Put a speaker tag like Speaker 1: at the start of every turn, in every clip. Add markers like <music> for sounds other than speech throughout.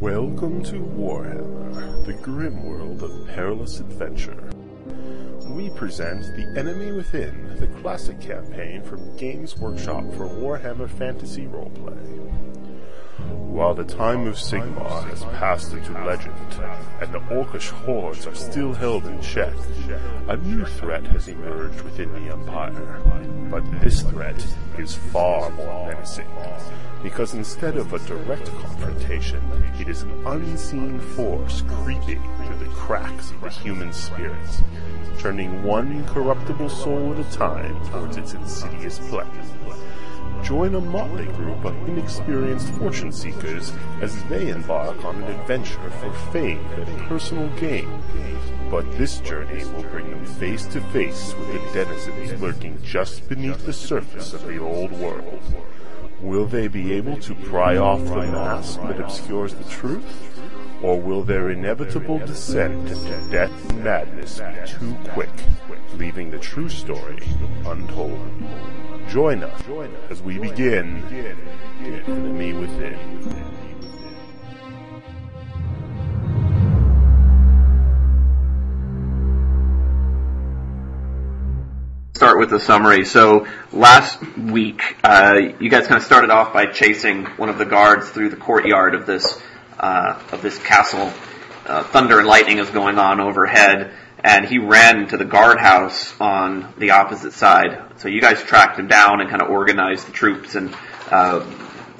Speaker 1: Welcome to Warhammer, the grim world of perilous adventure. We present The Enemy Within, the classic campaign from Games Workshop for Warhammer Fantasy Roleplay. While the time of Sigmar has passed into legend, and the orcish hordes are still held in check, a new threat has emerged within the Empire. But this threat is far more menacing, because instead of a direct confrontation, it is an unseen force creeping through the cracks of the human spirit, turning one corruptible soul at a time towards its insidious plan join a motley group of inexperienced fortune seekers as they embark on an adventure for fame and personal gain. But this journey will bring them face to face with the denizens lurking just beneath the surface of the old world. Will they be able to pry off the mask that obscures the truth? Or will their inevitable descent into death and madness be too quick, leaving the true story untold? Join us as we begin The Enemy Within.
Speaker 2: start with the summary. So last week, uh, you guys kind of started off by chasing one of the guards through the courtyard of this uh, of this castle. Uh, thunder and lightning is going on overhead, and he ran into the guardhouse on the opposite side. So you guys tracked him down and kind of organized the troops and uh,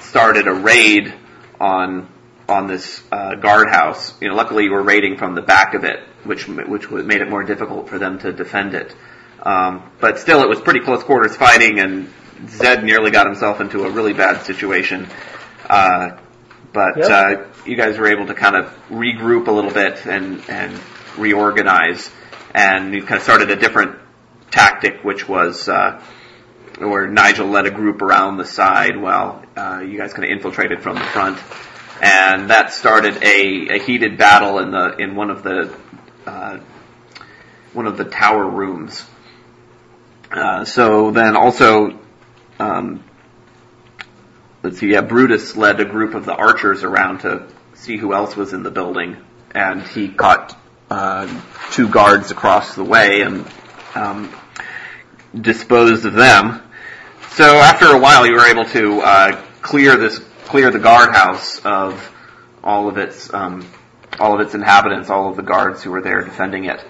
Speaker 2: started a raid on on this uh, guardhouse. You know, luckily you were raiding from the back of it, which which would- made it more difficult for them to defend it. Um, but still, it was pretty close quarters fighting, and Zed nearly got himself into a really bad situation. Uh, but uh, you guys were able to kind of regroup a little bit and and reorganize, and you kind of started a different tactic, which was. Uh, where Nigel led a group around the side while uh, you guys kind of infiltrated from the front, and that started a, a heated battle in the in one of the uh, one of the tower rooms. Uh, so then also, um, let's see, yeah, Brutus led a group of the archers around to see who else was in the building, and he caught uh, two guards across the way and um, disposed of them. So after a while, you were able to uh, clear this, clear the guardhouse of all of its um, all of its inhabitants, all of the guards who were there defending it.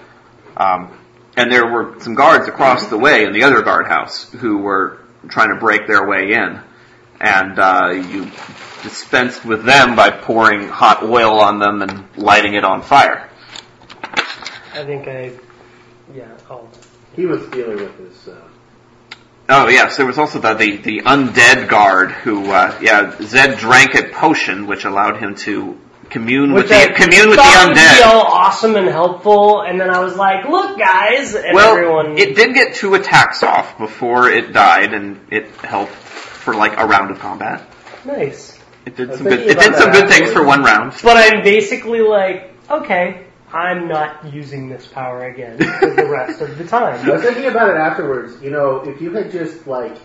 Speaker 2: Um, and there were some guards across the way in the other guardhouse who were trying to break their way in. And uh, you dispensed with them by pouring hot oil on them and lighting it on fire.
Speaker 3: I think I, yeah, I'll,
Speaker 4: He was dealing with his. Uh,
Speaker 2: Oh yes, there was also the the, the undead guard who uh, yeah Zed drank a potion which allowed him to commune with the
Speaker 3: I
Speaker 2: commune with the
Speaker 3: thought would be
Speaker 2: undead.
Speaker 3: all awesome and helpful, and then I was like, "Look, guys!" And
Speaker 2: Well,
Speaker 3: everyone,
Speaker 2: it did get two attacks off before it died, and it helped for like a round of combat.
Speaker 3: nice.
Speaker 2: It did
Speaker 4: was
Speaker 2: some good.
Speaker 4: thinking
Speaker 2: It did
Speaker 4: about
Speaker 2: some
Speaker 4: that
Speaker 2: good things for
Speaker 4: afterwards.
Speaker 2: one round.
Speaker 3: But I'm basically like, okay, I'm not using this power again for the rest of the
Speaker 2: <laughs>
Speaker 4: I was
Speaker 3: time.
Speaker 4: thinking about it afterwards. You know, if you had just like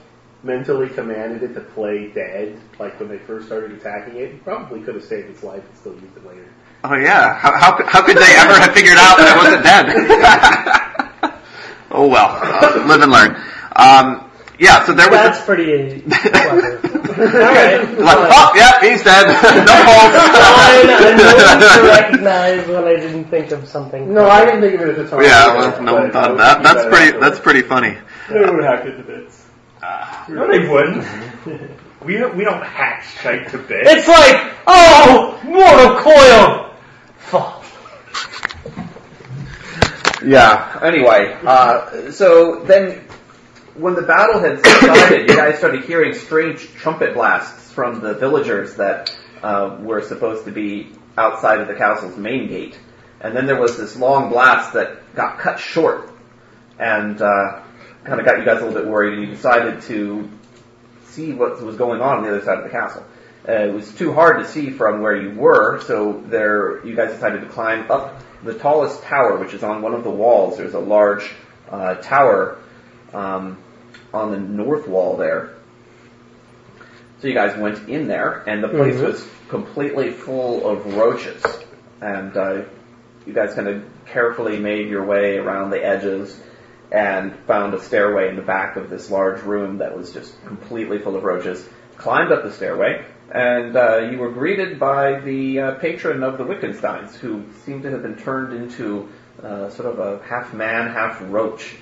Speaker 4: mentally commanded it to play dead, like when they first started attacking it, you probably could have saved its life and still used it later.
Speaker 2: Oh yeah, how how, could- how could they ever have figured out that I wasn't dead? <laughs> oh well, Uh, live and learn. Um, yeah, so there was. a-
Speaker 3: That's pretty
Speaker 2: <laughs>
Speaker 3: clever. Alright.
Speaker 2: Like, oh, yeah, he's dead. <laughs> no
Speaker 3: Fine, I'm willing to
Speaker 2: fault.
Speaker 3: recognize when I didn't think of something.
Speaker 4: No, I didn't think of it at the
Speaker 2: <laughs>
Speaker 4: time.
Speaker 2: yeah, well, no one thought of that. That's pretty. That's pretty funny.
Speaker 4: They would hack it to bits.
Speaker 5: No, they wouldn't. we don't, we don't hack Shite to bits.
Speaker 3: It's like, oh, mortal coil! Fuck.
Speaker 6: Yeah. Anyway, uh, so then when the battle had <coughs> started, you guys started hearing strange trumpet blasts from the villagers that uh, were supposed to be outside of the castle's main gate. And then there was this long blast that got cut short and uh, kind of got you guys a little bit worried, and you decided to see what was going on on the other side of the castle. Uh, it was too hard to see from where you were, so there you guys decided to climb up the tallest tower, which is on one of the walls. There's a large uh, tower um, on the north wall there.
Speaker 2: So you guys went in there, and the place
Speaker 7: Mhm.
Speaker 2: was completely full of roaches. And uh, you guys kind of carefully made your way around the edges and found a stairway in the back of this large room that was just completely full of roaches. Climbed up the stairway, and uh, you were greeted by the uh, patron of the Wittgensteins, who seemed to have been turned into uh, sort of a half man, half roach.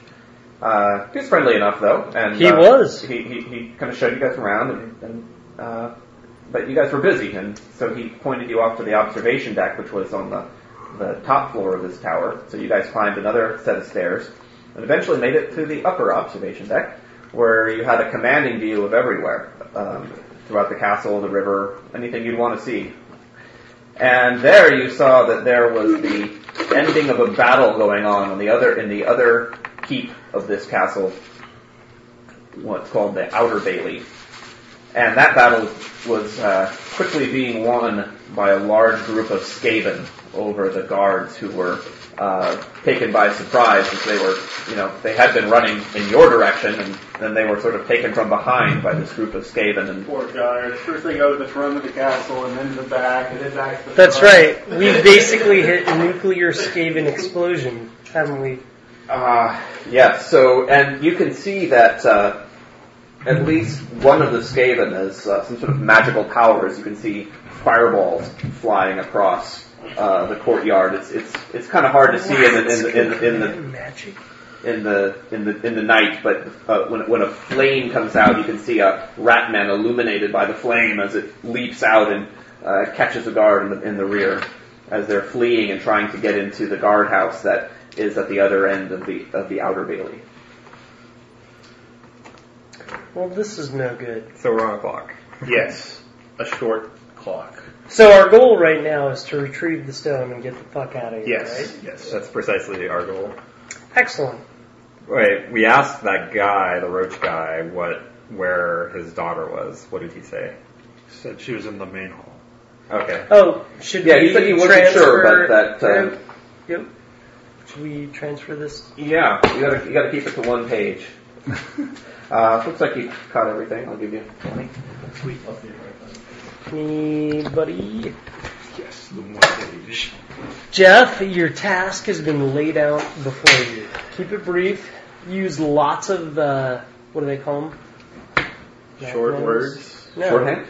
Speaker 2: Uh, he was friendly enough, though, and
Speaker 3: He
Speaker 2: uh,
Speaker 3: was.
Speaker 2: He, he, he kind of showed you guys around, and, and uh, but you guys were busy, and so he pointed you off to the observation deck, which was on the the top floor of this tower. So you guys climbed another set of stairs, and eventually made it to the upper observation deck, where you had a commanding view of everywhere um, throughout the castle, the river, anything you'd want to see. And there you saw that there was the ending of a battle going on on the other in the other keep of this castle, what's called the Outer Bailey. And that battle was uh, quickly being won by a large group of Skaven over the guards who were uh, taken by surprise as they were, you know, they had been running in your direction and then they were sort of taken from behind by this group of Skaven and
Speaker 8: Poor guys. First they go to the front of the castle and then to the back and then back to the
Speaker 3: That's
Speaker 8: front.
Speaker 3: right. We basically hit a nuclear Skaven explosion, haven't we?
Speaker 2: Uh, yeah, so, and you can see that uh, at least one of the Skaven has uh, some sort of magical powers. You can see fireballs flying across uh, the courtyard. It's it's it's kind of hard to see in the in the in the in the
Speaker 3: magic.
Speaker 2: in the in the in the night, but uh, when when a flame comes out, you can see a ratman illuminated by the flame as it leaps out and uh, catches a guard in the, in the rear as they're fleeing and trying to get into the guardhouse that is at the other end of the of the outer bailey.
Speaker 3: Well, this is no good.
Speaker 9: So we're on a clock.
Speaker 4: Yes, a short clock.
Speaker 3: So our goal right now is to retrieve the stone and get the fuck out of here.
Speaker 4: Yes,
Speaker 3: Right?
Speaker 4: yes.
Speaker 9: That's precisely our goal.
Speaker 3: Excellent.
Speaker 9: Wait, we asked that guy, the roach guy, what where his daughter was. What did he say?
Speaker 8: Said she was in the main hall.
Speaker 9: Okay.
Speaker 3: Oh, should
Speaker 2: Yeah,
Speaker 3: we
Speaker 2: he said he wasn't
Speaker 3: transfer
Speaker 2: sure, but that, uh,
Speaker 3: Yep. Should we transfer this?
Speaker 2: Yeah, you gotta you gotta keep it to one page. uh, looks like you caught everything. I'll give you twenty.
Speaker 3: Anybody?
Speaker 8: Yes, the one page.
Speaker 3: Jeff, your task has been laid out before you. Keep it brief. Use lots of uh, what do they call them?
Speaker 4: Short words.
Speaker 3: No,
Speaker 2: Shorthand.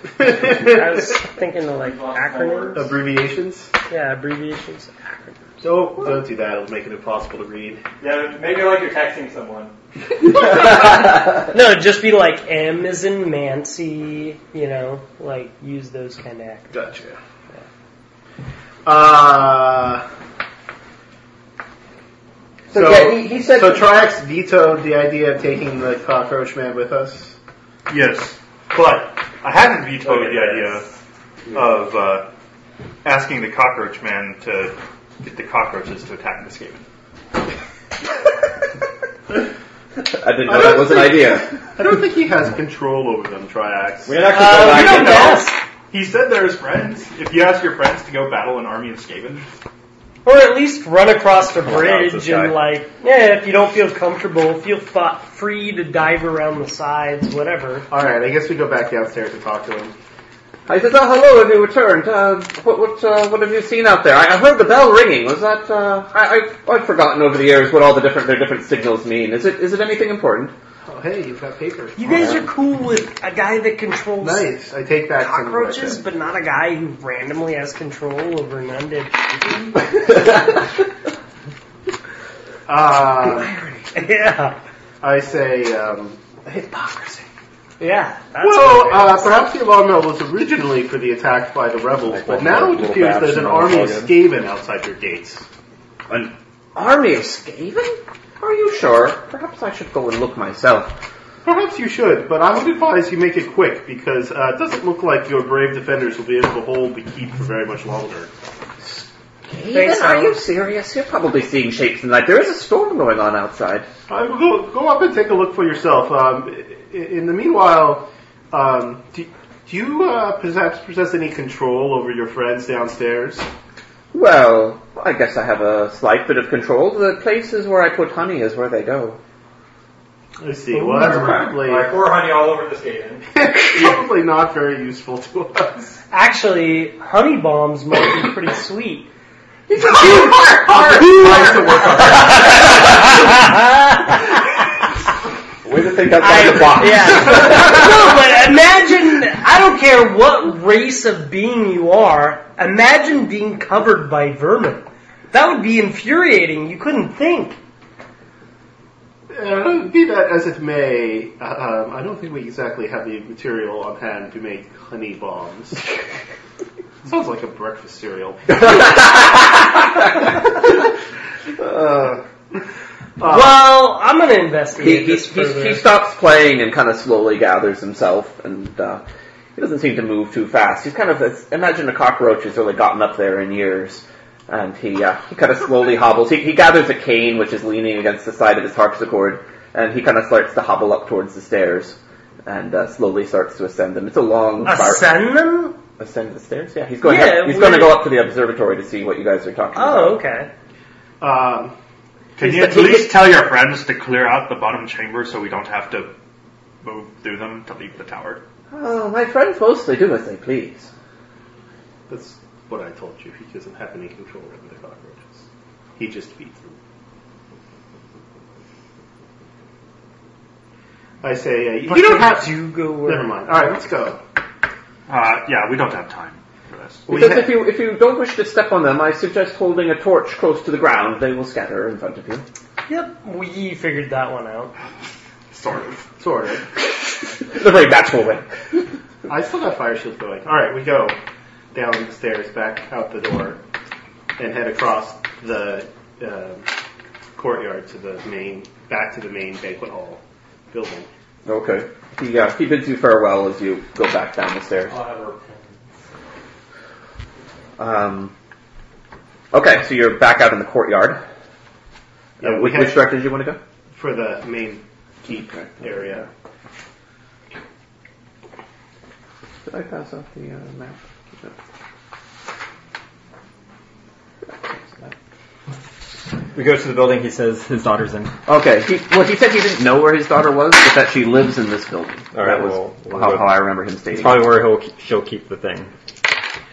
Speaker 3: I
Speaker 4: <laughs>
Speaker 3: was thinking of like acronyms.
Speaker 4: Abbreviations.
Speaker 3: Yeah, abbreviations. Acronyms.
Speaker 4: No, don't do that. It'll make it impossible to read.
Speaker 8: Yeah, maybe like you're texting someone.
Speaker 3: No, it'd just be like M is in Mancy. You know, like use those kind of acronyms.
Speaker 4: Gotcha. Uh,
Speaker 2: So,
Speaker 4: So-
Speaker 2: yeah, he, he said
Speaker 4: so Triax vetoed the idea of taking the cockroach man with us.
Speaker 8: Yes, but I haven't vetoed the idea of uh, asking the cockroach man to get the cockroaches to attack the Skaven.
Speaker 2: I didn't know that was an idea.
Speaker 4: I don't think he has control over them, Triax.
Speaker 9: We didn't actually
Speaker 3: Uh,
Speaker 9: go
Speaker 3: we
Speaker 9: back
Speaker 3: don't
Speaker 9: and-
Speaker 3: know.
Speaker 8: He said they're his friends. If you ask your friends to go battle an army of Skaven,
Speaker 3: Or at least run across the
Speaker 9: that's
Speaker 3: bridge
Speaker 9: a
Speaker 3: and
Speaker 9: guy.
Speaker 3: like, yeah, if you don't feel comfortable, feel fu- free to dive around the sides, whatever.
Speaker 4: <laughs> All right, I guess we go back downstairs and talk to him.
Speaker 2: I said, "Oh, hello, have you returned? Uh, what, what, uh, what have you seen out there? I, I heard the bell ringing. Was that? Uh, I, I, I've forgotten over the years what all the different their different signals mean. Is it? Is it anything important?
Speaker 4: Oh, hey, you've got paper.
Speaker 3: You guys are cool with a guy that controls
Speaker 4: Nice. I take back some of what I
Speaker 3: cockroaches,
Speaker 4: said.
Speaker 3: but not a guy who randomly has control over an undead.
Speaker 4: Um,
Speaker 3: <laughs> yeah,
Speaker 4: I say, um,
Speaker 3: hypocrisy. Yeah. That's
Speaker 4: well,
Speaker 3: what it
Speaker 4: uh, perhaps the alarm bell was originally for the attack by the rebels, but now it appears there's an army of Skaven outside your gates.
Speaker 2: Army of Skaven? Are you sure? Perhaps I should go and look myself.
Speaker 4: Perhaps you should, but I would advise you make it quick because uh, it doesn't look like your brave defenders will be able to hold the keep for very much longer.
Speaker 2: Skaven,
Speaker 3: so.
Speaker 2: are you serious? You're probably seeing shapes in the night. There is a storm going on outside.
Speaker 4: I will Uh, go, go up and take a look for yourself. Um, i- in the meanwhile, um, do, do you uh, perhaps possess any control over your friends downstairs?
Speaker 2: Well, I guess I have a slight bit of control. The places where I put honey is where they go.
Speaker 4: I see.
Speaker 8: Oh,
Speaker 4: Well, that's probably
Speaker 10: Like pour honey all over this gate. then.
Speaker 4: probably not very useful to us.
Speaker 3: Actually, honey bombs might be pretty sweet. <laughs>
Speaker 2: Way to think outside the <laughs> box.
Speaker 3: Yeah. no, but imagine, I don't care what race of being you are, imagine being covered by vermin. That would be infuriating. You couldn't think.
Speaker 4: Uh, be that as it may, uh, um, I don't think we exactly have the material on hand to make honey bombs.
Speaker 2: <laughs>
Speaker 4: Sounds like a breakfast cereal. Uh,
Speaker 3: well, I'm going to
Speaker 2: He,
Speaker 3: investigate
Speaker 2: he,
Speaker 3: this
Speaker 2: he,
Speaker 3: further.
Speaker 2: he stops playing and kind of slowly gathers himself, and uh, he doesn't seem to move too fast. He's kind of it's- imagine a cockroach who's really gotten up there in years, and he uh, he kind of slowly hobbles. He, he gathers a cane which is leaning against the side of his harpsichord, and he kind of starts to hobble up towards the stairs. And uh, slowly starts to ascend them. It's a long spiral.
Speaker 3: Ascend them?
Speaker 2: Ascend the stairs. Yeah, he's going.
Speaker 3: Yeah,
Speaker 2: up, he's going to
Speaker 3: we're-
Speaker 2: go up to the observatory to see what you guys are talking about.
Speaker 3: Oh, okay.
Speaker 4: um,
Speaker 8: Can you at least tell your friends to clear out the bottom chamber so we don't have to move through them to leave the tower?
Speaker 2: Oh, my friends mostly do as they please.
Speaker 4: that's what I told you. He doesn't have any control over the cockroaches. He just feeds them. I say, uh, you don't have to.
Speaker 3: do go where.
Speaker 4: Never mind. All right, let's go.
Speaker 8: Uh, yeah, we don't have time for this.
Speaker 4: We
Speaker 2: Because
Speaker 4: ha-
Speaker 2: if you if you don't wish to step on them, I suggest holding a torch close to the ground. They will scatter in front of you.
Speaker 3: Yep, we figured that one out.
Speaker 8: Sort of.
Speaker 4: sort of.
Speaker 2: The very natural way.
Speaker 4: I still got fire shields going. All right, we go down the stairs, back out the door, and head across the um courtyard to the main, back to the main banquet hall building.
Speaker 2: Okay. He uh, he bids you farewell as you go back down the stairs.
Speaker 10: I'll have her.
Speaker 2: Um. Okay, so you're back out in the courtyard.
Speaker 4: Yeah,
Speaker 2: Uh,
Speaker 4: we
Speaker 2: which,
Speaker 4: had-
Speaker 2: which direction do you want to go?
Speaker 4: for the main keep area.
Speaker 2: Did I pass off the uh, map? No.
Speaker 9: We go to the building. He says his daughter's in.
Speaker 2: Okay. He, well, he said he didn't know where his daughter was, but that she lives in this building.
Speaker 9: All right,
Speaker 2: that was
Speaker 9: well, we'll
Speaker 2: how,
Speaker 9: go-
Speaker 2: how I remember him
Speaker 9: It's
Speaker 2: stating.
Speaker 9: probably where he'll ke- she'll keep the thing.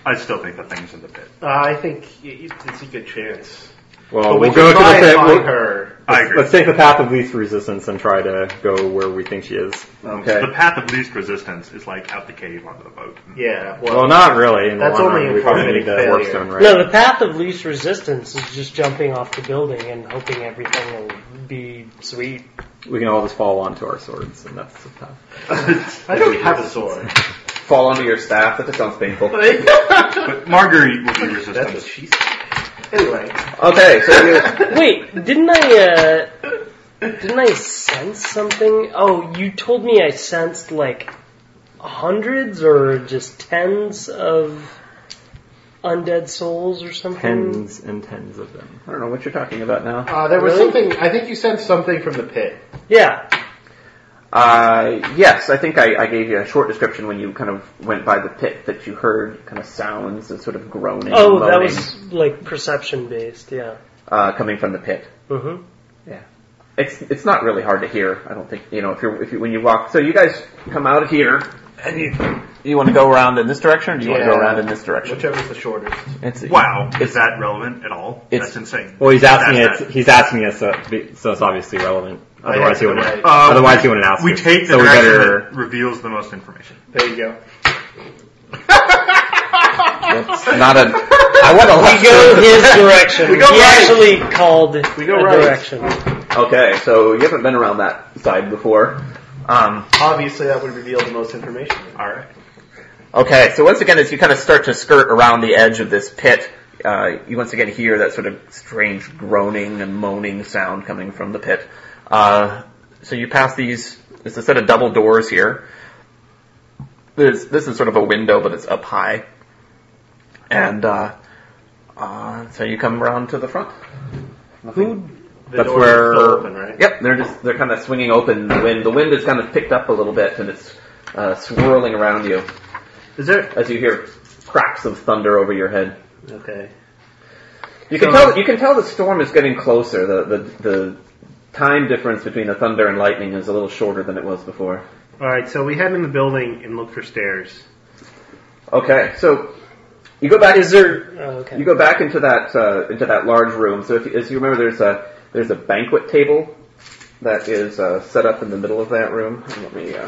Speaker 8: I still think the thing's in the pit.
Speaker 4: Uh, I think it- it's a good chance.
Speaker 9: Well,
Speaker 4: but we
Speaker 9: we'll Oh,
Speaker 4: can
Speaker 9: go to
Speaker 4: try
Speaker 9: the
Speaker 4: and
Speaker 9: pit.
Speaker 4: find
Speaker 9: we'll-
Speaker 4: her.
Speaker 8: I
Speaker 9: Let's,
Speaker 8: agree.
Speaker 9: let's take the path of least resistance and try to go where we think she is.
Speaker 2: okay.
Speaker 8: <laughs> The path of least resistance is like out the cave onto the boat.
Speaker 4: Yeah, well,
Speaker 9: Well, not really. In the
Speaker 4: That's
Speaker 9: long
Speaker 4: only
Speaker 9: run, we probably
Speaker 4: informative
Speaker 9: need the
Speaker 4: failure.
Speaker 9: warp stone, right?
Speaker 3: No, the path of least resistance is just jumping off the building and hoping everything will be sweet.
Speaker 9: We can all just fall onto our swords, and that's the path.
Speaker 4: I don't have a sword.
Speaker 2: Fall onto your staff. That just sounds painful.
Speaker 8: But Marguerite will be
Speaker 4: That's what
Speaker 8: resistant.
Speaker 4: she said. Anyway,
Speaker 2: Okay. So <laughs> you.
Speaker 3: Wait, didn't I, uh, didn't I sense something? Oh, you told me I sensed like hundreds or just tens of undead souls or something?
Speaker 9: Tens and tens of them.
Speaker 2: I don't know what you're talking about now.
Speaker 4: uh, there was
Speaker 3: Really?
Speaker 4: something. I think you sent something from the pit.
Speaker 3: Yeah.
Speaker 2: Uh, yes, I think I, I gave you a short description when you kind of went by the pit that you heard kind of sounds and sort of groaning,
Speaker 3: Oh,
Speaker 2: moaning,
Speaker 3: that was like perception based, yeah.
Speaker 2: uh, coming from the pit.
Speaker 3: Mm-hmm.
Speaker 2: It's it's not really hard to hear. I don't think you know if you're if you when you walk. So you guys come out of here and you you want to go around in this direction or do you want to go
Speaker 4: Yeah.
Speaker 2: around in this direction?
Speaker 4: Whichever's the shortest.
Speaker 2: It's,
Speaker 8: Wow, is that relevant at all?
Speaker 2: It's-
Speaker 8: That's insane.
Speaker 9: Well, Oh, he's asking
Speaker 8: That's
Speaker 9: it. He's asking us, so, so it's obviously relevant. Otherwise, he wouldn't.
Speaker 4: Right.
Speaker 8: Uh,
Speaker 9: otherwise, he wouldn't ask.
Speaker 8: We
Speaker 9: us.
Speaker 8: take the
Speaker 9: so we
Speaker 8: direction
Speaker 9: better.
Speaker 8: that reveals the most information.
Speaker 4: There you go.
Speaker 2: It's not a. I <laughs> want to
Speaker 3: We go his direction.
Speaker 4: We go
Speaker 3: he
Speaker 4: right.
Speaker 3: actually called
Speaker 4: We go
Speaker 3: a
Speaker 4: right.
Speaker 3: direction.
Speaker 2: Okay, so you haven't been around that side before. Um,
Speaker 4: Obviously, that would reveal the most information.
Speaker 8: All right.
Speaker 2: Okay, so once again, as you kind of start to skirt around the edge of this pit, uh, you once again hear that sort of strange groaning and moaning sound coming from the pit. Uh, so you pass these, it's a set of double doors here. This, this is sort of a window, but it's up high. And, uh, uh, so you come around to the front.
Speaker 4: The
Speaker 9: That's
Speaker 4: door is
Speaker 9: where-
Speaker 4: still open, right?
Speaker 2: Yep, they're just, they're kind of swinging open in the wind. The wind has kind of picked up a little bit and it's, uh, swirling around you
Speaker 4: Is there?
Speaker 2: as you hear cracks of thunder over your head.
Speaker 4: Okay.
Speaker 2: You can tell. You can tell the storm is getting closer. The the the time difference between the thunder and lightning is a little shorter than it was before.
Speaker 4: All right, so we head in the building and look for stairs.
Speaker 2: Okay, so you go back.
Speaker 3: Is there? Oh, okay.
Speaker 2: You go back into that uh, into that large room. So if you, as you remember, there's a there's a banquet table that is uh, set up in the middle of that room. Let me. Uh,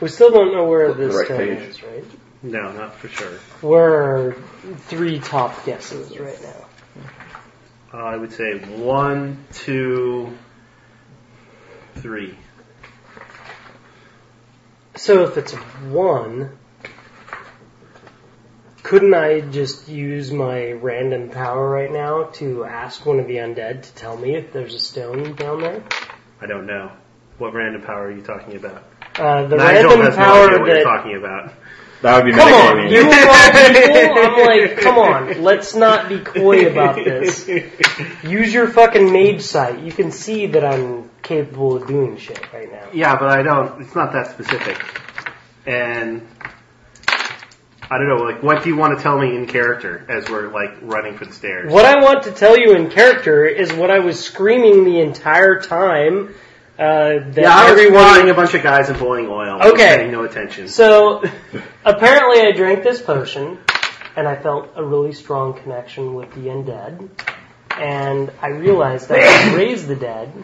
Speaker 3: We still don't know where
Speaker 2: Flip the
Speaker 3: this
Speaker 2: right
Speaker 3: guy
Speaker 2: page.
Speaker 3: is, right?
Speaker 4: No, not for sure.
Speaker 3: We're three top guesses right now.
Speaker 4: Uh, I would say one, two, three.
Speaker 3: So if it's one, couldn't I just use my random power right now to ask one of the undead to tell me if there's a stone down there?
Speaker 4: I don't know. What random power are you talking about?
Speaker 3: Uh, the
Speaker 4: Nigel
Speaker 3: random
Speaker 4: has
Speaker 3: power
Speaker 4: no idea what you're
Speaker 3: that.
Speaker 4: talking about.
Speaker 9: That would be
Speaker 3: Come on,
Speaker 9: metagaming.
Speaker 3: you of all people! I'm
Speaker 4: <laughs>
Speaker 3: like, come on, let's not be coy about this. Use your fucking mage sight. You can see that I'm capable of doing shit right now.
Speaker 4: Yeah, but I don't. It's not that specific. And I don't know. Like, what do you want to tell me in character as we're like running for the stairs?
Speaker 3: What I want to tell you in character is what I was screaming the entire time. Uh, that
Speaker 4: Yeah, I was
Speaker 3: everyone-
Speaker 4: watching a bunch of guys and blowing oil.
Speaker 3: Okay.
Speaker 4: Paying no attention.
Speaker 3: So, apparently, I drank this potion, and I felt a really strong connection with the undead. And I realized that I could raise the dead,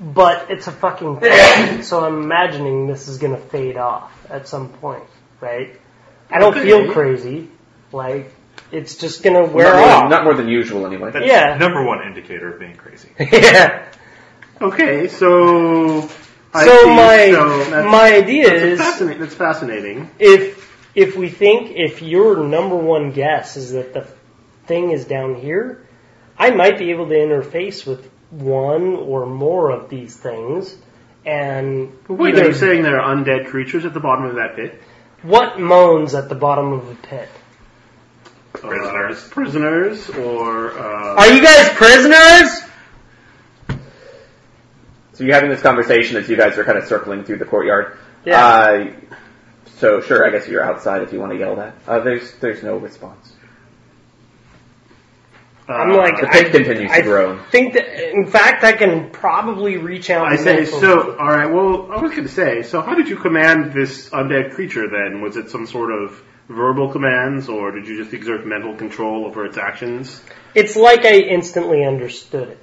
Speaker 3: but it's a fucking potion, so I'm imagining this is gonna fade off at some point, right? I don't feel crazy. Like, it's just gonna wear
Speaker 2: not, more
Speaker 3: off.
Speaker 2: than, not more than usual, anyway.
Speaker 8: That's
Speaker 3: Yeah.
Speaker 4: <laughs>
Speaker 8: the number one indicator of being crazy.
Speaker 3: yeah.
Speaker 4: Okay, so I
Speaker 3: so
Speaker 4: see.
Speaker 3: my
Speaker 4: so that's,
Speaker 3: my idea
Speaker 4: that's
Speaker 3: is
Speaker 4: fascinating. That's fascinating.
Speaker 3: if if we think if your number one guess is that the thing is down here, I might be able to interface with one or more of these things, and
Speaker 4: Wait, are
Speaker 3: either
Speaker 4: you saying there are undead creatures at the bottom of that pit?
Speaker 3: what moans at the bottom of the pit?
Speaker 8: Prisoners.
Speaker 4: Uh, prisoners, or uh,
Speaker 3: Are you guys prisoners?
Speaker 2: So you're having this conversation as you guys are kind of circling through the courtyard.
Speaker 3: Yeah.
Speaker 2: Uh, so sure, I guess you're outside if you want to yell that. Uh, there's there's no response.
Speaker 4: uh,
Speaker 3: I'm like
Speaker 2: The
Speaker 3: I,
Speaker 2: pig continues
Speaker 3: I
Speaker 2: to groan.
Speaker 3: think that in fact I can probably reach out.
Speaker 4: I
Speaker 3: and
Speaker 4: say
Speaker 3: make a-
Speaker 4: so. All right. Well, I was going to say. So, how did you command this undead creature? Then was it some sort of verbal commands, or did you just exert mental control over its actions?
Speaker 3: it's like I instantly understood it,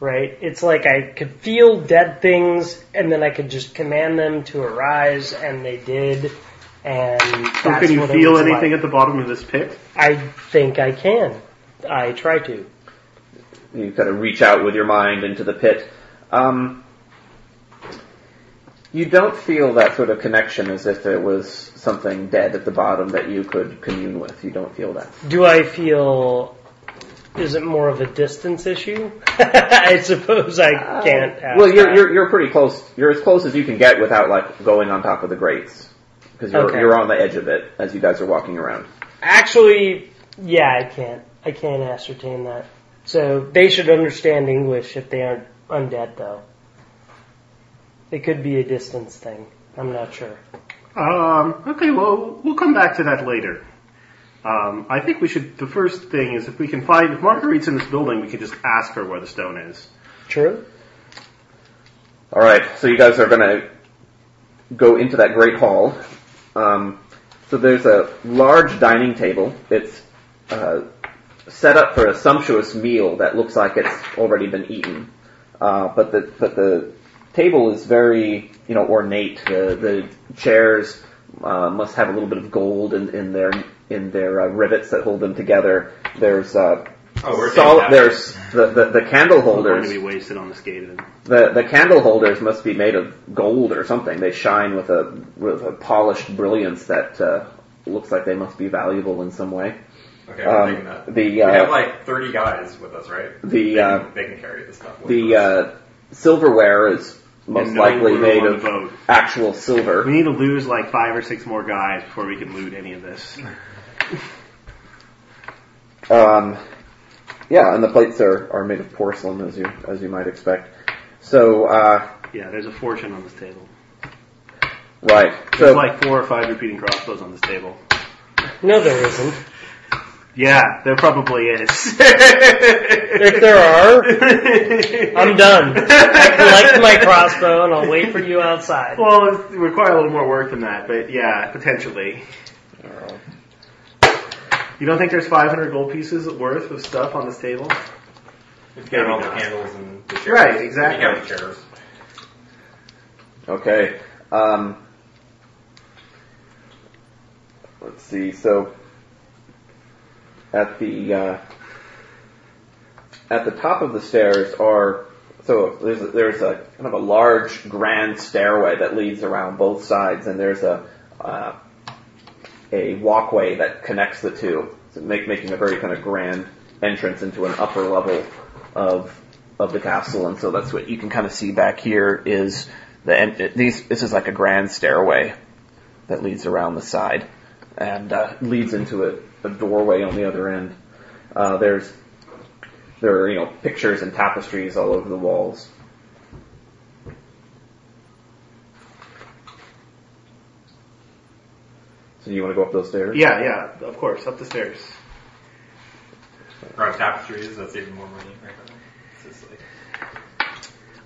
Speaker 3: right? It's like I could feel dead things, and then I could just command them to arise, and they did. And
Speaker 4: So
Speaker 3: that's
Speaker 4: can you
Speaker 3: what it
Speaker 4: feel
Speaker 3: was
Speaker 4: anything
Speaker 3: like.
Speaker 4: at the bottom of this pit?
Speaker 3: I think I can. I try to.
Speaker 2: You kind of reach out with your mind into the pit. Um, you don't feel that sort of connection as if it was something dead at the bottom that you could commune with. You don't feel that.
Speaker 3: Do I feel? Is it more of a distance issue? <laughs> I suppose
Speaker 4: Uh,
Speaker 3: I can't. Ask
Speaker 2: well, you're,
Speaker 3: that.
Speaker 2: you're you're pretty close. You're as close as you can get without like going on top of the grates because you're
Speaker 3: Okay.
Speaker 2: you're on the edge of it as you guys are walking around.
Speaker 3: Actually, yeah, I can't. I can't ascertain that. So they should understand English if they aren't undead, though. It could be a distance thing. I'm not sure.
Speaker 4: Um, okay. Well, we'll come back to that later. Um, I think we should. The first thing is if we can find if Marguerite's in this building, we can just ask her where the stone is.
Speaker 3: True.
Speaker 2: All right, so you guys are gonna go into that great hall. Um, so there's a large dining table. It's uh, set up for a sumptuous meal that looks like it's already been eaten. Uh, but the but the table is very you know ornate. The the chairs uh, must have a little bit of gold in, in their in their uh, rivets that hold them together. There's uh,
Speaker 10: Oh, we're taking
Speaker 2: sol-
Speaker 10: that.
Speaker 2: there's the, the, the candle
Speaker 4: We're going
Speaker 2: holders
Speaker 4: to be wasted on this gate. then.
Speaker 2: the the candle holders must be made of gold or something. They shine with a with a polished brilliance that uh, looks like they must be valuable in some way.
Speaker 9: Okay, I'm taking
Speaker 2: Um,
Speaker 9: that.
Speaker 2: the
Speaker 9: we have
Speaker 2: uh,
Speaker 9: like 30 guys with us, right?
Speaker 2: the
Speaker 9: They can,
Speaker 2: uh,
Speaker 9: they can carry this stuff. with
Speaker 2: the
Speaker 9: us.
Speaker 2: uh, silverware is most
Speaker 4: And no
Speaker 2: likely
Speaker 4: room
Speaker 2: made
Speaker 4: on the
Speaker 2: of
Speaker 4: boat.
Speaker 2: actual silver.
Speaker 4: We need to lose like five or six more guys before we can loot any of this.
Speaker 2: Um, yeah, and the plates are, are made of porcelain as you as you might expect. So uh,
Speaker 4: Yeah, there's a fortune on this table.
Speaker 2: right,
Speaker 4: There's
Speaker 2: so
Speaker 4: like four or five repeating crossbows on this table.
Speaker 3: No, there isn't.
Speaker 4: Yeah, there probably is.
Speaker 3: If there are,
Speaker 4: <laughs>
Speaker 3: I'm done. I collect my crossbow and I'll wait for you
Speaker 9: <laughs>
Speaker 3: outside.
Speaker 4: Well, it require a little more work than that, but yeah, potentially. You don't think there's 500 gold pieces worth of stuff on this table?
Speaker 10: We've got all the candles and the chairs.
Speaker 4: Right, exactly.
Speaker 10: We got the chairs.
Speaker 2: Okay. Um, let's see. So at the uh, at the top of the stairs are so there's a, there's a kind of a large grand stairway that leads around both sides, and there's a uh, a walkway that connects the two, so make, making a very kind of grand entrance into an upper level of of the castle, and so that's what you can kind of see back here is the en- it- these this is like a grand stairway that leads around the side and uh, leads into a, a doorway on the other end. Uh, there's there are you know pictures and tapestries all over the walls. So you want to go up those stairs?
Speaker 4: Yeah, yeah, of course, up the stairs.
Speaker 10: Or tapestries, that's even more money right now. It's just like,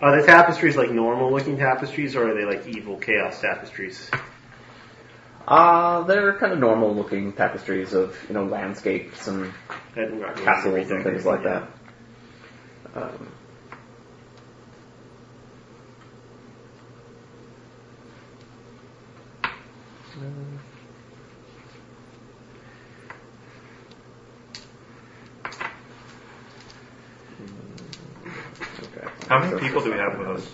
Speaker 4: Are the tapestries like normal looking tapestries, or are they like evil chaos tapestries?
Speaker 2: Uh, they're kind of normal looking tapestries of you know landscapes and
Speaker 4: And not really
Speaker 2: castles and things like
Speaker 4: yeah.
Speaker 2: that. Um, okay.
Speaker 8: How many people do we have with us?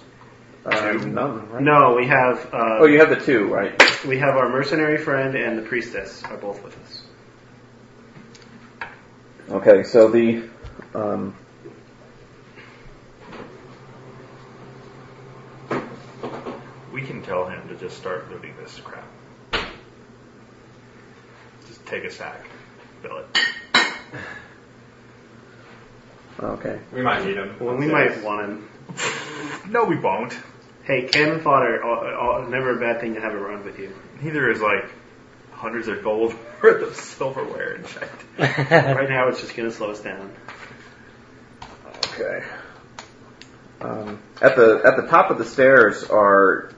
Speaker 2: Uh,
Speaker 8: Two?
Speaker 2: none, right?
Speaker 4: No, we have uh,
Speaker 2: Oh, you have the two, right?
Speaker 4: we have our mercenary friend and the priestess are both with us.
Speaker 2: Okay, so the um,
Speaker 8: We can tell him to just start looting this crap. Just take a sack, fill it.
Speaker 2: okay.
Speaker 10: we might need them.
Speaker 4: Well, we might want him.
Speaker 8: No, we won't.
Speaker 4: Hey, cannon fodder, uh, uh, never a bad thing to have around with you.
Speaker 8: Neither is like hundreds of gold worth of silverware in fact.
Speaker 4: Right now, it's just going to slow us down.
Speaker 2: Okay. Um, at the at the top of the stairs are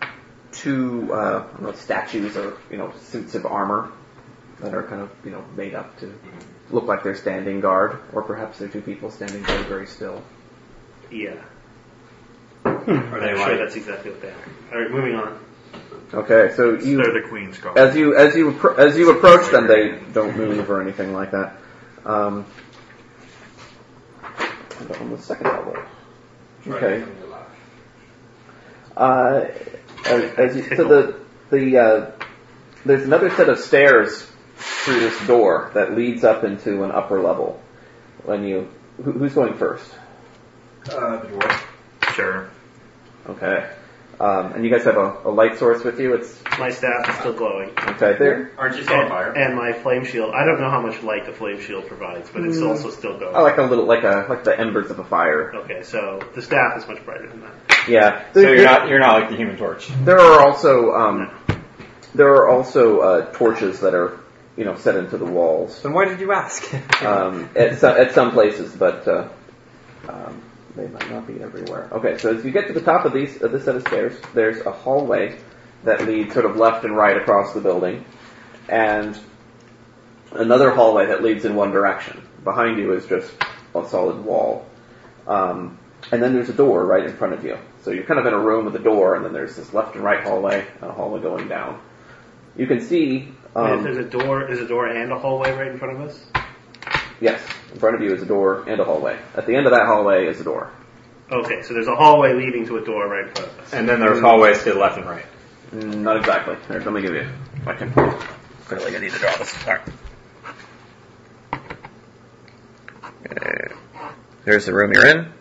Speaker 2: two uh, I don't know, statues or you know suits of armor that are kind of you know made up to look like they're standing guard, or perhaps they're two people standing very very still.
Speaker 4: Yeah.
Speaker 10: Are they like
Speaker 4: I'm sure that's exactly what they are. All right, moving on.
Speaker 2: Okay, so you
Speaker 8: They're the queen's guard.
Speaker 2: as you as you appro- as you approach them, they don't move or anything like that. Um, but on the second level. Okay. Uh, as, as you, so the the uh, there's another set of stairs through this door that leads up into an upper level. When you who, who's going first?
Speaker 10: uh, the dwarf?
Speaker 8: Sure.
Speaker 2: Okay. Um, and you guys have a, a light source with you. It's
Speaker 4: My staff is still glowing.
Speaker 2: okay there.
Speaker 10: Aren't you
Speaker 9: Oh,
Speaker 10: still on
Speaker 4: And,
Speaker 10: fire?
Speaker 4: and my flame shield. I don't know how much light the flame shield provides, but it's also still going.
Speaker 2: Oh, like a little like a like the embers of a fire.
Speaker 4: Okay, so the staff is much brighter than that.
Speaker 2: Yeah.
Speaker 9: So you're not you're not like the Human Torch.
Speaker 2: There are also um, there are also uh, torches that are you know set into the walls
Speaker 9: Then why did you ask?
Speaker 2: um, at some at some places, but uh, um, they might not be everywhere. Okay, so as you get to the top of these of this set of stairs, there's a hallway that leads sort of left and right across the building, and another hallway that leads in one direction. Behind you is just a solid wall. Um, and then there's a door right in front of you. So you're kind of in a room with a door, and then there's this left and right hallway, and a hallway going down. You can see,
Speaker 4: Wait, if
Speaker 2: um,
Speaker 4: there's a door, is a door and a hallway right in front of us?
Speaker 2: yes, in front of you is a door and a hallway. At the end of that hallway is a door.
Speaker 4: Okay, so there's a hallway leading to a door right in front of us.
Speaker 9: And then there's hallways to the left and right.
Speaker 2: Mm, Not exactly. Here, let me give you. I can. Clearly, I need to draw this. Sorry. There's Uh, the room you're in.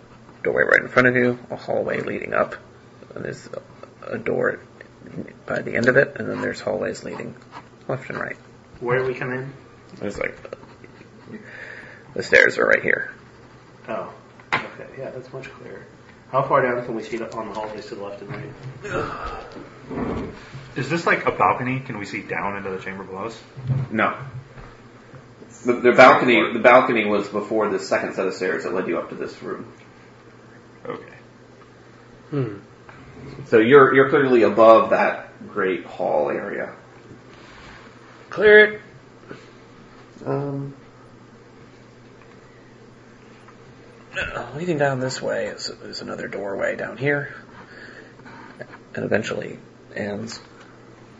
Speaker 2: Doorway right in front of you. A hallway leading up. And there's a door by the end of it, and then there's hallways leading left and right.
Speaker 4: Where do we come in?
Speaker 2: There's like the stairs are right here.
Speaker 4: Oh, okay, yeah, that's much clearer. How far down can we see the, on the hallways to the left and right?
Speaker 8: Is this like a balcony? Can we see down into the chamber below us?
Speaker 2: No. The, the balcony, the balcony was before the second set of stairs that led you up to this room.
Speaker 8: Okay.
Speaker 3: Hmm.
Speaker 2: So you're you're clearly above that great hall area.
Speaker 3: Clear it.
Speaker 2: Um,
Speaker 11: Uh, leading down this way is, is another doorway down here, and eventually ends.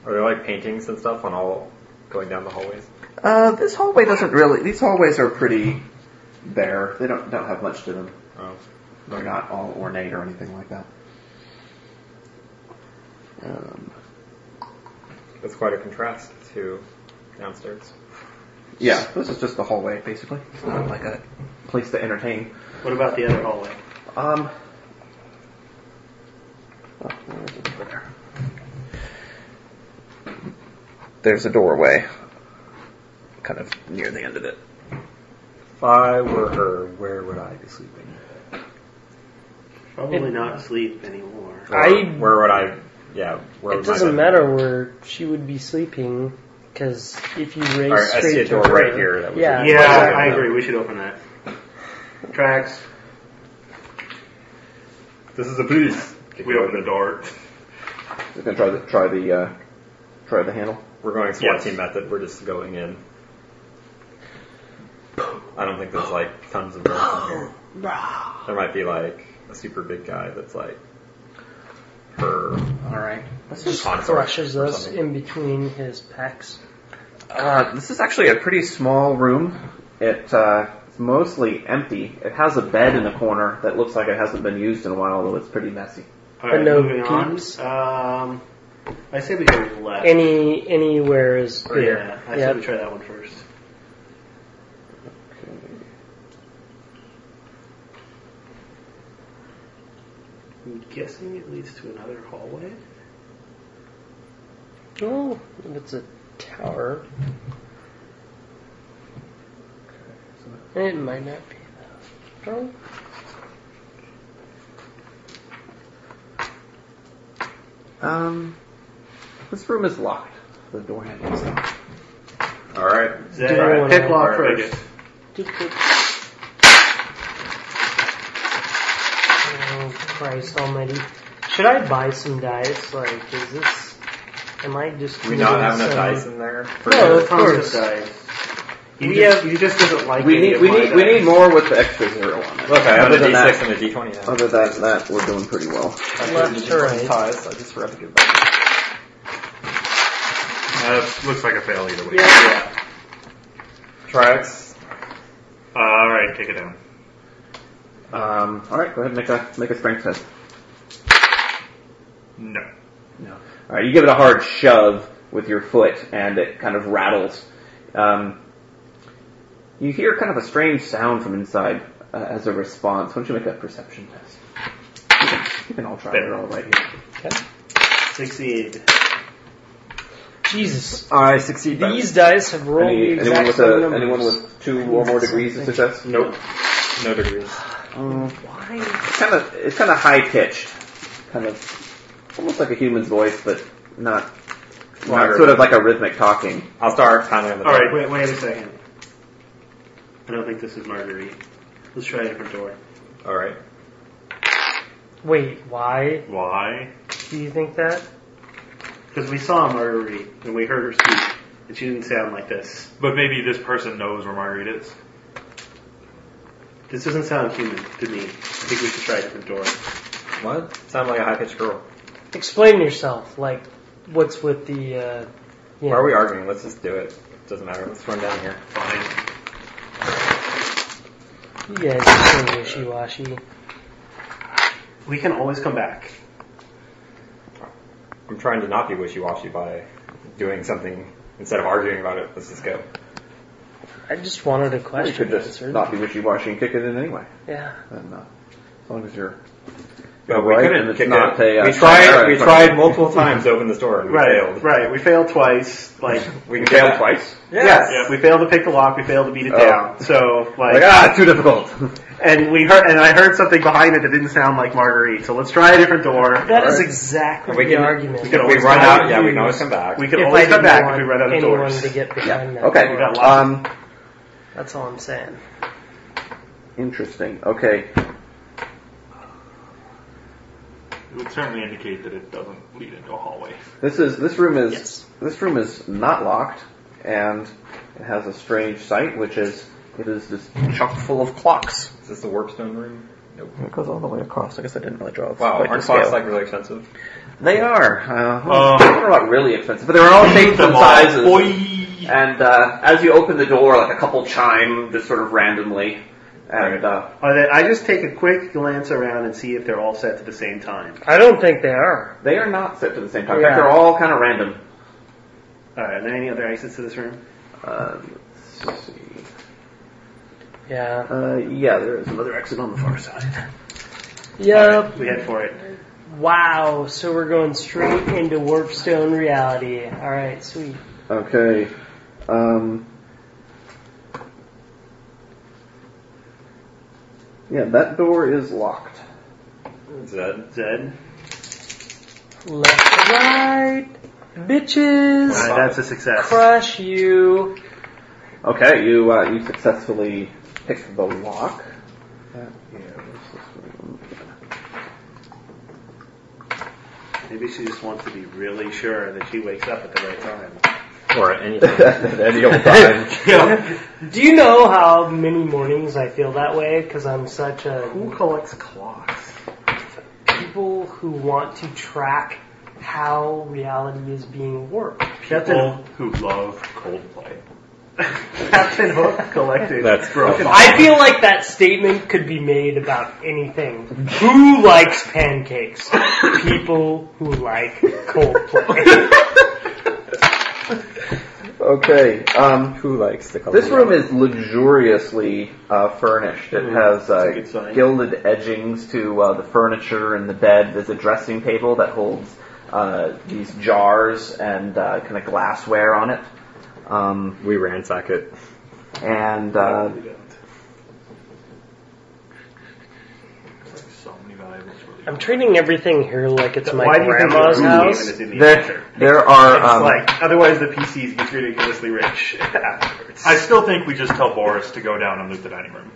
Speaker 9: Are there like paintings and stuff on all going down the hallways?
Speaker 2: uh, this hallway doesn't really. These hallways are pretty bare. They don't don't have much to them.
Speaker 9: Oh.
Speaker 2: They're not all ornate or anything like that. Um,
Speaker 9: That's quite a contrast to downstairs.
Speaker 2: yeah, this is just the hallway basically. It's not like a place to entertain.
Speaker 4: What about the other hallway?
Speaker 2: Um. oh, where is it? Over there.
Speaker 11: There's a doorway, kind of near the end of it.
Speaker 9: If I were her, where would I be sleeping?
Speaker 4: Probably not sleep anymore.
Speaker 9: Or
Speaker 3: I-
Speaker 9: where would I? Yeah, where
Speaker 3: It
Speaker 9: would my
Speaker 3: doesn't
Speaker 9: bed-
Speaker 3: matter where she would be sleeping, because if you raise
Speaker 9: All right, I
Speaker 3: straight
Speaker 9: see a
Speaker 3: to
Speaker 9: door
Speaker 3: her,
Speaker 9: right here that we
Speaker 3: yeah,
Speaker 4: Yeah, I agree. We should open that. Tracks.
Speaker 9: This is a piece.
Speaker 8: We open the door.
Speaker 2: Just gonna try the try the uh, try the handle.
Speaker 9: We're going SWAT
Speaker 8: Yes.
Speaker 9: team method. We're just going in. I don't think there's like tons of room in here. There might be like a super big guy that's like her.
Speaker 2: All right.
Speaker 3: This just
Speaker 9: Consort
Speaker 3: thrashes
Speaker 9: or
Speaker 3: us
Speaker 9: something.
Speaker 3: in between his pecs.
Speaker 2: Uh, this is actually a pretty small room. It uh, it's mostly empty. It has a bed in the corner that looks like it hasn't been used in a while, although it's pretty messy.
Speaker 4: All right,
Speaker 3: no
Speaker 4: moving on.
Speaker 3: peeps.
Speaker 4: Um, I say we go left.
Speaker 3: Any anywhere is
Speaker 4: Or,
Speaker 3: good.
Speaker 4: Oh, yeah, I say
Speaker 3: Yep.
Speaker 4: we try that one first. I'm guessing it leads to another hallway.
Speaker 3: Well, if it's a tower, it might not be. though. Well,
Speaker 2: Um, this room is locked. The door handle is locked.
Speaker 9: All right.
Speaker 4: Zach,
Speaker 3: Do you wanna-
Speaker 4: pick lock
Speaker 8: Alright,
Speaker 4: first.
Speaker 3: just put- Oh, Christ Almighty! Should I buy some dice? Like, is this? Am I just?
Speaker 9: Do we not have enough
Speaker 3: some-
Speaker 9: dice in there? For
Speaker 3: No, of
Speaker 4: Tons of
Speaker 3: course.
Speaker 4: dice. He,
Speaker 3: We
Speaker 4: just, he just doesn't like
Speaker 2: We
Speaker 4: any
Speaker 2: need
Speaker 4: of
Speaker 2: we
Speaker 4: my
Speaker 2: need we
Speaker 4: dice.
Speaker 2: need more with the extra zero on it.
Speaker 9: Look, I have
Speaker 2: other
Speaker 9: a
Speaker 2: than
Speaker 9: D6
Speaker 2: that,
Speaker 9: and a D20 now.
Speaker 2: other than that, we're doing pretty well.
Speaker 3: Left to right.
Speaker 9: Ties, I just forgot to give back.
Speaker 8: That looks like a fail either way.
Speaker 3: Yeah.
Speaker 9: Tracks.
Speaker 8: Uh, all right, take it down.
Speaker 2: Um, all right, go ahead and make a make a strength test.
Speaker 8: No.
Speaker 2: All right, you give it a hard shove with your foot, and it kind of rattles. Um, you hear kind of a strange sound from inside uh, as a response. Why don't you make a perception test? You can, you can all try it all right here.
Speaker 4: Succeed.
Speaker 3: Jesus,
Speaker 9: I succeed.
Speaker 3: these dice have rolled
Speaker 2: Any-
Speaker 3: the
Speaker 2: anyone
Speaker 3: exact
Speaker 2: with
Speaker 3: same
Speaker 2: a,
Speaker 3: numbers.
Speaker 2: anyone with two or more degrees of success?
Speaker 9: Nope. No degrees.
Speaker 3: Uh,
Speaker 2: Um,
Speaker 3: Why?
Speaker 2: it's kind of it's kind of high pitched, kind of almost like a human's voice, but not. Not
Speaker 9: Louder.
Speaker 2: sort of like a rhythmic talking.
Speaker 9: I'll start pounding on the
Speaker 4: All
Speaker 9: door.
Speaker 4: right, wait, wait a second. I don't think this is Marguerite. Let's try a different door.
Speaker 9: All right.
Speaker 3: Wait, why
Speaker 8: Why?
Speaker 3: do you think that?
Speaker 4: Because we saw Marguerite and we heard her speak, and she didn't sound like this.
Speaker 8: But maybe this person knows where Marguerite is.
Speaker 4: This doesn't sound human to me. I think we should try a different door.
Speaker 9: What? Sound like a high pitched girl.
Speaker 3: Explain yourself. Like, what's with the? Uh, you
Speaker 9: Why
Speaker 3: know,
Speaker 9: are we arguing? Let's just do it. Doesn't matter. Let's run down here.
Speaker 8: Fine.
Speaker 3: You guys are so wishy-washy.
Speaker 4: We can always come back.
Speaker 9: I'm trying to not be wishy washy by doing something instead of arguing about it. Let's just go.
Speaker 3: I just wanted a
Speaker 2: Or you
Speaker 3: question
Speaker 2: could just
Speaker 3: answered.
Speaker 2: not be wishy-washy and kick it in anyway.
Speaker 3: Yeah.
Speaker 2: And, uh, as long as you're
Speaker 9: But
Speaker 2: Right,
Speaker 9: we
Speaker 2: and
Speaker 9: couldn't
Speaker 2: it's
Speaker 9: kick
Speaker 2: not
Speaker 9: it.
Speaker 2: a, uh,
Speaker 9: we tried. We
Speaker 2: contract.
Speaker 9: tried multiple times to open this door. and We failed.
Speaker 4: right. We failed twice. Like,
Speaker 9: We can fail twice.
Speaker 4: yes,
Speaker 8: Yeah.
Speaker 4: we failed to pick the lock. We failed to beat it
Speaker 2: Oh.
Speaker 4: down. So, like,
Speaker 2: Like, ah, too difficult.
Speaker 4: and we heard, and I heard something behind it that didn't sound like Marguerite. So let's try a different door.
Speaker 3: That is
Speaker 2: Alright.
Speaker 3: exactly
Speaker 9: We
Speaker 3: the
Speaker 9: can-
Speaker 3: argument.
Speaker 9: If
Speaker 4: can
Speaker 9: we
Speaker 4: always
Speaker 9: run
Speaker 4: come
Speaker 9: out,
Speaker 4: back.
Speaker 9: yeah, we can always come back.
Speaker 4: We can
Speaker 3: if I
Speaker 4: always come
Speaker 3: didn't
Speaker 4: back
Speaker 3: want
Speaker 4: if we run out of
Speaker 3: anyone
Speaker 8: uh,
Speaker 4: doors.
Speaker 3: to get behind
Speaker 2: Yeah.
Speaker 3: that.
Speaker 2: Okay.
Speaker 4: We got lots
Speaker 2: Um,
Speaker 3: That's all I'm saying.
Speaker 2: Interesting. Okay.
Speaker 8: It would certainly indicate that it doesn't lead into a hallway.
Speaker 2: This is this room is
Speaker 3: Yes.
Speaker 2: this room is not locked, and it has a strange sight, which is it is just chock full of clocks.
Speaker 9: Is this the warpstone room? Nope.
Speaker 11: It goes all the way across. I guess I didn't really draw. it
Speaker 9: Wow,
Speaker 11: quite to
Speaker 9: aren't clocks
Speaker 11: scale.
Speaker 9: like really expensive?
Speaker 2: They are. Uh,
Speaker 8: Uh,
Speaker 2: I don't know about really expensive, but they're all shapes and
Speaker 8: Them all.
Speaker 2: sizes.
Speaker 8: Boy.
Speaker 2: And uh, as you open the door, like a couple chime just sort of randomly, and uh,
Speaker 4: Are they, I just take a quick glance around and see if they're all set to the same time.
Speaker 3: I don't think they are.
Speaker 2: they are not set to the same time. In fact,
Speaker 3: Yeah.
Speaker 2: they're all kind of random.
Speaker 4: All right, are there any other exits to this room?
Speaker 2: Uh, let's see.
Speaker 3: Yeah.
Speaker 2: Uh, yeah, there is another exit on the far side.
Speaker 3: Yep.
Speaker 4: We head for it.
Speaker 3: Wow. So we're going straight into warpstone reality. All right. Sweet.
Speaker 2: Okay. Um, yeah, that door is locked.
Speaker 9: Zed.
Speaker 4: Zed.
Speaker 3: Left to right, bitches.
Speaker 4: All right, that's a success.
Speaker 3: Crush you.
Speaker 2: Okay, you uh, you successfully picked the lock. That is-
Speaker 4: Maybe she just wants to be really sure that she wakes up at the right time.
Speaker 9: Or anything. At any old time.
Speaker 3: Do you know how many mornings I feel that way? Because I'm such a
Speaker 4: collects clocks?
Speaker 3: people who want to track how reality is being warped.
Speaker 4: Captain,
Speaker 8: People who love <laughs> Coldplay.
Speaker 4: Captain Hook collected.
Speaker 9: That's gross.
Speaker 3: I feel like that statement could be made about anything. Who likes pancakes? People who like Coldplay.
Speaker 2: Okay. Um,
Speaker 9: Who likes the color?
Speaker 2: this room is luxuriously uh, furnished. It has
Speaker 4: that's a good
Speaker 2: uh,
Speaker 4: sign.
Speaker 2: gilded edgings to uh, the furniture and the bed. There's a dressing table that holds uh, these jars and uh, kind of glassware on it. Um,
Speaker 9: We ransack it.
Speaker 2: and uh,
Speaker 8: We don't. It's like so many valuables for you.
Speaker 3: <laughs> I'm treating everything here like it's my
Speaker 4: Why do you think
Speaker 3: grandma's
Speaker 4: the room even
Speaker 3: house.
Speaker 4: is in the
Speaker 2: there,
Speaker 4: picture?
Speaker 2: there are
Speaker 4: It's
Speaker 2: um,
Speaker 4: like otherwise the PCs gets ridiculously
Speaker 8: <laughs>
Speaker 4: rich afterwards.
Speaker 8: I still think we just tell Boris to go down and loot the dining room.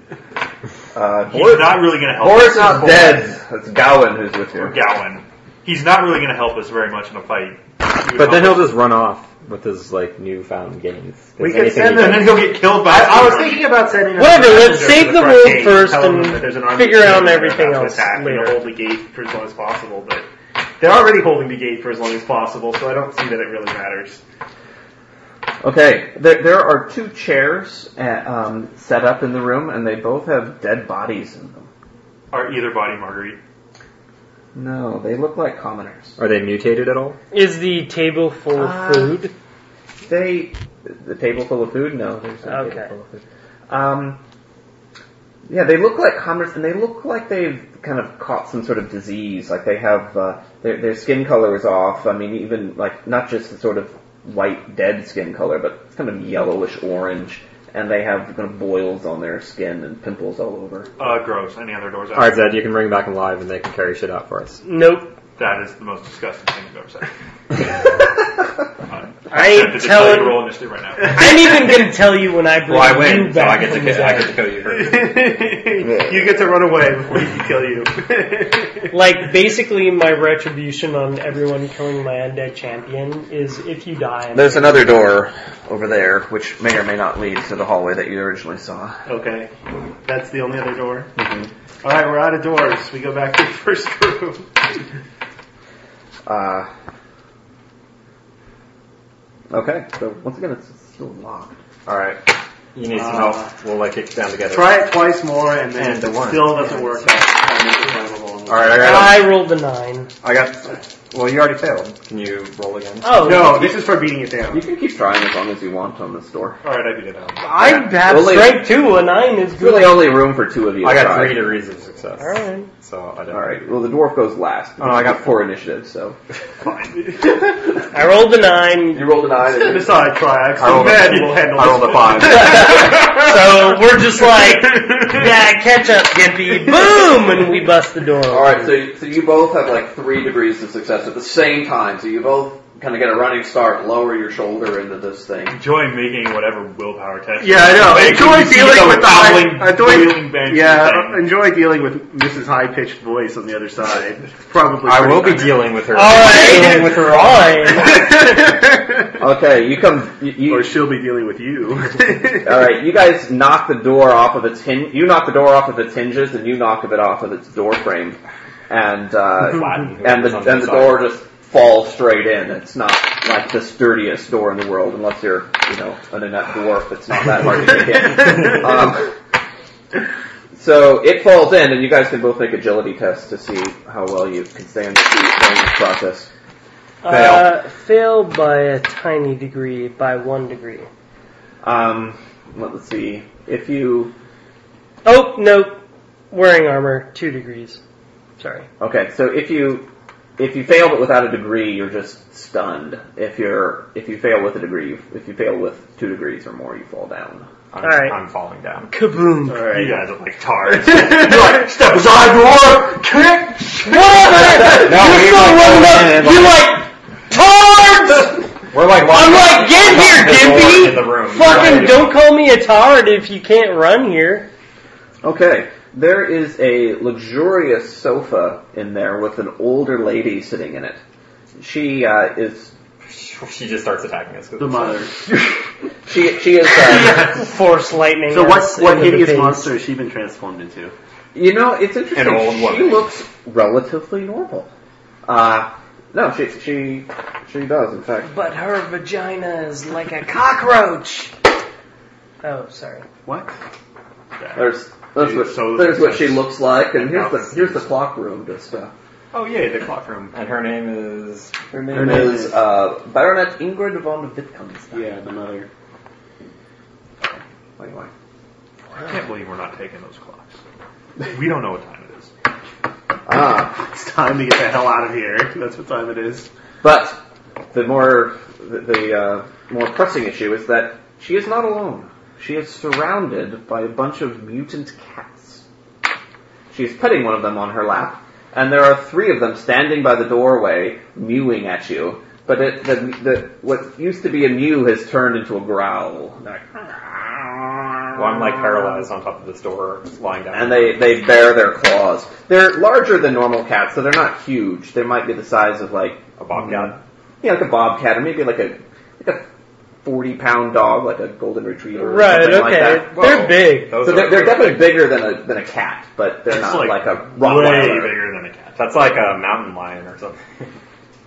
Speaker 2: uh,
Speaker 8: He's not really going to help
Speaker 2: Boris
Speaker 8: us.
Speaker 2: is dead. That's Gowan who's with you.
Speaker 8: Or Gowan. He's not really going to help us very much in a fight. He would
Speaker 9: But then he'll
Speaker 8: help us-
Speaker 9: just run off with his like newfound gains.
Speaker 4: We
Speaker 9: If
Speaker 4: could
Speaker 9: anything,
Speaker 4: send
Speaker 9: he
Speaker 4: them-
Speaker 8: And then he'll get killed by.
Speaker 4: I, I was
Speaker 8: someone.
Speaker 4: thinking about setting up
Speaker 3: Whatever,
Speaker 4: a
Speaker 3: let's
Speaker 4: messenger
Speaker 3: save
Speaker 4: to
Speaker 3: the
Speaker 4: front
Speaker 3: room
Speaker 4: gate,
Speaker 3: first
Speaker 4: tell them
Speaker 3: and
Speaker 4: that there's an armed
Speaker 3: figure out
Speaker 4: group that's
Speaker 3: everything
Speaker 4: about to
Speaker 3: else
Speaker 4: attack,
Speaker 3: later.
Speaker 4: And hold the gate for as long as possible, but they're already holding the gate for as long as possible, so I don't see that it really matters.
Speaker 2: Okay, there, there are two chairs uh, um, set up in the room, and they both have dead bodies in them.
Speaker 8: Are either body Marguerite?
Speaker 2: No, they look like commoners.
Speaker 9: Are they mutated at all?
Speaker 3: Is the table full
Speaker 2: Ah.
Speaker 3: of food?
Speaker 2: They, the table full of food? No, there's no
Speaker 3: Okay.
Speaker 2: table full of food. Um, yeah, they look like commoners, and they look like they've kind of caught some sort of disease. Like they have uh, their their skin color is off. I mean, even like not just the sort of white dead skin color, but kind of yellowish orange. And they have kind of boils on their skin and pimples all over.
Speaker 8: Uh, gross. Any other doors out?
Speaker 9: All right, Zed, you can bring him back alive, and they can carry shit out for us.
Speaker 3: Nope.
Speaker 8: That is the most disgusting thing I've ever said.
Speaker 4: <laughs>
Speaker 8: Uh,
Speaker 3: I
Speaker 8: have
Speaker 3: ain't
Speaker 8: to tell you
Speaker 3: telling-
Speaker 8: to roll initiative right now.
Speaker 3: <laughs> I'm even gonna tell you when I bring
Speaker 9: Well, I
Speaker 3: you
Speaker 9: win, so I
Speaker 3: back.
Speaker 9: get to
Speaker 3: from the
Speaker 9: ki- I
Speaker 3: dead.
Speaker 9: get to kill you
Speaker 3: <laughs>
Speaker 9: first.
Speaker 4: you get to run away before he can kill you. <laughs>
Speaker 3: Like basically, my retribution on everyone killing my undead champion is if you die.
Speaker 2: There's another door over there, which may or may not lead to the hallway that you originally saw.
Speaker 4: okay, that's the only other door.
Speaker 3: Mm-hmm.
Speaker 4: All right, we're out of doors. We go back to the first room.
Speaker 2: Uh, okay, so once again, it's still locked.
Speaker 9: All right, you need some
Speaker 4: Uh,
Speaker 9: help. We'll like kick down together.
Speaker 4: Try it twice more, and then
Speaker 9: And
Speaker 4: it
Speaker 9: the one.
Speaker 4: still doesn't work. All
Speaker 9: All right, I got.
Speaker 3: I rolled a nine.
Speaker 9: I got. Well, you already failed. Can you roll again?
Speaker 3: Oh
Speaker 4: No, this is for beating it down.
Speaker 2: You can keep trying as long as you want on this door.
Speaker 8: All right, I beat it out.
Speaker 3: I have
Speaker 2: Well, later.
Speaker 3: strength too. A nine is
Speaker 2: There's really
Speaker 3: good.
Speaker 2: only room for two of you.
Speaker 9: I
Speaker 2: to
Speaker 9: got
Speaker 2: try.
Speaker 9: three degrees of success.
Speaker 3: Alright.
Speaker 9: So I don't.
Speaker 2: All right. Well, the dwarf goes last.
Speaker 9: Oh, I got
Speaker 2: four initiative, so
Speaker 3: I rolled a nine,
Speaker 2: you rolled a nine. And
Speaker 4: Besides, try
Speaker 9: I rolled a-
Speaker 4: Bed will handle
Speaker 9: I rolled a
Speaker 4: this.
Speaker 9: five.
Speaker 3: so we're just like,
Speaker 4: <laughs>
Speaker 3: yeah, catch up, Gimpy. Boom, and we bust the door.
Speaker 2: all right, so so you both have like three degrees of success at the same time. So you both kind of get a running start, lower your shoulder into this thing.
Speaker 8: Enjoy making whatever willpower test.
Speaker 4: Yeah, I know.
Speaker 8: Like,
Speaker 4: Enjoy
Speaker 8: you see
Speaker 4: dealing
Speaker 8: the
Speaker 4: with the high,
Speaker 8: wobbling,
Speaker 4: enjoy,
Speaker 8: wheeling, banging
Speaker 4: yeah, uh,
Speaker 8: thing.
Speaker 4: enjoy dealing with Mrs. High Pitched Voice on the other side. Probably.
Speaker 9: I
Speaker 4: pretty
Speaker 9: will be
Speaker 4: high.
Speaker 9: dealing with her.
Speaker 4: Alright.
Speaker 3: Dealing with her eye.
Speaker 2: Okay, you come. You, you,
Speaker 4: or she'll be dealing with you.
Speaker 2: all right, you guys knock the door off of its hinge. You knock the door off of its hinges, and you knock it off of its door frame, and uh,
Speaker 9: Flatten.
Speaker 2: and the and the door just falls straight in. It's not like the sturdiest door in the world, unless you're you know an inept dwarf. It's not that hard to get in. Um, so it falls in, and you guys can both make agility tests to see how well you can stand the during this process.
Speaker 3: Uh, fail by a tiny degree, by one degree.
Speaker 2: Um, let's see if you
Speaker 3: Oh, nope. Wearing armor, two degrees. <laughs> Sorry.
Speaker 2: Okay, so if you if you fail but without a degree, you're just stunned. If you're if you fail with a degree, you, if you fail with two degrees or more, you fall down.
Speaker 9: I'm,
Speaker 3: Alright.
Speaker 9: I'm falling down.
Speaker 3: Kaboom.
Speaker 8: You
Speaker 4: Alright.
Speaker 8: guys are like tards.
Speaker 2: <laughs>
Speaker 9: Step aside, dwarf!
Speaker 3: Whatever!
Speaker 9: No, we were going in like-
Speaker 3: like, tards!
Speaker 9: We're like,
Speaker 3: I'm like, get here,
Speaker 9: Dwarf
Speaker 3: Gimpy!
Speaker 9: in the room.
Speaker 3: Fucking don't call me a tard if you can't run here.
Speaker 2: Okay, there is a luxurious sofa in there with an older lady sitting in it. She uh, is
Speaker 9: She just starts attacking us.
Speaker 4: the mother.
Speaker 2: she she is. Uh,
Speaker 3: <laughs> Force lightning.
Speaker 4: So what
Speaker 3: us
Speaker 4: what
Speaker 3: into the
Speaker 4: hideous
Speaker 3: face.
Speaker 4: monster has she been transformed into?
Speaker 2: you know, it's interesting.
Speaker 9: An old
Speaker 2: she
Speaker 9: woman.
Speaker 2: looks relatively normal. Uh, no, she she she does in fact.
Speaker 3: But her vagina is like a cockroach. Oh, sorry.
Speaker 4: What?
Speaker 2: There's that's what,
Speaker 8: So-
Speaker 2: there's what she looks like, and here's the here's the clock room just. Uh,
Speaker 8: oh yeah, the clock room.
Speaker 9: And her name is.
Speaker 2: Her name,
Speaker 4: Her name
Speaker 2: is
Speaker 4: is-
Speaker 2: uh, Baronet Ingrid von Wittgenstein.
Speaker 4: Yeah, the mother.
Speaker 2: Anyway.
Speaker 8: I can't believe we're not taking those clocks. We don't know what time it is.
Speaker 2: Ah,
Speaker 4: It's time to get the hell out of here. That's what time it is.
Speaker 2: but the more the, the uh, more pressing issue is that she is not alone. She is surrounded by a bunch of mutant cats. She is petting one of them on her lap, and there are three of them standing by the doorway, mewing at you. But it, the, the, what used to be a mew has turned into a growl.
Speaker 9: Well, I'm like paralyzed on top of this door, lying down.
Speaker 2: and they, they bear their claws. They're larger than normal cats, so they're not huge. They might be the size of like
Speaker 9: A bobcat.
Speaker 3: Mm-hmm.
Speaker 2: yeah, like a bobcat, or maybe like a like a forty pound dog, like a golden retriever. Or
Speaker 3: Right,
Speaker 2: something Like
Speaker 3: okay.
Speaker 2: that.
Speaker 3: They're big.
Speaker 9: Those
Speaker 2: Mm-hmm. So they're,
Speaker 9: are
Speaker 2: they're
Speaker 9: really
Speaker 2: definitely bigger than a than a cat, but they're
Speaker 8: That's
Speaker 2: not like,
Speaker 8: like
Speaker 2: a
Speaker 8: Way
Speaker 2: Rottweiler.
Speaker 8: bigger than a cat.
Speaker 9: That's like a mountain lion or
Speaker 2: <laughs>
Speaker 9: something.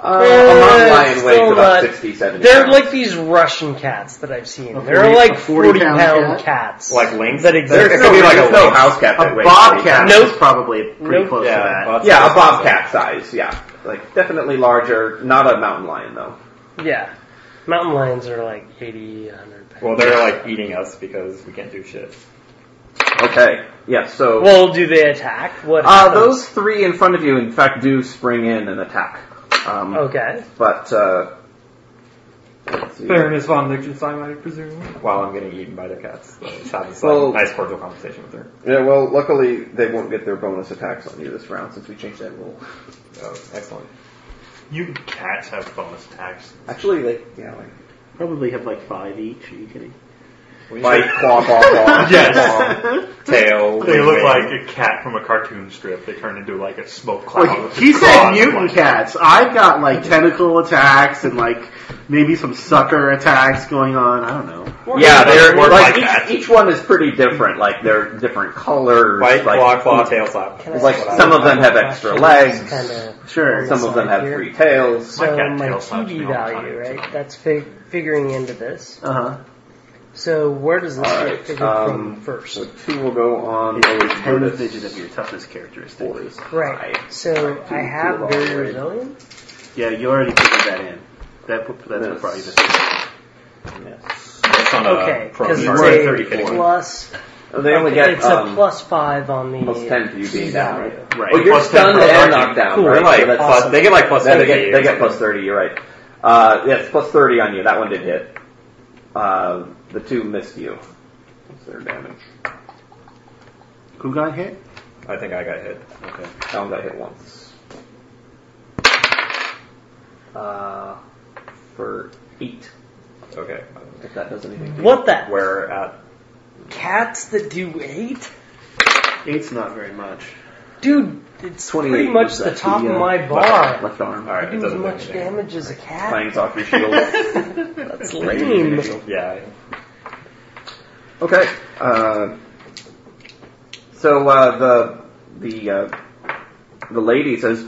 Speaker 2: Uh,
Speaker 3: Eh,
Speaker 2: a mountain lion
Speaker 3: still
Speaker 2: weighs about
Speaker 3: not-
Speaker 2: 60, 70
Speaker 3: They're
Speaker 2: pounds.
Speaker 3: like these Russian cats that I've seen.
Speaker 4: A
Speaker 3: They're
Speaker 4: 40
Speaker 3: like
Speaker 4: a 40
Speaker 3: 40
Speaker 4: pound
Speaker 3: pound
Speaker 4: cat?
Speaker 3: cats.
Speaker 9: Like lynx.
Speaker 3: that
Speaker 2: There-
Speaker 3: exist.
Speaker 2: there could be like a
Speaker 9: no,
Speaker 2: no house cat.
Speaker 4: A bobcat
Speaker 3: Nope.
Speaker 4: is probably pretty
Speaker 3: Nope.
Speaker 4: close to that.
Speaker 9: well, that's-
Speaker 2: Yeah, a bobcat size. Yeah, like definitely larger. Not a mountain lion though.
Speaker 3: Yeah. Mountain lions are like 80, 100 pounds.
Speaker 9: Well, they're like eating us because we can't do shit.
Speaker 2: Okay. Yeah. So
Speaker 3: Well, do they attack? What?
Speaker 2: Uh,
Speaker 3: <laughs> happens?
Speaker 2: those three in front of you, in fact, do spring in and attack. Um,
Speaker 3: Okay.
Speaker 2: But, uh, let's see.
Speaker 9: Baroness von Lichtenstein, I presume. While I'm getting eaten by their cats, so just having some
Speaker 2: Well-
Speaker 9: nice cordial conversation with her.
Speaker 2: Yeah, well, luckily, they won't get their bonus attacks on you this round since we changed that rule.
Speaker 9: Oh, excellent.
Speaker 8: You cats have bonus attacks.
Speaker 2: Actually, they, yeah, like,
Speaker 4: Uh, Probably have like five each. Are you <laughs> kidding?
Speaker 2: bite, claw, claw, claw,
Speaker 4: <laughs>
Speaker 8: Yes.
Speaker 2: claw.
Speaker 9: Tail.
Speaker 8: They
Speaker 9: wing,
Speaker 8: look
Speaker 9: wing.
Speaker 8: like a cat from a cartoon strip. They turn into like a smoke cloud.
Speaker 4: Well,
Speaker 8: with
Speaker 4: he
Speaker 8: the
Speaker 4: said
Speaker 8: claws
Speaker 4: mutant
Speaker 8: like-
Speaker 4: cats. I've got like tentacle attacks and like maybe some sucker attacks going on. I don't know.
Speaker 2: Yeah, they're,
Speaker 8: Work
Speaker 2: like,
Speaker 8: like that.
Speaker 2: each, each one is pretty different. Like, they're different colors.
Speaker 9: Bite,
Speaker 2: like,
Speaker 9: claw, claw, tail slap.
Speaker 3: Can I-
Speaker 2: Like, some of them have extra legs.
Speaker 3: Kinda,
Speaker 4: Sure.
Speaker 2: Some of them have
Speaker 3: Here.
Speaker 2: three tails.
Speaker 3: so
Speaker 8: cat
Speaker 3: my
Speaker 8: tail slaps
Speaker 3: PD
Speaker 8: me all the
Speaker 3: value,
Speaker 8: time.
Speaker 3: right? That's fig- figuring into this.
Speaker 4: Uh huh.
Speaker 3: So where does this
Speaker 2: All
Speaker 3: get
Speaker 2: right,
Speaker 3: figured
Speaker 2: um,
Speaker 3: from first?
Speaker 2: So two will go on. those
Speaker 4: Ten
Speaker 2: Brutus.
Speaker 4: digit of your toughness characteristic.
Speaker 2: Four is
Speaker 3: Right.
Speaker 2: high.
Speaker 3: So
Speaker 2: Two-
Speaker 3: I
Speaker 2: two
Speaker 3: have
Speaker 2: of
Speaker 3: very
Speaker 2: all, right?
Speaker 3: resilient.
Speaker 4: Yeah, you already figured that in. That that's what brought you this.
Speaker 2: Yes.
Speaker 9: It's on a
Speaker 3: Okay,
Speaker 9: pro-
Speaker 3: because
Speaker 9: sorry,
Speaker 3: it's
Speaker 9: 30
Speaker 3: a
Speaker 9: kidding.
Speaker 3: plus.
Speaker 2: Oh, they only
Speaker 3: okay,
Speaker 2: get
Speaker 3: it's
Speaker 2: um,
Speaker 3: a plus five on the
Speaker 2: plus ten for you being down. Right?
Speaker 4: Right.
Speaker 2: Oh, you're
Speaker 8: Plus 10
Speaker 2: stunned
Speaker 8: for
Speaker 2: and
Speaker 8: charging.
Speaker 2: knocked down.
Speaker 3: Cool.
Speaker 2: Right?
Speaker 9: They're like
Speaker 2: So that's-
Speaker 9: plus, they get like plus
Speaker 2: they
Speaker 9: 70.
Speaker 2: get they get plus thirty. You're right. Uh, yeah, it's plus thirty on you. That one did hit. Uh, the two missed you. What's their damage?
Speaker 4: Who got hit?
Speaker 9: I think I got hit.
Speaker 4: Okay.
Speaker 2: That one got hit once. Uh, for eight.
Speaker 9: Okay.
Speaker 2: If that does anything. to
Speaker 3: What the?
Speaker 9: Where at?
Speaker 3: Cats that do eight?
Speaker 4: Eight's not very much.
Speaker 3: Dude, it's pretty
Speaker 2: 28
Speaker 3: much
Speaker 2: was
Speaker 3: the
Speaker 2: at
Speaker 3: top
Speaker 2: the,
Speaker 3: of
Speaker 2: uh,
Speaker 3: my
Speaker 2: Left,
Speaker 3: bar.
Speaker 2: left arm.
Speaker 9: All right. It
Speaker 3: Do as
Speaker 9: doesn't do
Speaker 3: much
Speaker 9: anything.
Speaker 3: damage as a cat.
Speaker 2: Clangs off your shield.
Speaker 3: <laughs> That's lame.
Speaker 9: Yeah.
Speaker 2: Okay. Uh, so uh, the the uh, the lady says,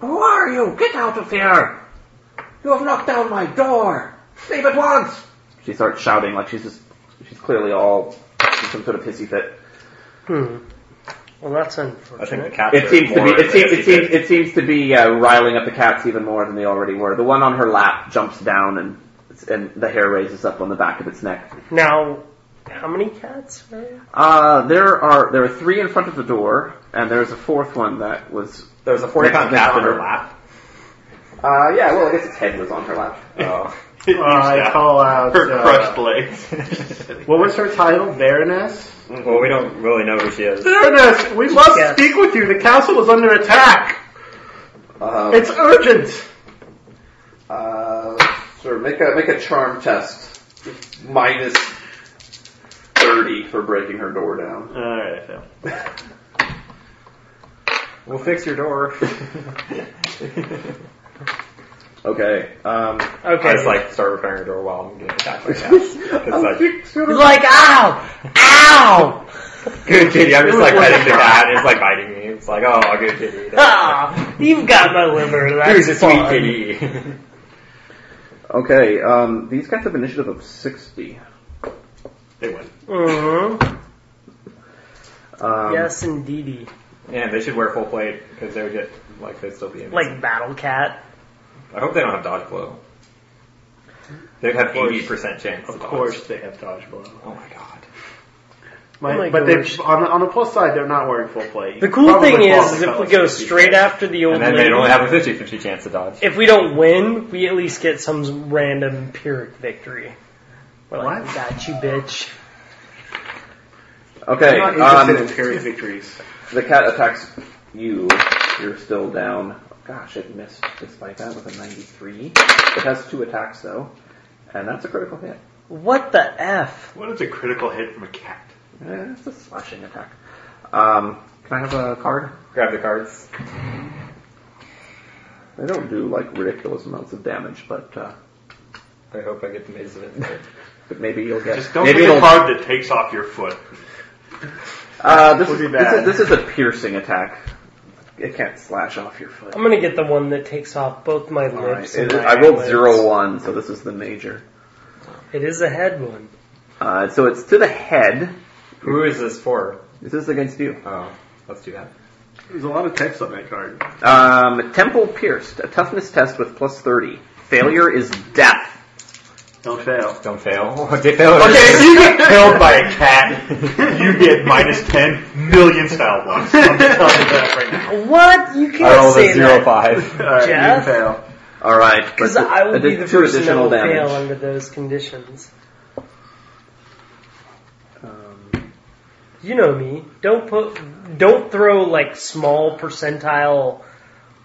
Speaker 2: "Who are you? Get out of here! You have knocked down my door. Leave at once!" She starts shouting like she's just she's clearly all in some sort of hissy fit.
Speaker 3: Hmm. Well, that's
Speaker 9: I
Speaker 3: unfortunate.
Speaker 9: think the cats.
Speaker 2: It
Speaker 9: are
Speaker 2: seems to
Speaker 9: more
Speaker 2: be it seems it
Speaker 9: interested.
Speaker 2: seems it seems to be uh, riling up the cats even more than they already were. The one on her lap jumps down and and the hair raises up on the back of its neck.
Speaker 3: Now, how many cats are there?
Speaker 2: Uh, there are there are three in front of the door, and there's a fourth one that was.
Speaker 9: There was a forty pound
Speaker 2: Next
Speaker 9: cat on
Speaker 2: to
Speaker 9: her
Speaker 2: her.
Speaker 9: lap.
Speaker 2: Uh, yeah, well, I guess its head was on her lap.
Speaker 9: Oh.
Speaker 4: <laughs> Uh, I call out.
Speaker 8: Her
Speaker 4: uh, <laughs>
Speaker 8: crushed legs.
Speaker 4: What was her title? Baroness.
Speaker 9: Well, we don't really know who
Speaker 4: <laughs>
Speaker 9: she is.
Speaker 4: Baroness, we must
Speaker 3: Yeah.
Speaker 4: speak with you. The castle is under attack.
Speaker 2: Um,
Speaker 4: It's urgent.
Speaker 2: uh, sure. Make a make a charm test. Minus thirty for breaking her door down.
Speaker 4: All right, I fail.
Speaker 9: We'll fix your door.
Speaker 2: Okay. Um,
Speaker 9: I
Speaker 3: Okay.
Speaker 9: just like start repairing her door while I'm getting attacked by cats. It's like,
Speaker 3: He's
Speaker 4: <laughs>
Speaker 3: like, ow! Ow!
Speaker 9: <laughs> good kitty. I'm just like petting the cat. It's like biting me. It's like, oh, good kitty.
Speaker 3: Ah, you've got my liver. That's
Speaker 9: <laughs> Who's a sweet
Speaker 3: fun.
Speaker 9: kitty?
Speaker 2: okay. Um, these guys have initiative of sixty.
Speaker 8: they win.
Speaker 3: Mhm.
Speaker 2: Um,
Speaker 3: yes, indeedy.
Speaker 9: Yeah, they should wear full plate because they would get like they'd still be in.
Speaker 3: Like Battle Cat.
Speaker 9: I hope they don't have dodge blow. They'd have eighty percent chance.
Speaker 4: Of
Speaker 9: dodge.
Speaker 4: course, they have dodge blow.
Speaker 9: Oh my god.
Speaker 4: My,
Speaker 3: Oh my
Speaker 4: but they
Speaker 3: gosh.
Speaker 4: on the, on the plus side, they're not wearing full plate.
Speaker 3: The cool
Speaker 4: Probably
Speaker 3: thing is,
Speaker 4: falls
Speaker 3: is
Speaker 4: in
Speaker 3: if we
Speaker 4: color
Speaker 3: go
Speaker 4: scheme.
Speaker 3: straight after the old
Speaker 9: And then
Speaker 3: lady,
Speaker 9: they'd only have a 50-50 chance to dodge.
Speaker 3: if we don't win, we at least get some random empiric victory. We're like,
Speaker 4: What?
Speaker 3: got you, bitch.
Speaker 2: Okay.
Speaker 4: I'm not interested
Speaker 2: um,
Speaker 4: in period victories.
Speaker 2: The cat attacks you. You're still down. Gosh, it missed despite that with a 93. It has two attacks though, and that's a critical hit.
Speaker 3: What the F?
Speaker 8: What is a critical hit from a cat?
Speaker 2: Eh, It's a slashing attack. Um, can I have a card?
Speaker 9: Grab the cards.
Speaker 2: They don't do like ridiculous amounts of damage, but uh,
Speaker 9: I hope I get the maze of it.
Speaker 2: <laughs> but maybe you'll get.
Speaker 8: Just don't
Speaker 2: maybe
Speaker 8: get a
Speaker 2: it'll-
Speaker 8: card that takes off your foot.
Speaker 2: Uh, this,
Speaker 4: Would be
Speaker 2: is, this, is,
Speaker 4: bad.
Speaker 2: this is a piercing attack. It can't slash off your foot.
Speaker 3: I'm gonna get the one that takes off both my
Speaker 2: All right.
Speaker 3: lips.
Speaker 2: It
Speaker 3: and
Speaker 2: is-
Speaker 3: my
Speaker 2: I rolled
Speaker 3: eyelids.
Speaker 2: zero one, so this is the major.
Speaker 3: It is a head one.
Speaker 2: Uh, so it's to the head.
Speaker 9: Who is this for?
Speaker 2: This is against you.
Speaker 9: Oh, let's do that.
Speaker 4: There's a lot of text on that card.
Speaker 2: Um, temple pierced. A toughness test with plus 30. Failure is death.
Speaker 4: Don't fail.
Speaker 9: Don't fail. <laughs> Did fail. <laughs>
Speaker 8: Okay, if you get killed by a cat, you get minus 10 million style blocks. I'm telling you that right now.
Speaker 3: What? You can't
Speaker 9: I rolled
Speaker 3: say
Speaker 9: a
Speaker 3: that.
Speaker 9: zero
Speaker 4: <laughs> <laughs>
Speaker 9: five.
Speaker 4: All right,
Speaker 3: Jeff?
Speaker 4: you fail.
Speaker 2: All right. but
Speaker 3: Because
Speaker 2: th-
Speaker 3: I would be
Speaker 2: addi-
Speaker 3: the
Speaker 2: two
Speaker 3: person that
Speaker 2: additional
Speaker 3: will fail
Speaker 2: damage.
Speaker 3: under those conditions.
Speaker 2: Um,
Speaker 3: You know me. Don't put, don't throw like small percentile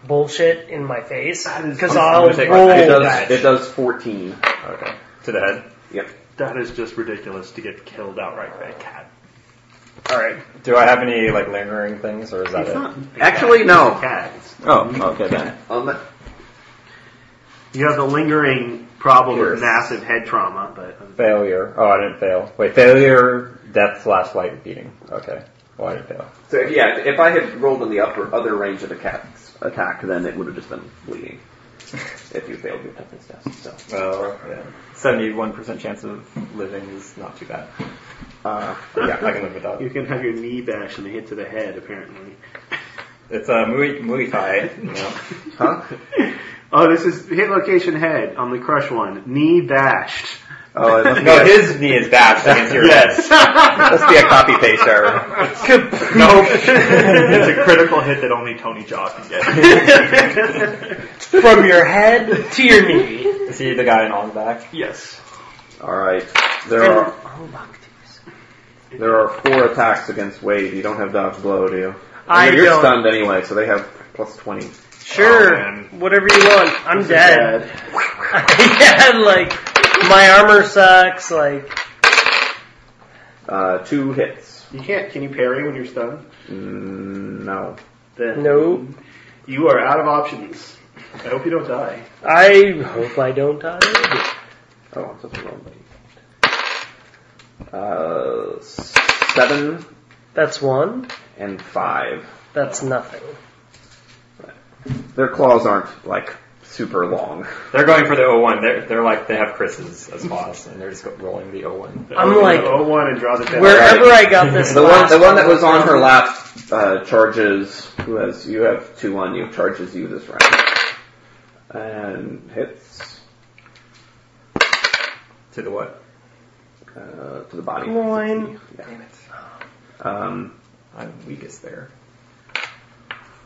Speaker 3: bullshit in my <laughs> face because I'll
Speaker 9: gonna take my-
Speaker 3: roll
Speaker 2: it,
Speaker 3: that.
Speaker 2: does, it does 14.
Speaker 9: Okay. To the head.
Speaker 2: Yep.
Speaker 8: That is just ridiculous to get killed outright by a cat.
Speaker 9: Alright. Do I have any like lingering things or is that it?
Speaker 2: Actually, no.
Speaker 4: Cats.
Speaker 9: Oh, okay then.
Speaker 2: Um,
Speaker 4: You have the lingering problem
Speaker 9: Here.
Speaker 4: of massive head trauma, but
Speaker 9: Failure. Oh, I didn't fail. Wait, failure, death slash light beating. Okay. Well, I didn't fail.
Speaker 2: so if, yeah, if I had rolled in the upper other range of the cat's attack, then it would have just been bleeding. If you failed your toughness test, so
Speaker 9: Well, yeah. 71% chance of living is not too bad.
Speaker 2: uh,
Speaker 9: Yeah, I can live with that.
Speaker 4: you can have your knee bashed and a hit to the head, apparently.
Speaker 9: It's a uh, Muay, Muay Thai. You know?
Speaker 2: huh?
Speaker 4: Oh, this is hit location head on the crush one. Knee bashed.
Speaker 2: Oh, it must be,
Speaker 9: No,
Speaker 2: a,
Speaker 9: his knee is bashed against your
Speaker 8: Yes.
Speaker 2: must be a copy paste error.
Speaker 8: <laughs> Nope. it's a critical hit that only Tony Jaw can get.
Speaker 9: <laughs>
Speaker 3: From your head to your knee.
Speaker 9: Is he the guy in on the back?
Speaker 8: Yes.
Speaker 2: All right, there are
Speaker 3: Oh, fuck, geez.
Speaker 2: There are four attacks against Wade. You don't have dodge blow, do you?
Speaker 3: I
Speaker 2: you're
Speaker 3: don't.
Speaker 2: stunned anyway, so they have plus twenty.
Speaker 3: Sure,
Speaker 8: Oh, man.
Speaker 3: whatever you want. I'm dead.
Speaker 4: Bad.
Speaker 3: <laughs> yeah, like my armor sucks. Like
Speaker 2: Uh, two hits.
Speaker 4: You can't. Can you parry when you're stunned?
Speaker 2: Mm, no.
Speaker 4: Then
Speaker 3: nope.
Speaker 4: You are out of options. I hope you don't die.
Speaker 3: I hope I don't die.
Speaker 2: Oh, I'm supposed to roll. Uh, s- seven
Speaker 3: That's one.
Speaker 2: and five.
Speaker 3: That's nothing.
Speaker 2: Their claws aren't like super long.
Speaker 9: They're going for the 01. They're, they're like, they have Chris's as boss, and they're just rolling the 01.
Speaker 3: I'm like-
Speaker 4: oh one and draw the dead.
Speaker 3: Wherever I got this
Speaker 2: The one,
Speaker 3: last
Speaker 2: the one that was on her lap uh, charges. Who has? You have two on you. Charges you this round and hits
Speaker 9: To the what?
Speaker 2: uh, to the body.
Speaker 3: Groin.
Speaker 2: Yeah.
Speaker 9: Damn it.
Speaker 2: Um,
Speaker 9: I'm weakest there.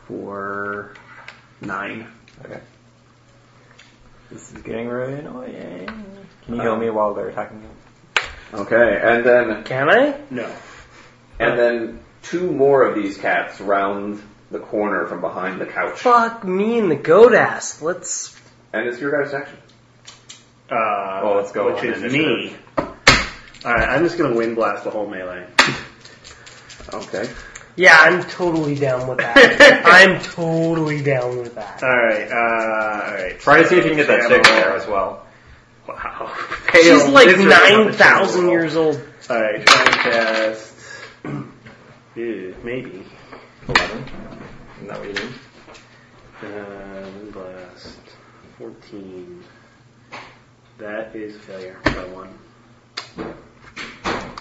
Speaker 2: for nine.
Speaker 9: Okay. This is getting really annoying. Can you heal me while they're attacking me?
Speaker 2: Okay, and then
Speaker 3: Can I?
Speaker 4: No.
Speaker 2: and then two more of these cats round the corner from behind the couch,
Speaker 3: Fuck me and the goat ass. Let's.
Speaker 2: and it's your guys' action.
Speaker 4: Uh,
Speaker 9: Well, Oh, let's go
Speaker 4: Which
Speaker 9: on
Speaker 4: is me.
Speaker 9: initiative.
Speaker 4: All right, I'm just gonna wind blast the whole melee.
Speaker 2: Okay.
Speaker 3: Yeah, I'm totally down with that. I'm totally down with that.
Speaker 4: All right. Uh, all right.
Speaker 9: Try to see if you can get that
Speaker 4: Shadow.
Speaker 9: chick there as well.
Speaker 4: Wow.
Speaker 3: She's
Speaker 4: Pale,
Speaker 3: like
Speaker 4: miserable
Speaker 3: nine thousand years old.
Speaker 4: All right. Try and cast. Ew, maybe.
Speaker 9: 11. Isn't that what you need?
Speaker 4: Uh, wind blast. Fourteen. That is a failure by one.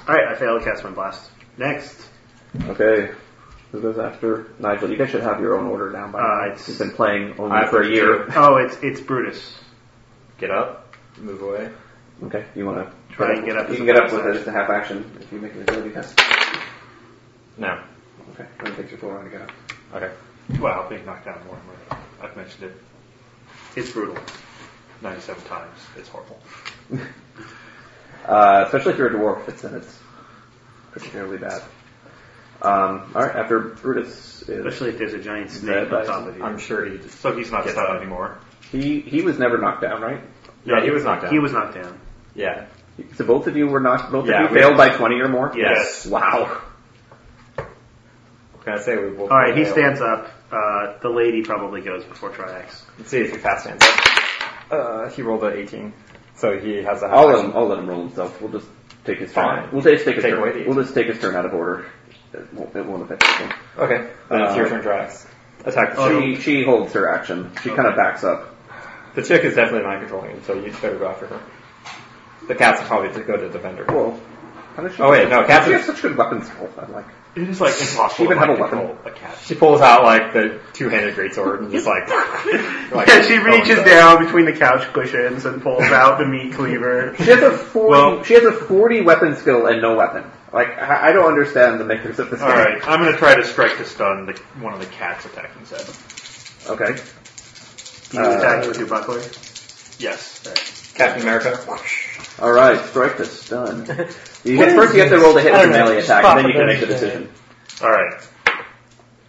Speaker 4: All right, I failed to cast wind blast. Next.
Speaker 2: Okay. Who goes after Nigel? You guys should have your own order down by
Speaker 4: Uh,
Speaker 2: now.
Speaker 4: it's-
Speaker 2: You've been playing only
Speaker 9: I
Speaker 2: for a year.
Speaker 4: Oh, it's it's Brutus.
Speaker 9: Get up, move away.
Speaker 2: Okay, you want to
Speaker 4: Try and get up
Speaker 2: You
Speaker 4: as
Speaker 2: can
Speaker 4: a
Speaker 2: get up
Speaker 4: bonus
Speaker 2: with it
Speaker 4: action.
Speaker 2: as a half action if you make an agility test.
Speaker 9: No.
Speaker 2: Okay, then it takes your full round to get up.
Speaker 9: Okay.
Speaker 8: Wow, being knocked down more and more. I've mentioned it
Speaker 4: It's brutal.
Speaker 8: 97 times. It's horrible.
Speaker 2: Uh, especially if you're a dwarf, it's then it's particularly bad. Um, all right, after Brutus is
Speaker 4: Especially if there's a giant
Speaker 2: Red
Speaker 4: snake on
Speaker 2: dice.
Speaker 4: top of you.
Speaker 9: I'm sure he just.
Speaker 8: So he's not
Speaker 9: Yes.
Speaker 8: stunned anymore.
Speaker 2: he he was never knocked down, right?
Speaker 9: Yeah, he was knocked out.
Speaker 4: He was knocked down.
Speaker 9: Yeah.
Speaker 2: So both of you were knocked. Both
Speaker 9: Yeah,
Speaker 2: of you
Speaker 9: we-
Speaker 2: failed by twenty or more.
Speaker 9: Yes.
Speaker 2: Wow.
Speaker 9: Can I say we both.
Speaker 4: All right, he
Speaker 9: failed?
Speaker 4: stands up. Uh, the lady probably goes before Triax.
Speaker 9: Let's see if he fast stands. Uh, he rolled a 18, so he has a half
Speaker 2: I'll let him.
Speaker 9: action.
Speaker 2: I'll let him roll himself. We'll just take his
Speaker 9: Fine.
Speaker 2: turn. We'll just take his
Speaker 9: Take away
Speaker 2: turn.
Speaker 9: the-
Speaker 2: We'll just take his turn out of order. It won't, it won't affect him.
Speaker 9: Okay, then it's your
Speaker 2: Uh,
Speaker 9: turn, Drax. Attack
Speaker 8: oh,
Speaker 9: the chick.
Speaker 2: She she holds her action. She kind of backs up.
Speaker 9: The chick is definitely not controlling him, so you better go after her. The cats will probably to go to the vendor.
Speaker 2: Whoa. How does she
Speaker 9: Oh, wait,
Speaker 2: How
Speaker 9: no,
Speaker 2: does She
Speaker 9: Catherine-
Speaker 2: has such good weapons. Hold on, like.
Speaker 8: It is like impossible
Speaker 2: even
Speaker 8: to like,
Speaker 2: have a weapon?
Speaker 8: control a cat.
Speaker 4: <laughs>
Speaker 9: She pulls out like the two-handed greatsword and just like, like
Speaker 4: yeah, she reaches
Speaker 9: oh,
Speaker 4: down between the couch cushions and pulls out the meat cleaver.
Speaker 2: She has a forty.
Speaker 8: Well-
Speaker 2: she has a forty weapon skill and no weapon. Like I, I don't understand the makers of this.
Speaker 8: All
Speaker 2: game.
Speaker 8: right, I'm gonna try to strike to stun the, one of the cats attacking Zed.
Speaker 2: Okay.
Speaker 4: Do you
Speaker 2: Uh,
Speaker 4: attack with your buckler?
Speaker 8: Yes.
Speaker 9: Captain America.
Speaker 2: All right. Strike the
Speaker 9: <laughs>
Speaker 2: stun. You get, first, you have to roll to hit with a melee attack, and then you can make the decision.
Speaker 8: All right.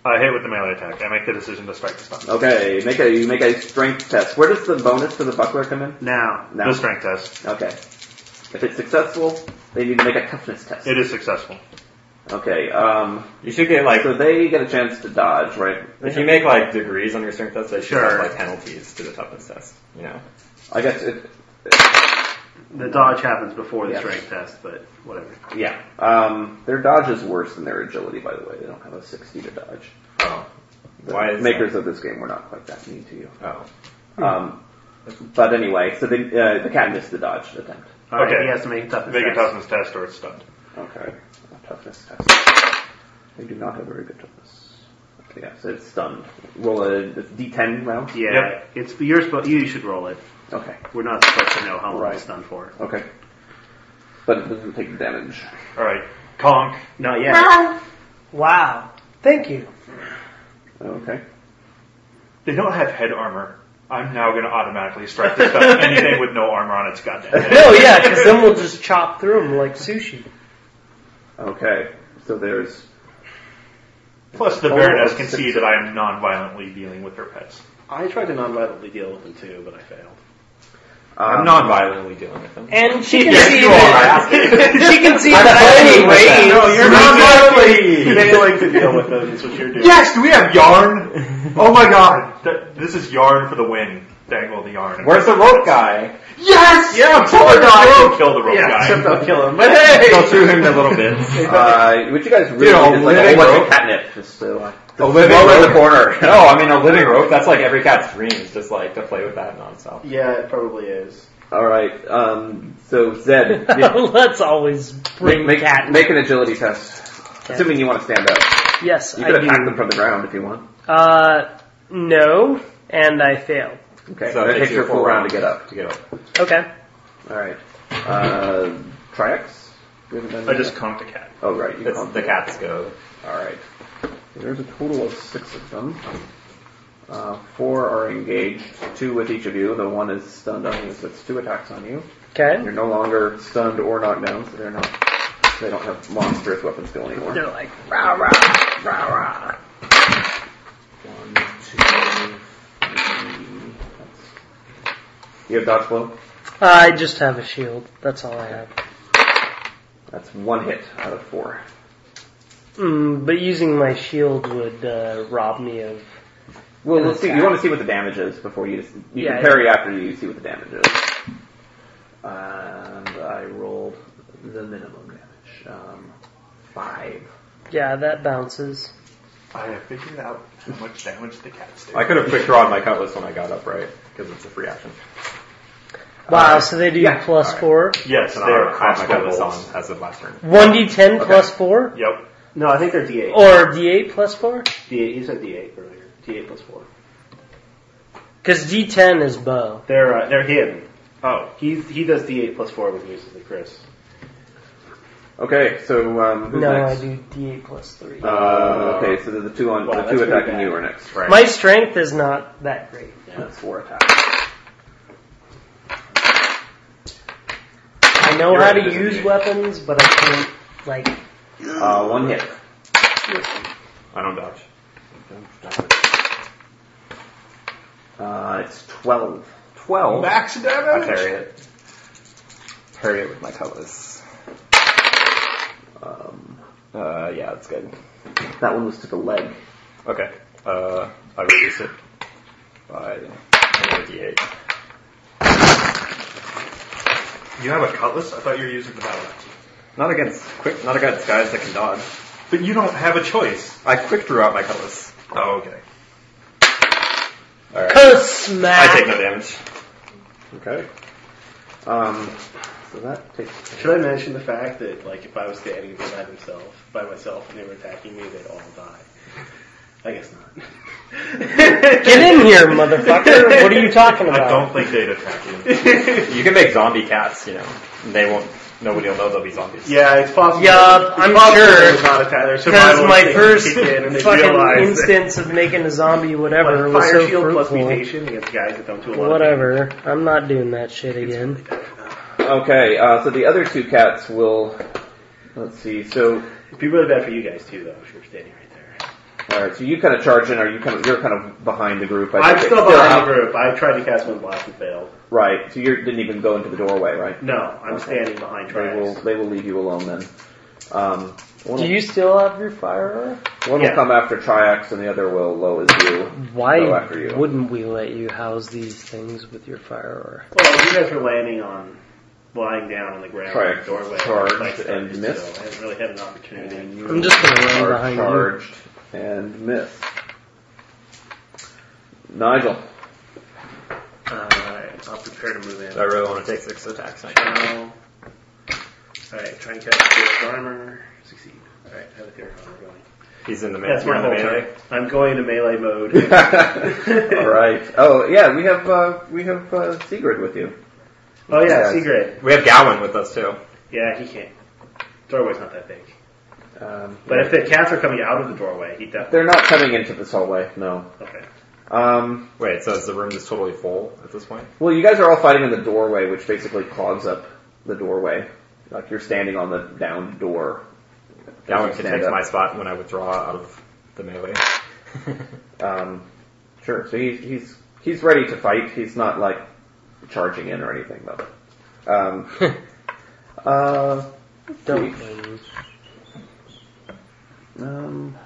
Speaker 8: I hit with the melee attack. I make the decision to strike to stun.
Speaker 2: Okay. Make a you make a strength test. Where does the bonus to the buckler come in?
Speaker 4: Now.
Speaker 2: No.
Speaker 8: The strength test.
Speaker 2: Okay. If it's successful, they need to make a toughness test.
Speaker 8: It is successful.
Speaker 2: Okay. Um.
Speaker 9: You should get like,
Speaker 2: So they get a chance to dodge, right?
Speaker 9: if you make like degrees on your strength test, they should have
Speaker 4: Sure.
Speaker 9: like penalties to the toughness test, you know?
Speaker 2: I guess it.
Speaker 4: The dodge happens before the
Speaker 2: Yeah.
Speaker 4: strength test, but whatever.
Speaker 2: Yeah. Um. Their dodge is worse than their agility, by the way. They don't have a sixty to dodge.
Speaker 9: Oh.
Speaker 2: The
Speaker 9: Why is
Speaker 2: makers of this game were not quite that mean to you.
Speaker 4: <laughs>
Speaker 9: Oh.
Speaker 2: Um, but anyway, so the, uh, the cat missed the dodge attempt.
Speaker 4: Alright,
Speaker 8: Okay.
Speaker 4: he has to make a toughness
Speaker 8: Make a
Speaker 4: test.
Speaker 8: toughness test or it's stunned.
Speaker 2: Okay. Toughness test. They do not have very good toughness. Okay, yeah, so it's stunned. Roll a it's d10 round?
Speaker 4: Yeah,
Speaker 8: Yep.
Speaker 4: it's you're supposed you should roll it.
Speaker 2: Okay.
Speaker 4: We're not supposed to know how long
Speaker 2: Right.
Speaker 4: it's done for.
Speaker 2: Okay. But it doesn't take damage.
Speaker 8: All right. Conk.
Speaker 4: Not yet.
Speaker 3: Wow. Thank you.
Speaker 2: Okay.
Speaker 8: They don't have head armor. I'm now gonna automatically strike to
Speaker 4: <laughs>
Speaker 8: stun anything with no armor on its goddamn head.
Speaker 3: No, yeah, because then we'll just chop through them like sushi.
Speaker 2: Okay. So there's.
Speaker 8: Plus,
Speaker 2: Oh,
Speaker 8: the Baroness can see that I am non-violently dealing with her pets.
Speaker 4: I tried to non-violently deal with him too, but I failed.
Speaker 2: Um,
Speaker 9: I'm non-violently dealing with them.
Speaker 3: And she can
Speaker 9: Yeah,
Speaker 3: see
Speaker 9: you
Speaker 3: that. <laughs> She can see that at any rate.
Speaker 4: No, Oh, you're
Speaker 8: non-violently.
Speaker 4: failing to deal with them is what you're doing.
Speaker 8: Yes, do we have yarn? Oh my god. Th- This is yarn for the win. Dangle the yarn.
Speaker 9: Where's the rope guy?
Speaker 8: Yes! Yeah, I'm sorry, I can kill the rope
Speaker 4: Yeah, except
Speaker 8: guy.
Speaker 4: I'll kill him. But hey!
Speaker 9: Go through him in a little
Speaker 2: <laughs>
Speaker 9: bit.
Speaker 2: Uh, would you guys really
Speaker 9: Dude, I'll
Speaker 2: need like a
Speaker 9: live
Speaker 2: whole bunch
Speaker 9: rope.
Speaker 2: of catnip just to, uh,
Speaker 9: A living
Speaker 2: throw in the
Speaker 9: rope.
Speaker 2: corner?
Speaker 9: No, I mean a living rope. That's like every cat's dream is just like to play with that nonstop.
Speaker 4: Yeah, it probably is.
Speaker 2: All right. Um, so
Speaker 9: <laughs>
Speaker 2: Zed, <laughs> yeah,
Speaker 3: <laughs> Let's always bring
Speaker 2: make,
Speaker 3: cat.
Speaker 2: make an agility test. Assuming you want to stand up,
Speaker 3: yes,
Speaker 2: you
Speaker 3: I
Speaker 2: could
Speaker 3: do.
Speaker 2: attack them from the ground if you want.
Speaker 3: Uh, no, and I fail.
Speaker 2: Okay,
Speaker 9: So it
Speaker 2: that takes
Speaker 9: takes you
Speaker 2: your
Speaker 9: a
Speaker 2: full
Speaker 9: full
Speaker 2: round
Speaker 9: round.
Speaker 2: to get up.
Speaker 9: To get up.
Speaker 3: Okay.
Speaker 2: All right. Uh, Triax. We haven't done
Speaker 8: I just
Speaker 2: that.
Speaker 8: conked a cat.
Speaker 2: Oh right, you
Speaker 9: It's
Speaker 2: can't.
Speaker 9: the cat's go.
Speaker 2: All right. There's a total of six of them. Uh, four are engaged, two with each of you. The one is stunned on you, so it's two attacks on you.
Speaker 3: Okay.
Speaker 2: You're no longer stunned or knocked down, so they're not. They don't have monstrous weapon skill anymore.
Speaker 3: They're like,
Speaker 2: Rah rah rah rah. One, two, three. You have dodge blow.
Speaker 3: I just have a shield. That's all I have.
Speaker 2: That's one hit out of four.
Speaker 3: Mm, but using my shield would uh, rob me of.
Speaker 2: Well,
Speaker 3: And
Speaker 2: let's see. You
Speaker 3: attack.
Speaker 2: want to see what the damage is before you just, you
Speaker 3: Yeah,
Speaker 2: can parry after you see what the damage is. And I rolled the minimum damage, um, five.
Speaker 3: Yeah, that bounces.
Speaker 8: I have figured out how much damage the cats do.
Speaker 9: I could have quick drawn my cutlass when I got up, right? Because it's a free action.
Speaker 3: Wow, so they do plus
Speaker 9: all right.
Speaker 3: four.
Speaker 8: Yes,
Speaker 9: And I'll
Speaker 8: they're
Speaker 9: crack my
Speaker 8: classical
Speaker 9: cutlass
Speaker 8: wolves.
Speaker 9: on as of last turn.
Speaker 3: One d ten plus four,
Speaker 8: Yep.
Speaker 4: No, I think they're D8.
Speaker 3: or d eight plus four,
Speaker 4: D8. You said D8 earlier. D8 plus 4.
Speaker 3: because d ten is bow.
Speaker 4: They're, uh, they're hidden.
Speaker 8: Oh.
Speaker 4: He's, he does D8 plus 4 when he uses the Chris.
Speaker 2: Okay, so um, who's
Speaker 3: no,
Speaker 2: next?
Speaker 3: I do d eight plus three.
Speaker 2: Uh, okay, so the two on the two
Speaker 4: Wow, that's pretty
Speaker 2: attacking
Speaker 4: bad.
Speaker 2: you are next. Right.
Speaker 3: my strength is not that great.
Speaker 2: That's four attacks.
Speaker 3: I know
Speaker 9: You're
Speaker 3: how
Speaker 9: at a
Speaker 3: to use
Speaker 9: disadvantage.
Speaker 3: weapons, but I can't like.
Speaker 2: Uh, one hit.
Speaker 9: I don't dodge.
Speaker 2: Uh, it's twelve. Twelve.
Speaker 8: Max
Speaker 9: I
Speaker 8: damage?
Speaker 9: parry it. Parry it with my cutlass.
Speaker 2: Um,
Speaker 9: Uh, yeah, that's good.
Speaker 2: that one was to the leg.
Speaker 9: Okay. Uh, I reduce it by another d8.
Speaker 8: You have a cutlass? I thought you were using the battle axe.
Speaker 9: Not against quick, not against guys that can dodge.
Speaker 8: But you don't have a choice.
Speaker 9: I quick drew out my cutlass.
Speaker 8: Oh, okay.
Speaker 9: All right.
Speaker 3: Curse
Speaker 9: I take
Speaker 3: smack.
Speaker 9: no damage.
Speaker 2: Okay. Um, so that takes.
Speaker 4: Should I mention the fact that, like, if I was standing there by himself, by myself, and they were attacking me, they'd all die. I guess not.
Speaker 3: Get in here, motherfucker! What are you talking
Speaker 8: I
Speaker 3: about?
Speaker 8: don't think they'd attack
Speaker 4: <laughs>
Speaker 8: you.
Speaker 9: You can make zombie cats, you know. and They won't. Nobody will know they'll be zombies.
Speaker 4: Yeah, it's possible.
Speaker 3: Yup,
Speaker 4: it's
Speaker 3: I'm
Speaker 4: possible
Speaker 3: sure.
Speaker 4: it was Not a Tyler
Speaker 3: Because
Speaker 4: survival
Speaker 3: my
Speaker 4: instinct
Speaker 3: first
Speaker 4: kicked in and they
Speaker 3: fucking
Speaker 4: realized
Speaker 3: instance of making a zombie
Speaker 4: that,
Speaker 3: whatever
Speaker 4: like,
Speaker 3: was
Speaker 4: fire
Speaker 3: so
Speaker 4: shield
Speaker 3: fruitful.
Speaker 4: plus mutation against guys that don't do a lot.
Speaker 3: Whatever. I'm not doing that shit again.
Speaker 2: Okay, uh, so the other two cats will. Let's see. So,
Speaker 4: It'd be really bad for you guys too, though, if you're standing right there.
Speaker 2: all right. So you kind of charge in, or you kind of you're kind of behind the group. I
Speaker 4: I'm
Speaker 2: think.
Speaker 4: still behind
Speaker 2: out-
Speaker 4: the group. I tried to cast one blast and failed.
Speaker 2: Right. So you didn't even go into the doorway, right?
Speaker 4: No, I'm standing behind
Speaker 2: They will.
Speaker 4: Triax.
Speaker 2: They will leave you alone then. Um, one
Speaker 3: Do
Speaker 2: will,
Speaker 3: you still have your firearm?
Speaker 2: one
Speaker 4: yeah.
Speaker 2: will come after Triax, and the other will low as you. go
Speaker 3: Why
Speaker 2: after you.
Speaker 3: wouldn't we let you house these things with your firearm?
Speaker 4: Well, you guys were landing on, lying down on the ground in
Speaker 2: Triax
Speaker 4: the doorway.
Speaker 2: charged
Speaker 4: Like,
Speaker 2: and
Speaker 4: so
Speaker 2: missed.
Speaker 4: I haven't really had an opportunity.
Speaker 2: And
Speaker 3: I'm just gonna run
Speaker 2: are
Speaker 3: behind you.
Speaker 2: charged and miss. Nigel.
Speaker 4: Alright, I'll prepare Uh, to move in.
Speaker 9: I really want to take six attacks.
Speaker 4: Now, alright, try and cast Etheric Armor. Succeed. Alright, I have Etheric Armor going.
Speaker 9: He's in the melee.
Speaker 4: That's my
Speaker 9: in the
Speaker 4: whole
Speaker 9: melee.
Speaker 4: turn. I'm going to melee mode.
Speaker 2: <laughs> All right. Oh yeah, we have uh, we have uh, Sigrid with you.
Speaker 4: Oh yeah,
Speaker 2: Yes.
Speaker 4: secret.
Speaker 9: We have Gowan with us too.
Speaker 4: Yeah, he can't. Doorway's not that big.
Speaker 2: Um,
Speaker 4: But if the cats are coming out of the doorway, he definitely.
Speaker 2: They're not coming into this hallway, no.
Speaker 4: Okay.
Speaker 2: Um,
Speaker 9: Wait, so is the room just totally full at this point?
Speaker 2: well, you guys are all fighting in the doorway, which basically clogs up the doorway. Like you're standing on the down door.
Speaker 9: Gowan can
Speaker 2: Stand
Speaker 9: take
Speaker 2: up.
Speaker 9: my spot when I withdraw out of the melee.
Speaker 2: Um, sure. So he's he's he's ready to fight. He's not like charging in or anything though. Um, uh,
Speaker 3: Don't
Speaker 2: um,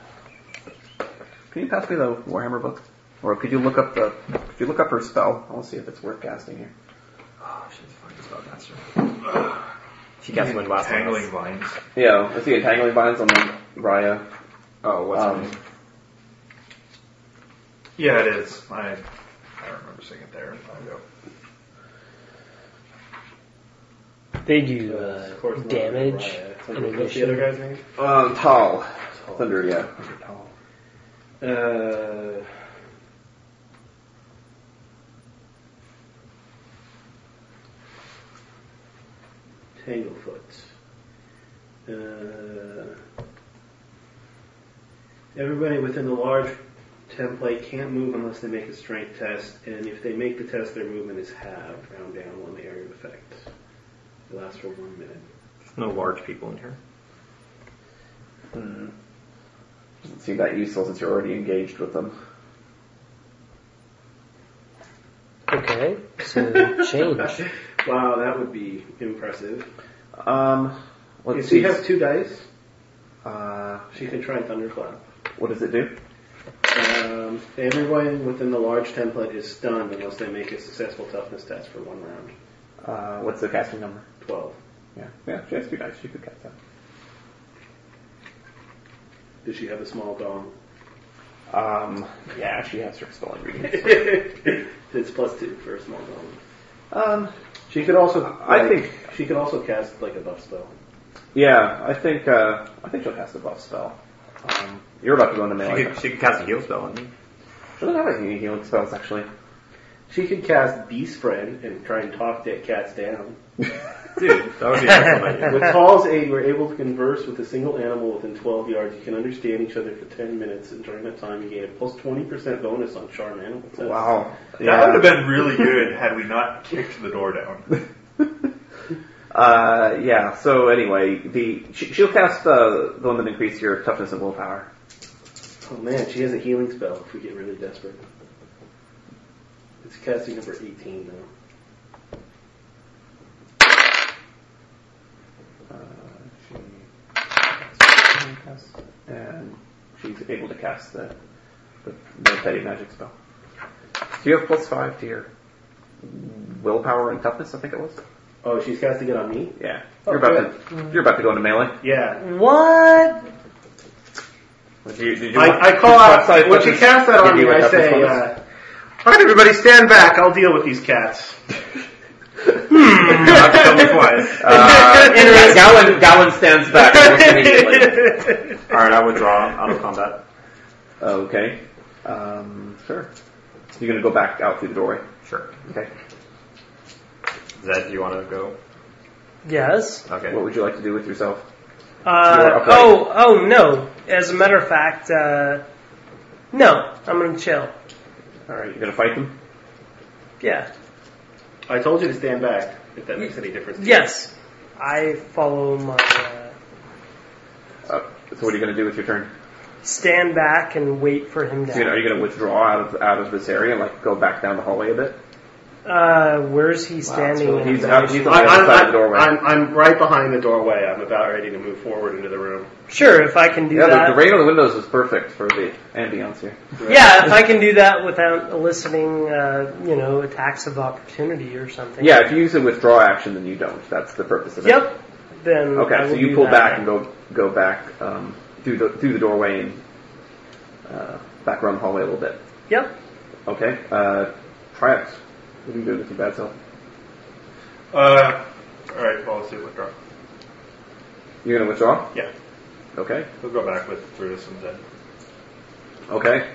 Speaker 2: can you pass me the Warhammer book, or could you look up the? Could you look up her spell? I want to see if it's worth casting here.
Speaker 10: Oh, she's a fucking spellcaster.
Speaker 9: <sighs>
Speaker 10: She cast one last time.
Speaker 8: Tangling vines.
Speaker 2: Yeah, let's see. Entangling binds on the Raya.
Speaker 10: Oh, what's
Speaker 2: Um,
Speaker 10: her name?
Speaker 8: Yeah, it is. I I remember seeing it there. I go.
Speaker 3: They do
Speaker 4: Of course
Speaker 3: uh,
Speaker 4: not.
Speaker 3: damage.
Speaker 4: Right. What's the other
Speaker 3: Innovation.
Speaker 4: guy's name?
Speaker 2: Um, Tal. Thunder, yeah.
Speaker 4: Uh, Tanglefoot. Uh, everybody within the large template can't move unless they make a strength test, and if they make the test, their movement is halved, round down one area of effect. It lasts for one minute.
Speaker 9: There's no large people in here.
Speaker 2: Hmm. Doesn't seem that useful since you're already engaged with them.
Speaker 3: Okay,
Speaker 4: <laughs>
Speaker 3: so change.
Speaker 4: Wow, that would be impressive.
Speaker 2: Um, let's
Speaker 4: If she
Speaker 2: see.
Speaker 4: has two dice,
Speaker 2: Uh,
Speaker 4: she can try Thunderclap.
Speaker 2: what does it do?
Speaker 4: Um, everyone within the large template is stunned unless they make a successful toughness test for one round.
Speaker 2: Uh, what's the casting number?
Speaker 4: Twelve.
Speaker 2: Yeah, yeah, she has two dice. She could cast that.
Speaker 4: Does she have a small dong?
Speaker 2: Um, yeah, she has her spell ingredients.
Speaker 4: <laughs> it's plus two for a small dong.
Speaker 2: um,
Speaker 4: She could also.
Speaker 2: I
Speaker 4: like,
Speaker 2: think-
Speaker 4: she could also cast like a buff spell.
Speaker 2: yeah, I think uh, I think she'll cast a buff spell. Um, you're about to go into
Speaker 9: She
Speaker 2: melee.
Speaker 9: could, she could cast a heal spell on me.
Speaker 2: She doesn't have any healing spells actually.
Speaker 4: She could cast Beast Friend and try and talk that cats down.
Speaker 9: Dude, that would be an <laughs> excellent idea.
Speaker 4: With Hall's aid, we're able to converse with a single animal within 12 yards. You can understand each other for 10 minutes, and during that time, you gain a plus 20% bonus on Charm Animal Test.
Speaker 2: Wow.
Speaker 8: That
Speaker 2: Yeah.
Speaker 8: would have been really good had we not kicked the door down.
Speaker 2: <laughs> Uh, yeah. So anyway, the she, she'll cast uh, the one that increases your toughness and willpower.
Speaker 4: Oh man, she has a healing spell if we get really desperate. It's casting number 18, though.
Speaker 2: Uh, she and Uh, she's able to cast the the, the petty magic spell. So you have plus five to your willpower and toughness. I think it was.
Speaker 4: Oh, she's casting it on me? Mm-hmm.
Speaker 2: Yeah.
Speaker 4: Oh,
Speaker 2: You're about to you're about to go into melee.
Speaker 4: Yeah.
Speaker 3: What?
Speaker 2: Did you, did you want-
Speaker 4: I, I call out,
Speaker 2: sorry,
Speaker 4: when she
Speaker 2: toughness-
Speaker 4: casts that on
Speaker 2: did
Speaker 4: me,
Speaker 2: you want
Speaker 4: I
Speaker 2: toughness
Speaker 4: say,
Speaker 2: bonus?
Speaker 4: uh, Alright, everybody, stand back. I'll deal with these cats.
Speaker 2: Uh, Galen, Galen stands back. almost immediately.
Speaker 4: <laughs>
Speaker 9: Alright, I withdraw out of combat.
Speaker 2: okay. Um, sure. You're gonna go back out through the doorway.
Speaker 9: Sure.
Speaker 2: Okay.
Speaker 9: Zed, do you want to go?
Speaker 3: Yes.
Speaker 9: Okay.
Speaker 2: What would you like to do with yourself?
Speaker 3: Uh,
Speaker 2: upright.
Speaker 3: oh, oh no. As a matter of fact, uh, no. I'm gonna chill.
Speaker 2: All right. You're gonna fight them.
Speaker 3: Yeah.
Speaker 4: I told you to stand back, if that makes any difference. to you.
Speaker 3: Yes. I follow my
Speaker 2: Uh,
Speaker 3: uh,
Speaker 2: so what are you gonna do with your turn?
Speaker 3: stand back and wait for him
Speaker 2: So you know, are
Speaker 3: to.
Speaker 2: you gonna withdraw out of out of this area and like go back down the hallway a bit?
Speaker 3: Uh, where's he standing?
Speaker 2: So
Speaker 3: in
Speaker 2: he's
Speaker 3: relation-
Speaker 2: out, he's on the
Speaker 4: I,
Speaker 2: other
Speaker 4: I'm,
Speaker 2: side of the
Speaker 4: I'm,
Speaker 2: doorway.
Speaker 4: I'm, I'm right behind the doorway. I'm about ready to move forward into the room.
Speaker 3: Sure, if I can do
Speaker 2: yeah,
Speaker 3: that.
Speaker 2: the, the rain on the windows is perfect for the ambiance here.
Speaker 3: Yeah, if I can do that without eliciting, uh, you know, attacks of opportunity or something.
Speaker 2: Yeah, if you use a withdraw action, then you don't. That's the purpose of it.
Speaker 3: Yep. Then. I
Speaker 2: Okay, so
Speaker 3: will
Speaker 2: you
Speaker 3: do
Speaker 2: pull
Speaker 3: that.
Speaker 2: back and go go back um, through the through the doorway and uh, back around the hallway a little bit.
Speaker 3: Yep.
Speaker 2: Okay, uh, try What are you doing with your bad self?
Speaker 8: Uh, alright, well, let's do withdraw.
Speaker 2: You're gonna withdraw.
Speaker 8: Yeah,
Speaker 2: Okay.
Speaker 8: we'll go back with Brutus and Zed.
Speaker 2: Okay.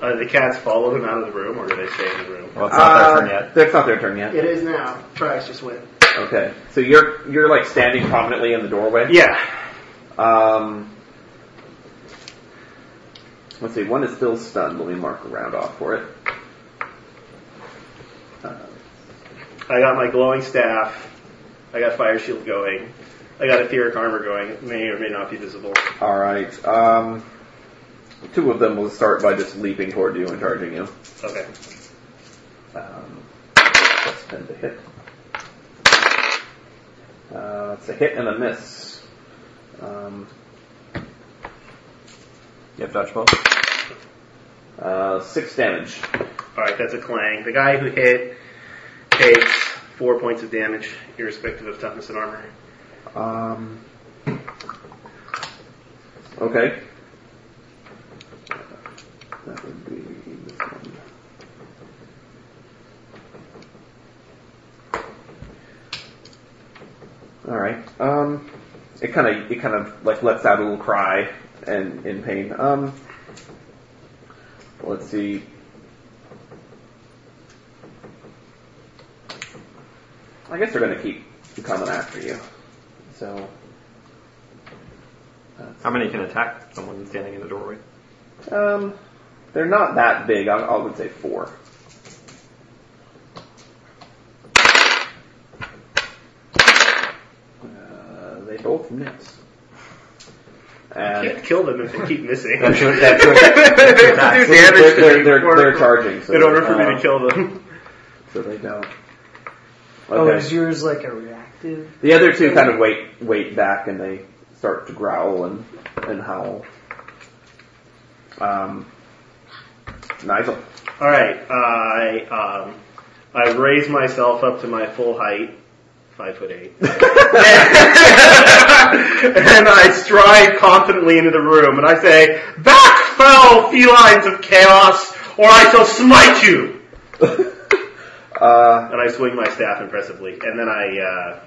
Speaker 4: Uh, the cats follow him out of the room, or do they stay in the room?
Speaker 9: Well, it's not
Speaker 2: Uh,
Speaker 9: their turn yet.
Speaker 2: That's not their turn yet.
Speaker 7: It is now. Trice just went.
Speaker 2: Okay. So you're you're like standing prominently in the doorway.
Speaker 4: Yeah.
Speaker 2: Um, let's see, one is still stunned. Let me mark a round off for it. Uh,
Speaker 4: I got my glowing staff. I got fire shield going. I got etheric armor going. It may or may not be visible.
Speaker 2: all right. Um, two of them will start by just leaping toward you and charging you.
Speaker 4: Okay.
Speaker 2: Um, That's been the hit. Uh, it's a hit and a miss. Um,
Speaker 9: You have dodgeball?
Speaker 2: uh, six damage.
Speaker 4: Alright, that's a clang. The guy who hit takes four points of damage, irrespective of toughness and armor.
Speaker 2: Um, okay. That would be this one. All right. Um, it kind of it kind of like lets out a little cry and in pain. Um, let's see. I guess they're gonna keep coming after you. So
Speaker 9: How many can attack someone standing in the doorway?
Speaker 2: Um, they're not that big. I, I would say four. Uh, they both miss.
Speaker 4: You
Speaker 2: And
Speaker 4: can't kill them if they keep missing.
Speaker 2: That's what- that's
Speaker 4: <laughs>
Speaker 2: what-
Speaker 4: They don't do
Speaker 2: they're,
Speaker 4: damage to
Speaker 2: they're,
Speaker 4: me.
Speaker 2: they're,
Speaker 4: Or-
Speaker 2: they're charging. So
Speaker 4: In order for me
Speaker 2: uh,
Speaker 4: to kill them.
Speaker 2: So they don't. Okay.
Speaker 3: Oh, is yours like a reactive?
Speaker 2: the other two kind of wait wait back and they start to growl and, and howl. Um, Nigel.
Speaker 4: Alright, I, um, I raise myself up to my full height, five foot
Speaker 2: <laughs>
Speaker 4: eight. and I stride confidently into the room and I say, Back, foul felines of chaos, or I shall smite you!
Speaker 2: <laughs> Uh,
Speaker 4: And I swing my staff impressively, and then I,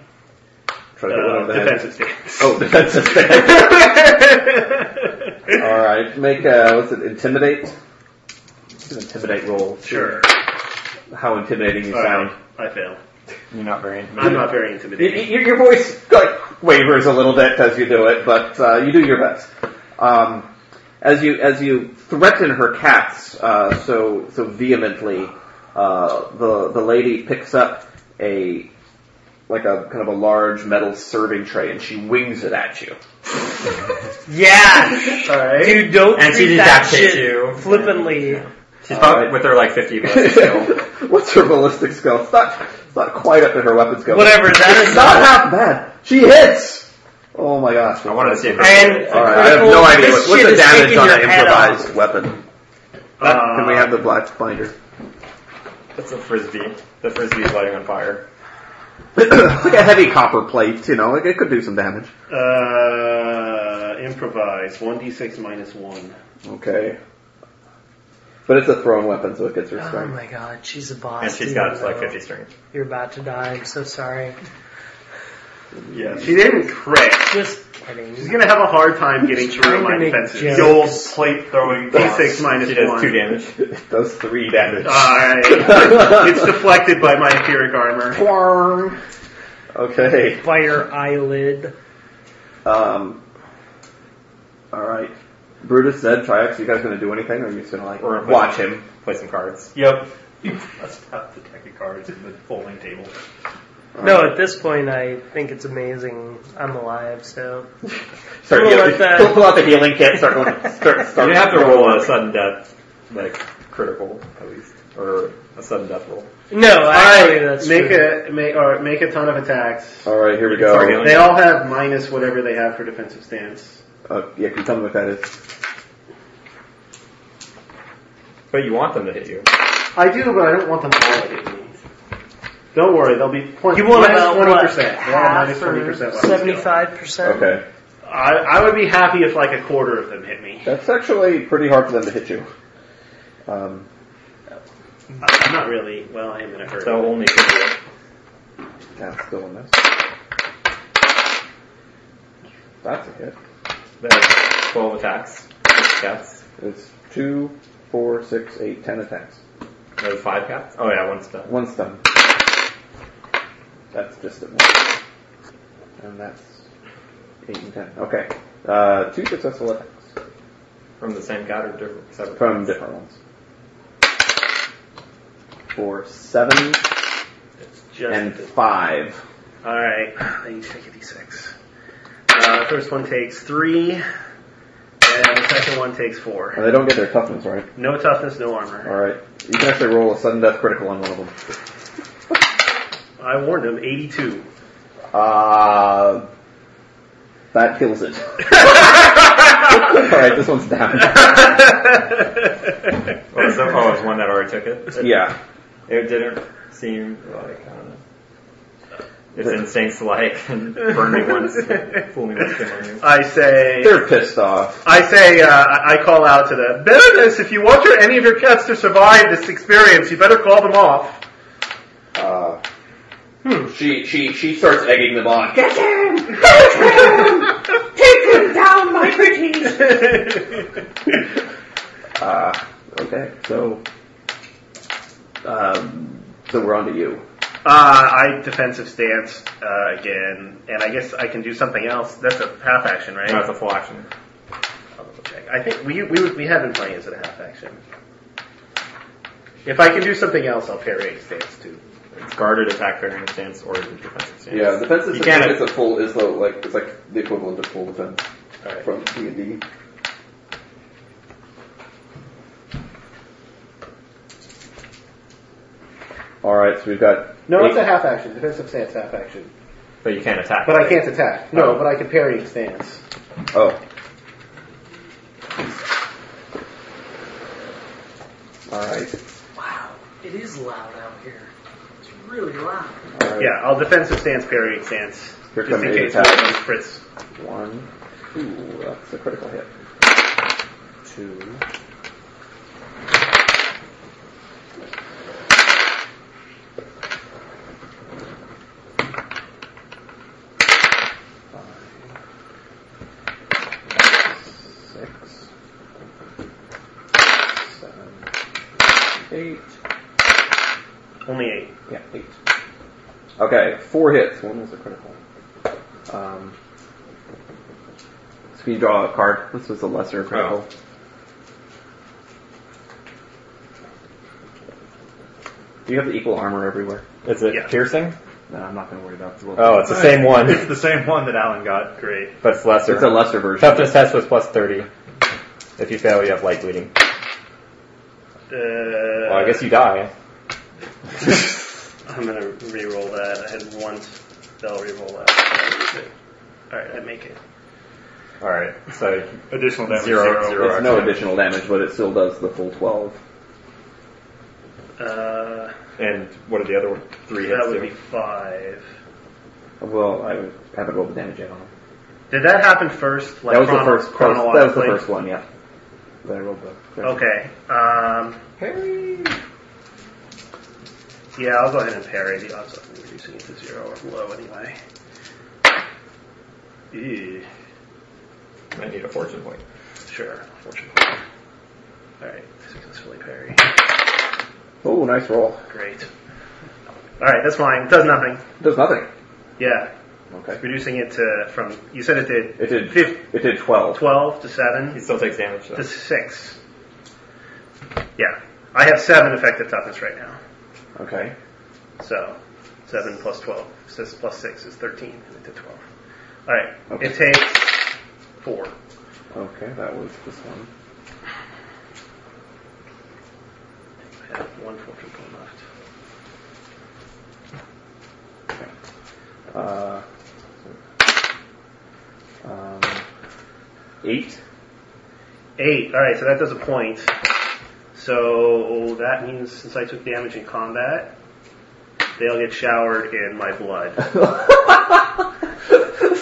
Speaker 2: try to get one
Speaker 4: uh, uh
Speaker 2: of them.
Speaker 4: defensive stance. <laughs>
Speaker 2: Oh, defensive stand. All right, make a what's it? Intimidate. It's an intimidate roll. see
Speaker 4: sure.
Speaker 2: How intimidating you
Speaker 4: Alright,
Speaker 2: sound.
Speaker 4: I fail.
Speaker 9: You're not very
Speaker 4: I'm
Speaker 9: intimidating.
Speaker 4: not very
Speaker 2: Y-
Speaker 4: intimidating.
Speaker 2: y- your, your voice like wavers a little bit as you do it, but uh, you do your best. Um, as you as you threaten her cats uh, so so vehemently, uh, the the lady picks up a like a kind of a large metal serving tray and she wings it at you.
Speaker 3: <laughs> Yeah,
Speaker 4: Alright.
Speaker 3: dude, don't
Speaker 9: And she
Speaker 3: treat that
Speaker 9: deducted
Speaker 3: shit
Speaker 9: you.
Speaker 3: flippantly.
Speaker 9: She's probably
Speaker 2: Alright.
Speaker 9: Uh, with her like 50 <laughs> bucks still.
Speaker 2: What's her ballistic skill? It's not, it's not quite up in her weapons skill.
Speaker 3: Whatever, that
Speaker 2: It's
Speaker 3: is
Speaker 2: not half bad. She hits! Oh my gosh.
Speaker 9: I wanted to see if
Speaker 3: And
Speaker 2: <laughs> Alright, I have no
Speaker 3: critical-
Speaker 2: idea.
Speaker 3: This
Speaker 2: What's
Speaker 3: shit
Speaker 2: the
Speaker 3: is
Speaker 2: damage
Speaker 3: taking
Speaker 2: on an
Speaker 3: your head off.
Speaker 2: improvised weapon?
Speaker 4: Uh,
Speaker 2: Can we have the black binder?
Speaker 9: That's a frisbee. The frisbee is lighting on fire.
Speaker 2: <clears throat> like a heavy copper plate, you know, like it could do some damage.
Speaker 4: Uh, improvise. 1d6 minus 1.
Speaker 2: Okay. But it's a thrown weapon, so it gets her
Speaker 3: Oh
Speaker 2: strength.
Speaker 3: my god, she's a boss.
Speaker 9: And she's
Speaker 3: dude.
Speaker 9: got like 50 strength.
Speaker 3: You're about to die. I'm so sorry.
Speaker 4: Yeah. She didn't crit.
Speaker 3: Just kidding.
Speaker 4: She's gonna have a hard time getting
Speaker 3: She's
Speaker 4: through
Speaker 3: trying
Speaker 4: my
Speaker 3: to make
Speaker 4: defenses.
Speaker 3: jokes.
Speaker 8: The old plate throwing
Speaker 4: D6 minus
Speaker 9: She does
Speaker 4: 1.
Speaker 9: two damage.
Speaker 2: <laughs>
Speaker 3: Oh
Speaker 2: It does three damage.
Speaker 3: Uh,
Speaker 4: Alright. it's deflected by my Etheric armor.
Speaker 2: Quarng. okay.
Speaker 3: by your eyelid.
Speaker 2: Um, alright. Brutus said, Triax, you guys gonna do anything, or are you just gonna like
Speaker 9: We're gonna play
Speaker 2: watch
Speaker 9: some-
Speaker 2: him?
Speaker 9: Play some cards.
Speaker 8: Yep. That's about the deck of cards in the folding table.
Speaker 3: No, at this point, I think it's amazing I'm alive. So
Speaker 2: Start
Speaker 3: We'll
Speaker 2: healing- <laughs>
Speaker 3: let that-
Speaker 2: Pull, pull out the healing kit, start going, start, start.
Speaker 9: You have to roll a sudden death, like critical at least, or a sudden death roll.
Speaker 3: no, actually, that's
Speaker 4: Make
Speaker 3: true.
Speaker 4: a make or make a ton of attacks.
Speaker 2: Alright, here we
Speaker 9: Sorry,
Speaker 2: go.
Speaker 9: healing.
Speaker 4: They all have minus whatever they have for defensive stance.
Speaker 2: Uh, yeah, can you tell me what that is?
Speaker 9: But you want them to hit you.
Speaker 4: I do, but I don't want them all to hit me. Don't worry, they'll be point,
Speaker 3: You want
Speaker 4: minus
Speaker 3: about
Speaker 4: 20%.
Speaker 3: what?
Speaker 4: They're all minus
Speaker 3: Half
Speaker 4: 20%
Speaker 3: or
Speaker 4: weapon
Speaker 3: seventy-five percent?
Speaker 2: Okay.
Speaker 4: skill. I, I would be happy if like a quarter of them hit me.
Speaker 2: That's actually pretty hard for them to hit you. Um,
Speaker 4: I'm not really. Well, I am in a hurry.
Speaker 9: So only critical.
Speaker 2: that's still a miss. That's a hit.
Speaker 9: That's 12 attacks. Cats.
Speaker 2: It's two, four, six, eight, ten attacks.
Speaker 9: There's five cats. Oh yeah, one's done.
Speaker 2: One stun. That's just a miss. And that's eight and ten. Okay. Uh, two successful attacks
Speaker 9: From the same cat or different? Separate
Speaker 2: from different ones. For seven
Speaker 4: Just
Speaker 2: and five.
Speaker 4: Alright, I need to take a d6. Uh, the first one takes three, and the second one takes four.
Speaker 2: And they don't get their toughness, right?
Speaker 4: No toughness, no armor.
Speaker 2: Alright. You can actually roll a sudden death critical on one of them.
Speaker 4: I warned him, <laughs> 82.
Speaker 2: Uh, that kills it. <laughs> Alright, this one's down.
Speaker 9: Well, so far was one Oh, that already
Speaker 2: <laughs>
Speaker 9: took it. It-
Speaker 2: Yeah.
Speaker 9: It didn't seem like, I don't know. Its instincts to like and burn me
Speaker 2: <laughs>
Speaker 9: once, fool me once, kill me once.
Speaker 4: I say,
Speaker 2: They're pissed off.
Speaker 4: I say, uh, I I call out to them, Bitterness, if you want your, any of your cats to survive this experience, you better call them off. Hmm.
Speaker 2: Uh, She she she starts egging them on. Get him! Take him! down, my pretty! <laughs> uh, okay, so um, so we're on to you.
Speaker 4: Uh, I defensive stance uh, again, and I guess I can do something else. That's a half action, right?
Speaker 9: No, it's a full action.
Speaker 4: I'll double check. I think we, we, we have been playing as a half action. If I can do something else, I'll parry a stance too.
Speaker 9: It's guarded attack variant stance or it's a defensive stance.
Speaker 2: Yeah, defensive
Speaker 9: You can't-
Speaker 2: is a full is the, like it's like the equivalent of full defense
Speaker 4: Alright.
Speaker 2: from D and D. All right, so we've got
Speaker 7: No,
Speaker 2: eight-
Speaker 7: it's a half action. Defensive stance, half action.
Speaker 9: But you can't attack.
Speaker 7: But I can't attack.
Speaker 4: Oh.
Speaker 7: No, but I can parry and stance.
Speaker 2: Oh. Alright.
Speaker 3: Wow, it is loud out here. It's really loud.
Speaker 2: alright.
Speaker 4: Yeah, I'll defensive stance, parrying stance,
Speaker 2: Here
Speaker 4: just
Speaker 2: come
Speaker 4: in
Speaker 2: eight
Speaker 4: case
Speaker 2: attacks.
Speaker 4: one of those crits.
Speaker 2: One. Ooh, that's a critical hit. Two. Five. Six. Seven. Eight.
Speaker 4: Only eight.
Speaker 2: Yeah, eight. Okay, four hits. One was a critical. Um, so can you draw a card? This was a lesser
Speaker 9: Oh.
Speaker 2: critical. Do you have the equal armor everywhere?
Speaker 9: Is it
Speaker 4: Yeah.
Speaker 9: piercing?
Speaker 2: No, I'm not going to worry about this.
Speaker 9: Oh, it's the same
Speaker 8: <laughs>
Speaker 9: one,
Speaker 8: It's the same one that Alan got. Great.
Speaker 9: but it's lesser.
Speaker 2: it's a lesser version.
Speaker 9: Toughness test was plus 30. If you fail, you have light bleeding.
Speaker 4: Uh,
Speaker 9: Well, I guess you die.
Speaker 4: I'm gonna re-roll that. I had one spell re-roll that. Alright, I make it.
Speaker 9: Alright, so
Speaker 8: Additional damage
Speaker 9: Zero,
Speaker 8: zero.
Speaker 9: zero.
Speaker 2: It's no additional damage, but it still does the full twelve.
Speaker 4: Uh,
Speaker 9: And what are the other three hits
Speaker 4: that would
Speaker 9: do?
Speaker 4: be five.
Speaker 2: Well, I haven't rolled the damage yet on it.
Speaker 4: Did that happen first? Like
Speaker 2: that was
Speaker 4: chrono-
Speaker 2: the first. That was- that was the
Speaker 4: chronologically?
Speaker 2: first one. Yeah. That I rolled the.
Speaker 4: Okay. Um, Yeah, I'll go ahead and parry. The odds of me reducing it to zero are low anyway. Ew.
Speaker 9: I need a fortune point.
Speaker 4: Sure, unfortunately. Alright, successfully parry.
Speaker 2: Oh, nice roll.
Speaker 4: Great. Alright, that's fine. Does nothing.
Speaker 2: Does nothing.
Speaker 4: Yeah,
Speaker 2: Okay.
Speaker 4: reducing it to from, you said it did
Speaker 2: It did.
Speaker 4: Fif-
Speaker 2: It did twelve.
Speaker 4: 12 to 7
Speaker 9: He still takes damage, though.
Speaker 4: to 6. Yeah, I have 7 effective toughness right now.
Speaker 2: Okay.
Speaker 4: So, 7 plus 12, so plus 6 is 13, and it did 12. Alright,
Speaker 2: Okay.
Speaker 4: it takes 4.
Speaker 2: Okay, that was this one.
Speaker 4: I have one fortune point left.
Speaker 2: Uh, um, eight.
Speaker 4: Eight. All right, so that does a point. So that means since I took damage in combat, they'll get showered in my
Speaker 2: <laughs>
Speaker 4: blood.
Speaker 2: this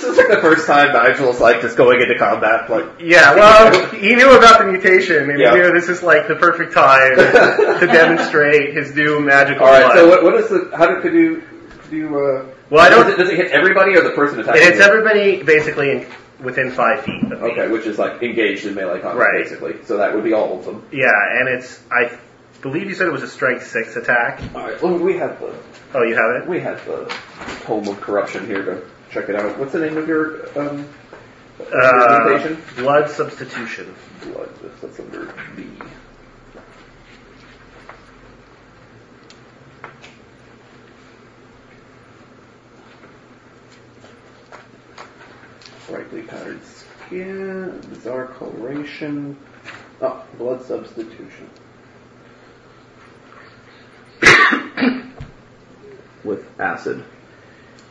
Speaker 2: is like the first time Nigel's like just going into combat. Like,
Speaker 4: Yeah, well, he knew about the mutation, and
Speaker 2: Yeah.
Speaker 4: he knew this is like the perfect time to demonstrate his new magical
Speaker 2: all right.
Speaker 4: blood.
Speaker 2: So what, what is the? How do could you? Could you? Uh,
Speaker 4: well, I
Speaker 2: Does it,
Speaker 4: don't.
Speaker 2: does it hit everybody or the person attacking?
Speaker 4: It's
Speaker 2: you?
Speaker 4: everybody basically in, within five feet of me.
Speaker 2: Okay, which is like engaged in melee combat,
Speaker 4: Right.
Speaker 2: basically. So that would be all of them.
Speaker 4: Yeah, and it's I believe you said it was a strength six attack.
Speaker 2: All right. Well, we have the
Speaker 4: Oh, you have it.
Speaker 2: we have the tome of corruption here to check it out. What's the name of your um?
Speaker 4: Uh,
Speaker 2: mutation?
Speaker 4: blood substitution.
Speaker 2: blood. That's- That's under B. Brightly powdered skin, bizarre coloration. Oh, blood substitution. <coughs> with acid.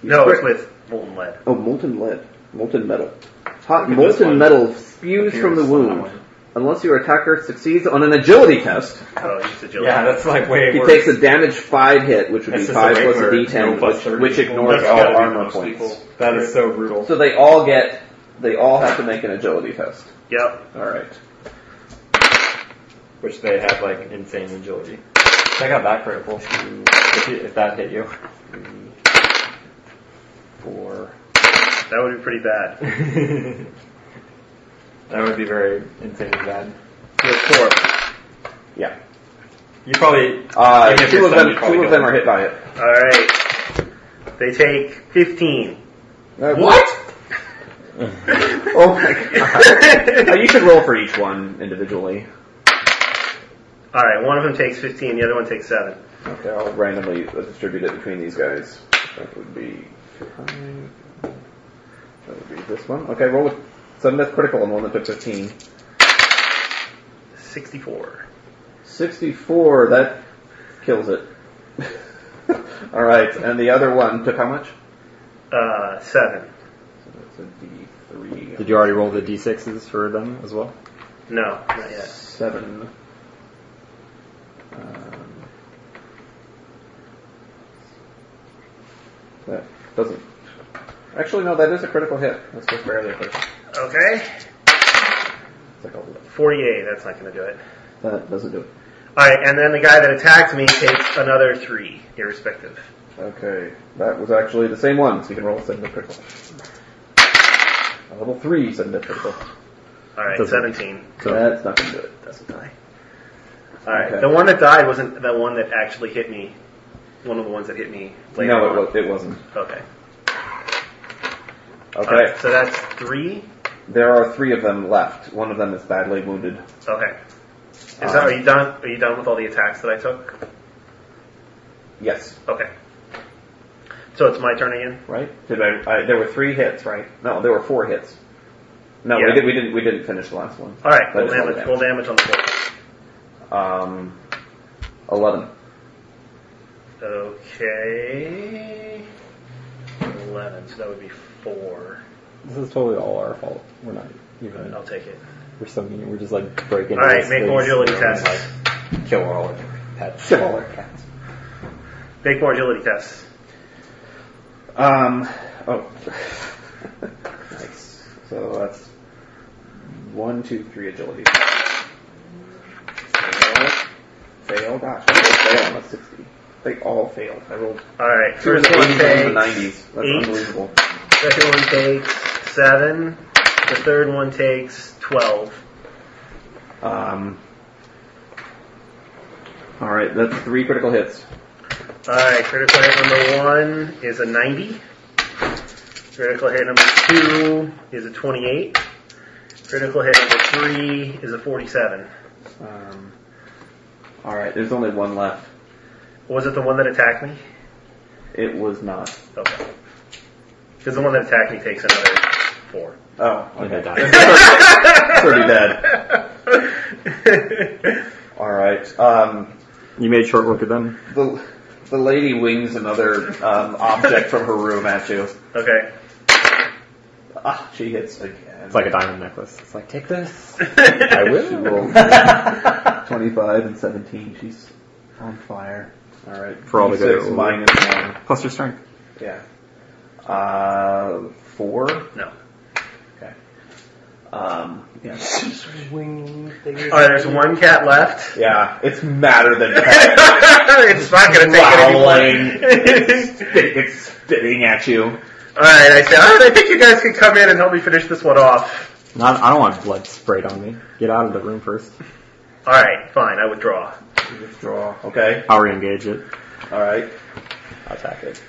Speaker 2: You
Speaker 8: No,
Speaker 2: spray-
Speaker 8: it's with molten lead.
Speaker 2: Oh, molten lead. Molten metal. Hot
Speaker 8: at this
Speaker 2: molten
Speaker 8: one.
Speaker 2: metal spews
Speaker 8: Appears
Speaker 2: from the
Speaker 8: on that
Speaker 2: wound.
Speaker 8: one.
Speaker 2: Unless your attacker succeeds on an agility test,
Speaker 8: Oh, it's agility.
Speaker 9: Yeah, that's like way
Speaker 2: he
Speaker 9: worse.
Speaker 2: takes a damage 5 hit, which would
Speaker 9: That's
Speaker 2: be
Speaker 9: just a
Speaker 2: 5 plus a
Speaker 9: regular
Speaker 2: d10,
Speaker 9: no plus
Speaker 2: which,
Speaker 9: 30.
Speaker 2: which ignores
Speaker 12: That's
Speaker 2: all
Speaker 12: gotta be
Speaker 2: armor
Speaker 12: most
Speaker 2: points.
Speaker 12: lethal.
Speaker 9: that is so brutal.
Speaker 2: So they all get, they all have to make an agility test.
Speaker 8: Yep.
Speaker 2: Alright.
Speaker 9: Which they have like insane agility. I got that critical. If, you, if that hit <laughs> you. Four.
Speaker 8: That would be pretty bad.
Speaker 9: that would be very insanely bad.
Speaker 8: You're four.
Speaker 2: Yeah.
Speaker 9: You probably
Speaker 2: Uh,
Speaker 9: Like, if
Speaker 2: two
Speaker 9: you're
Speaker 2: of
Speaker 9: stunned,
Speaker 2: them,
Speaker 9: you probably
Speaker 2: two of them
Speaker 9: kill them.
Speaker 2: are hit by it.
Speaker 8: All right. They take 15.
Speaker 2: What? <laughs> oh
Speaker 9: <laughs>
Speaker 2: my god. Uh, you should roll for each one individually.
Speaker 8: All right, one of them takes 15, the other one takes 7.
Speaker 2: Okay, I'll randomly distribute it between these guys. That would be five. That would be this one. Okay, roll with sudden death critical and one that took 15.
Speaker 8: 64.
Speaker 2: 64, that kills it. <laughs> Alright, and the other one took how much?
Speaker 8: Uh, 7.
Speaker 2: So that's a d3.
Speaker 9: Did you already roll the d6s for them as well?
Speaker 8: No, not yet.
Speaker 2: seven. Um, that doesn't. Actually, no, that is a critical hit. That's just barely a critical.
Speaker 8: Okay.
Speaker 2: It's like a,
Speaker 8: 48, that's not going to do it.
Speaker 2: that doesn't do it.
Speaker 8: All right, and then the guy that attacked me takes another 3, irrespective.
Speaker 2: Okay, that was actually the same one, so you can roll a seven hit critical. A level three seven hit critical.
Speaker 8: All right,
Speaker 9: Doesn't-
Speaker 8: 17.
Speaker 2: That's not gonna do it.
Speaker 8: Doesn't die. All right,
Speaker 2: Okay.
Speaker 8: the one that died wasn't the one that actually hit me. One of the ones that hit me later
Speaker 2: no,
Speaker 8: on.
Speaker 2: it, was, it wasn't.
Speaker 8: Okay.
Speaker 2: Okay,
Speaker 8: All right, so that's 3.
Speaker 2: there are three of them left. One of them is badly wounded.
Speaker 8: Okay. Is
Speaker 2: Um,
Speaker 8: that, are you done? Are you done with all the attacks that I took?
Speaker 2: Yes.
Speaker 8: Okay. So it's my turn again.
Speaker 2: right? Did I, I? There were three hits, right? No, there were four hits. No,
Speaker 8: Yeah.
Speaker 2: we, did, we didn't. We didn't finish the last one.
Speaker 8: All right,
Speaker 2: That
Speaker 8: roll
Speaker 2: is all
Speaker 8: damage. Roll damage on the board.
Speaker 2: Um, eleven.
Speaker 8: Okay. Eleven. So that would be four.
Speaker 13: This is totally all our fault. We're not even.
Speaker 8: I'll take it.
Speaker 13: We're so mean. We're just like breaking.
Speaker 8: All right,
Speaker 13: this
Speaker 8: make more
Speaker 13: space.
Speaker 8: agility tests.
Speaker 9: Kill all of them. That's
Speaker 2: Kill all our cats.
Speaker 13: <laughs>
Speaker 8: Make more agility tests.
Speaker 2: Um. Oh. nice. So that's one, two, three agility. Fail. Fail. Gosh, I fail on a sixty. They all failed. I rolled
Speaker 8: All right.
Speaker 2: two in
Speaker 8: First
Speaker 2: the
Speaker 8: one
Speaker 2: 80s and the
Speaker 8: takes.
Speaker 2: nineties. That's
Speaker 8: eight.
Speaker 2: unbelievable.
Speaker 8: Second one takes seven. The third one takes twelve.
Speaker 2: Um. All right, that's three critical hits.
Speaker 8: All right. Critical hit number one is a ninety. Critical hit number two is a twenty-eight. Critical hit number three is a forty-seven.
Speaker 2: Um, all right, there's only one left.
Speaker 8: Was it the one that attacked me?
Speaker 2: It was not.
Speaker 8: Okay. Because the one that attacked me takes another four. <laughs>
Speaker 2: Oh,
Speaker 9: Okay,
Speaker 2: okay.
Speaker 9: die.
Speaker 2: Pretty dead. All right. Um,
Speaker 9: You made short work of them.
Speaker 2: the the lady wings another um, object from her room at you.
Speaker 8: okay.
Speaker 2: Ah, she hits again.
Speaker 9: It's like a diamond necklace. It's like take this.
Speaker 2: I She <laughs> rolled twenty-five and seventeen. She's on fire. All right.
Speaker 9: For all the good
Speaker 2: six
Speaker 9: it will.
Speaker 2: minus one.
Speaker 9: Plus your strength.
Speaker 2: Yeah. Uh, four.
Speaker 8: No.
Speaker 2: Okay. Um, yeah.
Speaker 8: All right. Oh, There's one cat left. <laughs>
Speaker 2: Yeah, it's madder
Speaker 9: <laughs>
Speaker 2: than
Speaker 8: it's not gonna take
Speaker 2: growling.
Speaker 8: it
Speaker 2: it's,
Speaker 8: anymore.
Speaker 2: spit, it's spitting at you.
Speaker 8: All right. I said, all right. I think you guys can come in and help me finish this one off.
Speaker 9: Not, I don't want blood sprayed on me. Get out of the room first.
Speaker 8: All right. Fine. I withdraw.
Speaker 2: Withdraw. Okay.
Speaker 9: I'll re-engage it.
Speaker 2: All right. I'll attack it.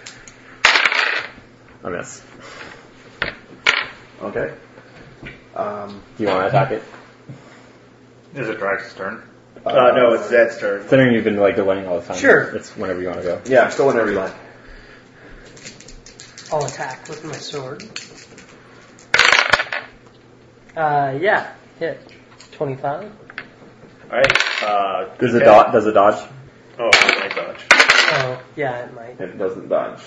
Speaker 9: I miss.
Speaker 2: Okay. Um,
Speaker 9: You want to attack it?
Speaker 12: Is it Drax's turn?
Speaker 8: Uh, no, it's Zed's turn.
Speaker 9: Considering you've been like delaying all the time.
Speaker 3: Sure.
Speaker 9: It's whenever you want to go.
Speaker 2: Yeah, go whenever you like.
Speaker 3: I'll attack with my sword. Uh, yeah, hit. 25.
Speaker 8: All right. Uh,
Speaker 9: Does it
Speaker 8: okay.
Speaker 9: dodge? Does it dodge?
Speaker 8: Oh, I might dodge.
Speaker 3: Oh, yeah, it might.
Speaker 2: It doesn't dodge.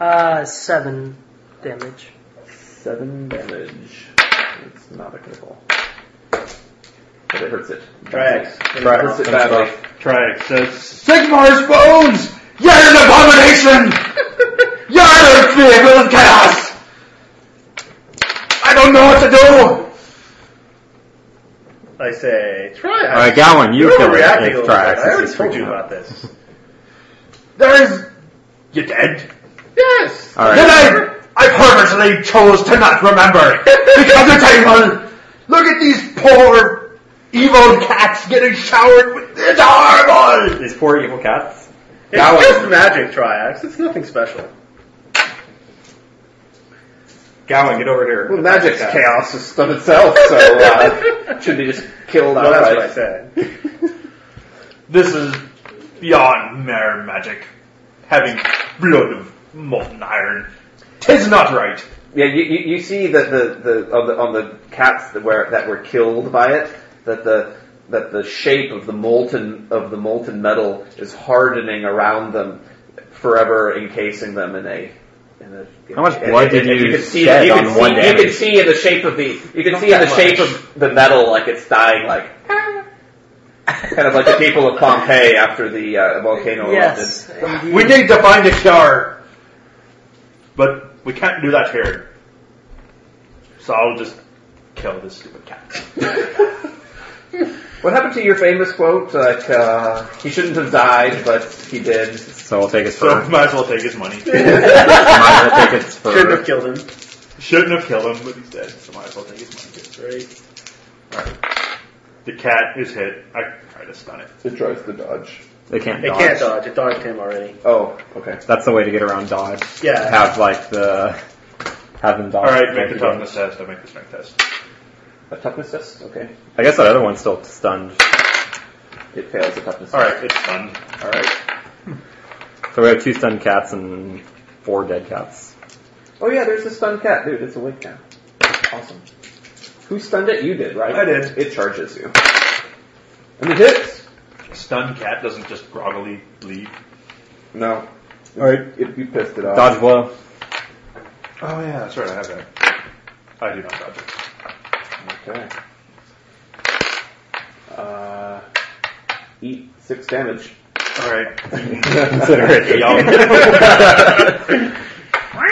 Speaker 3: Uh, seven damage.
Speaker 2: Seven damage. It's not a critical. But it hurts it.
Speaker 8: Drax.
Speaker 2: It hurts it badly.
Speaker 8: Try it. Says
Speaker 2: Sigmar's bones! You're an abomination! You're a vehicle of chaos! I don't know what to do!
Speaker 4: I say, try it.
Speaker 9: Alright, Gowan, you
Speaker 4: You're
Speaker 9: kill it.
Speaker 4: overreacting a
Speaker 9: It's
Speaker 4: little
Speaker 9: Triax.
Speaker 4: bit. I already
Speaker 9: It's
Speaker 4: told
Speaker 9: freaking
Speaker 4: you
Speaker 9: out.
Speaker 4: about this.
Speaker 2: There's.
Speaker 4: You dead? Yes.
Speaker 9: Alright.
Speaker 2: I, I purposely chose to not remember! Because it's evil! Look at these poor, evil cats getting showered with. It's horrible!
Speaker 9: These poor evil cats.
Speaker 4: It's
Speaker 2: That was-
Speaker 4: just magic, Triax. It's nothing special.
Speaker 9: Gowan, get over here.
Speaker 2: Well, magic's chaos just of itself, so <laughs>
Speaker 4: <laughs>
Speaker 2: uh, should be just killed
Speaker 4: Well,
Speaker 2: outright.
Speaker 4: that's what I said.
Speaker 8: This is beyond mere magic. Having blood of molten iron. Tis not right.
Speaker 2: Yeah, you, you, you see that the, the, on the on the cats that were that were killed by it that the that the shape of the molten of the molten metal is hardening around them, forever encasing them in a. In a
Speaker 9: How much
Speaker 2: and- and-
Speaker 9: blood did
Speaker 2: and
Speaker 9: you
Speaker 2: can see,
Speaker 9: shed
Speaker 2: you can
Speaker 9: on
Speaker 2: see,
Speaker 9: one
Speaker 2: You can
Speaker 9: damage?
Speaker 2: see in the shape of the you can see in the shape of the metal like it's dying like. kind of like the people of Pompeii after the uh, volcano
Speaker 3: Yes.
Speaker 8: We need to find a cure. But we can't do that here. So I'll just kill this stupid cat.
Speaker 2: erupted. What happened to your famous quote? Like uh, he shouldn't have died, but he did.
Speaker 9: So we'll take his
Speaker 8: So
Speaker 9: fur.
Speaker 8: might as well take his money.
Speaker 9: Might as well take its
Speaker 4: Shouldn't have
Speaker 9: fur.
Speaker 4: killed him.
Speaker 8: Shouldn't have killed him, but he's dead. So might as well take his money.
Speaker 4: Right.
Speaker 8: The cat is hit. I try to stun it.
Speaker 2: It tries to dodge.
Speaker 9: They can't
Speaker 4: It
Speaker 9: dodge.
Speaker 4: can't dodge. It dodged him already.
Speaker 2: Oh, okay.
Speaker 9: That's the way to get around dodge.
Speaker 4: Yeah.
Speaker 9: Have like the have them dodge.
Speaker 8: All right, make the
Speaker 9: Like,
Speaker 8: toughness test. I make the strength test.
Speaker 2: A toughness test? Okay.
Speaker 9: I guess that other one's still stunned.
Speaker 2: It fails a toughness
Speaker 8: All right, it's stunned.
Speaker 2: test. Alright.
Speaker 9: So we have two stunned cats and four dead cats.
Speaker 2: Oh yeah, there's a stunned cat. Dude, it's awake now. Awesome. Who stunned it? You did, right?
Speaker 8: I did.
Speaker 2: It charges you. And it hits!
Speaker 8: Stunned cat doesn't just groggily leave.
Speaker 2: No. Alright. If you pissed it off.
Speaker 9: Dodge blow.
Speaker 8: Oh yeah, that's right. I have that. I do not dodge it.
Speaker 2: Okay. Uh, eat six damage.
Speaker 8: All right.
Speaker 9: Consider
Speaker 8: <laughs>
Speaker 9: it.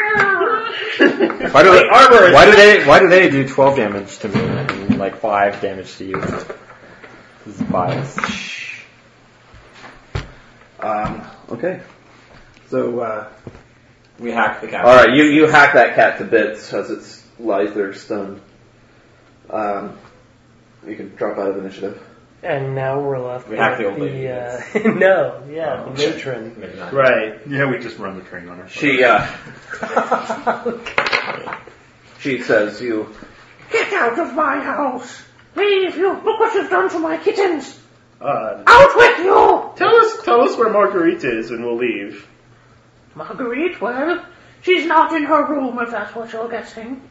Speaker 9: Why do they, why do they why do they do twelve damage to me and like five damage to you? This is biased.
Speaker 2: Um, okay. So, uh,
Speaker 10: We hack the cat.
Speaker 2: Alright, you, you hack that cat to bits as it lies there stunned. Um, you can drop out of initiative.
Speaker 3: <laughs> And now we're left
Speaker 10: We
Speaker 3: with
Speaker 10: hacked the old lady,
Speaker 3: Uh, <laughs> no, yeah, the matron. <laughs>
Speaker 10: Maybe not.
Speaker 4: Right.
Speaker 8: Yeah, we just run the train on her.
Speaker 2: She, uh, she says, you, get out of my house! Leave, you, look what you've done to my kittens!
Speaker 4: Uh,
Speaker 2: Out with you!
Speaker 4: tell us, tell us where Marguerite is, and we'll leave.
Speaker 2: Marguerite, well, she's not in her room if that's what you're guessing.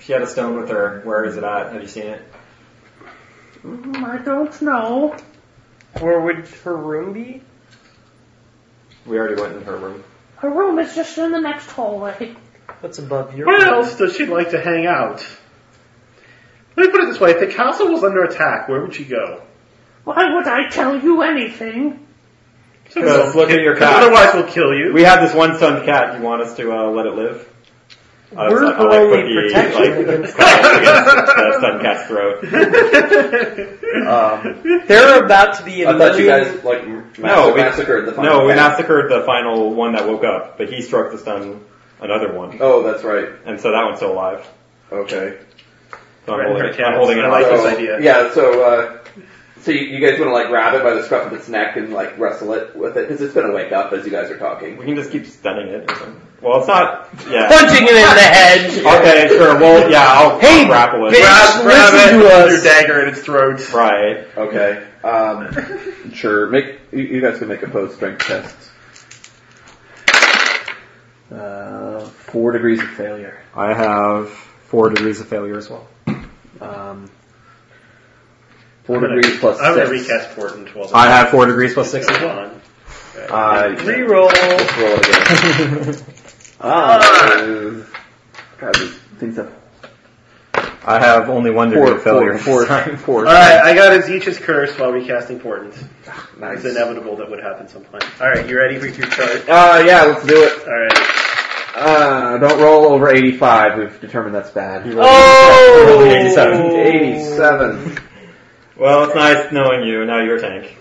Speaker 10: She had a stone with her. Where is it at? Have you seen it?
Speaker 2: Mm, I don't know.
Speaker 3: Where would her room be?
Speaker 10: We already went in her
Speaker 4: <laughs>
Speaker 10: room.
Speaker 2: Her room is just in the next hallway.
Speaker 3: What's above your
Speaker 4: Where
Speaker 3: room?
Speaker 4: else does she like to hang out? Let me put it this way: if the castle was under attack, where would she go?
Speaker 2: Why would I tell you anything?
Speaker 9: Let's look at your
Speaker 4: Because
Speaker 9: cat.
Speaker 4: otherwise, we'll kill you.
Speaker 9: We have this one stunned cat. You want us to uh, let it live? Uh, I was
Speaker 3: We're
Speaker 9: like-
Speaker 3: the
Speaker 9: I like
Speaker 3: only
Speaker 9: put the,
Speaker 3: protection
Speaker 9: like, <laughs>
Speaker 3: against
Speaker 9: claws against the stunned cat's throat.
Speaker 2: Um,
Speaker 3: They're about to be
Speaker 2: I
Speaker 3: in
Speaker 2: thought you guys, like,
Speaker 9: No,
Speaker 2: no,
Speaker 9: we-
Speaker 2: massacred the final
Speaker 9: No, we
Speaker 2: cat.
Speaker 9: massacred the final one that woke up, but he struck the stun another one,
Speaker 2: Oh, that's right.
Speaker 9: and so that one's still alive.
Speaker 2: Okay.
Speaker 9: So I'm
Speaker 4: Right,
Speaker 9: holding
Speaker 4: her
Speaker 9: it.
Speaker 4: cats.
Speaker 9: I'm holding it.
Speaker 4: I like
Speaker 9: alive.
Speaker 4: this
Speaker 2: So,
Speaker 4: idea.
Speaker 2: Yeah, so uh, so you, you guys want to like grab it by the scruff of its neck and like wrestle it with it because it's gonna wake up as you guys are talking.
Speaker 9: We can just keep stunning it. Or something. Well, it's not. Yeah.
Speaker 3: punching him in the head.
Speaker 9: Okay, sure. Well, yeah, I'll, I'll grapple it.
Speaker 3: Bitch, listen to
Speaker 4: put your
Speaker 3: us.
Speaker 4: dagger in its throat.
Speaker 9: Right.
Speaker 2: Okay.
Speaker 9: <laughs>
Speaker 2: Um, sure. Make you, you guys can make opposed strength tests. Uh, four degrees of failure.
Speaker 9: I have four degrees of failure as well.
Speaker 2: Um, 4
Speaker 4: I'm gonna-
Speaker 2: degrees plus
Speaker 4: I'm gonna
Speaker 2: six.
Speaker 4: recast portent. While
Speaker 9: I have four degrees plus six.
Speaker 4: Hold on.
Speaker 2: Uh,
Speaker 3: Reroll.
Speaker 2: Let's roll it again.
Speaker 9: <laughs>
Speaker 2: Ah, God, these things have
Speaker 9: I have only one degree
Speaker 2: Four,
Speaker 9: of failure.
Speaker 2: four, four, four.
Speaker 4: Alright, I got Azita's curse while recasting portent.
Speaker 2: nice.
Speaker 4: It's inevitable that would happen sometime. Alright, you ready for your chart?
Speaker 2: Uh, yeah, let's do it.
Speaker 4: Alright.
Speaker 2: Uh, don't roll over 85. We've determined that's bad.
Speaker 3: Oh!
Speaker 2: 87.
Speaker 9: Well, it's nice knowing you. Now you're a tank.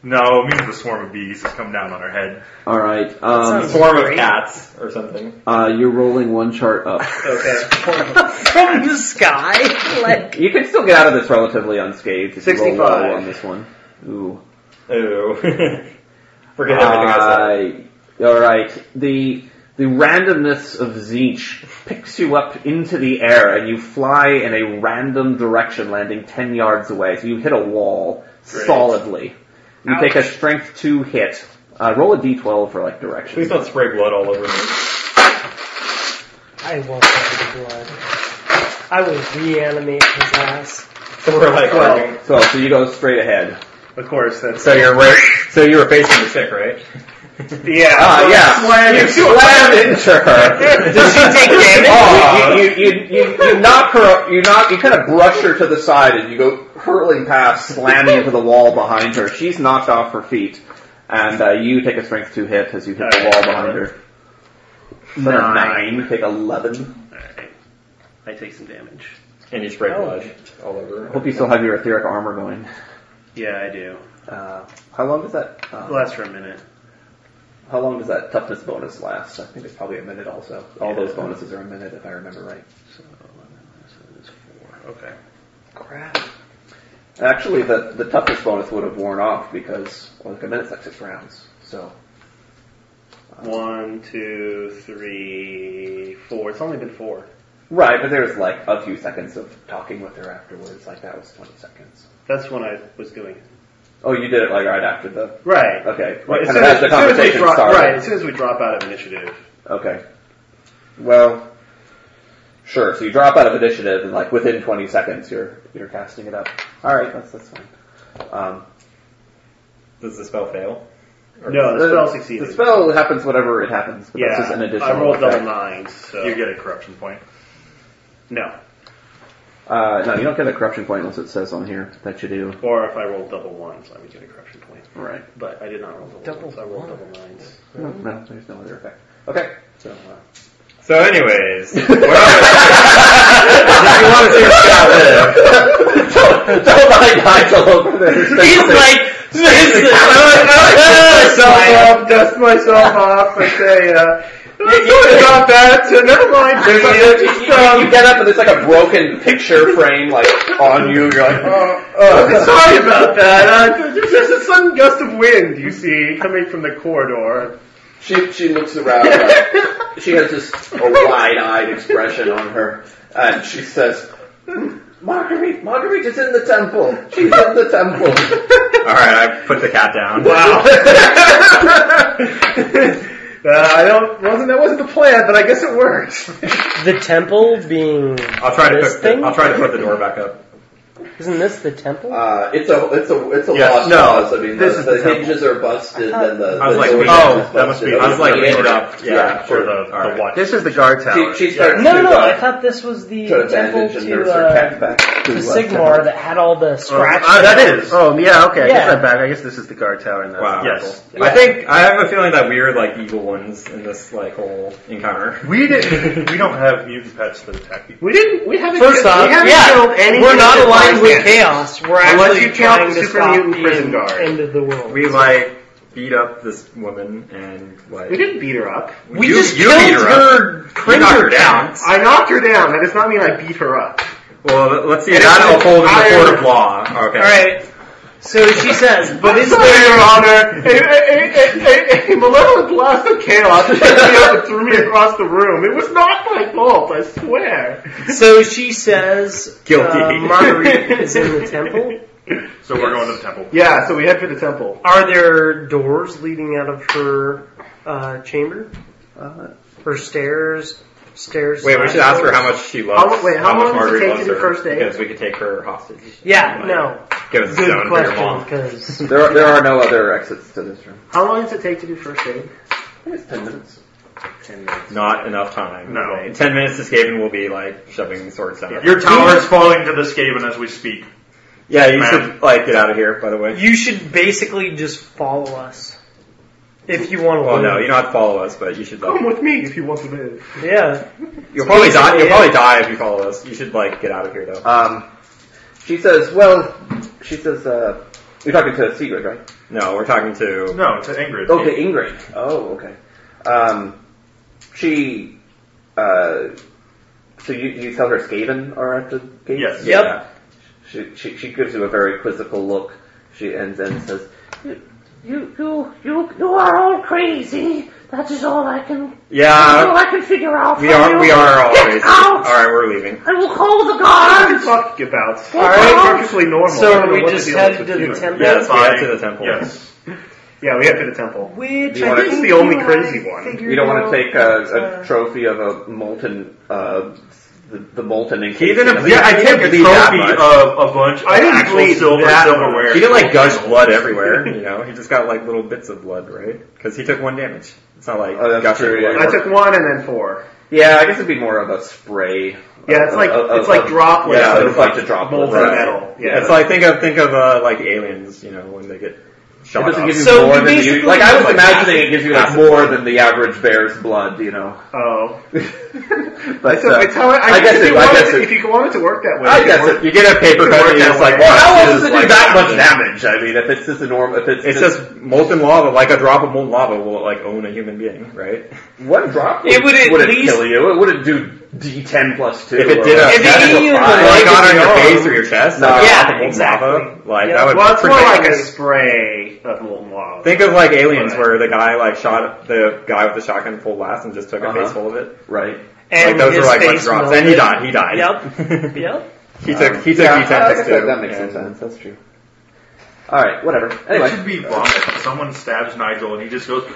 Speaker 8: No, it means the swarm of bees has come down on our head.
Speaker 2: All right. Um,
Speaker 9: Swarm of cats or something.
Speaker 2: uh, you're rolling one chart up.
Speaker 4: Okay.
Speaker 3: <laughs> From the sky? <laughs> Like,
Speaker 2: You can still get out of this relatively unscathed. If You roll
Speaker 4: 65.
Speaker 2: low on this one. Ooh.
Speaker 9: Ooh. <laughs> Forget everything I said.
Speaker 2: Uh, all right. The the randomness of Zeech picks you up into the air, and you fly in a random direction, landing ten yards away. So you hit a wall solidly. You take a strength two hit. Uh, roll a d12 for like direction.
Speaker 9: Please don't spray blood all over me.
Speaker 3: I won't cover the blood. I will reanimate his ass.
Speaker 9: So we're like,
Speaker 4: Well-
Speaker 9: well,
Speaker 2: So, so you go straight ahead.
Speaker 4: Of course, that's.
Speaker 9: so you're right. So you were facing the sick, right?
Speaker 4: Yeah.
Speaker 2: Ah,
Speaker 4: so
Speaker 2: yeah.
Speaker 4: slam
Speaker 2: you
Speaker 4: it.
Speaker 2: slam into her.
Speaker 9: <laughs> Does she take
Speaker 2: <laughs>
Speaker 9: damage?
Speaker 2: Oh, you, you, you, you, you knock her, you knock, you kind of brush her to the side and you go hurtling past, slamming into the wall behind her. She's knocked off her feet, and uh, you take a strength two hit as you hit the wall behind her. Another nine. You take eleven.
Speaker 4: Alright. I take some damage.
Speaker 9: And you
Speaker 3: Oh.
Speaker 9: spray blood all over.
Speaker 2: I hope you still have your etheric armor going.
Speaker 4: Yeah, I do.
Speaker 2: Uh, how long does that? Uh,
Speaker 4: Lasts for a minute.
Speaker 2: how long does that toughness bonus last? I think it's probably a minute. Also, all those bonuses are a minute if I remember right.
Speaker 4: So, 11, so it's four. Okay.
Speaker 2: Actually, the, the toughest bonus would have worn off because, well, like a minute's like six rounds. So,
Speaker 4: One, two, three, four. It's only been four.
Speaker 2: right, but there's like a few seconds of talking with her afterwards. Like that was 20 seconds.
Speaker 4: That's when I was doing it.
Speaker 2: Oh, you did it like right after the.
Speaker 4: Right.
Speaker 2: Okay, right,
Speaker 4: Right, as
Speaker 2: kind
Speaker 4: soon
Speaker 2: of
Speaker 4: as,
Speaker 2: as the
Speaker 4: as soon as we
Speaker 2: conversation
Speaker 4: drop,
Speaker 2: started.
Speaker 4: right, as soon as we drop out of initiative.
Speaker 2: Okay. Well, sure. So you drop out of initiative, and like within 20 seconds, you're you're casting it up. All right, that's that's fine. Um,
Speaker 9: Does the spell fail?
Speaker 4: No, the spell succeeded.
Speaker 2: The spell happens whenever it happens. But
Speaker 4: yeah,
Speaker 2: that's just an additional
Speaker 4: I rolled double
Speaker 2: effect.
Speaker 4: nines, so
Speaker 8: You get a corruption point.
Speaker 4: no.
Speaker 2: Uh, no, you don't get a corruption point unless it says on here that you do.
Speaker 4: Or if I rolled double ones, I would get a corruption point.
Speaker 2: Right.
Speaker 4: But I did not roll double,
Speaker 3: Double
Speaker 4: ones. I
Speaker 3: one.
Speaker 4: rolled double nines.
Speaker 2: No, no, there's no other effect. Okay. So, uh,
Speaker 9: So, anyways, where are we? If you want to see what's out there.
Speaker 2: don't, don't mind Nigel over there.
Speaker 3: He's like, this is
Speaker 4: myself up, dust myself off, I say, <laughs> uh,
Speaker 2: you,
Speaker 4: that, so never mind. <laughs>
Speaker 2: you get up and there's like a broken picture frame like on you. You're like, <laughs> oh,
Speaker 4: Sorry about that. Uh, there's just a sudden gust of wind, you see, coming from the corridor. <laughs>
Speaker 2: She she looks around. Like, <laughs> she has just a wide-eyed expression on her, and she says, "Hmm, "Marguerite, Marguerite is in the temple. <laughs> She's in the temple."
Speaker 9: Alright, I put the cat down.
Speaker 4: Uh, I don't, wasn't, that wasn't the plan, but I guess it <laughs> worked.
Speaker 3: The temple being
Speaker 9: I'll try to
Speaker 3: this
Speaker 9: put
Speaker 3: thing?
Speaker 9: the, I'll try to put the door back up.
Speaker 3: Isn't this the temple?
Speaker 2: Uh, it's a it's a it's a
Speaker 9: Yeah,
Speaker 2: lost
Speaker 9: no,
Speaker 2: cause. I mean,
Speaker 9: this
Speaker 2: the,
Speaker 9: is
Speaker 2: the,
Speaker 9: the temple.
Speaker 2: hinges are busted, and the,
Speaker 9: I was
Speaker 2: the
Speaker 9: like,
Speaker 2: door
Speaker 9: oh,
Speaker 2: is
Speaker 8: that must be-
Speaker 2: busted.
Speaker 9: I was like, leave it up. Yeah,
Speaker 2: Yeah,
Speaker 9: for
Speaker 2: sure.
Speaker 9: the,
Speaker 8: All right.
Speaker 9: the watch.
Speaker 4: This is the guard
Speaker 2: She, she starts
Speaker 3: no,
Speaker 2: to,
Speaker 3: no, no. I
Speaker 2: uh,
Speaker 3: thought this was the
Speaker 2: try to
Speaker 3: temple
Speaker 2: bandage and
Speaker 3: to,
Speaker 2: nurse her cat
Speaker 3: uh,
Speaker 2: back to
Speaker 3: to
Speaker 2: uh,
Speaker 3: Sigmar that had all the scratches.
Speaker 4: Oh, uh, that is. Oh, yeah, okay. I guess
Speaker 3: Yeah.
Speaker 4: I'm back. I guess this is the guard tower. And
Speaker 9: Wow.
Speaker 8: Yes.
Speaker 9: I think I have a feeling that we are like evil ones in this like whole encounter. <laughs>
Speaker 8: We
Speaker 4: <laughs>
Speaker 8: didn't. we don't have mutant pets that attack people.
Speaker 4: We didn't, we haven't,
Speaker 3: First
Speaker 4: killed-
Speaker 3: off,
Speaker 4: we haven't killed
Speaker 3: yeah,
Speaker 4: any
Speaker 3: we're not
Speaker 4: innocent
Speaker 3: aligned with
Speaker 4: bystanders.
Speaker 3: chaos. We're
Speaker 4: Unless
Speaker 3: actually
Speaker 4: you count
Speaker 3: trying to
Speaker 4: super
Speaker 3: stop
Speaker 4: mutant
Speaker 3: the
Speaker 4: prison
Speaker 3: end,
Speaker 4: guard.
Speaker 3: end of the world.
Speaker 9: We like beat up this woman and like
Speaker 4: We didn't beat her up.
Speaker 3: We
Speaker 9: you,
Speaker 3: just
Speaker 9: you
Speaker 3: killed
Speaker 9: beat
Speaker 3: her
Speaker 9: her, up. You knocked her
Speaker 3: critter
Speaker 9: down.
Speaker 4: I knocked her down. That does not mean I beat her up.
Speaker 9: Well, let's see.
Speaker 4: And
Speaker 9: That'll
Speaker 4: it's
Speaker 9: hold in the
Speaker 4: entire-
Speaker 9: court of law. Okay.
Speaker 3: All right. So she says, but is
Speaker 4: Sorry,
Speaker 3: there?
Speaker 4: Your Honor, a, a, a, a, a malevolent blast of chaos picked me up and threw me across the room. It was not my fault, I swear.
Speaker 3: So she says,
Speaker 9: <laughs> Guilty.
Speaker 3: Uh, Marguerite is in the temple.
Speaker 8: So we're going to the temple.
Speaker 4: Yeah, so we head for the temple.
Speaker 3: Are there doors leading out of her uh, chamber?
Speaker 2: Uh,
Speaker 3: Her stairs, upstairs.
Speaker 9: Wait, we should ask her how much she loves.
Speaker 4: How- wait, how long does it
Speaker 9: much Margaret
Speaker 4: take
Speaker 9: loves
Speaker 4: to do
Speaker 9: her,
Speaker 4: first aid?
Speaker 9: Because we could take her hostage.
Speaker 3: Yeah,
Speaker 9: Like,
Speaker 3: no.
Speaker 9: Give us a
Speaker 3: Good
Speaker 9: stone for your
Speaker 3: question,
Speaker 9: mom.
Speaker 3: because
Speaker 2: There are, there are no other exits to this room.
Speaker 4: How long does it take to do first aid?
Speaker 2: It's ten minutes.
Speaker 4: Ten minutes.
Speaker 9: Not enough time.
Speaker 8: No.
Speaker 9: Like, ten minutes to Skaven will be like shoving swords down. her
Speaker 8: Your tower is falling to the Skaven as we speak.
Speaker 9: Yeah, you
Speaker 8: Ma'am.
Speaker 9: should like get out of here. By the way.
Speaker 3: you should basically just follow us if you want to.
Speaker 9: Well, no, you don't have to follow us, but you should. Like,
Speaker 4: Come with me if you want to live.
Speaker 3: Yeah,
Speaker 9: you'll probably die. You'll probably die if you follow us. You should like get out of here though.
Speaker 2: Um, she says, well, she says, uh, you're talking to Sigrid, right?
Speaker 9: No, we're talking to.
Speaker 8: No, to Ingrid.
Speaker 2: Oh, to Ingrid. Oh, okay. Um, she, uh, so you, you tell her Skaven are at the gate?
Speaker 8: Yes.
Speaker 3: Yep.
Speaker 2: Yeah. She, she, she gives you a very quizzical look. She and then says, you, you, you, you, you are all crazy. That is all I can, all
Speaker 9: Yeah,
Speaker 2: I can figure out.
Speaker 9: Uh, we
Speaker 2: from
Speaker 9: are.
Speaker 2: you.
Speaker 9: We are all
Speaker 2: Get
Speaker 9: crazy. All
Speaker 2: out!
Speaker 9: right, we're leaving.
Speaker 2: I will call the guards.
Speaker 4: Talk about.
Speaker 2: All right.
Speaker 4: Perfectly normal.
Speaker 3: So
Speaker 4: I don't
Speaker 3: are
Speaker 4: know
Speaker 3: we
Speaker 4: what the
Speaker 3: just
Speaker 4: deal
Speaker 3: headed
Speaker 4: is
Speaker 3: to
Speaker 4: with
Speaker 3: the
Speaker 4: you.
Speaker 3: temple?
Speaker 9: Yes, we head
Speaker 8: Fine.
Speaker 9: to the temple.
Speaker 8: Yes.
Speaker 4: Yeah, we have to the temple.
Speaker 3: Which
Speaker 2: You
Speaker 3: I
Speaker 2: wanna-
Speaker 3: think
Speaker 4: It's the only
Speaker 3: you
Speaker 4: crazy
Speaker 3: might
Speaker 4: one.
Speaker 3: figure
Speaker 2: You don't want
Speaker 3: out
Speaker 2: to take a,
Speaker 3: that,
Speaker 2: a
Speaker 3: uh,
Speaker 2: trophy of a molten, uh, the, the molten and
Speaker 9: He's in a-
Speaker 8: Yeah, I take a
Speaker 9: Bleed that
Speaker 8: trophy
Speaker 9: much.
Speaker 8: of a bunch of
Speaker 4: I didn't
Speaker 8: actual
Speaker 4: bleed
Speaker 8: silver
Speaker 4: that
Speaker 8: silverware.
Speaker 9: He didn't like gush blood everywhere, you know. He just got like little bits of blood, right? Because he took one damage. It's not like
Speaker 2: Oh, that's
Speaker 9: gushing
Speaker 2: true, yeah.
Speaker 9: blood.
Speaker 4: I took one and then four.
Speaker 2: Yeah, I guess it'd be more of a spray.
Speaker 4: Yeah, it's like
Speaker 2: Of- of-
Speaker 4: it's like
Speaker 2: of-
Speaker 4: droplets.
Speaker 2: oh, Yeah,
Speaker 4: of
Speaker 2: it's like the droplets.
Speaker 4: molten
Speaker 9: Right.
Speaker 4: metal. Yeah.
Speaker 9: It's like think of think of uh, like aliens, you know, when they get
Speaker 2: It
Speaker 9: shot.
Speaker 2: doesn't
Speaker 9: up.
Speaker 2: give you more
Speaker 3: So you
Speaker 2: than you.
Speaker 3: basically
Speaker 2: Like I
Speaker 3: have,
Speaker 2: was
Speaker 3: like,
Speaker 2: imagining, it gives you like
Speaker 9: acid
Speaker 2: more than the average bear's blood, you know.
Speaker 4: oh,
Speaker 2: but
Speaker 4: so
Speaker 2: uh,
Speaker 4: it's how I,
Speaker 2: I guess
Speaker 4: guess if
Speaker 2: it.
Speaker 4: you,
Speaker 2: I
Speaker 4: wanted,
Speaker 2: guess it.
Speaker 4: if you wanted to work that way,
Speaker 2: I
Speaker 4: it
Speaker 2: guess it.
Speaker 4: worked.
Speaker 9: you get a paper
Speaker 4: It
Speaker 9: cut
Speaker 4: worked
Speaker 9: and it's
Speaker 4: that
Speaker 9: like
Speaker 4: way.
Speaker 2: Well,
Speaker 9: wow,
Speaker 2: how
Speaker 9: this
Speaker 2: else
Speaker 9: is
Speaker 2: does it do
Speaker 9: like-
Speaker 2: that much damage? I mean, if it's just enormous, if it's,
Speaker 9: It's just molten lava, like a drop of molten lava will like own a human being, right?
Speaker 2: one drop,
Speaker 3: It would at
Speaker 2: wouldn't
Speaker 3: least-
Speaker 2: kill you. It wouldn't do D10 plus two.
Speaker 9: If E it
Speaker 2: or
Speaker 9: did a
Speaker 2: whatever.
Speaker 3: If it
Speaker 9: that's
Speaker 3: hit you in the
Speaker 9: fine.
Speaker 3: leg
Speaker 9: like on
Speaker 3: with
Speaker 9: your
Speaker 3: your
Speaker 9: face
Speaker 3: arm.
Speaker 9: or your chest,
Speaker 2: No.
Speaker 9: like a drop
Speaker 3: Yeah,
Speaker 9: of molten
Speaker 3: exactly.
Speaker 9: lava, like
Speaker 3: Yeah.
Speaker 9: that would
Speaker 4: Well, it's more
Speaker 9: pretty much
Speaker 4: like a spray of molten lava.
Speaker 9: Think of like aliens where the guy like shot the guy with the shotgun full blast and just took a
Speaker 2: Uh-huh.
Speaker 9: face full of it.
Speaker 2: right.
Speaker 3: and
Speaker 9: like those
Speaker 3: his
Speaker 9: were like
Speaker 3: face
Speaker 9: drops.
Speaker 3: melted.
Speaker 9: And he died. He died. <laughs>
Speaker 3: Yep. Yep.
Speaker 9: he took he took oh,
Speaker 2: yeah,
Speaker 9: D10
Speaker 2: I
Speaker 9: plus
Speaker 2: guess
Speaker 9: two.
Speaker 2: that, that makes some
Speaker 9: and-
Speaker 2: sense. That's true. All right, whatever.
Speaker 8: It
Speaker 2: Anyway,
Speaker 8: should be vomit. Someone stabs Nigel and he just goes.
Speaker 2: <laughs>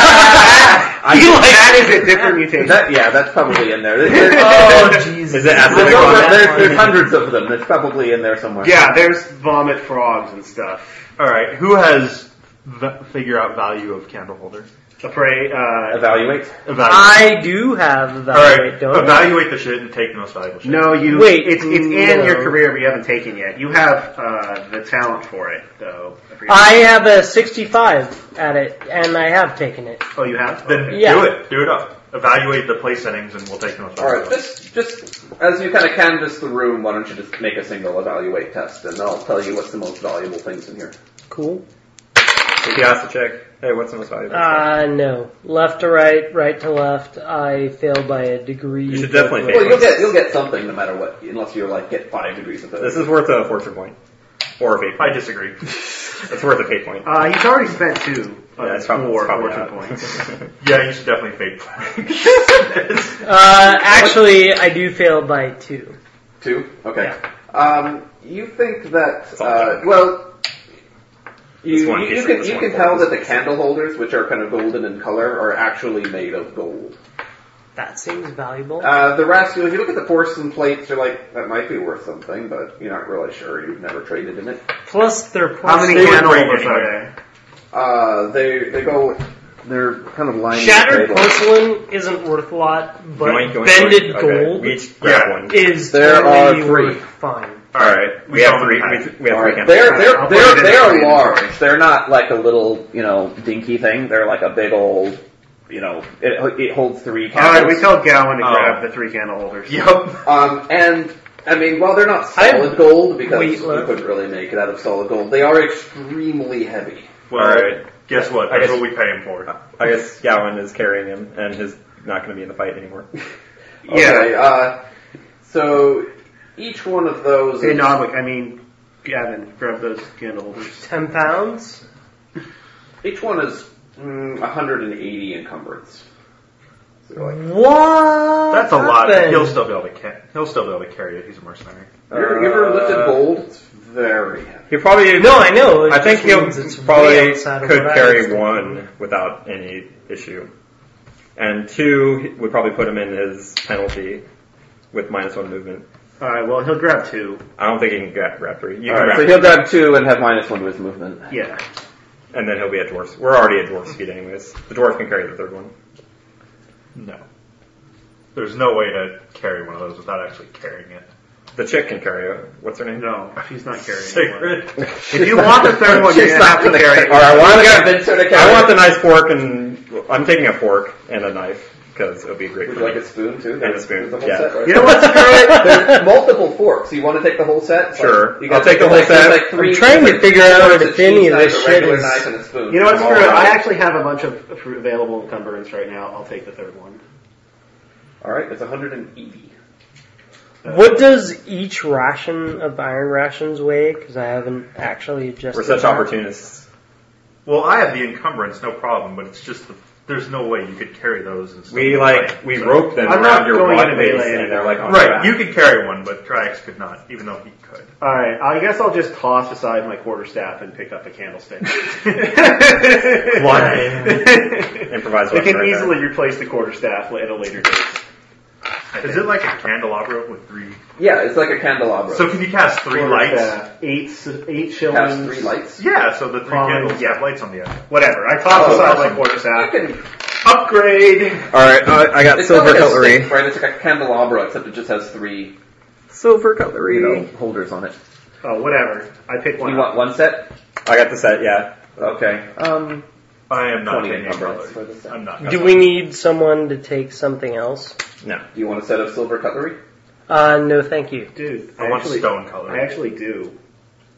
Speaker 2: I
Speaker 4: You like
Speaker 9: <laughs>
Speaker 4: that is a different mutation.
Speaker 2: That, yeah, that's probably in there. There- there-
Speaker 3: Oh Jesus!
Speaker 9: Is it
Speaker 2: there's,
Speaker 9: acidic
Speaker 2: over-
Speaker 9: on
Speaker 3: that
Speaker 2: there's-
Speaker 3: one.
Speaker 2: there's hundreds of them. It's probably in there somewhere.
Speaker 4: yeah, there's vomit frogs and stuff.
Speaker 8: All right, who has v- figure out value of candle holder?
Speaker 4: A prey. Uh,
Speaker 2: Evaluate.
Speaker 8: Evaluate.
Speaker 3: I do have evaluate.
Speaker 8: Alright,
Speaker 3: Don't I?
Speaker 8: evaluate the shit and take the most valuable shit.
Speaker 4: no, you.
Speaker 3: Wait,
Speaker 4: it's it's
Speaker 3: no.
Speaker 4: in your career, but you haven't taken yet. You have uh, the talent for it, though. I forget-
Speaker 3: I have a 65 at it, and I have taken it.
Speaker 4: oh, you have.
Speaker 8: Then
Speaker 3: Yeah.
Speaker 8: do it. Do it up. Evaluate the play settings and we'll take the most
Speaker 2: All right,
Speaker 8: valuable.
Speaker 2: just just as you kind of canvass the room, why don't you just make a single evaluate test, and I'll tell you what's the most valuable things in here.
Speaker 3: Cool.
Speaker 9: If you ask the chick, hey, what's the most valuable?
Speaker 3: Uh, no. Left to right, right to left. I fail by a degree.
Speaker 9: You should definitely
Speaker 3: but-
Speaker 9: fail.
Speaker 2: Well, you'll get you'll get something no matter what, unless you're like get five degrees of it.
Speaker 9: this is worth a fortune point or a fate.
Speaker 8: I
Speaker 9: Point.
Speaker 8: disagree.
Speaker 9: It's worth a fate point.
Speaker 4: Uh, he's already spent two.
Speaker 9: Yeah,
Speaker 4: Uh,
Speaker 9: it's prob- it's
Speaker 4: four
Speaker 9: probably
Speaker 4: fortune
Speaker 9: not.
Speaker 4: points.
Speaker 8: Yeah, you should definitely fake.
Speaker 4: <laughs>
Speaker 8: <laughs>
Speaker 3: Uh, actually, I do fail by two.
Speaker 2: Two. Okay. Um, you think that?
Speaker 9: all
Speaker 2: Uh,
Speaker 9: good.
Speaker 2: well, you,
Speaker 9: one
Speaker 2: you, you
Speaker 9: piece
Speaker 2: can
Speaker 9: of-
Speaker 2: you
Speaker 9: this
Speaker 2: can
Speaker 9: one
Speaker 2: tell
Speaker 9: focus
Speaker 2: that the candle holders, which are kind of golden in color, are actually made of gold.
Speaker 3: That seems valuable.
Speaker 2: Uh, the rest, if you look at the porcelain plates, you're like, that might be worth something, but you're not really sure. You've never traded in it.
Speaker 3: Plus, they're plus
Speaker 4: How many
Speaker 8: They were
Speaker 4: candle
Speaker 8: great
Speaker 4: holders are
Speaker 8: anyway.
Speaker 4: there?
Speaker 2: Uh, they they go, they're kind of lined.
Speaker 3: Shattered porcelain isn't worth a lot, but
Speaker 9: Going, going,
Speaker 3: bended
Speaker 9: going. Okay,
Speaker 3: gold
Speaker 9: We each grab
Speaker 8: Yeah.
Speaker 9: one.
Speaker 3: is
Speaker 2: There are
Speaker 3: totally
Speaker 2: three.
Speaker 3: worth fine.
Speaker 9: All right, we have
Speaker 8: don't
Speaker 9: three.
Speaker 8: have-
Speaker 9: We, we have
Speaker 2: All
Speaker 9: three.
Speaker 2: right.
Speaker 9: candles.
Speaker 2: They're they're
Speaker 4: I'll put it
Speaker 2: they're
Speaker 4: in
Speaker 2: they're
Speaker 4: the
Speaker 2: large.
Speaker 4: inventory.
Speaker 2: They're not like a little you know dinky thing. They're like a big old you know. It, it holds three.
Speaker 4: All right,
Speaker 2: candles.
Speaker 4: we tell Gowan to
Speaker 8: Oh.
Speaker 4: grab the three candle holders.
Speaker 8: Yep.
Speaker 2: <laughs> Um, and I mean, while they're not
Speaker 3: I-
Speaker 2: solid gold because
Speaker 3: Wait,
Speaker 2: you
Speaker 3: look.
Speaker 2: couldn't really make it out of solid gold, they are extremely heavy.
Speaker 8: Well,
Speaker 9: All right.
Speaker 8: guess Oh, what?
Speaker 9: I
Speaker 8: That's
Speaker 9: guess-
Speaker 8: what we pay him for.
Speaker 9: I guess Gowan is carrying him, and he's not going to be in the fight anymore.
Speaker 2: Okay, uh, so each one of those.
Speaker 4: Hey,
Speaker 2: is-
Speaker 4: no, I'm like, I mean, Gavin, grab those candle holders.
Speaker 3: Ten pounds?
Speaker 2: Each one is mm, 180 encumbrance. So you're like,
Speaker 3: What?
Speaker 8: That's a lot.
Speaker 3: happened?
Speaker 8: He'll still be able to. Ca- he'll still be able to carry it. He's a mercenary.
Speaker 2: you ever- you ever lifted
Speaker 9: Uh,
Speaker 2: gold? It's very heavy.
Speaker 9: He probably
Speaker 3: No, I know. It
Speaker 9: I think
Speaker 3: just
Speaker 9: he
Speaker 3: means it's way
Speaker 9: probably
Speaker 3: outside of
Speaker 9: could
Speaker 3: what I
Speaker 9: carry
Speaker 3: was
Speaker 9: one without any issue. And two would probably put him in his penalty with minus one movement.
Speaker 4: All right. Well, he'll grab two.
Speaker 9: I don't think he can grab, grab three. You
Speaker 2: All
Speaker 9: can
Speaker 2: right,
Speaker 9: grab
Speaker 2: so he'll grab two and have minus one to his movement.
Speaker 4: Yeah.
Speaker 9: and then he'll be at dwarf. We're already at dwarf speed anyways. The dwarf can carry the third one.
Speaker 8: No. There's no way to carry one of those without actually carrying it.
Speaker 9: The chick can carry it. What's her name?
Speaker 4: No, she's not carrying one.
Speaker 9: <laughs>
Speaker 8: Sacred.
Speaker 4: If you want the third one, you're
Speaker 2: She's
Speaker 4: gonna have
Speaker 2: not
Speaker 4: to
Speaker 2: gonna
Speaker 4: carry
Speaker 2: carry-
Speaker 4: it.
Speaker 2: Or I want to
Speaker 9: Yeah.
Speaker 2: convince her to carry.
Speaker 9: I want the nice fork and I'm taking a fork and a knife because it would be great.
Speaker 2: Would
Speaker 9: For
Speaker 2: you like
Speaker 9: me.
Speaker 2: a spoon too?
Speaker 9: And a spoon,
Speaker 2: There's a whole
Speaker 9: yeah.
Speaker 2: set, right?
Speaker 4: You know what? Screw it.
Speaker 2: There's multiple forks. You want to take the whole set? It's
Speaker 9: Sure.
Speaker 2: Like, you
Speaker 9: I'll
Speaker 2: got
Speaker 9: take the
Speaker 2: like-
Speaker 9: whole
Speaker 2: there's
Speaker 9: set.
Speaker 2: Like three
Speaker 3: I'm trying to
Speaker 2: different
Speaker 3: figure out
Speaker 2: forks,
Speaker 3: if
Speaker 2: a cheese
Speaker 3: any of
Speaker 2: knife,
Speaker 3: this
Speaker 2: a regular
Speaker 3: shit is-
Speaker 2: Knife and a spoon.
Speaker 4: You know what?
Speaker 2: All
Speaker 4: Screw it. I
Speaker 2: right.
Speaker 4: actually have a bunch of of available encumbrance right now. I'll take the third one.
Speaker 2: All right, it's 180.
Speaker 3: What does each ration of iron rations weigh? Because I haven't actually adjusted.
Speaker 9: We're such
Speaker 3: that.
Speaker 9: opportunists.
Speaker 8: Well, I have the encumbrance, no problem, but it's just the, there's no way you could carry those. And stuff.
Speaker 9: We like we rope them
Speaker 4: I'm not
Speaker 9: around your
Speaker 4: going
Speaker 9: broad
Speaker 4: into melee
Speaker 9: base and they're like "Oh, on your
Speaker 8: right.
Speaker 9: back.
Speaker 8: You could carry one, but Drax could not, even though he could.
Speaker 4: All right. I guess I'll just toss aside my quarterstaff and pick up a candlestick.
Speaker 8: <laughs>
Speaker 9: improvise.
Speaker 4: It
Speaker 9: weapon
Speaker 4: can
Speaker 9: right there.
Speaker 4: easily replace the quarterstaff at a later date.
Speaker 8: Is it like a candelabra with three?
Speaker 2: Yeah, it's like a candelabra.
Speaker 8: So can you cast three lights?
Speaker 4: Quarterstaff, Eight s- eight
Speaker 2: Has
Speaker 4: shillings.
Speaker 2: three lights.
Speaker 8: Yeah, so the three
Speaker 4: Fine.
Speaker 8: candles have lights on the end.
Speaker 4: Whatever. I toss
Speaker 2: Oh,
Speaker 4: aside my
Speaker 8: awesome.
Speaker 2: I
Speaker 4: quarterstaff.
Speaker 2: can-
Speaker 8: Upgrade.
Speaker 9: All right, uh, I got
Speaker 2: It's
Speaker 9: silver
Speaker 2: not like a
Speaker 9: cutlery.
Speaker 2: stick, right? It's like a candelabra, except it just has three
Speaker 9: Silver cutlery.
Speaker 2: you know, holders on it.
Speaker 4: Oh, whatever. I pick one.
Speaker 2: You
Speaker 4: up.
Speaker 2: want one set?
Speaker 9: I got the set. Yeah.
Speaker 2: Okay. Um,
Speaker 8: I am not
Speaker 2: 20
Speaker 8: taking
Speaker 2: encumbrance for
Speaker 8: cutlery.
Speaker 2: the set.
Speaker 8: I'm not.
Speaker 3: Do we need someone to take something else?
Speaker 9: No.
Speaker 2: Do you want a set of silver cutlery?
Speaker 3: Uh, no, thank you.
Speaker 4: Dude,
Speaker 8: I
Speaker 4: I,
Speaker 8: want
Speaker 4: actually,
Speaker 8: stone
Speaker 4: I
Speaker 8: colour.
Speaker 4: actually do.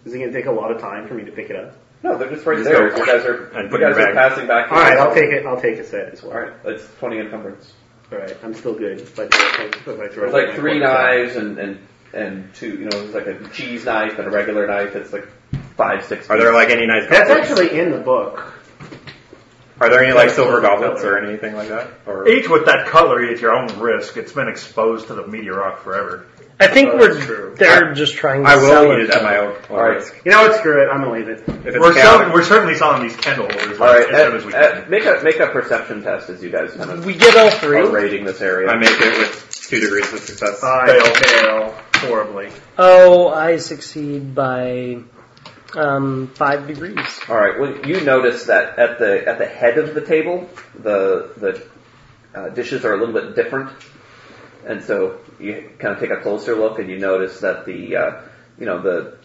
Speaker 4: Is it going to take a lot of time for me to pick it up?
Speaker 2: No, they're just right
Speaker 9: Just
Speaker 2: there.
Speaker 9: go.
Speaker 2: You guys are,
Speaker 9: And
Speaker 2: you
Speaker 9: put it in
Speaker 2: guys
Speaker 9: your
Speaker 2: are
Speaker 9: bag.
Speaker 2: passing back.
Speaker 4: All right, I'll take it. I'll take a set as well.
Speaker 2: All right, it's 20 encumbrance.
Speaker 4: All right, I'm still good. If I throw- if I throw
Speaker 2: It's
Speaker 4: away
Speaker 2: like
Speaker 4: my
Speaker 2: three
Speaker 4: quarterstaff.
Speaker 2: knives and, and, and two, you know, it's like a cheese knife and a regular knife. It's like five, six.
Speaker 9: Are there like any nice?
Speaker 4: That's
Speaker 9: goblets?
Speaker 4: actually in the book.
Speaker 9: Are there any like silver goblets or anything like that? Or
Speaker 8: Eat with that cutlery at your own risk. It's been exposed to the meteor rock forever.
Speaker 3: I think
Speaker 4: Oh, that's
Speaker 3: we're
Speaker 4: true.
Speaker 3: they're just trying to
Speaker 9: I will
Speaker 3: sell
Speaker 9: eat it at my own, own
Speaker 2: All right.
Speaker 9: risk.
Speaker 4: You know what? Screw it. I'm gonna leave it.
Speaker 9: If it's
Speaker 8: We're,
Speaker 9: chaotic,
Speaker 8: selling, we're certainly selling these candle holders
Speaker 2: All right,
Speaker 8: as soon as we
Speaker 2: Ed-
Speaker 8: can.
Speaker 2: Ed, make a make a perception test as you guys kind of
Speaker 3: We get all
Speaker 2: are
Speaker 3: three.
Speaker 2: raiding this area.
Speaker 9: I make it with two degrees of success.
Speaker 4: I fail horribly.
Speaker 3: Oh, I succeed by um, five degrees.
Speaker 2: All right. Well, you notice that at the at the head of the table, the the uh, dishes are a little bit different, and so you kind of take a closer look, and you notice that the uh, you know the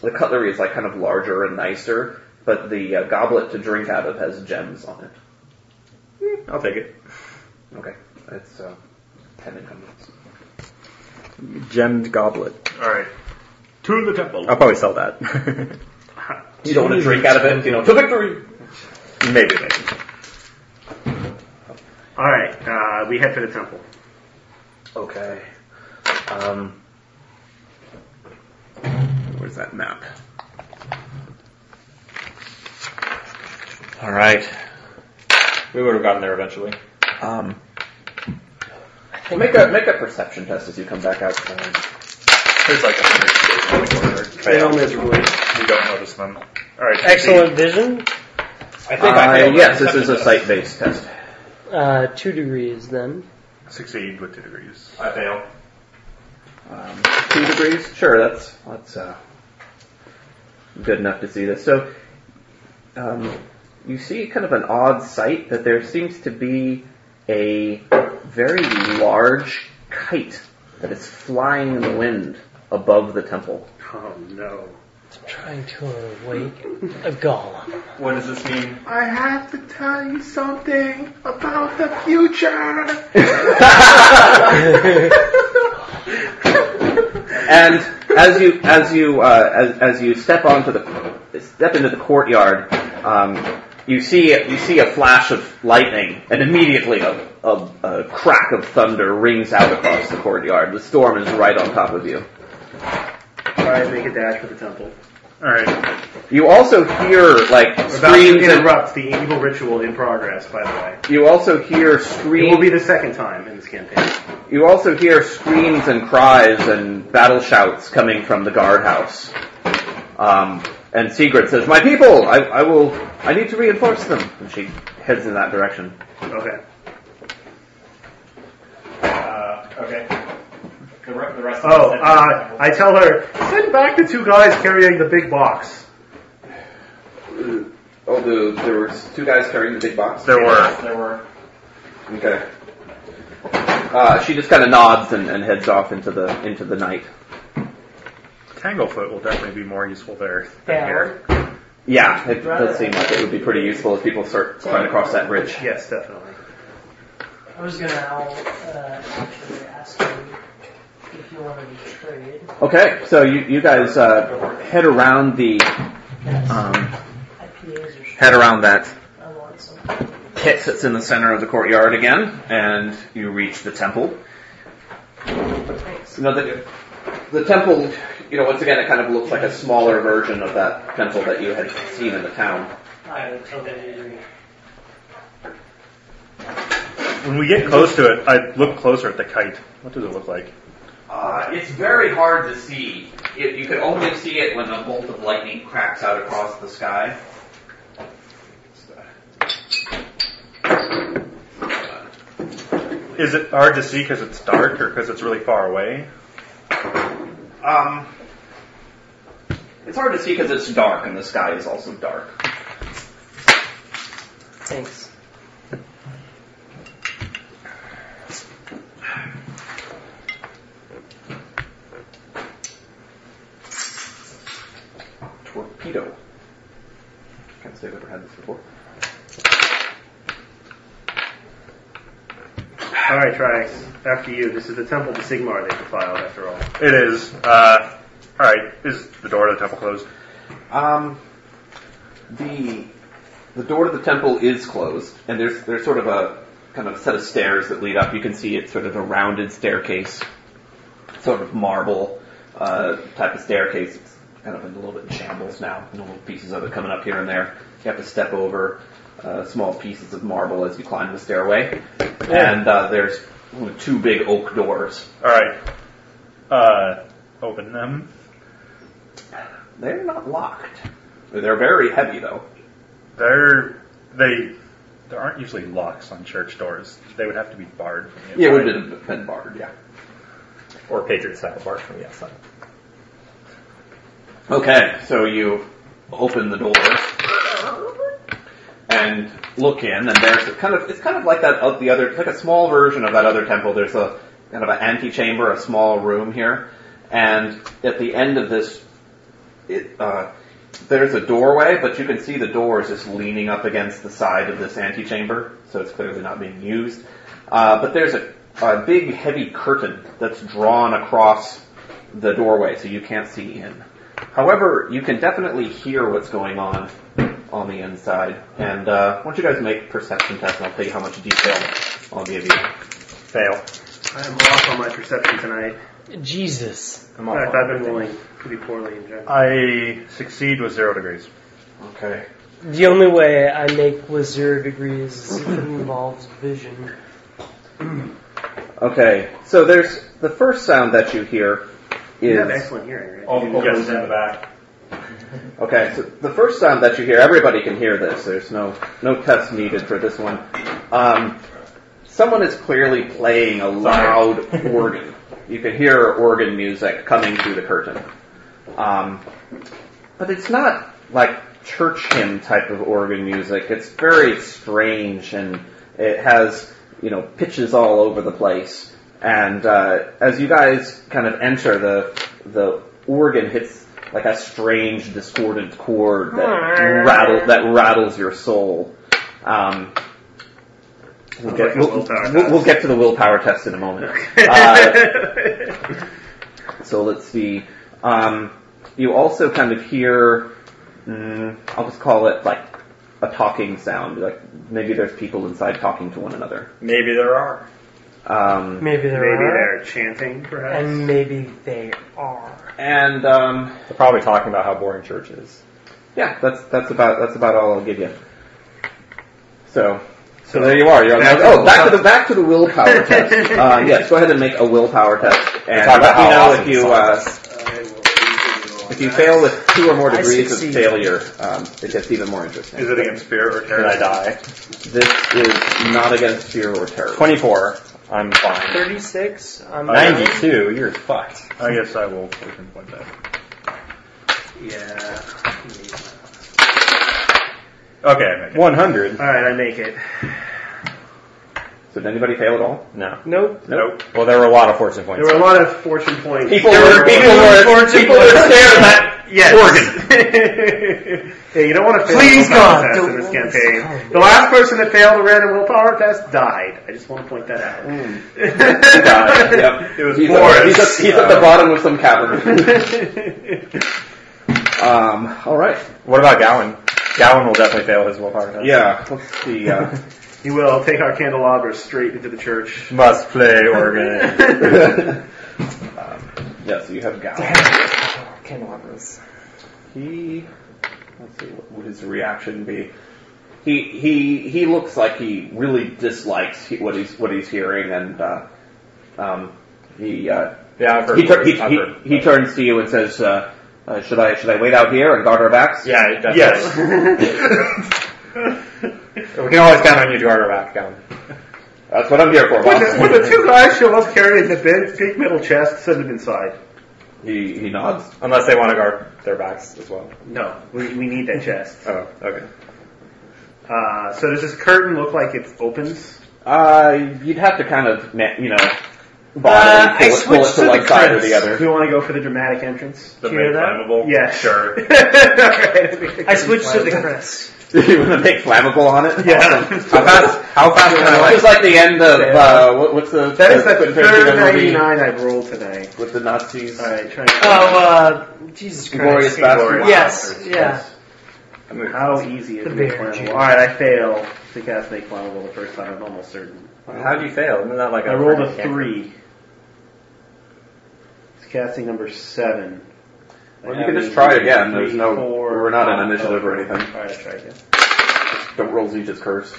Speaker 2: the cutlery is like kind of larger and nicer, but the uh, goblet to drink out of has gems on it.
Speaker 9: I'll take it.
Speaker 2: Okay, it's uh, ten incumbents.
Speaker 9: Gemmed goblet.
Speaker 8: All right. To the temple.
Speaker 9: I'll probably sell <laughs> that.
Speaker 2: You don't want to drink out of it, you know, to victory.
Speaker 9: Maybe.
Speaker 4: All right, uh, we head for the temple.
Speaker 2: Okay. Um,
Speaker 9: Where's that map? All right. We would have gotten there eventually.
Speaker 11: Um,
Speaker 2: well, make a make a perception test as you come back out. Um,
Speaker 8: There's like a hundred kids on the corner.
Speaker 3: Fail miserably.
Speaker 8: You don't notice them. All right.
Speaker 3: Excellent vision.
Speaker 8: I think I
Speaker 2: Uh,
Speaker 8: failed.
Speaker 2: yes, this is a site-based test.
Speaker 3: Uh, two degrees then.
Speaker 8: Succeed with two degrees. I fail.
Speaker 11: um,
Speaker 2: Two degrees? Sure, that's that's uh, good enough to see this. So, um, you see kind of an odd sight that there seems to be a very large kite that is flying in the wind above the temple.
Speaker 4: Oh no!
Speaker 3: I'm trying to awake a golem.
Speaker 9: What does this mean?
Speaker 4: I have to tell you something about the future.
Speaker 2: <laughs> And as you as you uh, as, as you step onto the step into the courtyard, um, you see you see a flash of lightning, and immediately a, a, a crack of thunder rings out across the courtyard. The storm is right on top of you.
Speaker 4: All right, make a dash for the temple.
Speaker 8: All right.
Speaker 2: You also hear like
Speaker 4: We're about to
Speaker 2: screams and
Speaker 4: interrupt the evil ritual in progress. By the way,
Speaker 2: you also hear
Speaker 4: it will
Speaker 2: screams.
Speaker 4: be the second time in this campaign.
Speaker 2: You also hear screams and cries and battle shouts coming from the guardhouse. Um, and Sigrid says, "My people, I, I will. I need to reinforce them." And she heads in that direction.
Speaker 4: Okay.
Speaker 8: Okay. The, re- the rest
Speaker 4: Oh,
Speaker 8: of us-
Speaker 4: uh, I tell her, send back the two guys carrying the big box.
Speaker 2: Oh, the, there were two guys carrying the big box.
Speaker 9: There were.
Speaker 8: There were.
Speaker 2: Okay. Uh, she just kind of nods and, and heads off into the into the night.
Speaker 9: Tanglefoot will definitely be more useful there than
Speaker 3: Yeah.
Speaker 9: here.
Speaker 2: Yeah, it does seem like it would be pretty useful as people start trying to cross that bridge.
Speaker 4: Yes, definitely.
Speaker 3: I was gonna I'll, uh, actually ask you if you wanted to trade.
Speaker 2: Okay, so you, you guys uh, head around the
Speaker 3: Yes.
Speaker 2: um,
Speaker 3: IPAs are
Speaker 2: head around that
Speaker 3: I want some.
Speaker 2: pit that's in the center of the courtyard again, and you reach the temple.
Speaker 3: Thanks.
Speaker 2: You know, the, the temple, you know, once again, it kind of looks like a smaller version of that temple that you had seen in the town.
Speaker 3: I totally agree.
Speaker 9: When we get close to it, I look closer at the kite. What does it look like?
Speaker 2: Uh, it's very hard to see. It, you can only see it when a bolt of lightning cracks out across the sky.
Speaker 9: Is it hard to see because it's dark or because it's really far away?
Speaker 2: Um, it's hard to see because it's dark and the sky is also dark.
Speaker 3: Thanks.
Speaker 2: Torpedo. Can't say I've ever had this before.
Speaker 4: Alright, try. After you, this is the Temple to Sigmar they defiled, after all.
Speaker 9: It is. Uh, all right. Is the door to the temple closed?
Speaker 2: Um, the the door to the temple is closed, and there's there's sort of a kind of set of stairs that lead up. You can see it's sort of a rounded staircase, sort of marble uh, type of staircase. It's kind of a little bit in shambles now. Little pieces of it coming up here and there. You have to step over uh, small pieces of marble as you climb the stairway, and uh, there's two big oak doors.
Speaker 9: All right. Uh, open them.
Speaker 2: They're not locked. They're very heavy though.
Speaker 9: They're they there aren't usually locks on church doors. They would have to be barred. From the
Speaker 2: Yeah, it would have been, been barred. Yeah.
Speaker 10: Or Patriot style bark from the outside.
Speaker 2: Okay, so you open the door and look in, and there's a kind of it's kind of like that of the other, it's like a small version of that other temple. There's a kind of an antechamber, a small room here, and at the end of this, it, uh, there's a doorway, but you can see the door is just leaning up against the side of this antechamber, so it's clearly not being used. Uh, but there's a, a big, heavy curtain that's drawn across the doorway, so you can't see in. However, you can definitely hear what's going on on the inside. And uh, why don't you guys make perception tests, and I'll tell you how much detail I'll give you.
Speaker 9: fail.
Speaker 4: I am off on my perception tonight.
Speaker 3: Jesus.
Speaker 4: In fact, I've been rolling pretty poorly in general.
Speaker 9: I succeed with zero degrees.
Speaker 2: Okay.
Speaker 3: The only way I make with zero degrees is if it involves vision.
Speaker 2: Okay. So there's the first sound that you hear
Speaker 4: You have
Speaker 2: is
Speaker 4: excellent hearing, right?
Speaker 8: All the goblins in the oh, back.
Speaker 2: okay. So the first sound that you hear, everybody can hear this. There's no no test needed for this one. Um, someone is clearly playing a loud organ. You can hear organ music coming through the curtain. Um, but it's not like church hymn type of organ music. It's very strange and it has, you know, pitches all over the place. And uh, as you guys kind of enter, the the organ hits like a strange, discordant chord that rattle that rattles your soul. Um, we'll, get,
Speaker 4: Sounds like a
Speaker 2: we'll,
Speaker 4: willpower
Speaker 2: we'll- we'll get to the willpower test in a moment. Uh,
Speaker 4: <laughs>
Speaker 2: so let's see. Um, you also kind of hear, mm, I'll just call it like a talking sound. Like maybe there's people inside talking to one another.
Speaker 10: Maybe there are.
Speaker 2: Um,
Speaker 3: Maybe there
Speaker 4: Maybe
Speaker 3: are.
Speaker 4: they're chanting, perhaps.
Speaker 3: And maybe they are.
Speaker 2: and um,
Speaker 10: They're probably talking about how boring church is.
Speaker 2: yeah, that's that's about that's about all I'll give you. So. So there you are. You're on
Speaker 4: Back to
Speaker 2: oh, back to the back to
Speaker 10: <laughs>
Speaker 2: the willpower test. Uh, yes, go ahead and make a willpower test, and
Speaker 10: Talk about
Speaker 2: let me
Speaker 10: how
Speaker 2: know
Speaker 10: awesome
Speaker 2: if you
Speaker 10: the
Speaker 2: uh,
Speaker 10: song is.
Speaker 2: if you fail with two or more
Speaker 3: I
Speaker 2: degrees of
Speaker 3: succeed.
Speaker 2: failure. Um, it gets even more
Speaker 9: Is
Speaker 2: interesting.
Speaker 9: it against fear or
Speaker 10: Did
Speaker 9: terror?
Speaker 10: I die?
Speaker 2: This is not against fear or terror.
Speaker 10: 24.
Speaker 9: I'm fine.
Speaker 3: 36. I'm
Speaker 9: Ninety-two. You're fucked.
Speaker 8: I guess I will fortune point that.
Speaker 4: Yeah.
Speaker 8: Okay, I make it.
Speaker 9: One hundred.
Speaker 4: All right, I make it.
Speaker 2: So did anybody fail at all?
Speaker 9: No.
Speaker 3: Nope.
Speaker 9: Nope. Well, there were a lot of fortune
Speaker 4: There
Speaker 9: points.
Speaker 4: were a lot of fortune points.
Speaker 9: People were people were people were staring at that
Speaker 4: Yes.
Speaker 9: organ.
Speaker 4: <laughs> yeah, you don't want to fail
Speaker 3: Please,
Speaker 4: the willpower
Speaker 3: God,
Speaker 4: test
Speaker 3: don't
Speaker 4: in this
Speaker 3: let us
Speaker 4: campaign. The last person that failed a random willpower test died. I just want to point that out.
Speaker 2: Mm.
Speaker 4: <laughs>
Speaker 2: died, yep.
Speaker 4: It was
Speaker 2: He's,
Speaker 4: Boris.
Speaker 2: up, he's, up, he's at the bottom of some cavern. um, all right.
Speaker 9: What about Gowan? Gowan will definitely fail his willpower
Speaker 2: <laughs>
Speaker 9: test.
Speaker 2: Yeah. Let's see. <laughs> Uh,
Speaker 4: you will take our candelabra straight into the church.
Speaker 9: Must play organ.
Speaker 4: <laughs>
Speaker 2: um, yeah, so you have Gowan.
Speaker 10: Candelabras.
Speaker 2: He let's see what would his reaction be. He he he looks like he really dislikes he, what he's what he's hearing, and uh, um, he uh,
Speaker 9: Yeah, I've heard.
Speaker 2: he, tur- he,
Speaker 9: I've
Speaker 2: he,
Speaker 9: heard.
Speaker 2: he turns to you and says, uh, uh, "Should I should I wait out here and guard our backs?"
Speaker 9: Yeah, definitely.
Speaker 8: Yes. <laughs>
Speaker 9: we can always count on you to guard our back, Gowan.
Speaker 2: That's what I'm here for,
Speaker 4: When the,
Speaker 2: boss.
Speaker 4: when the two guys show up carrying the big, big metal chest, send them inside.
Speaker 2: he he nods.
Speaker 9: Unless they want to guard their backs as well.
Speaker 4: No, we, we need that
Speaker 8: <laughs>
Speaker 4: chest.
Speaker 9: Oh, okay.
Speaker 4: Uh, so does this curtain look like it opens?
Speaker 2: Uh, you'd have to kind of ma- you know. bother
Speaker 4: Uh,
Speaker 2: and pull
Speaker 4: I
Speaker 2: it- pull it
Speaker 4: switched
Speaker 2: to
Speaker 4: to
Speaker 2: one
Speaker 4: the
Speaker 2: side or the
Speaker 4: Chris.
Speaker 2: other.
Speaker 4: Do we want to go for the dramatic entrance?
Speaker 8: The
Speaker 4: Do you hear
Speaker 8: big
Speaker 4: that?
Speaker 8: flammable.
Speaker 4: Yeah.
Speaker 8: Sure.
Speaker 4: <laughs> Alright.
Speaker 3: I switched to the Chris.
Speaker 2: <laughs> you want to make flammable on it? <laughs>
Speaker 4: Yeah.
Speaker 9: How fast? How fast can I
Speaker 2: It's
Speaker 9: like?
Speaker 2: just like the end of uh, what, what's the
Speaker 4: That is the
Speaker 2: Quentin
Speaker 4: third
Speaker 2: Tarantino movie
Speaker 4: 99 I've rolled tonight.
Speaker 2: E with the Nazis?
Speaker 4: Alright, try
Speaker 3: Oh, uh, Jesus
Speaker 2: Glorious
Speaker 3: Christ.
Speaker 2: Bastard.
Speaker 3: Yes, Oh, yeah.
Speaker 4: How easy is
Speaker 3: The
Speaker 4: it to make
Speaker 3: bear
Speaker 4: flammable?
Speaker 3: juice.
Speaker 4: Alright, I fail to cast make flammable the first time, I'm almost certain.
Speaker 9: How do you fail? Isn't that like a
Speaker 4: I rolled a
Speaker 9: freaking-
Speaker 4: three. It's casting number seven.
Speaker 2: Well, you can just try again. There's no- we're not on initiative or anything.
Speaker 4: Alright, try again.
Speaker 2: Don't roll Z, just curse.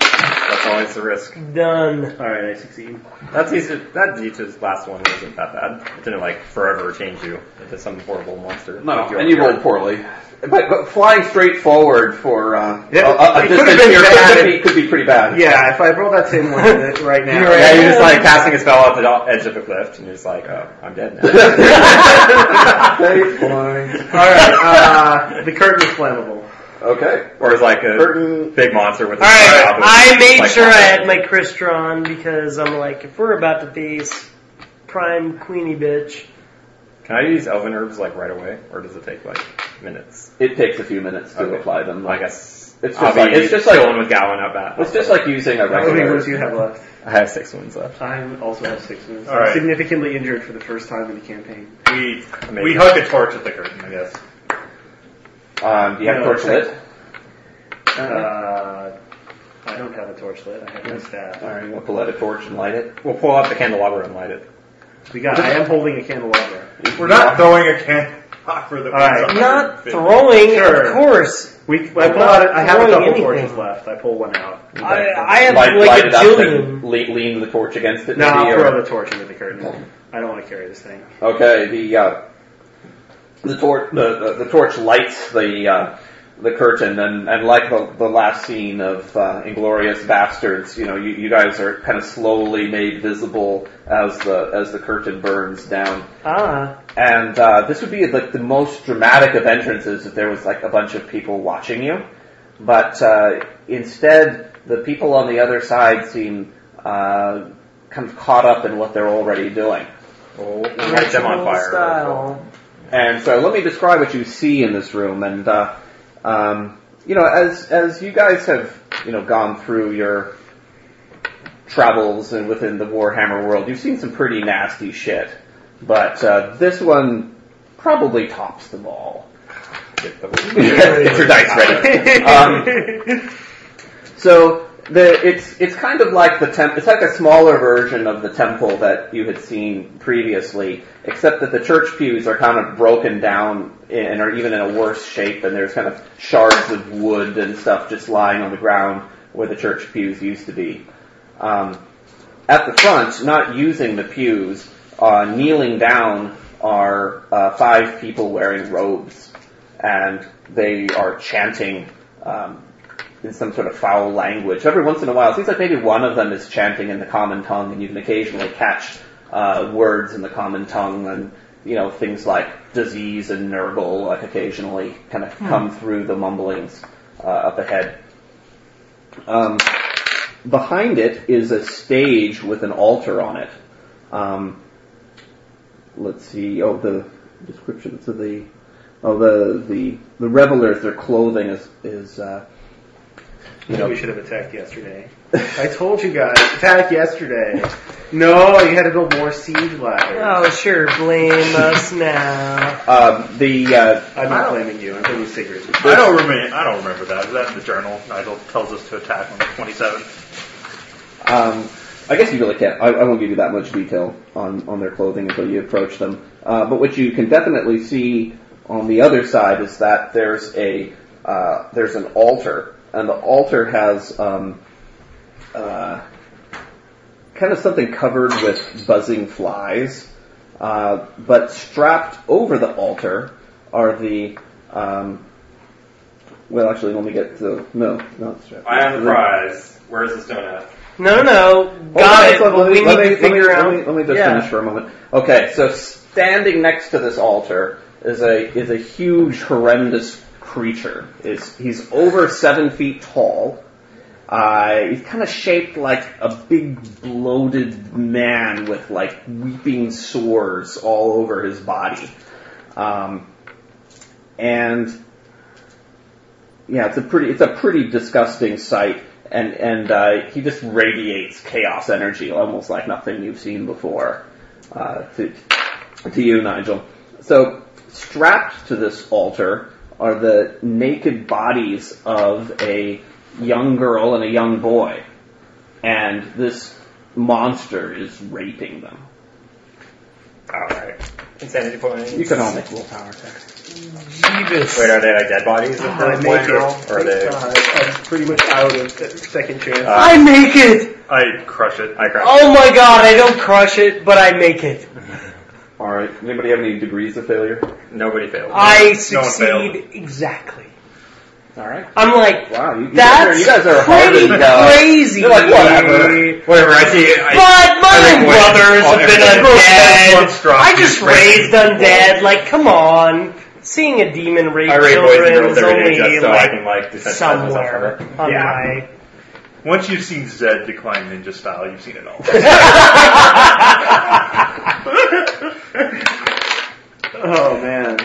Speaker 9: That's always the risk.
Speaker 3: Done.
Speaker 4: Alright, I succeed.
Speaker 9: That's easy. That Zeech's last one wasn't that bad. It didn't like forever change you into some horrible monster.
Speaker 2: No,
Speaker 9: Like your-
Speaker 2: and you rolled poorly. But, but flying straight forward for uh,
Speaker 4: Yeah,
Speaker 2: a, a
Speaker 4: it
Speaker 2: distance
Speaker 4: could've been
Speaker 2: here
Speaker 4: bad.
Speaker 2: could be, could be pretty bad.
Speaker 4: Yeah, if I roll that same <laughs> one uh, right now.
Speaker 9: Yeah, you're just like casting a spell off the do- edge of a cliff, and you're just like, oh, I'm dead now.
Speaker 2: Save point.
Speaker 4: Alright, uh, the curtain is flammable.
Speaker 2: <laughs> Okay.
Speaker 9: or it's like a
Speaker 2: Curtain.
Speaker 9: big monster with a
Speaker 3: Alright,
Speaker 9: spell.
Speaker 3: I made
Speaker 9: Like-
Speaker 3: sure I had my Chris drawn because I'm like, if we're about to be s- prime queenie bitch,
Speaker 9: Can I use elven herbs like right away, or does it take like minutes?
Speaker 2: It takes a few minutes to
Speaker 9: Okay.
Speaker 2: apply them.
Speaker 9: I guess
Speaker 2: It's just
Speaker 9: I'll be
Speaker 2: like- it's just like-
Speaker 9: chilling with Gowan out back.
Speaker 2: It's just like using a
Speaker 4: How many
Speaker 2: regular.
Speaker 4: wounds do you have left?
Speaker 9: I have six wounds left.
Speaker 4: I also have six wounds.
Speaker 8: All right.
Speaker 4: Significantly injured for the first time in the campaign.
Speaker 8: We
Speaker 9: Amazing.
Speaker 8: we hug a torch at the curtain, I guess.
Speaker 2: Um, do you have
Speaker 4: No,
Speaker 2: torch
Speaker 4: six.
Speaker 2: lit?
Speaker 4: Uh, I don't have a torch lit. I have no staff.
Speaker 2: All right, you want to light a torch and light it?
Speaker 9: We'll pull out the candelabra and light it.
Speaker 4: We got. I am holding a candelabra.
Speaker 8: We're not throwing a can for the
Speaker 4: Alright.
Speaker 3: not throwing,
Speaker 4: Sure.
Speaker 3: of course.
Speaker 4: We. I
Speaker 3: I'm
Speaker 4: pull out.
Speaker 3: not
Speaker 4: a- I have a
Speaker 3: throwing
Speaker 4: couple
Speaker 3: anything.
Speaker 4: torches left. I pull one out.
Speaker 3: I, I have
Speaker 2: light,
Speaker 3: like
Speaker 2: light
Speaker 3: a
Speaker 2: it up and
Speaker 3: jillion.
Speaker 2: le- lean the torch against it.
Speaker 4: No,
Speaker 2: maybe,
Speaker 4: I'll
Speaker 2: or-
Speaker 4: throw the torch into the curtain. I don't want to carry this thing.
Speaker 2: Okay, the uh, the torch the, the, the torch lights the uh, the curtain, and, and like the, the last scene of uh, Inglorious Bastards, you know, you, you guys are kind of slowly made visible as the as the curtain burns down.
Speaker 3: Ah,
Speaker 2: And uh, this would be like the most dramatic of entrances if there was like a bunch of people watching you. But uh, instead, the people on the other side seem uh, kind of caught up in what they're already doing.
Speaker 9: We'll light them on
Speaker 3: original
Speaker 9: fire.
Speaker 3: Style.
Speaker 2: And so let me describe what you see in this room. And uh, um, you know, as as you guys have you know gone through your travels and within the Warhammer world, you've seen some pretty nasty shit. But uh, this one probably tops them all. Get your dice <laughs> ready. Um, <laughs> so the, it's it's kind of like the temp. It's like a smaller version of the temple that you had seen previously, except that the church pews are kind of broken down and are even in a worse shape. And there's kind of shards of wood and stuff just lying on the ground where the church pews used to be. Um, at the front, not using the pews, uh, kneeling down are uh, five people wearing robes, and they are chanting um, in some sort of foul language. Every once in a while, it seems like maybe one of them is chanting in the common tongue, and you can occasionally catch uh, words in the common tongue, and you know things like disease and nurgle, like occasionally kind of come through the mumblings uh, up ahead. Um, behind it is a stage with an altar on it. Um, let's see. Oh, the descriptions of the oh the the the revelers. Their clothing is is. Uh, you know,
Speaker 4: We should have attacked
Speaker 2: <laughs>
Speaker 4: yesterday. I told you guys, attack yesterday. No, you had to build more siege ladders.
Speaker 3: Oh, sure, blame us now.
Speaker 2: um, the uh,
Speaker 4: I'm not blaming you. I'm blaming Sigurd.
Speaker 8: I don't remember. I don't remember that. Is that in the journal? Nigel tells us to attack on the 27th.
Speaker 2: Um, I guess you really can't. I, I won't give you that much detail on, on their clothing until you approach them. Uh, but what you can definitely see on the other side is that there's a uh, there's an altar, and the altar has um, uh, kind of something covered with buzzing flies. Uh, but strapped over the altar are the um, well, actually, let me get to no, not strapped.
Speaker 10: I have the prize. Where is the stone at?
Speaker 3: No, no, no.
Speaker 2: Hold on,
Speaker 3: Got it.
Speaker 2: hold on,
Speaker 3: But we
Speaker 2: let me-
Speaker 3: need to
Speaker 2: let me- let me-
Speaker 3: figure out.
Speaker 2: Let me, let me just
Speaker 3: Yeah.
Speaker 2: finish for a moment. Okay, so standing next to this altar is a is a huge, horrendous creature. Is he's over seven feet tall. Uh, he's kind of shaped like a big bloated man with like weeping sores all over his body. Um, and yeah, it's a pretty it's a pretty disgusting sight, and and uh, he just radiates chaos energy, almost like nothing you've seen before. Uh, to to you, Nigel. So strapped to this altar are the naked bodies of a young girl and a young boy, and this monster is raping them.
Speaker 10: Alright. Insanity points.
Speaker 2: You can all make willpower checks.
Speaker 10: Wait, are they like dead bodies of
Speaker 2: Ah,
Speaker 4: I
Speaker 10: the
Speaker 4: make
Speaker 10: boy
Speaker 4: it.
Speaker 10: and girl? Or are they.
Speaker 4: Thank God. I'm pretty much out of the second chance.
Speaker 10: Uh,
Speaker 3: I make it.
Speaker 8: I crush it.
Speaker 10: I grab
Speaker 3: Oh my god, I don't crush it, but I make it.
Speaker 2: All right. Anybody have any degrees of failure?
Speaker 10: Nobody failed.
Speaker 3: I
Speaker 8: one failed.
Speaker 3: succeed exactly.
Speaker 2: All right.
Speaker 3: I'm like,
Speaker 2: Wow, you, you
Speaker 3: that's
Speaker 2: guys are, you guys are
Speaker 3: pretty
Speaker 2: hard to, uh,
Speaker 3: crazy.
Speaker 2: You're like, whatever.
Speaker 10: Whatever, I see. I,
Speaker 3: But my
Speaker 10: Everyone-
Speaker 3: brothers have been
Speaker 10: everyone-
Speaker 8: Blood
Speaker 3: undead.
Speaker 8: struck.
Speaker 3: I just raised undead. Like, come on. Seeing a demon rape
Speaker 10: I rape boys and
Speaker 3: children
Speaker 10: girls
Speaker 3: is
Speaker 10: every day
Speaker 3: only
Speaker 9: uh,
Speaker 10: just so I
Speaker 3: like
Speaker 10: can like defend myself
Speaker 3: somewhere
Speaker 10: forever.
Speaker 3: on
Speaker 8: Yeah.
Speaker 3: my.
Speaker 8: Once you've seen Zed decline ninja style, you've seen it
Speaker 4: <laughs>
Speaker 8: all.
Speaker 4: Oh man.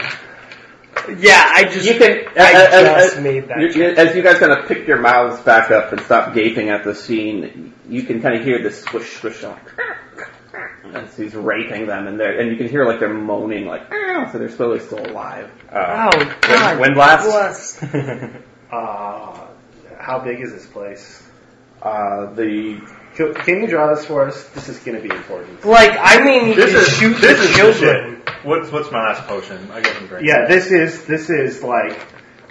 Speaker 3: Yeah, I just
Speaker 2: You can,
Speaker 3: I
Speaker 2: uh, uh, uh,
Speaker 3: just made that.
Speaker 2: you- you- as you guys kind of pick your mouths back up and stop gaping at the scene, you can kind of hear this swish, swish, like, as he's raping them, and they're, and you can hear like they're moaning, like, "Ah," so they're slowly still alive.
Speaker 10: Uh,
Speaker 3: oh God!
Speaker 10: wind blast?
Speaker 9: <laughs>
Speaker 3: bless.
Speaker 10: <laughs>
Speaker 4: Uh, how big is this place?
Speaker 2: Uh, the
Speaker 4: Can, can you draw this for us? This is going to be important.
Speaker 3: Like I mean, you
Speaker 8: This
Speaker 3: can
Speaker 8: is-
Speaker 3: shoot
Speaker 8: this
Speaker 3: the
Speaker 8: is
Speaker 3: children.
Speaker 8: what's what's my last potion? I got him drink.
Speaker 4: Yeah, this is this is like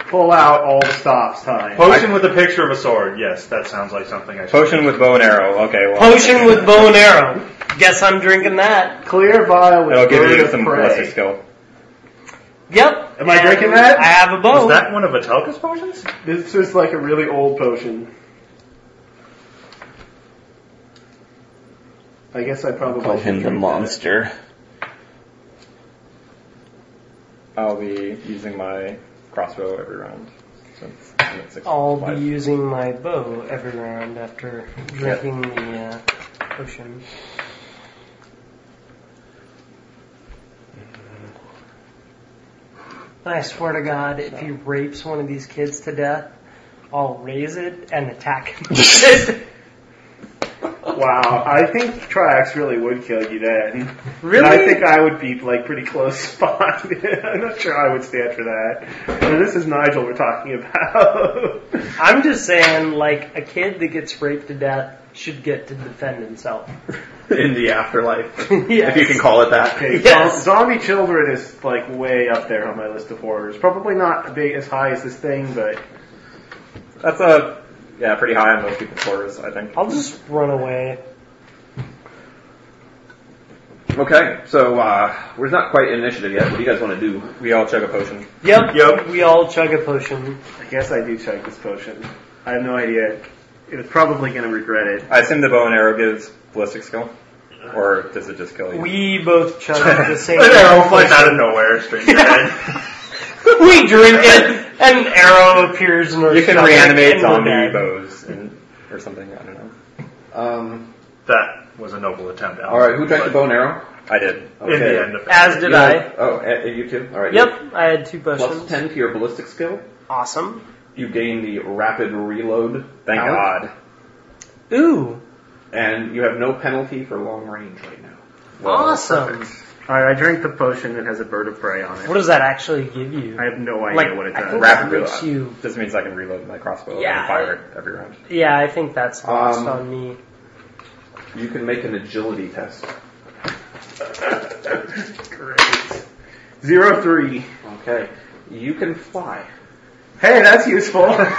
Speaker 4: pull out all the stops time.
Speaker 8: Potion with a picture of a sword. Yes, that sounds like something I should.
Speaker 10: potion with bow and arrow. Okay, well.
Speaker 3: Potion with bow and arrow. Guess I'm drinking that.
Speaker 4: Clear vial with
Speaker 10: It'll give
Speaker 4: bird
Speaker 10: you
Speaker 4: of
Speaker 10: some
Speaker 4: prey.
Speaker 10: ballistic skill.
Speaker 3: Yep.
Speaker 4: Am I
Speaker 3: And
Speaker 4: drinking that?
Speaker 3: I have a bow.
Speaker 8: Is that one of Atelka's potions?
Speaker 4: This is like a really old potion. I guess I probably
Speaker 2: call him
Speaker 4: should
Speaker 2: the
Speaker 4: drink
Speaker 2: monster.
Speaker 10: I'll be using my crossbow every round. So it's- it's six-
Speaker 3: I'll
Speaker 10: five. <laughs>
Speaker 3: be using my bow every round after drinking the uh, potion. And I swear to God, if he rapes one of these kids to death, I'll raise it and attack him. <laughs> with it.
Speaker 4: that. Wow, I think Triax really would kill you then.
Speaker 3: really?
Speaker 4: And I think I would be like pretty close <laughs> behind. I'm not sure I would stand for that. And this is Nigel we're talking about. <laughs>
Speaker 3: I'm just saying, like, a kid that gets raped to death should get to defend himself.
Speaker 2: in
Speaker 10: <laughs>
Speaker 2: the afterlife,
Speaker 3: Yes.
Speaker 2: if you can call it that.
Speaker 4: okay,
Speaker 3: Yes.
Speaker 4: zo- zombie children is like way up there on my list of horrors. Probably not big as high as this thing, but
Speaker 10: That's a yeah, pretty high on most people's scores, I think.
Speaker 3: I'll just run away.
Speaker 2: Okay, so uh, we're not quite in initiative yet. What do you guys want to do?
Speaker 10: We all chug a potion.
Speaker 3: Yep.
Speaker 8: Yep.
Speaker 3: We all chug a potion.
Speaker 4: I guess I do chug this potion. I have no idea. It was probably going to regret it.
Speaker 10: I assume the bow and arrow gives ballistic skill, or does it just kill you?
Speaker 4: We both
Speaker 10: <laughs>
Speaker 4: chugged the same.
Speaker 8: An arrow flies out of nowhere, straight to your head.
Speaker 3: we drink it, and an arrow appears in our
Speaker 10: You can
Speaker 3: stomach,
Speaker 10: reanimate
Speaker 3: and we're
Speaker 10: zombie
Speaker 3: dead.
Speaker 10: bows and, or something. I don't know.
Speaker 2: Um,
Speaker 8: That was a noble attempt. Alan,
Speaker 2: all right, who drank the
Speaker 8: but
Speaker 2: bow and arrow?
Speaker 10: I did.
Speaker 8: In the end,
Speaker 3: As did
Speaker 2: You
Speaker 3: I.
Speaker 2: had- Oh, a- you too. All right. you
Speaker 3: Yep, I had two
Speaker 2: have
Speaker 3: questions.
Speaker 2: Plus ten to your ballistic skill.
Speaker 3: Awesome.
Speaker 2: You gain the rapid reload.
Speaker 10: Thank
Speaker 2: talent,
Speaker 10: God.
Speaker 3: Ooh,
Speaker 2: And you have no penalty for long range right now.
Speaker 3: awesome.
Speaker 4: All right, I drank the potion that has a bird of prey on it.
Speaker 3: What does that actually give you?
Speaker 4: I have no idea
Speaker 3: like,
Speaker 4: what it
Speaker 3: I
Speaker 4: does.
Speaker 3: think that
Speaker 10: Rapid
Speaker 3: makes
Speaker 10: reload.
Speaker 3: you.
Speaker 10: This means I can reload my crossbow
Speaker 3: Yeah.
Speaker 10: and fire it every
Speaker 4: <laughs>
Speaker 10: round.
Speaker 3: Yeah, I think that's lost
Speaker 2: Um,
Speaker 3: on me.
Speaker 2: You can make an agility
Speaker 4: <laughs>
Speaker 2: test.
Speaker 4: Zero three.
Speaker 2: Okay. You can fly,
Speaker 4: Hey,
Speaker 2: <laughs>
Speaker 4: that's useful.
Speaker 2: and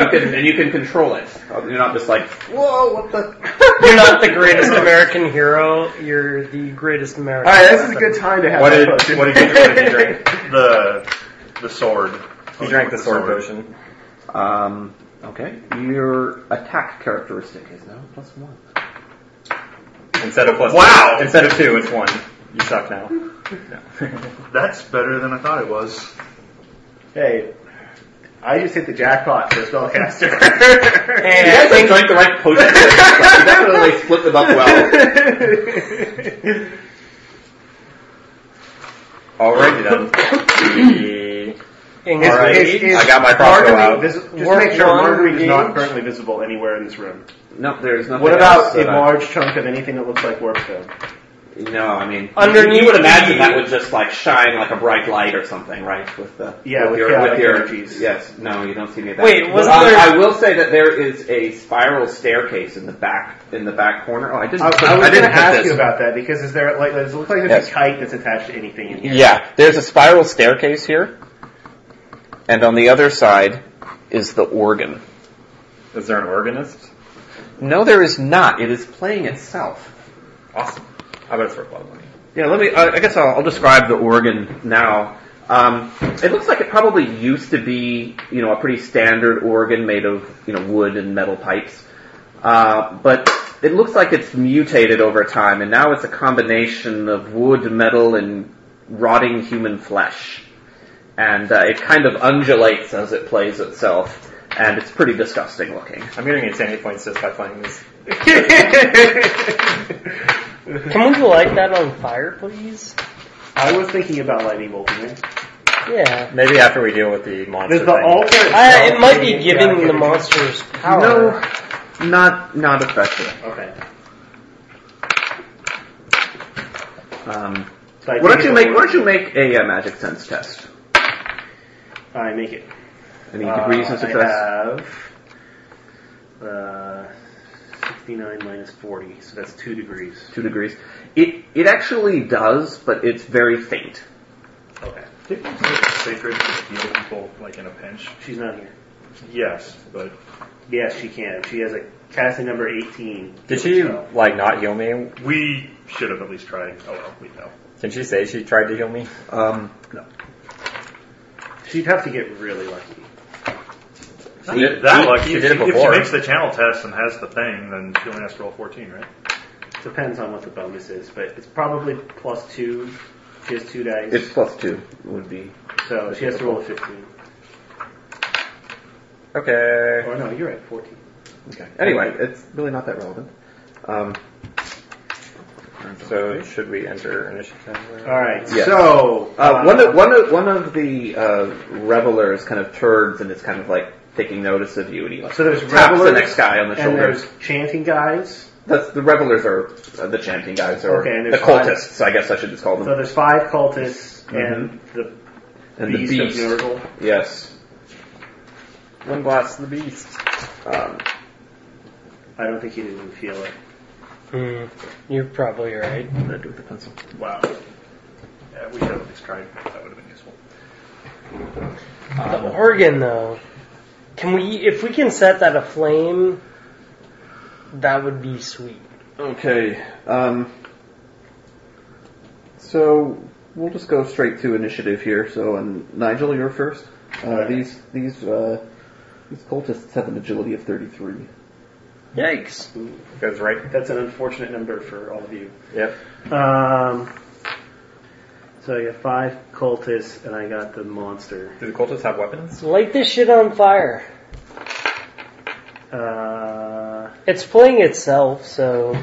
Speaker 2: you can and you can control it. Uh, You're not just like whoa, what the.
Speaker 3: You're not the greatest American hero. You're the greatest American.
Speaker 4: All right, this is a
Speaker 3: weapon.
Speaker 4: good time to have
Speaker 10: What
Speaker 4: that
Speaker 10: did,
Speaker 4: potion.
Speaker 10: what did you what did you <laughs> drink?
Speaker 8: the the sword.
Speaker 10: You drank the sword potion.
Speaker 2: Um. Okay. Your attack characteristic is now plus one.
Speaker 10: Instead of plus
Speaker 8: Wow!
Speaker 10: Instead of two, it's one. You suck now.
Speaker 8: That's better than I thought it was.
Speaker 4: Hey, I just hit the jackpot for
Speaker 2: <laughs>
Speaker 4: a spellcaster.
Speaker 2: You
Speaker 3: Hey, I
Speaker 2: guys have
Speaker 3: think-
Speaker 2: drank the right potion. <laughs> you definitely split them up
Speaker 4: <laughs>
Speaker 2: well.
Speaker 10: Alrighty then.
Speaker 3: Ing-
Speaker 4: Is-
Speaker 10: Alright,
Speaker 4: is- is
Speaker 10: I got my crossbow
Speaker 2: Uh,
Speaker 4: Marguerite
Speaker 10: out.
Speaker 4: vis- just
Speaker 3: Work
Speaker 4: make sure
Speaker 3: one
Speaker 4: Marguerite is not
Speaker 3: gauge.
Speaker 4: currently visible anywhere in this room.
Speaker 2: No, there's nothing.
Speaker 4: What
Speaker 2: else
Speaker 4: about a
Speaker 2: that I-
Speaker 4: large chunk of anything that looks like warp stone?
Speaker 2: No, I mean,
Speaker 3: Underneath
Speaker 2: you would imagine
Speaker 3: the-
Speaker 2: that would just like shine like a bright light or something, right? With the
Speaker 4: Yeah, with
Speaker 2: your
Speaker 4: chaotic
Speaker 2: with your
Speaker 4: energies.
Speaker 2: yes. No, you don't see any of that.
Speaker 3: Wait, wasn't
Speaker 2: Um,
Speaker 3: there-
Speaker 2: I will say that there is a spiral staircase in the back in the back corner. Oh, <laughs> I didn't.
Speaker 4: I,
Speaker 2: put-
Speaker 4: I was
Speaker 2: didn't
Speaker 4: going to
Speaker 2: put
Speaker 4: ask
Speaker 2: this.
Speaker 4: you about that because is there like does it look like there's
Speaker 10: Yes.
Speaker 4: a kite that's attached to anything in here?
Speaker 10: Yeah, there's a spiral staircase here, and on the other side is the organ. <clears throat> Is there an organist?
Speaker 2: No, there is not. It is playing itself.
Speaker 10: Awesome. I bet it's worth a lot of money.
Speaker 2: Yeah, let me. I I guess I'll, I'll describe the organ now. Um, it looks like it probably used to be, you know, a pretty standard organ made of, you know, wood and metal pipes. Uh, but it looks like it's mutated over time, and now it's a combination of wood, metal, and rotting human flesh. And uh, it kind of undulates as it plays itself, and it's pretty disgusting looking.
Speaker 10: I'm getting insanity points just by
Speaker 2: <laughs>
Speaker 10: playing this.
Speaker 3: Can we light that on fire, please?
Speaker 4: I was thinking about lightning bolting it.
Speaker 3: Yeah.
Speaker 10: Maybe after we deal with the monster
Speaker 4: Does the
Speaker 10: thing.
Speaker 4: altar
Speaker 3: I, Uh, it
Speaker 10: Oh,
Speaker 4: itself
Speaker 3: might be
Speaker 4: give you
Speaker 3: giving the
Speaker 4: chaotic energy?
Speaker 3: monsters
Speaker 4: Oh.
Speaker 3: power.
Speaker 2: No, not not effective.
Speaker 4: Okay.
Speaker 2: Um,
Speaker 4: So I
Speaker 2: Why don't
Speaker 4: take
Speaker 2: you
Speaker 4: it
Speaker 2: make
Speaker 4: over.
Speaker 2: Why don't you make a uh, magic sense test?
Speaker 4: I make it.
Speaker 2: Any degrees
Speaker 4: uh,
Speaker 2: of success?
Speaker 4: I have uh, 69 minus 40, so that's two degrees.
Speaker 2: Two degrees. It it actually does, but it's very faint.
Speaker 4: Okay.
Speaker 8: Sacred to heal people like in a pinch.
Speaker 4: She's not here.
Speaker 8: Yes, but
Speaker 4: Yes, she can. She has a casting number 18.
Speaker 10: Did she
Speaker 4: So-
Speaker 10: like not heal me?
Speaker 8: we should have at least tried. Oh well, we know.
Speaker 10: Can she say she tried to heal me?
Speaker 2: Um,
Speaker 4: She'd have to get really lucky.
Speaker 10: She-
Speaker 8: that
Speaker 10: she-
Speaker 8: lucky.
Speaker 10: she
Speaker 8: if,
Speaker 10: did it
Speaker 8: she, if she
Speaker 10: before.
Speaker 8: makes the channel test and has the thing, then she only has to roll 14, right?
Speaker 4: Depends on what the bonus is, but it's probably plus two. She has two dice,
Speaker 2: it's plus two would be.
Speaker 4: so she has to roll a 15.
Speaker 10: Okay.
Speaker 4: Or Oh, no, you're at 14.
Speaker 2: Okay. Anyway, it's really not that relevant. Um,
Speaker 10: So should we enter initiative?
Speaker 4: All right.
Speaker 2: Yeah.
Speaker 4: So
Speaker 2: uh, one of one of one of the uh, revelers kind of turns and is kind of like taking notice of you, and he like
Speaker 4: So there's
Speaker 2: taps
Speaker 4: revelers
Speaker 2: the next guy on the
Speaker 4: and
Speaker 2: shoulders.
Speaker 4: there's chanting guys.
Speaker 2: That's, the revelers are uh, the chanting guys, or
Speaker 4: Okay, and
Speaker 2: the
Speaker 4: there's
Speaker 2: cultists. I guess I should just call them.
Speaker 4: So there's five cultists and the
Speaker 2: Mm-hmm. and
Speaker 4: beast,
Speaker 2: the
Speaker 4: of
Speaker 2: beast.
Speaker 4: Nurgle.
Speaker 2: Yes.
Speaker 10: One glass to the beast.
Speaker 2: Um,
Speaker 4: I don't think he didn't feel it.
Speaker 3: Hmm, you're probably right.
Speaker 2: what did I do with the pencil?
Speaker 8: Wow. Yeah, we should have at least tried. That would have been useful.
Speaker 3: The organ, though. Can we, if we can set that aflame, that would be sweet.
Speaker 2: Okay. Um, so we'll just go straight to initiative here. So, and Nigel, you're first. Uh, These these uh, These cultists have an agility of 33.
Speaker 14: Yikes.
Speaker 4: That's right. That's an unfortunate number for all of you.
Speaker 9: Yep.
Speaker 4: Um, so I got five cultists, and I got the monster.
Speaker 9: Do the cultists have weapons?
Speaker 3: Light this shit on fire.
Speaker 4: Uh,
Speaker 3: It's playing itself, so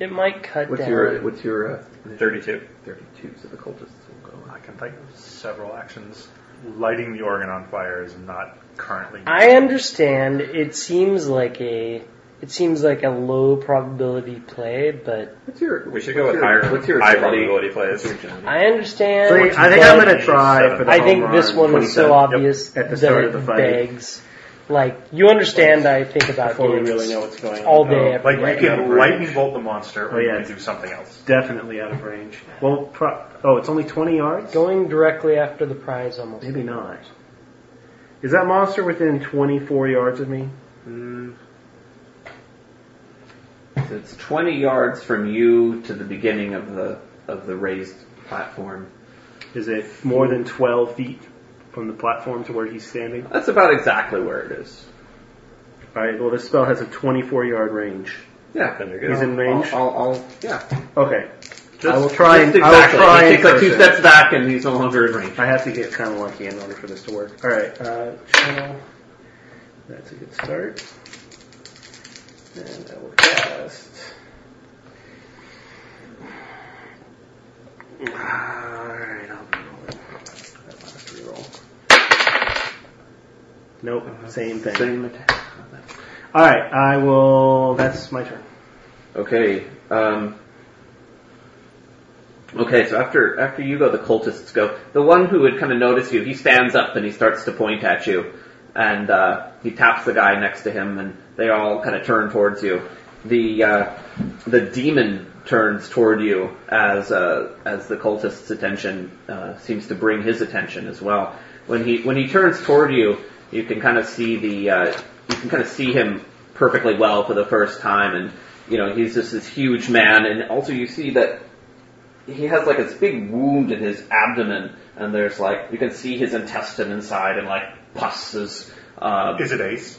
Speaker 3: it might cut
Speaker 2: What's
Speaker 3: down.
Speaker 2: your what's your uh,
Speaker 9: 32.
Speaker 2: 32? So the cultists will go.
Speaker 8: I can think of several actions. Lighting the organ on fire is not currently.
Speaker 3: I understand. It seems like a it seems like a low probability play, but
Speaker 2: What's your
Speaker 9: We should go
Speaker 2: what's
Speaker 9: with
Speaker 2: your-
Speaker 9: higher,
Speaker 2: What's your
Speaker 9: high
Speaker 2: agility?
Speaker 9: probability plays.
Speaker 2: What's your agility?
Speaker 3: I understand.
Speaker 4: three, I think I'm gonna try for the
Speaker 3: I
Speaker 4: home
Speaker 3: think this one
Speaker 4: run.
Speaker 3: was so
Speaker 4: 27.
Speaker 3: obvious
Speaker 4: Yep, at the
Speaker 3: that
Speaker 4: start
Speaker 3: it
Speaker 4: of the fight.
Speaker 3: begs. Like you understand, I think about
Speaker 4: Before we
Speaker 3: games
Speaker 4: really know what's going on.
Speaker 3: all day. every
Speaker 8: <laughs> Like
Speaker 3: day.
Speaker 8: we can lightning bolt the monster, or
Speaker 4: Oh,
Speaker 8: we
Speaker 4: yeah.
Speaker 8: can do something else.
Speaker 4: Definitely out of range. Well, pro- oh, it's only 20 yards?
Speaker 3: Going directly after the prize, almost.
Speaker 4: Maybe not. Is that monster within 24 yards of me?
Speaker 2: So it's 20 yards from you to the beginning of the of the raised platform.
Speaker 4: Is it more than 12 feet from the platform to where he's standing?
Speaker 2: That's about exactly where it is.
Speaker 4: Alright, well, this spell has a 24 yard range.
Speaker 2: Yeah,
Speaker 9: Then you're
Speaker 4: He's
Speaker 9: good.
Speaker 4: in range?
Speaker 2: I'll, I'll, I'll yeah.
Speaker 4: Okay.
Speaker 2: Just-
Speaker 4: I will try
Speaker 2: just
Speaker 4: and- I will
Speaker 2: exactly.
Speaker 4: try
Speaker 2: He
Speaker 4: and
Speaker 2: takes like two
Speaker 4: curse it.
Speaker 2: steps back and he's no longer in range.
Speaker 4: I have to get kind of lucky in order for this to work. Alright, uh, channel. That's a good start. And I will cast. Alright, I'll be rolling. That last reroll. Nope, same thing.
Speaker 2: Uh-huh. Same attack.
Speaker 4: Alright, I will. That's my turn.
Speaker 2: Okay. Um, okay, so after after you go, the cultists go. The one who had kind of noticed you, he stands up and he starts to point at you, and uh, he taps the guy next to him, and they all kind of turn towards you. The uh, the demon turns toward you as uh, as the cultist's attention uh, seems to bring his attention as well. When he when he turns toward you, you can kind of see the uh, you can kind of see him perfectly well for the first time, and you know he's just this huge man, and also you see that he has like this big wound in his abdomen, and there's like you can see his intestine inside, and like pus is. Uh,
Speaker 8: Is it ace?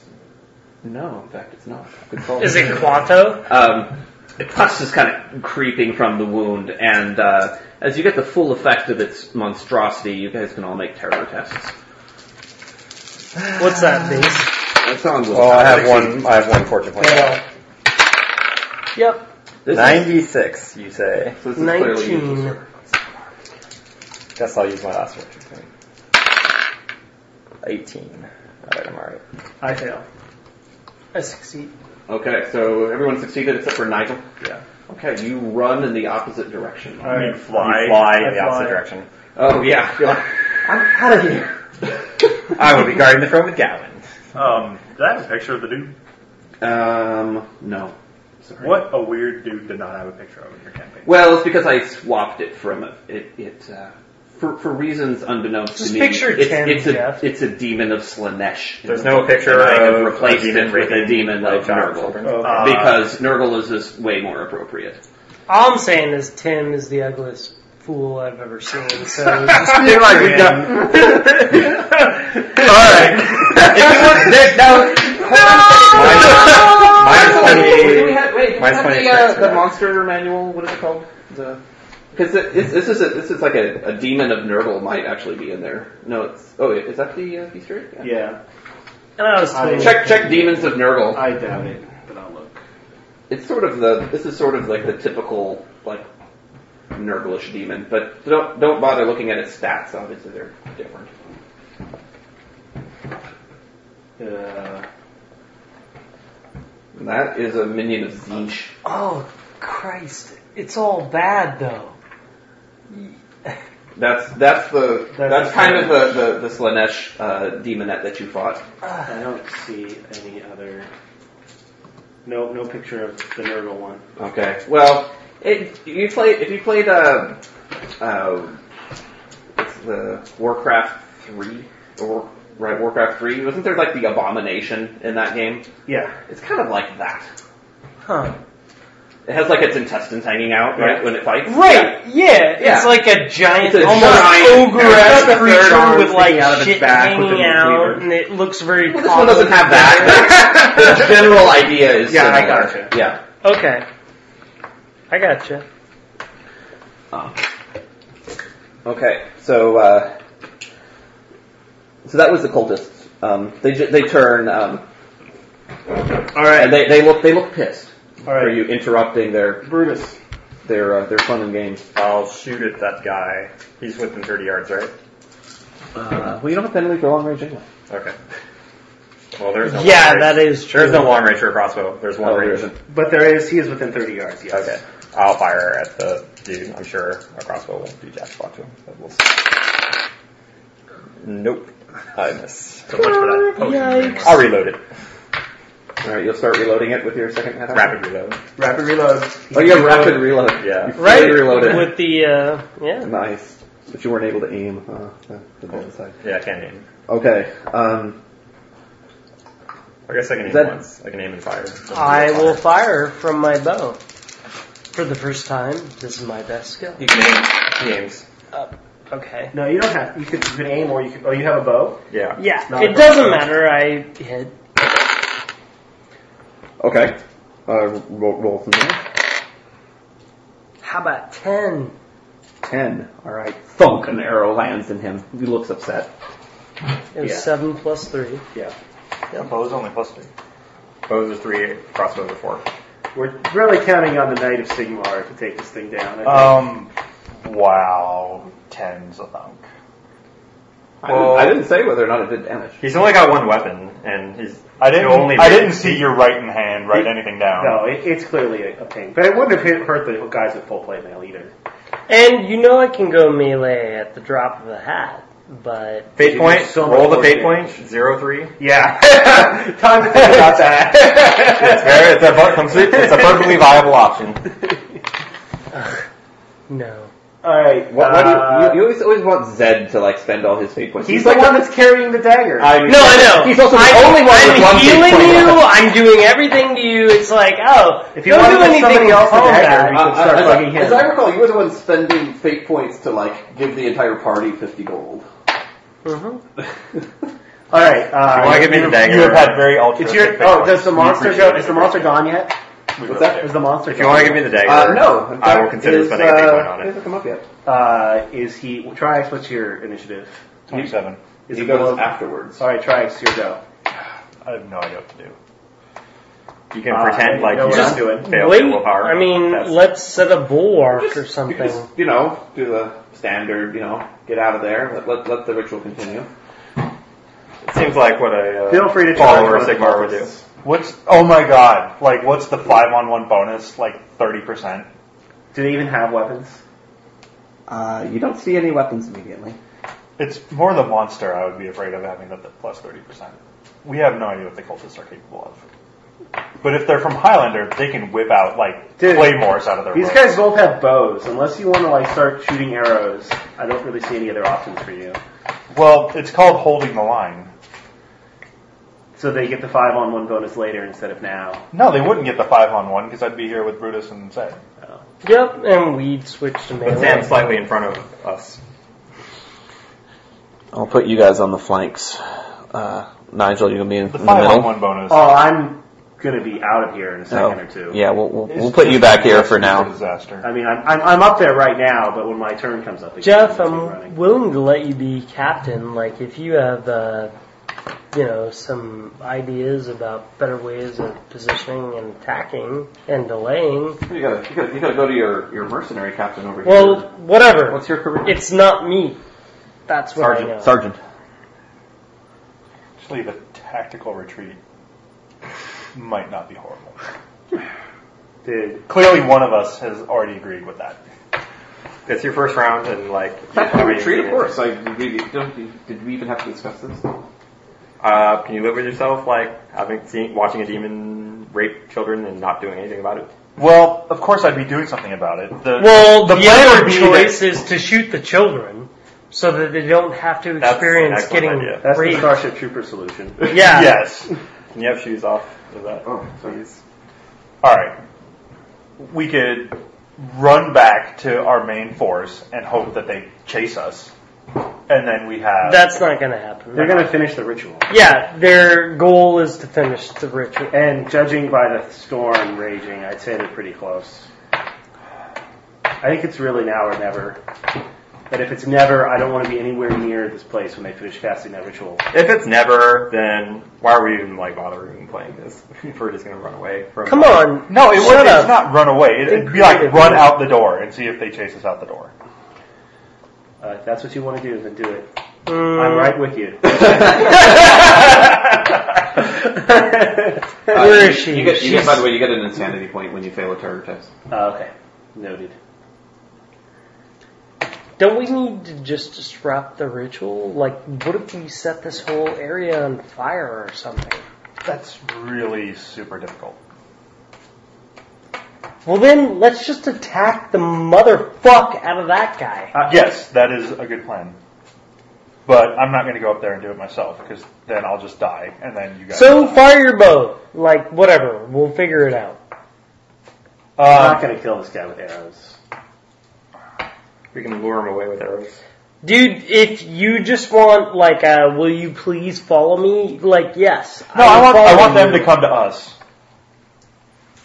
Speaker 2: no, in fact, it's not. Good call.
Speaker 3: Is it Quanto?
Speaker 2: Um, the pus is kind of creeping from the wound, and uh, as you get the full effect of its monstrosity, you guys can all make terror tests.
Speaker 3: What's that base?
Speaker 2: That sounds
Speaker 9: Well, Oh, I have one. I have one fortune point.
Speaker 3: Yep.
Speaker 2: This is,
Speaker 9: Ninety-six, you say.
Speaker 2: so this is clearly
Speaker 3: 19.
Speaker 2: useless work.
Speaker 9: Guess I'll use my last fortune point. Eighteen. All right, I'm all right.
Speaker 4: I fail.
Speaker 3: I succeed.
Speaker 2: Okay, so everyone succeeded except for Nigel.
Speaker 9: Yeah.
Speaker 2: Okay, you run in the opposite direction.
Speaker 9: You fly. You fly in the opposite direction.
Speaker 2: Oh yeah, you're like, I'm out of here.
Speaker 9: I will be guarding the throne with Gowan.
Speaker 8: Um, did I have a picture of the dude?
Speaker 2: <laughs> Um, no. Sorry.
Speaker 8: What a weird dude did not have a picture of in your campaign.
Speaker 2: Well, it's because I swapped it from it. It, it uh, for, for reasons unbeknownst to
Speaker 3: Just
Speaker 2: me.
Speaker 3: picture
Speaker 2: it's,
Speaker 3: Ken,
Speaker 2: it's a
Speaker 3: Jeff.
Speaker 2: it's a demon of Slanesh.
Speaker 9: There's no picture
Speaker 2: And I have
Speaker 9: of
Speaker 2: replaced
Speaker 9: a demon
Speaker 2: it with a
Speaker 9: raping
Speaker 2: demon of
Speaker 9: giant
Speaker 2: Nurgle
Speaker 9: children.
Speaker 8: Uh,
Speaker 2: because Nurgle is just way more appropriate.
Speaker 3: All I'm saying is Tim is the ugliest fool I've ever seen.
Speaker 4: <laughs>
Speaker 3: So just
Speaker 9: You're like, we got- <laughs>
Speaker 2: <laughs>
Speaker 9: Alright. If you want, there's no.
Speaker 2: Oh, wait, do we
Speaker 9: Mine's, mine's
Speaker 2: have, wait, do we
Speaker 9: mine's
Speaker 2: have
Speaker 9: funny
Speaker 2: the, uh,
Speaker 9: expensive.
Speaker 2: the monster manual? What is it called? The because this this is a, this is like a, a demon of Nurgle might actually be in there. No, it's oh wait, is that the uh, Easter egg?
Speaker 4: Yeah,
Speaker 3: and I was
Speaker 4: I-
Speaker 3: thinking,
Speaker 2: Check check demons of Nurgle.
Speaker 4: I doubt it, but I'll look.
Speaker 2: it's sort of the this is sort of like the typical like Nurglish demon, but don't don't bother looking at its stats. Obviously, they're different.
Speaker 4: Uh,
Speaker 2: And that is a minion of Zinch.
Speaker 3: oh Christ, it's all bad though.
Speaker 2: That's that's the that's,
Speaker 4: That's
Speaker 2: kind of the the, the Slanesh uh, demonette that you fought.
Speaker 4: I don't see any other. No, no picture of the Nurgle one.
Speaker 2: Okay. Well, it, you played if you played uh, uh, what's the Warcraft three or right Warcraft three wasn't there like the abomination in that game?
Speaker 4: Yeah.
Speaker 2: It's kind of like that.
Speaker 3: Huh.
Speaker 14: It has like its intestines hanging out, right, when it fights.
Speaker 3: Right, yeah.
Speaker 14: Yeah.
Speaker 3: It's like a giant,
Speaker 14: It's a
Speaker 3: almost
Speaker 14: giant- it's got the
Speaker 3: ogre-esque
Speaker 14: third arm
Speaker 3: creature with
Speaker 14: sticking
Speaker 3: like
Speaker 14: out of its
Speaker 3: shit
Speaker 14: back with
Speaker 3: hanging
Speaker 14: a
Speaker 3: out,
Speaker 14: cleaver.
Speaker 3: and it looks very.
Speaker 14: This one doesn't have
Speaker 4: <laughs>
Speaker 14: that. the general idea is
Speaker 4: Yeah, I
Speaker 14: similar.
Speaker 4: gotcha.
Speaker 14: Yeah.
Speaker 3: Okay, I gotcha.
Speaker 2: Oh. Okay, so uh, so that was the cultists. Um, they ju- they turn um,
Speaker 4: All right,
Speaker 2: and they they look they look pissed
Speaker 4: all
Speaker 2: for
Speaker 4: right,
Speaker 2: you interrupting their
Speaker 4: Brutus.
Speaker 2: their uh, their fun and games.
Speaker 9: I'll shoot at that guy. He's within 30 yards, right?
Speaker 2: Uh, well, you don't have penalty for long range anyway.
Speaker 9: Okay. Well, there's no
Speaker 3: Yeah,
Speaker 9: long range.
Speaker 3: that is true.
Speaker 9: There's no long range for a crossbow. There's one
Speaker 2: Oh, there
Speaker 9: range.
Speaker 2: isn't.
Speaker 4: But there is he is within 30 yards. Yes.
Speaker 9: Okay. I'll fire at the dude. I'm sure a crossbow won't do jack spot to him. But we'll see. Nope. I miss.
Speaker 8: So much for that potion.
Speaker 9: I'll reload it.
Speaker 2: All right, you'll start reloading it with your second head.
Speaker 9: Rapid reload.
Speaker 4: Rapid reload.
Speaker 2: Oh, you have rapid reload.
Speaker 9: Yeah.
Speaker 2: You fully
Speaker 3: Right,
Speaker 2: Reload it.
Speaker 3: with the uh, yeah.
Speaker 2: Nice. But you weren't able to aim. Huh? The, the downside.
Speaker 9: Yeah, I can aim.
Speaker 2: Okay. Um,
Speaker 9: I guess I can aim
Speaker 2: That-
Speaker 9: once. I can aim and fire.
Speaker 3: I will fire from my bow for the first time. This is my best skill. Uh,
Speaker 9: You can aim. He aims.
Speaker 3: Okay.
Speaker 4: No, you don't have. You could, you could aim, or you could. Oh, you have a bow.
Speaker 9: Yeah.
Speaker 3: Yeah,
Speaker 4: Not a
Speaker 3: it doesn't matter. I hit.
Speaker 2: okay. Uh, roll, roll from there.
Speaker 3: How about ten?
Speaker 2: Ten. All right. Thunk. An arrow lands in him. He looks upset.
Speaker 3: It was
Speaker 2: Yeah.
Speaker 3: seven plus three.
Speaker 8: Bow's only plus three.
Speaker 9: Bows are three, crossbows are four.
Speaker 4: We're really counting on the Knight of Sigmar to take this thing down. I think.
Speaker 8: Um, wow. Ten's a thunk.
Speaker 2: I didn't- I, didn't, say whether or not it did damage.
Speaker 9: He's only got one weapon, and he's.
Speaker 8: I didn't.
Speaker 9: he'll Only
Speaker 8: I didn't see your right in hand write anything down.
Speaker 4: no, it, it's clearly a, a ping, but it wouldn't have hit, hurt the guys with full plate mail either.
Speaker 3: And you know I can go melee at the drop of a hat, but
Speaker 9: Fate point.
Speaker 4: So much
Speaker 9: roll the
Speaker 4: more
Speaker 9: fate
Speaker 4: damage.
Speaker 9: point. Zero three. <laughs>
Speaker 4: Yeah, time to think about
Speaker 9: It's
Speaker 4: that.
Speaker 9: very. It's a, bu- complete, it's a perfectly viable option.
Speaker 3: no.
Speaker 4: all right.
Speaker 2: What, what do
Speaker 4: uh,
Speaker 2: you, you, you always, always want Zed to like spend all his fate points.
Speaker 4: he's the one that's carrying the dagger.
Speaker 2: I mean,
Speaker 3: No, I know.
Speaker 2: He's also the
Speaker 3: I'm,
Speaker 2: only one with
Speaker 3: I'm
Speaker 2: one fate
Speaker 3: healing
Speaker 2: point
Speaker 3: you.
Speaker 2: left.
Speaker 3: I'm doing everything to you. It's like, oh,
Speaker 4: If you
Speaker 3: don't
Speaker 4: wanted
Speaker 3: do
Speaker 4: to give
Speaker 3: anything
Speaker 4: somebody else a
Speaker 3: call
Speaker 4: dagger,
Speaker 3: that.
Speaker 4: you could start
Speaker 2: as, I,
Speaker 4: bugging him.
Speaker 2: as I recall, you were the one spending fate points to like give the entire party fifty gold.
Speaker 3: Mhm.
Speaker 4: all right.
Speaker 9: You
Speaker 4: Uh,
Speaker 9: want to give me the dagger? You have had very
Speaker 4: It's
Speaker 9: altruistic.
Speaker 4: your.
Speaker 9: fate
Speaker 4: Oh,
Speaker 9: points.
Speaker 4: does the
Speaker 9: We
Speaker 4: monster
Speaker 9: appreciate
Speaker 4: go?
Speaker 9: it.
Speaker 4: Is the monster gone yet?
Speaker 2: What's that?
Speaker 4: Is the monster?
Speaker 9: If you want to
Speaker 4: gone?
Speaker 9: give me the dagger,
Speaker 2: Uh, no, in
Speaker 9: I will
Speaker 2: fact,
Speaker 9: consider
Speaker 2: it
Speaker 9: spending
Speaker 2: is,
Speaker 9: a fate
Speaker 2: uh,
Speaker 9: point on
Speaker 2: it
Speaker 9: it.
Speaker 2: hasn't come up yet.
Speaker 4: Uh, is he? Trix, what's your initiative?
Speaker 8: Twenty-seven.
Speaker 4: Is
Speaker 2: he
Speaker 4: it
Speaker 2: goes
Speaker 4: below?
Speaker 2: afterwards.
Speaker 4: All right, Trix, your go.
Speaker 8: I have no idea what to do.
Speaker 9: You can
Speaker 4: Uh,
Speaker 9: pretend
Speaker 4: you
Speaker 9: like
Speaker 4: know
Speaker 9: you
Speaker 4: what
Speaker 9: just
Speaker 4: I'm doing.
Speaker 9: failed
Speaker 3: Wait,
Speaker 9: your willpower.
Speaker 3: I mean,
Speaker 9: That's-
Speaker 3: let's set a bulwark or
Speaker 2: You
Speaker 3: something.
Speaker 2: just, you know, do the standard, you know, get out of there, let, let, let the ritual continue.
Speaker 9: it seems like what a uh,
Speaker 4: Feel free to
Speaker 9: follower of
Speaker 4: charge one
Speaker 9: Sigmar would
Speaker 4: of the
Speaker 9: do.
Speaker 8: What's? Oh my god! Like, what's the five-on-one bonus? Like thirty percent.
Speaker 4: Do they even have weapons?
Speaker 2: Uh, you don't see any weapons immediately.
Speaker 8: It's more the monster I would be afraid of having the th- plus thirty percent. We have no idea what the cultists are capable of. But if they're from Highlander, they can whip out like
Speaker 4: Dude,
Speaker 8: claymores out of their.
Speaker 4: These
Speaker 8: robe.
Speaker 4: guys both have bows. Unless you want to like start shooting arrows, I don't really see any other options for you.
Speaker 8: Well, it's called holding the line.
Speaker 4: So they get the five on one bonus later instead of now.
Speaker 8: No, they wouldn't get the five-on-one because I'd be here with Brutus and Zed.
Speaker 3: Yep, and we'd switch to
Speaker 9: But
Speaker 3: melee.
Speaker 9: Sam's slightly in front of us.
Speaker 10: I'll put you guys on the flanks. Uh, Nigel, you gonna be in,
Speaker 8: The
Speaker 10: in the middle.
Speaker 8: five-on-one bonus.
Speaker 4: Oh, I'm gonna be out of here in a second
Speaker 10: Oh,
Speaker 4: or two.
Speaker 10: Yeah, we'll, we'll,
Speaker 8: is
Speaker 10: we'll put you
Speaker 8: just
Speaker 10: back here
Speaker 8: a
Speaker 10: for now.
Speaker 8: Disaster.
Speaker 4: I mean, I'm, I'm I'm up there right now, but when my turn comes up, again,
Speaker 3: Jeff, um,
Speaker 4: I'll be
Speaker 3: I'm
Speaker 4: running.
Speaker 3: willing to let you be captain. Like, if you have, uh, you know, some ideas about better ways of positioning and attacking and delaying,
Speaker 2: You gotta, you gotta, you gotta go to your, your mercenary captain over
Speaker 3: well,
Speaker 2: here.
Speaker 3: whatever.
Speaker 2: what's your career?
Speaker 3: It's not me. That's what I know.
Speaker 2: Sergeant.
Speaker 8: Actually, the tactical retreat might not be horrible.
Speaker 4: Dude,
Speaker 8: Clearly, one of us has already agreed with that.
Speaker 9: It's your first round, and like
Speaker 2: Tactical
Speaker 9: I mean,
Speaker 2: retreat, of course. I, did, we, don't, did we even have to discuss this?
Speaker 9: Uh, can you live with yourself like having seen watching a demon rape children and not doing anything about it?
Speaker 8: Well, of course, I'd be doing something about it. The,
Speaker 3: Well,
Speaker 8: the
Speaker 3: the,
Speaker 8: plan would
Speaker 3: other
Speaker 8: be
Speaker 3: choice is to shoot the children so that they don't have to
Speaker 9: That's an
Speaker 3: experience
Speaker 9: excellent
Speaker 3: getting
Speaker 9: idea.
Speaker 4: that's the
Speaker 3: raped.
Speaker 4: Starship Trooper solution.
Speaker 3: <laughs> yeah.
Speaker 8: Yes.
Speaker 9: Can you have shoes off? Is that
Speaker 2: Oh, sorry.
Speaker 8: All right. we could run back to our main force and hope that they chase us, and then we have
Speaker 3: That's not going to happen.
Speaker 4: They're going to finish the ritual.
Speaker 3: Yeah, their goal is to finish the ritual.
Speaker 4: And judging by the storm raging, I'd say they're pretty close. I think it's really now or never. But if it's never, I don't want to be anywhere near this place when they finish casting that ritual.
Speaker 9: If it's never, then why are we even like bothering playing this? <laughs> If we're just gonna run away from.
Speaker 3: Come on.
Speaker 8: No, it
Speaker 3: Shut
Speaker 8: would
Speaker 3: up.
Speaker 8: it's not run away. It, it'd be like
Speaker 3: creative.
Speaker 8: run out the door and see if they chase us out the
Speaker 3: <laughs>
Speaker 8: door.
Speaker 4: Uh, if that's what you want to do, then do it.
Speaker 3: Mm.
Speaker 4: I'm right with you.
Speaker 2: Uh,
Speaker 3: Where
Speaker 2: you-
Speaker 3: is she?
Speaker 2: You get, you get,
Speaker 3: She's-
Speaker 2: by the way, you get an insanity point when you fail a terror test.
Speaker 4: Uh, okay, noted.
Speaker 3: Don't we need to just disrupt the ritual? Like, what if we set this whole area on fire or something?
Speaker 8: That's really super difficult.
Speaker 3: Well, then let's just attack the motherfuck out of that guy.
Speaker 8: Uh, yes, that is a good plan. But I'm not going to go up there and do it myself because then I'll just die, and then you guys.
Speaker 3: So fire your bow. Like, whatever. We'll figure it out.
Speaker 4: I'm not
Speaker 8: um,
Speaker 4: going to kill this guy with arrows.
Speaker 9: We can lure him away with arrows.
Speaker 3: Dude, if you just want, like, uh, will you please follow me? Like, yes.
Speaker 8: no, I
Speaker 3: will
Speaker 8: want I
Speaker 3: follow
Speaker 8: want them
Speaker 3: you.
Speaker 8: to come to us,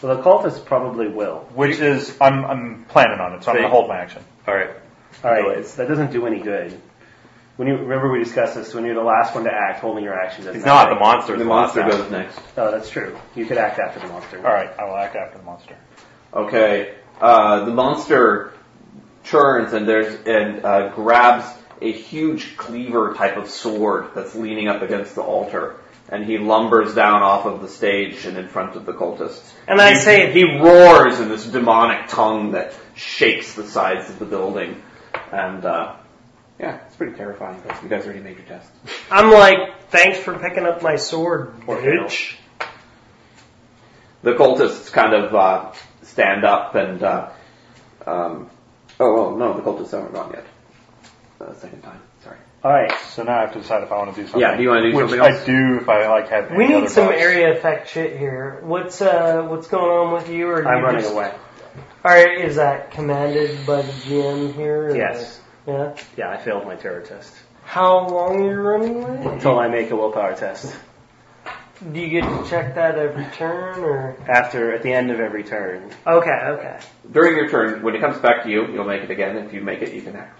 Speaker 4: Well, the cultists probably will.
Speaker 8: which is I'm I'm planning on it, so I'm going to hold my action.
Speaker 9: All right.
Speaker 4: All right,
Speaker 9: Anyways.
Speaker 4: that doesn't do any good. When you remember, we discussed this. When you're the last one to act, holding your action doesn't.
Speaker 9: He's not. The monster's
Speaker 2: The
Speaker 9: the
Speaker 2: monster
Speaker 9: last
Speaker 2: goes next.
Speaker 4: Oh, that's true. You could act after the monster.
Speaker 8: All right, I will act after the monster.
Speaker 2: Okay. Uh, the monster churns and there's and uh, grabs a huge cleaver type of sword that's leaning up against the altar, and he lumbers down off of the stage and in front of the cultists.
Speaker 3: And I say,
Speaker 2: He roars in this demonic tongue that shakes the sides of the building, and uh, yeah, it's pretty terrifying. But you guys already made your test.
Speaker 3: I'm like, thanks for picking up my sword,
Speaker 4: Or
Speaker 3: bitch.
Speaker 2: the cultists kind of uh, stand up and uh, um, oh, oh no, the cultists haven't gone yet. Uh, second time, sorry.
Speaker 4: All right.
Speaker 8: So now I have to decide if I want to do something.
Speaker 2: Yeah, do you wanna do
Speaker 8: which
Speaker 2: something else?
Speaker 8: I do if I like have.
Speaker 3: We
Speaker 8: any
Speaker 3: need
Speaker 8: other
Speaker 3: some
Speaker 8: bugs.
Speaker 3: area effect shit here. What's uh, what's going on with you? Or
Speaker 4: I'm
Speaker 3: you
Speaker 4: running
Speaker 3: just-
Speaker 4: away.
Speaker 3: Alright, is that commanded by the GM here? or-
Speaker 4: Yes.
Speaker 3: Yeah.
Speaker 4: Yeah, I failed my terror test.
Speaker 3: How long are you running away?
Speaker 4: Until I make a willpower test.
Speaker 3: Do you get to check that every turn or?
Speaker 4: After, at the end of every turn.
Speaker 3: Okay, okay.
Speaker 2: During your turn, when it comes back to you, you'll make it again. If you make it, you can act.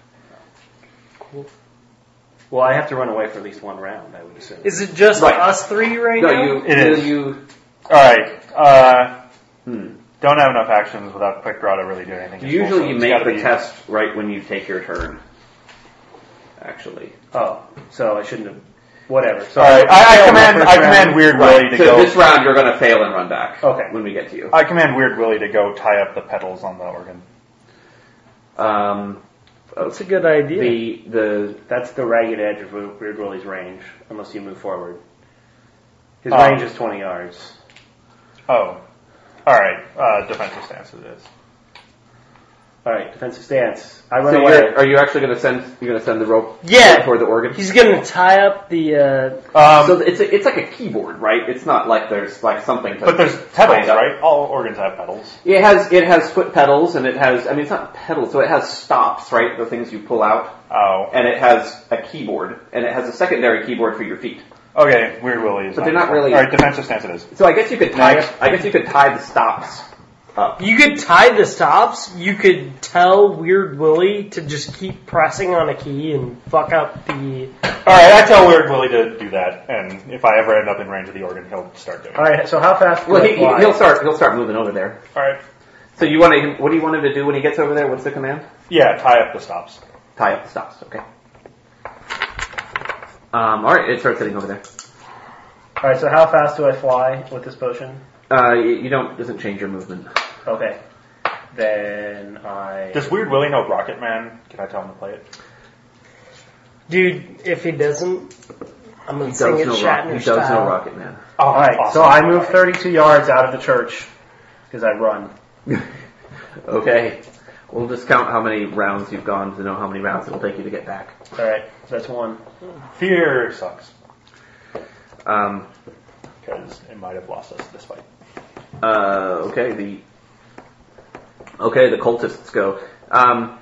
Speaker 4: Well, I have to run away for at least one round, I would assume.
Speaker 3: Is it just
Speaker 2: Right.
Speaker 3: us three right
Speaker 2: No,
Speaker 3: now?
Speaker 2: you.
Speaker 8: It
Speaker 2: you,
Speaker 8: is.
Speaker 2: you-
Speaker 8: All right. Uh,
Speaker 2: hmm.
Speaker 8: don't have enough actions without quick draw to really do anything. useful, so
Speaker 2: Usually, you
Speaker 8: it's
Speaker 2: make
Speaker 8: gotta
Speaker 2: the
Speaker 8: be-
Speaker 2: test right when you take your turn. Actually,
Speaker 4: Oh, so I shouldn't have. Whatever. So
Speaker 8: All right. I, I
Speaker 4: failed my
Speaker 8: command.
Speaker 4: first
Speaker 8: I
Speaker 4: round.
Speaker 8: command Weird Willie to
Speaker 2: so
Speaker 8: go.
Speaker 2: this round you're going to fail and run back.
Speaker 4: Okay.
Speaker 2: When we get to you,
Speaker 8: I command Weird Willie to go tie up the petals on the organ.
Speaker 2: um,
Speaker 3: That's a good idea.
Speaker 2: the the
Speaker 4: That's the ragged edge of Weird Willie's range, unless you move forward. His
Speaker 8: Oh.
Speaker 4: range is 20 yards.
Speaker 8: Oh. All right. Uh, defensive stance it is.
Speaker 4: All right, defensive stance. I run
Speaker 2: so
Speaker 4: away.
Speaker 2: you're, are you actually going to send you're going to send the rope
Speaker 3: Yeah.
Speaker 2: toward the organ?
Speaker 3: He's gonna tie up the. uh
Speaker 8: Um,
Speaker 2: so it's it's like a keyboard, right? It's not like there's like something. To
Speaker 8: but there's
Speaker 2: find
Speaker 8: petals,
Speaker 2: out.
Speaker 8: right? All organs have petals.
Speaker 2: It has it has foot pedals and it has I mean it's not pedals, so it has stops, right? The things you pull out,
Speaker 8: Oh.
Speaker 2: and it has a keyboard, and it has a secondary keyboard for your feet.
Speaker 8: Okay. Weird Willie is.
Speaker 2: But they're not really-
Speaker 8: All right. Defensive stance it is.
Speaker 2: So I guess you could tie
Speaker 8: Nice.
Speaker 2: I guess you could tie the stops up.
Speaker 3: You could tie the stops. You could tell Weird Willie to just keep pressing on a key and fuck up the.
Speaker 8: All right. I tell Weird Willie to do that, and if I ever end up in range of the organ, he'll start doing it.
Speaker 4: All right, so how fast do
Speaker 2: Well,
Speaker 4: I
Speaker 2: he, he,
Speaker 4: fly?
Speaker 2: he'll start he'll start moving over there.
Speaker 8: All right.
Speaker 2: So you want to what do you want him to do when he gets over there? What's the command?
Speaker 8: Yeah. Tie up the stops.
Speaker 2: Tie up the stops. Okay. Um, all right, it starts sitting over there.
Speaker 4: All right, so how fast do I fly with this potion?
Speaker 2: Uh, you you don't doesn't change your movement.
Speaker 4: Okay. Then I...
Speaker 8: Does Weird Willie know Rocket Man? Can I tell him to play it?
Speaker 3: Dude, if he doesn't, I'm gonna sing it
Speaker 2: no rock, he
Speaker 3: Shatner
Speaker 2: does
Speaker 3: style.
Speaker 2: no Rocket Man.
Speaker 8: Oh,
Speaker 4: All right, so I move 32 yards out of the church because I run.
Speaker 2: <laughs> Okay. We'll discount how many rounds you've gone to know how many rounds it'll take you to get back.
Speaker 4: All right, so that's one.
Speaker 8: Fear sucks
Speaker 2: Um,
Speaker 8: because it might have lost us this fight.
Speaker 2: uh, okay, the Okay, the cultists go. Um,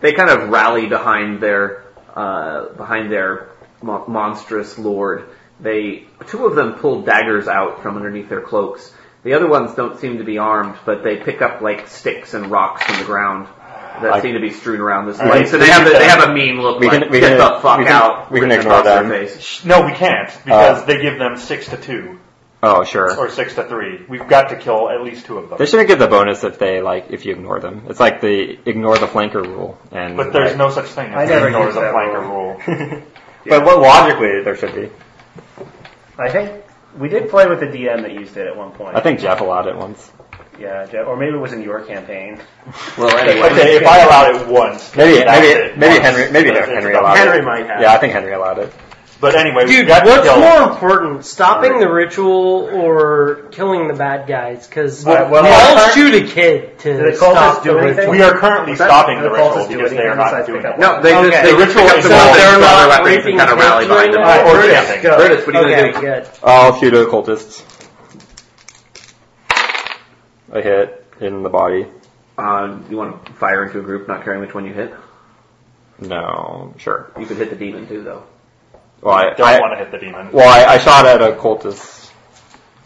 Speaker 2: they kind of rally behind their uh, behind their mo- monstrous lord. They two of them pull daggers out from underneath their cloaks. The other ones don't seem to be armed, but they pick up like sticks and rocks from the ground that
Speaker 9: I-
Speaker 2: seem to be strewn around this
Speaker 9: All
Speaker 2: place.
Speaker 9: right,
Speaker 2: So they have a, they have a mean look.
Speaker 9: We
Speaker 2: like,
Speaker 9: can- we
Speaker 2: get
Speaker 9: can-
Speaker 2: the fuck
Speaker 9: we can-
Speaker 2: out.
Speaker 9: we can
Speaker 2: written
Speaker 9: ignore
Speaker 2: across their
Speaker 9: them.
Speaker 2: face.
Speaker 8: No, we can't because they give them six to two
Speaker 9: Oh, sure.
Speaker 8: or six to three. We've got to kill at least two of them.
Speaker 9: They shouldn't give the bonus if they like if you ignore them. It's like the ignore the flanker rule. And
Speaker 8: But there's no such thing
Speaker 4: I
Speaker 8: as
Speaker 4: never
Speaker 8: ignore
Speaker 4: use
Speaker 8: the
Speaker 4: that
Speaker 8: flanker rule. <laughs>
Speaker 9: no. but what logically there should be.
Speaker 4: I think we did play with the DM that used it at one point.
Speaker 9: I think Jeff allowed it once.
Speaker 4: Yeah, Jeff- or maybe it was in your campaign.
Speaker 2: Well, anyway,
Speaker 8: Okay, if I allowed it once,
Speaker 9: Maybe
Speaker 8: that's
Speaker 9: maybe
Speaker 8: it,
Speaker 9: maybe
Speaker 8: once.
Speaker 9: Henry maybe
Speaker 8: That's it.
Speaker 9: Henry allowed
Speaker 4: Henry
Speaker 9: it.
Speaker 4: might have.
Speaker 9: Yeah, I think Henry allowed it.
Speaker 8: But anyway, we've
Speaker 3: Dude,
Speaker 8: got to
Speaker 3: what's
Speaker 8: kill.
Speaker 3: more important, stopping the ritual or killing the bad guys? Because
Speaker 4: Well, well,
Speaker 3: we all
Speaker 4: well,
Speaker 3: shoot a kid to
Speaker 4: Do the cultists
Speaker 3: stop the
Speaker 4: do anything?
Speaker 3: ritual.
Speaker 8: We are currently
Speaker 4: Is that-
Speaker 8: stopping the
Speaker 4: the cultists
Speaker 8: ritual
Speaker 4: do
Speaker 8: because they
Speaker 4: anything
Speaker 8: are not
Speaker 4: besides
Speaker 8: doing
Speaker 4: pick up
Speaker 8: it.
Speaker 2: no, they
Speaker 3: Okay.
Speaker 2: just they
Speaker 8: The
Speaker 2: just
Speaker 8: ritual
Speaker 2: pick up
Speaker 8: is
Speaker 2: the
Speaker 8: so
Speaker 2: weapons,
Speaker 8: they're
Speaker 2: grab
Speaker 3: not
Speaker 2: their weapons, and
Speaker 3: raping
Speaker 2: kind of rally
Speaker 3: kids
Speaker 2: behind
Speaker 3: right
Speaker 2: them.
Speaker 3: now?
Speaker 8: Or
Speaker 2: Brutus,
Speaker 8: something.
Speaker 3: Go.
Speaker 2: Brutus, what are you
Speaker 3: okay,
Speaker 2: gonna do?
Speaker 3: good.
Speaker 9: I'll shoot at the cultists. I hit in the body.
Speaker 2: Uh, you want to fire into a group, not caring which one you hit?
Speaker 9: No, sure.
Speaker 2: You could hit the demon too, though.
Speaker 9: Well, I,
Speaker 8: Don't
Speaker 9: I-
Speaker 8: want to hit the demon.
Speaker 9: well, I, I shot at a cultist.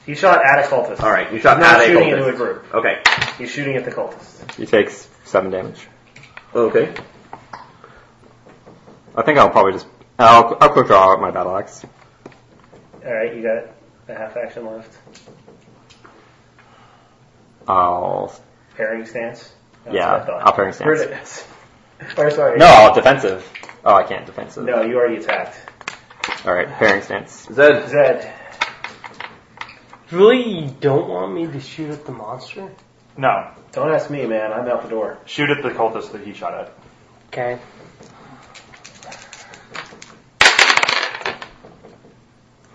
Speaker 4: He shot at a cultist.
Speaker 2: All right, you shot
Speaker 4: He's not
Speaker 2: at a
Speaker 4: shooting
Speaker 2: cultist.
Speaker 4: into a group.
Speaker 2: Okay.
Speaker 4: He's shooting at the cultist.
Speaker 9: He takes seven damage.
Speaker 2: Okay.
Speaker 9: I think I'll probably just I'll I'll quick draw out my battle axe.
Speaker 4: All right, you got a half action left.
Speaker 9: I'll
Speaker 4: Parrying stance. That's
Speaker 9: yeah,
Speaker 4: what I thought.
Speaker 9: I'll parry stance.
Speaker 4: Brutus. <laughs> Or sorry.
Speaker 9: No, I'll defensive. Oh, I can't defensive.
Speaker 4: No, you already attacked.
Speaker 9: All right, pairing stance.
Speaker 2: Zed.
Speaker 4: Zed.
Speaker 3: Really, you don't want me to shoot at the monster?
Speaker 8: No,
Speaker 4: Don't ask me, man. I'm out the door.
Speaker 8: shoot at the cultist that he shot at.
Speaker 3: Okay.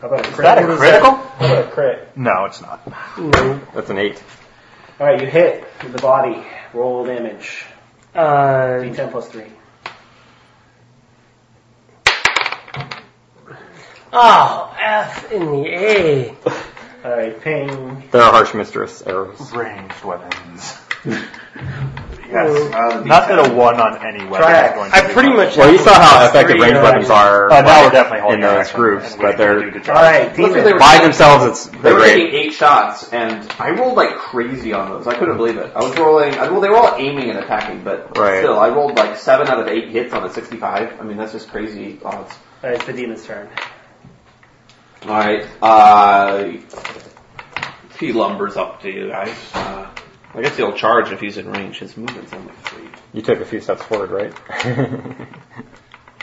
Speaker 4: How about a crit?
Speaker 8: that a critical?
Speaker 4: How about a crit?
Speaker 8: No, it's not.
Speaker 3: No.
Speaker 9: That's an eight.
Speaker 4: All right, you hit the body. Roll damage.
Speaker 3: Uh,
Speaker 4: D10 plus three.
Speaker 3: oh, F in the A.
Speaker 4: All right, ping.
Speaker 9: There are harsh mistress arrows.
Speaker 4: <laughs>
Speaker 8: Ranged weapons.
Speaker 3: Ooh.
Speaker 8: Yes. Not that a one on any weapon
Speaker 4: uh, Try
Speaker 8: is
Speaker 4: it.
Speaker 8: going to
Speaker 3: I
Speaker 8: be
Speaker 3: pretty
Speaker 8: much.
Speaker 3: much.
Speaker 9: Well, you saw how effective
Speaker 3: Three
Speaker 9: ranged
Speaker 3: arrows.
Speaker 9: weapons are
Speaker 8: Uh, now we're definitely holding
Speaker 9: in
Speaker 8: our
Speaker 9: those
Speaker 8: action
Speaker 9: groups,
Speaker 8: and
Speaker 9: but
Speaker 8: waiting for
Speaker 9: they're
Speaker 8: you to
Speaker 4: All
Speaker 8: drop.
Speaker 4: right,
Speaker 2: Look at their-
Speaker 4: demon.
Speaker 9: by themselves. It's
Speaker 2: They
Speaker 9: they're
Speaker 2: were taking
Speaker 9: great.
Speaker 2: eight shots, and I rolled like crazy on those. I couldn't believe it. I was rolling. I, well, they were all aiming and attacking, but
Speaker 9: Right.
Speaker 2: still, I rolled like seven out of eight hits on a 65. I mean, that's just crazy odds.
Speaker 4: All right, it's the demon's turn.
Speaker 2: All right. Uh, he lumbers up to you guys. Uh, I guess he'll charge if he's in range. His movement's only three.
Speaker 9: You took a few steps forward, right?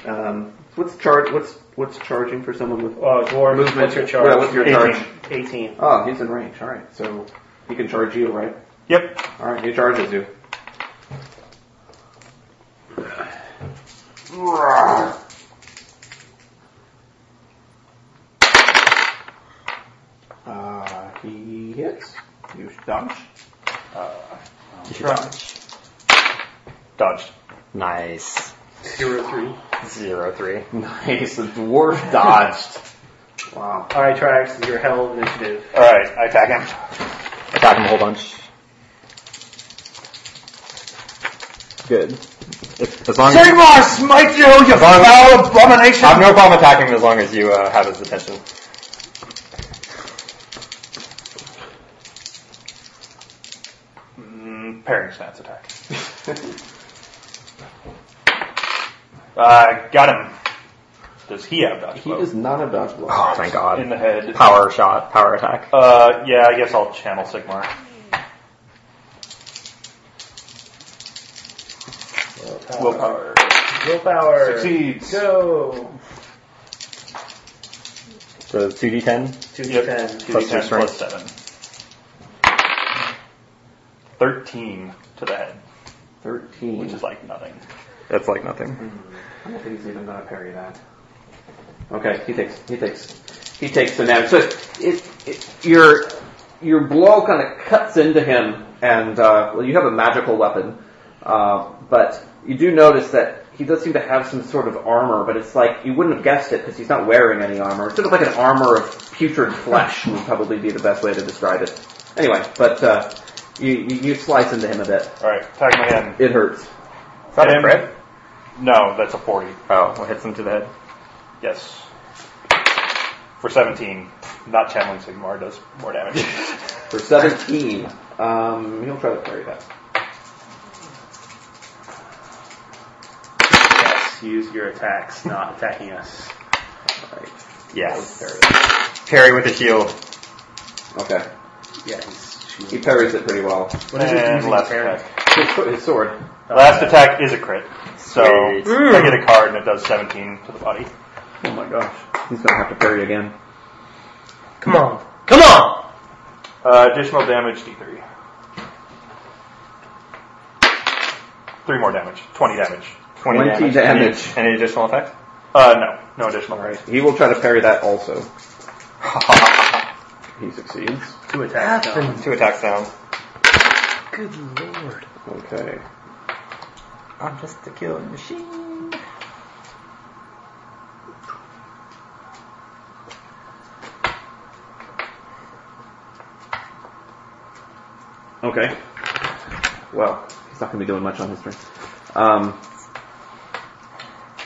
Speaker 2: Um, what's charge? What's what's charging for someone with?
Speaker 4: Oh, it's war.
Speaker 2: Movement.
Speaker 4: What's your charge?
Speaker 2: Yeah, what's your charge?
Speaker 4: 18.
Speaker 2: Oh, he's in range. All right, so he can charge you, right?
Speaker 8: <laughs> Yep.
Speaker 2: All right, he charges you. Uh, he hits. You dodge.
Speaker 9: Uh,
Speaker 8: Dodged.
Speaker 9: nice.
Speaker 4: Zero three.
Speaker 9: Zero
Speaker 8: <laughs>
Speaker 9: three.
Speaker 2: Nice. The dwarf dodged. Wow.
Speaker 4: All right, Trax, your hell of initiative.
Speaker 8: All right, I attack him.
Speaker 9: Attack him a whole bunch. Good. If, as long as
Speaker 8: Sigmar, smite you, you foul abomination!
Speaker 9: I have no problem attacking him as long as you uh, have his attention.
Speaker 8: Mm, parrying stance attack. <laughs> uh, got him. Does he have dodge
Speaker 2: He
Speaker 8: blow?
Speaker 2: does not have dodge blow.
Speaker 9: Oh, thank God.
Speaker 8: In the head.
Speaker 9: Power shot, power attack.
Speaker 8: Uh, yeah, I guess I'll channel Sigmar. Willpower.
Speaker 4: Willpower.
Speaker 8: Succeeds.
Speaker 4: Go.
Speaker 9: So two d ten.
Speaker 4: Two
Speaker 8: Yep.
Speaker 4: to ten.
Speaker 8: 2d10
Speaker 9: your
Speaker 8: plus 7. 13 to the head,
Speaker 2: Thirteen.
Speaker 8: which is like nothing.
Speaker 9: That's like nothing.
Speaker 2: I don't think he's even gonna parry that. Okay, he takes he takes he takes the damage. So it, it your your blow kind of cuts into him, and uh, well, you have a magical weapon, uh, but you do notice that he does seem to have some sort of armor, but it's like you wouldn't have guessed it because he's not wearing any armor. It's sort of like an armor of putrid flesh would probably be the best way to describe it. Anyway, but uh, You, you, you slice into him a bit.
Speaker 8: All right, tag my hand.
Speaker 2: It hurts.
Speaker 10: Is that a
Speaker 8: Him?
Speaker 10: crit?
Speaker 8: No, that's a 40.
Speaker 10: Oh, well, hits him to the head.
Speaker 8: Yes. For 17. Not channeling Sigmar does
Speaker 4: <laughs>
Speaker 8: more damage.
Speaker 2: For 17, um, he'll try to parry that.
Speaker 4: Yes, use your attacks, not attacking us.
Speaker 8: yes.
Speaker 10: Parry with a shield.
Speaker 2: Okay.
Speaker 4: Yeah, he's
Speaker 2: He parries it pretty well.
Speaker 4: What is it
Speaker 8: And
Speaker 4: using
Speaker 8: last
Speaker 4: to parry?
Speaker 8: attack.
Speaker 2: His, sw- his sword.
Speaker 8: Last attack is a crit. So
Speaker 10: Sweet.
Speaker 8: I get a card and it does 17 to the body.
Speaker 2: Oh my gosh. He's gonna have to parry again.
Speaker 3: Come on. Come on!
Speaker 8: Uh, additional damage d3. Three more damage. 20 damage.
Speaker 10: 20,
Speaker 2: 20
Speaker 10: damage.
Speaker 2: damage.
Speaker 10: Any, any additional effect?
Speaker 8: Uh, no. No additional damage.
Speaker 2: He will try to parry that also.
Speaker 8: <laughs>
Speaker 2: He succeeds.
Speaker 4: Two attacks.
Speaker 3: Happened.
Speaker 10: Two attacks down.
Speaker 3: Good lord.
Speaker 2: Okay.
Speaker 10: I'm just a killing machine.
Speaker 2: Okay. Well, he's not gonna be doing much on his turn. Um,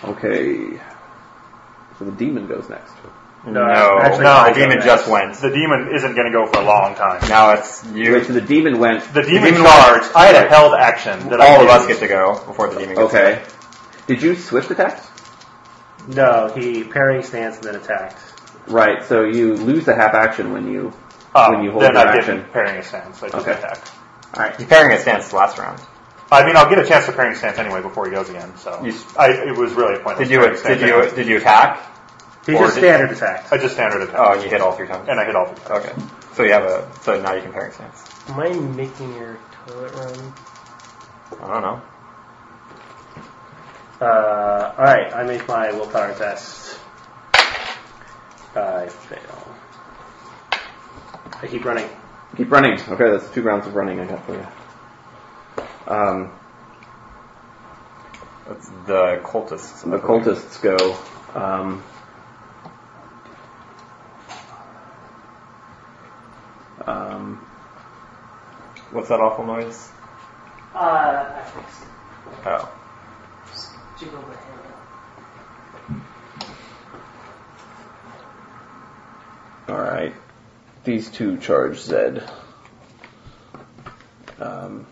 Speaker 2: okay. So the demon goes next.
Speaker 10: No,
Speaker 4: actually,
Speaker 10: no,
Speaker 4: I
Speaker 10: the demon
Speaker 4: don't.
Speaker 10: just went.
Speaker 8: The demon isn't going to go for a long time.
Speaker 10: Now it's you.
Speaker 2: Wait, so the demon went.
Speaker 8: The demon,
Speaker 10: demon
Speaker 8: charged. I had a
Speaker 10: Right.
Speaker 8: held action that I
Speaker 10: All of
Speaker 8: did.
Speaker 10: us get to go before the demon
Speaker 4: Oh.
Speaker 10: gets
Speaker 2: Okay. Did you switch attacks?
Speaker 4: No, he parrying stance and then attacked.
Speaker 2: Right. So you lose a half action when you
Speaker 8: Oh,
Speaker 2: when you hold
Speaker 8: then
Speaker 2: your
Speaker 8: I
Speaker 2: action.
Speaker 8: didn't parrying a stance. I just
Speaker 2: Okay.
Speaker 8: attacked.
Speaker 10: Alright, you're parrying a stance last round.
Speaker 8: I mean, I'll get a chance for parrying stance anyway before he goes again. So
Speaker 10: You s-
Speaker 8: I, it was really a pointless.
Speaker 10: Did you,
Speaker 8: parrying
Speaker 10: did
Speaker 8: stance.
Speaker 10: you, did you attack?
Speaker 4: He
Speaker 10: Or
Speaker 4: just
Speaker 10: did-
Speaker 4: standard attack.
Speaker 8: I just standard attack,
Speaker 10: Oh, you hit all three times.
Speaker 8: and I hit all. Three.
Speaker 10: Okay. So you have a, so now you can parry a stance.
Speaker 3: Am I making your toilet run?
Speaker 10: I don't know.
Speaker 4: Uh, alright, I make my willpower test. I fail. I keep running.
Speaker 2: Keep running. Okay, that's two rounds of running I got for you. Um,
Speaker 10: It's the cultists.
Speaker 2: the cultists go. Um, um,
Speaker 10: What's that awful noise?
Speaker 15: Uh, I fixed it.
Speaker 10: Oh.
Speaker 15: Just jiggle the hand up.
Speaker 2: all right. These two charge Zed. Um,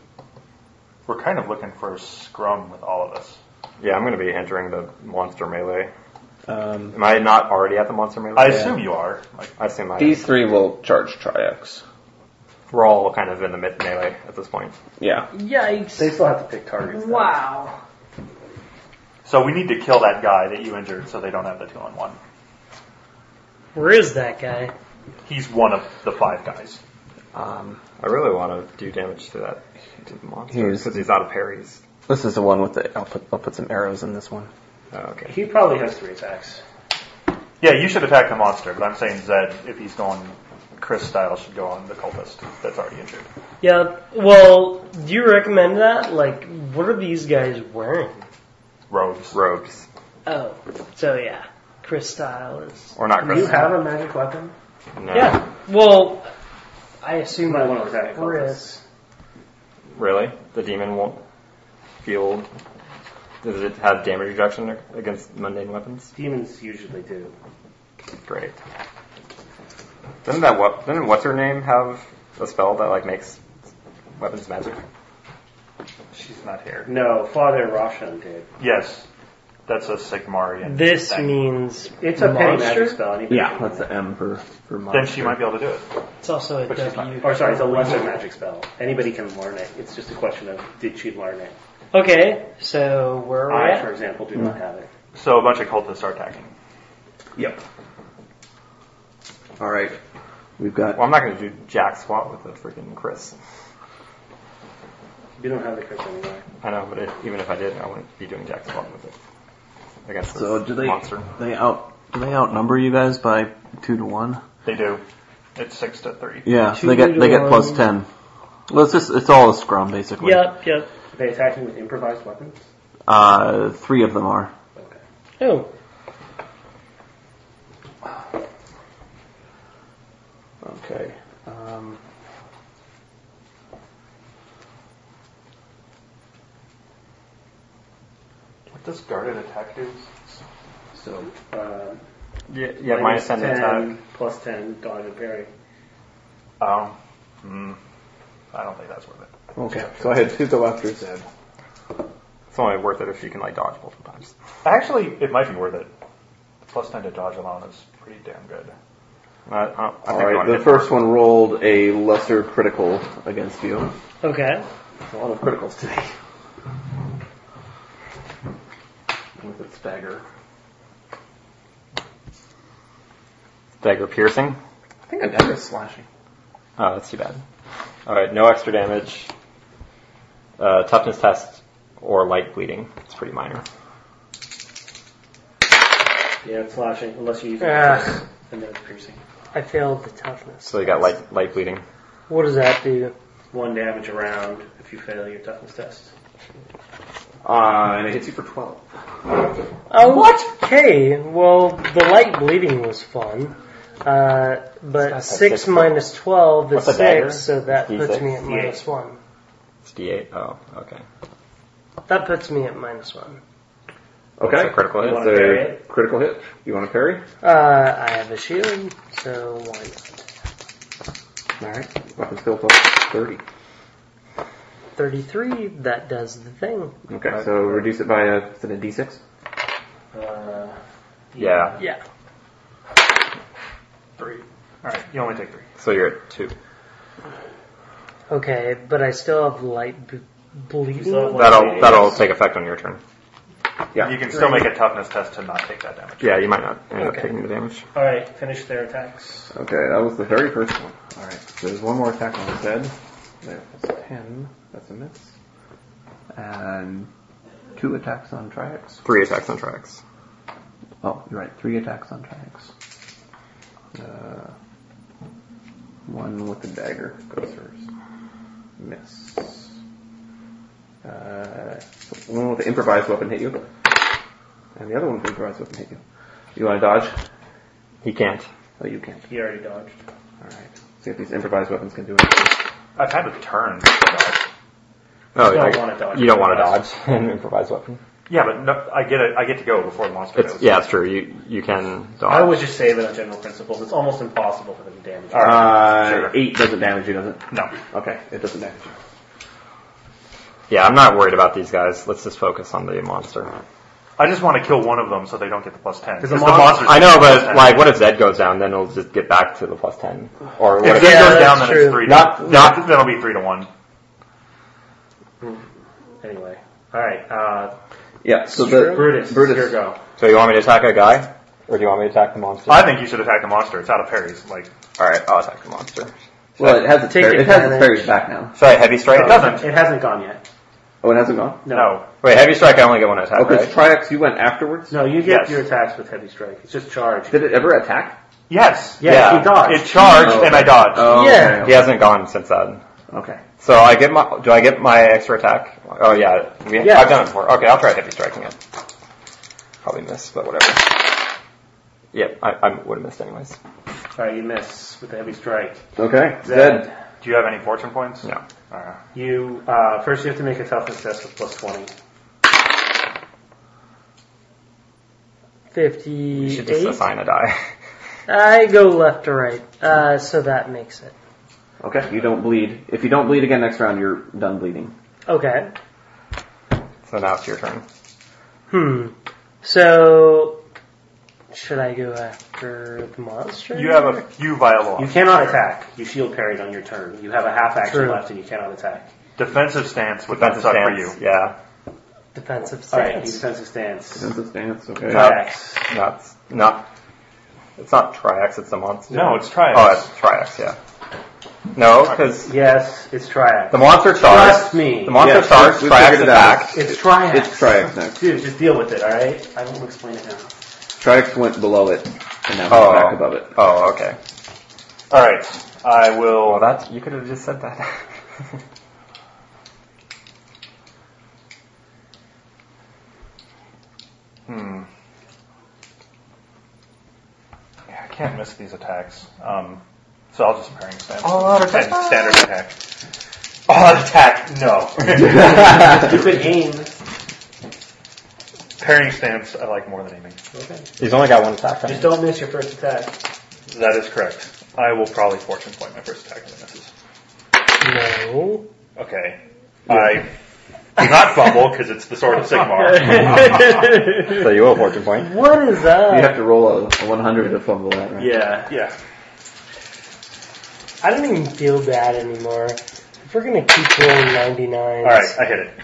Speaker 8: We're kind of looking for a scrum with all of us.
Speaker 10: Yeah, I'm going to be entering the monster melee.
Speaker 2: um,
Speaker 10: Am I not already at the monster melee?
Speaker 8: I assume you are. Like,
Speaker 10: I assume I
Speaker 2: these three will charge Triax.
Speaker 10: We're all kind of in the mid melee at this point.
Speaker 2: Yeah.
Speaker 4: They
Speaker 3: Yikes.
Speaker 4: still have to pick targets. though.
Speaker 15: Wow.
Speaker 8: so we need to kill that guy that you injured, so they don't have the two on one.
Speaker 3: Where is that guy?
Speaker 8: He's one of the five guys.
Speaker 10: Um, I really want to do damage to that to the monster
Speaker 2: Here's-
Speaker 10: because he's out of parries.
Speaker 2: This is the one with the. I'll put I'll put some arrows in this one.
Speaker 10: Oh, okay.
Speaker 4: He probably has three attacks.
Speaker 8: Yeah, you should attack the monster, but I'm saying Zed, if he's going Chris style, should go on the cultist that's already injured.
Speaker 3: Yeah, well, do you recommend that? Like, what are these guys wearing?
Speaker 8: Robes.
Speaker 10: Robes
Speaker 3: Oh, so yeah. Chris style is.
Speaker 10: or not?
Speaker 4: Do you
Speaker 10: Chris?
Speaker 4: have a magic weapon?
Speaker 10: No.
Speaker 3: Yeah, well, I assume
Speaker 4: might
Speaker 3: that
Speaker 4: want to attack all
Speaker 3: Chris.
Speaker 10: Really? The demon won't field. Does it have damage reduction against mundane weapons?
Speaker 4: Demons usually do.
Speaker 10: Great. Doesn't that what? Doesn't what's her name have a spell that like makes weapons magic?
Speaker 8: She's not here.
Speaker 4: No, Father Roshan did.
Speaker 8: Yes, that's a Sigmarian.
Speaker 3: This
Speaker 8: thing.
Speaker 3: means
Speaker 4: It's a petty magic
Speaker 3: monster.
Speaker 4: spell. and he-
Speaker 2: Yeah, that's the M for for monster.
Speaker 8: Then she might be able to do it.
Speaker 3: It's also a
Speaker 8: But she's not-
Speaker 3: W.
Speaker 4: Or Oh, sorry, it's a lesser magic spell. Anybody can learn it. It's just a question of did she learn it?
Speaker 3: Okay, so where are we
Speaker 4: I, for
Speaker 3: at?
Speaker 4: example, do not have it.
Speaker 8: So a bunch of cultists are attacking.
Speaker 2: Yep. All right. We've got.
Speaker 10: Well, I'm not going to do jack squat with a freaking Chris.
Speaker 4: You don't have the crystal anymore.
Speaker 10: I know, but it, even if I did, I wouldn't be doing jack squat with it against this
Speaker 2: So do they
Speaker 10: monster.
Speaker 2: they out do they outnumber you guys by two to one?
Speaker 8: They do. It's six to three.
Speaker 2: Yeah,
Speaker 3: Two
Speaker 2: they get
Speaker 3: to
Speaker 2: they get
Speaker 3: one.
Speaker 2: plus ten. Well, it's just it's all a scrum basically.
Speaker 3: Yep, yep.
Speaker 4: Are they attacking with improvised weapons?
Speaker 2: Uh, three of them are.
Speaker 4: Okay.
Speaker 3: Oh,
Speaker 2: Okay. Um,
Speaker 4: this guarded attack do?
Speaker 7: So,
Speaker 4: Um,
Speaker 7: uh,
Speaker 9: Yeah, yeah minus 10 attack.
Speaker 7: Plus 10, dodge and parry.
Speaker 8: Um,
Speaker 9: Oh.
Speaker 8: hmm.
Speaker 9: Mm. I don't think that's worth it.
Speaker 2: Okay, so I had two go after his head.
Speaker 9: It's only worth it if you can like dodge multiple times. Actually, it might be worth it. Plus 10 to dodge alone is pretty damn good.
Speaker 8: Uh,
Speaker 9: I, I, I think I
Speaker 2: Alright,
Speaker 9: wanna
Speaker 2: the
Speaker 9: hit
Speaker 2: first one rolled a lesser critical against you.
Speaker 3: Okay.
Speaker 2: A lot of criticals today. With its dagger.
Speaker 9: dagger piercing.
Speaker 11: I think a dagger's slashing.
Speaker 9: Oh, that's too bad. Alright, no extra damage. Uh, toughness test or light bleeding. It's pretty minor.
Speaker 7: Yeah, it's slashing, unless you use
Speaker 3: Ugh.
Speaker 7: and then it's piercing.
Speaker 3: I failed the toughness.
Speaker 9: So you got light light bleeding.
Speaker 3: What does that do?
Speaker 7: One damage around if you fail your toughness test.
Speaker 2: Uh, and it hits you for 12.
Speaker 3: Oh, what? Okay. Well, the light bleeding was fun. Uh, but
Speaker 9: That's a
Speaker 3: six
Speaker 9: six.
Speaker 3: minus twelve is
Speaker 9: What's a dagger?
Speaker 3: six, so that
Speaker 9: D6?
Speaker 3: puts me at minus one.
Speaker 9: It's D8. Oh, okay.
Speaker 3: That puts me at minus one.
Speaker 2: Okay.
Speaker 9: That's a critical hit.
Speaker 2: It's
Speaker 3: wanna parry
Speaker 2: a critical hit. You want to parry?
Speaker 3: Uh, I have a shield, so why not?
Speaker 2: Alright. Weapon skill plus 30.
Speaker 3: Thirty-three. That does the thing.
Speaker 2: Okay, so reduce it by a, is it a d6?
Speaker 7: Uh,
Speaker 9: Yeah.
Speaker 3: Yeah.
Speaker 4: Three. Alright, you only take three.
Speaker 9: So you're at two.
Speaker 3: Okay, but I still have light b-
Speaker 7: You
Speaker 3: bleeding.
Speaker 7: still have light
Speaker 9: That'll that'll take effect on your turn. Yeah.
Speaker 8: You can still make a toughness test to not take that damage.
Speaker 9: Yeah, you might not end up
Speaker 7: Okay.
Speaker 9: taking the damage.
Speaker 7: Alright, finish their attacks.
Speaker 2: Okay, that was the very first one. Alright, so there's one more attack on his head. There, that's 10. That's a miss. And two attacks on Triax.
Speaker 9: Three attacks on tracks.
Speaker 2: Oh, you're right, three attacks on Triax. Uh, one with the dagger goes first. Miss. Uh, one with the improvised weapon hit you. And the other one with the improvised weapon hit you. You want to dodge?
Speaker 9: He can't.
Speaker 2: Oh, you can't.
Speaker 7: He already dodged.
Speaker 2: Alright. See if these improvised weapons can do anything.
Speaker 8: I've had a turn.
Speaker 9: Oh,
Speaker 7: don't
Speaker 9: like,
Speaker 7: wanna dodge.
Speaker 9: you don't want to dodge an improvised weapon.
Speaker 8: Yeah, but no, I get it. I get to go before the monster
Speaker 9: It's
Speaker 8: goes.
Speaker 9: yeah, it's true. You you can dodge.
Speaker 7: I would just save it on general principles. It's almost impossible for them to damage. you.
Speaker 2: Uh,
Speaker 8: Sure.
Speaker 2: eight doesn't damage you, does it?
Speaker 8: No.
Speaker 2: Okay, it doesn't damage you.
Speaker 9: Yeah, I'm not worried about these guys. Let's just focus on the monster.
Speaker 8: I just want to kill one of them so they don't get the plus ten.
Speaker 7: 'Cause the
Speaker 8: It's
Speaker 7: mon-
Speaker 8: monster's
Speaker 9: I know,
Speaker 8: plus 10.
Speaker 9: but like, what if Zed goes down? Then it'll just get back to the plus ten. Or what
Speaker 8: if
Speaker 9: if,
Speaker 8: Zed
Speaker 3: Yeah,
Speaker 8: goes down,
Speaker 3: that's
Speaker 8: then
Speaker 3: true.
Speaker 8: it's three.
Speaker 9: Not-
Speaker 8: to,
Speaker 9: not-
Speaker 8: then it'll be three to one.
Speaker 7: Hmm. Anyway. Alright, uh,
Speaker 2: Yeah, so the
Speaker 7: Brutus,
Speaker 2: Brutus.
Speaker 7: here go.
Speaker 9: So you want me to attack a guy, or do you want me to attack the monster?
Speaker 8: I think you should attack the monster. It's out of parries. Like
Speaker 9: All right, I'll attack the monster.
Speaker 2: Well, it has its,
Speaker 3: Take
Speaker 2: parry, it has its
Speaker 3: advantage.
Speaker 2: parries back now.
Speaker 9: Should I heavy strike?
Speaker 8: it doesn't.
Speaker 7: It hasn't gone yet.
Speaker 2: Oh, it hasn't gone?
Speaker 7: No.
Speaker 8: No.
Speaker 9: Wait, heavy strike. I only get one attack,
Speaker 2: Okay,
Speaker 9: right?
Speaker 2: so Triax, you went afterwards?
Speaker 7: No, you get
Speaker 8: Yes.
Speaker 7: your attacks with heavy strike. It's just charge.
Speaker 2: Did it ever attack?
Speaker 8: Yes.
Speaker 7: Yes,
Speaker 9: Yeah.
Speaker 7: you dodge.
Speaker 8: It charged
Speaker 2: Oh.
Speaker 8: and I dodged.
Speaker 2: Oh,
Speaker 3: Yeah.
Speaker 9: He
Speaker 2: Okay.
Speaker 9: hasn't gone since then.
Speaker 2: okay.
Speaker 9: So I get my. Do I get my extra attack? Oh yeah, we,
Speaker 3: Yeah.
Speaker 9: I've done it before. Okay, I'll try heavy striking it. Probably miss, but whatever. Yep, I, I would have missed anyways.
Speaker 7: Alright, you miss with the heavy strike.
Speaker 2: Okay,
Speaker 7: Zed.
Speaker 2: Zed.
Speaker 8: Do you have any fortune points?
Speaker 9: No.
Speaker 8: Uh,
Speaker 7: You uh, first you have to make a toughness test with plus twenty.
Speaker 9: You should just
Speaker 3: Fifty-eight.
Speaker 9: assign a die. <laughs>
Speaker 3: I go left to right, uh, so that makes it.
Speaker 2: Okay, you don't bleed. If you don't bleed again next round, you're done bleeding.
Speaker 3: Okay.
Speaker 9: so now it's your turn.
Speaker 3: Hmm. So, should I go after the monster?
Speaker 8: you have a few viable
Speaker 7: You
Speaker 8: options.
Speaker 7: cannot attack. You shield parried on your turn. You have a half action
Speaker 3: True.
Speaker 7: left, and you cannot attack.
Speaker 8: defensive stance would not
Speaker 9: Defensive
Speaker 8: suck for
Speaker 9: stance,
Speaker 8: you.
Speaker 9: Yeah,
Speaker 3: defensive <laughs>
Speaker 7: All right, you
Speaker 3: stance.
Speaker 7: defensive stance.
Speaker 2: Defensive stance, okay.
Speaker 7: Attacks.
Speaker 9: not not. It's not triax. It's a monster.
Speaker 8: No, it's triax.
Speaker 9: Oh, it's triax. Yeah. No, because
Speaker 7: Yes, it's triax.
Speaker 9: the monster charged.
Speaker 7: Trust me.
Speaker 9: The
Speaker 2: Yeah,
Speaker 9: monster charged.
Speaker 2: we
Speaker 9: Triax
Speaker 2: figured it out.
Speaker 9: attack.
Speaker 7: it's triax.
Speaker 2: It's Triax next.
Speaker 7: Dude, just deal with it. All right. I will explain it now.
Speaker 2: Triax went below it, and now
Speaker 9: Oh.
Speaker 2: he's back above it.
Speaker 9: Oh, okay.
Speaker 8: All right. I will.
Speaker 9: Well, that you could have just said that. <laughs>
Speaker 8: Hmm. Yeah, I can't miss these attacks. Um, so I'll just parrying stance.
Speaker 9: All-out attack.
Speaker 8: And Standard attack.
Speaker 9: <laughs>
Speaker 8: All out attack. No.
Speaker 7: Stupid aim.
Speaker 8: Parrying stance I like more than aiming.
Speaker 4: Okay.
Speaker 9: He's only got one attack.
Speaker 4: Just don't miss your first attack.
Speaker 8: That is correct. I will probably fortune point my first attack if it misses.
Speaker 4: No.
Speaker 8: Okay. I do not fumble because it's the Sword
Speaker 9: <laughs>
Speaker 8: of Sigmar. <laughs>
Speaker 9: so you will fortune point.
Speaker 7: What is that?
Speaker 2: You have to roll a, a 100 to fumble that, right?
Speaker 8: yeah, yeah.
Speaker 7: I don't even feel bad anymore. If we're gonna keep rolling 99s.
Speaker 8: Alright, I hit it.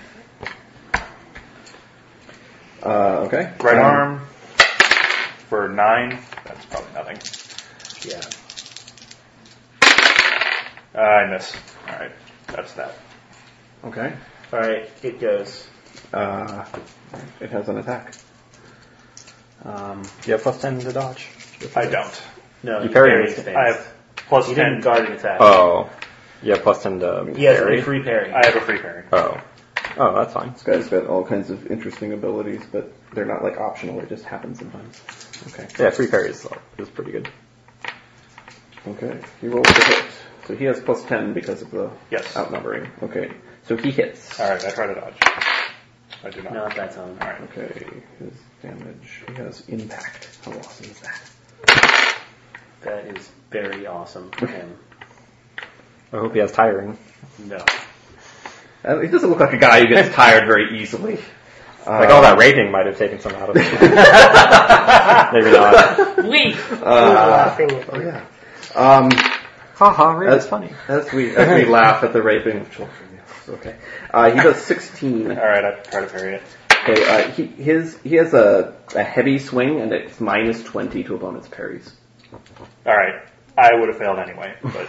Speaker 2: Uh, okay.
Speaker 8: Right
Speaker 2: Um,
Speaker 8: arm for nine. That's probably nothing.
Speaker 4: Yeah.
Speaker 8: Uh, I miss. Alright, that's that.
Speaker 2: Okay.
Speaker 16: All right, it goes.
Speaker 2: Uh, it has an attack. Um,
Speaker 9: You have plus 10 to dodge.
Speaker 8: I don't.
Speaker 16: No,
Speaker 9: You
Speaker 16: you
Speaker 9: parry
Speaker 16: parry
Speaker 9: it.
Speaker 16: stance.
Speaker 8: I have plus
Speaker 16: you
Speaker 8: ten.
Speaker 16: didn't guard an attack.
Speaker 9: Oh. You have plus 10 to
Speaker 16: he has
Speaker 9: parry.
Speaker 16: a free parry.
Speaker 8: I have a free parry.
Speaker 9: Oh. Oh, that's fine.
Speaker 2: This guy's got all kinds of interesting abilities, but they're not like optional. It just happens sometimes. Okay.
Speaker 9: Yeah, free parry is, is pretty good.
Speaker 2: Okay. He rolls a hit. So he has plus 10 because of the
Speaker 8: Yes.
Speaker 2: outnumbering. Okay. So he hits.
Speaker 8: Alright, I try to dodge. I do not.
Speaker 4: Not that time.
Speaker 8: Alright.
Speaker 2: Okay. His damage. He has impact. How awesome is that?
Speaker 4: That is very awesome for him.
Speaker 9: I hope he has tiring.
Speaker 4: No.
Speaker 2: Uh, He doesn't look like a guy who
Speaker 9: <laughs>
Speaker 2: gets tired very easily. Uh,
Speaker 9: Like all that raging might have taken some out
Speaker 2: <laughs>
Speaker 9: of him. Maybe not.
Speaker 7: We
Speaker 2: Uh,
Speaker 7: laughing at
Speaker 2: oh yeah. Um,
Speaker 9: Haha, rape
Speaker 2: That's-
Speaker 9: is funny.
Speaker 2: as we as
Speaker 9: <laughs>
Speaker 2: we laugh at the raping of children. Yes. Okay. Uh, he does 16.
Speaker 8: Alright, I try to parry it.
Speaker 2: Okay, uh, he, his, he has a, a heavy swing, and it's minus 20 to opponent's parries.
Speaker 8: Alright. I would have failed anyway,
Speaker 16: <laughs>
Speaker 8: but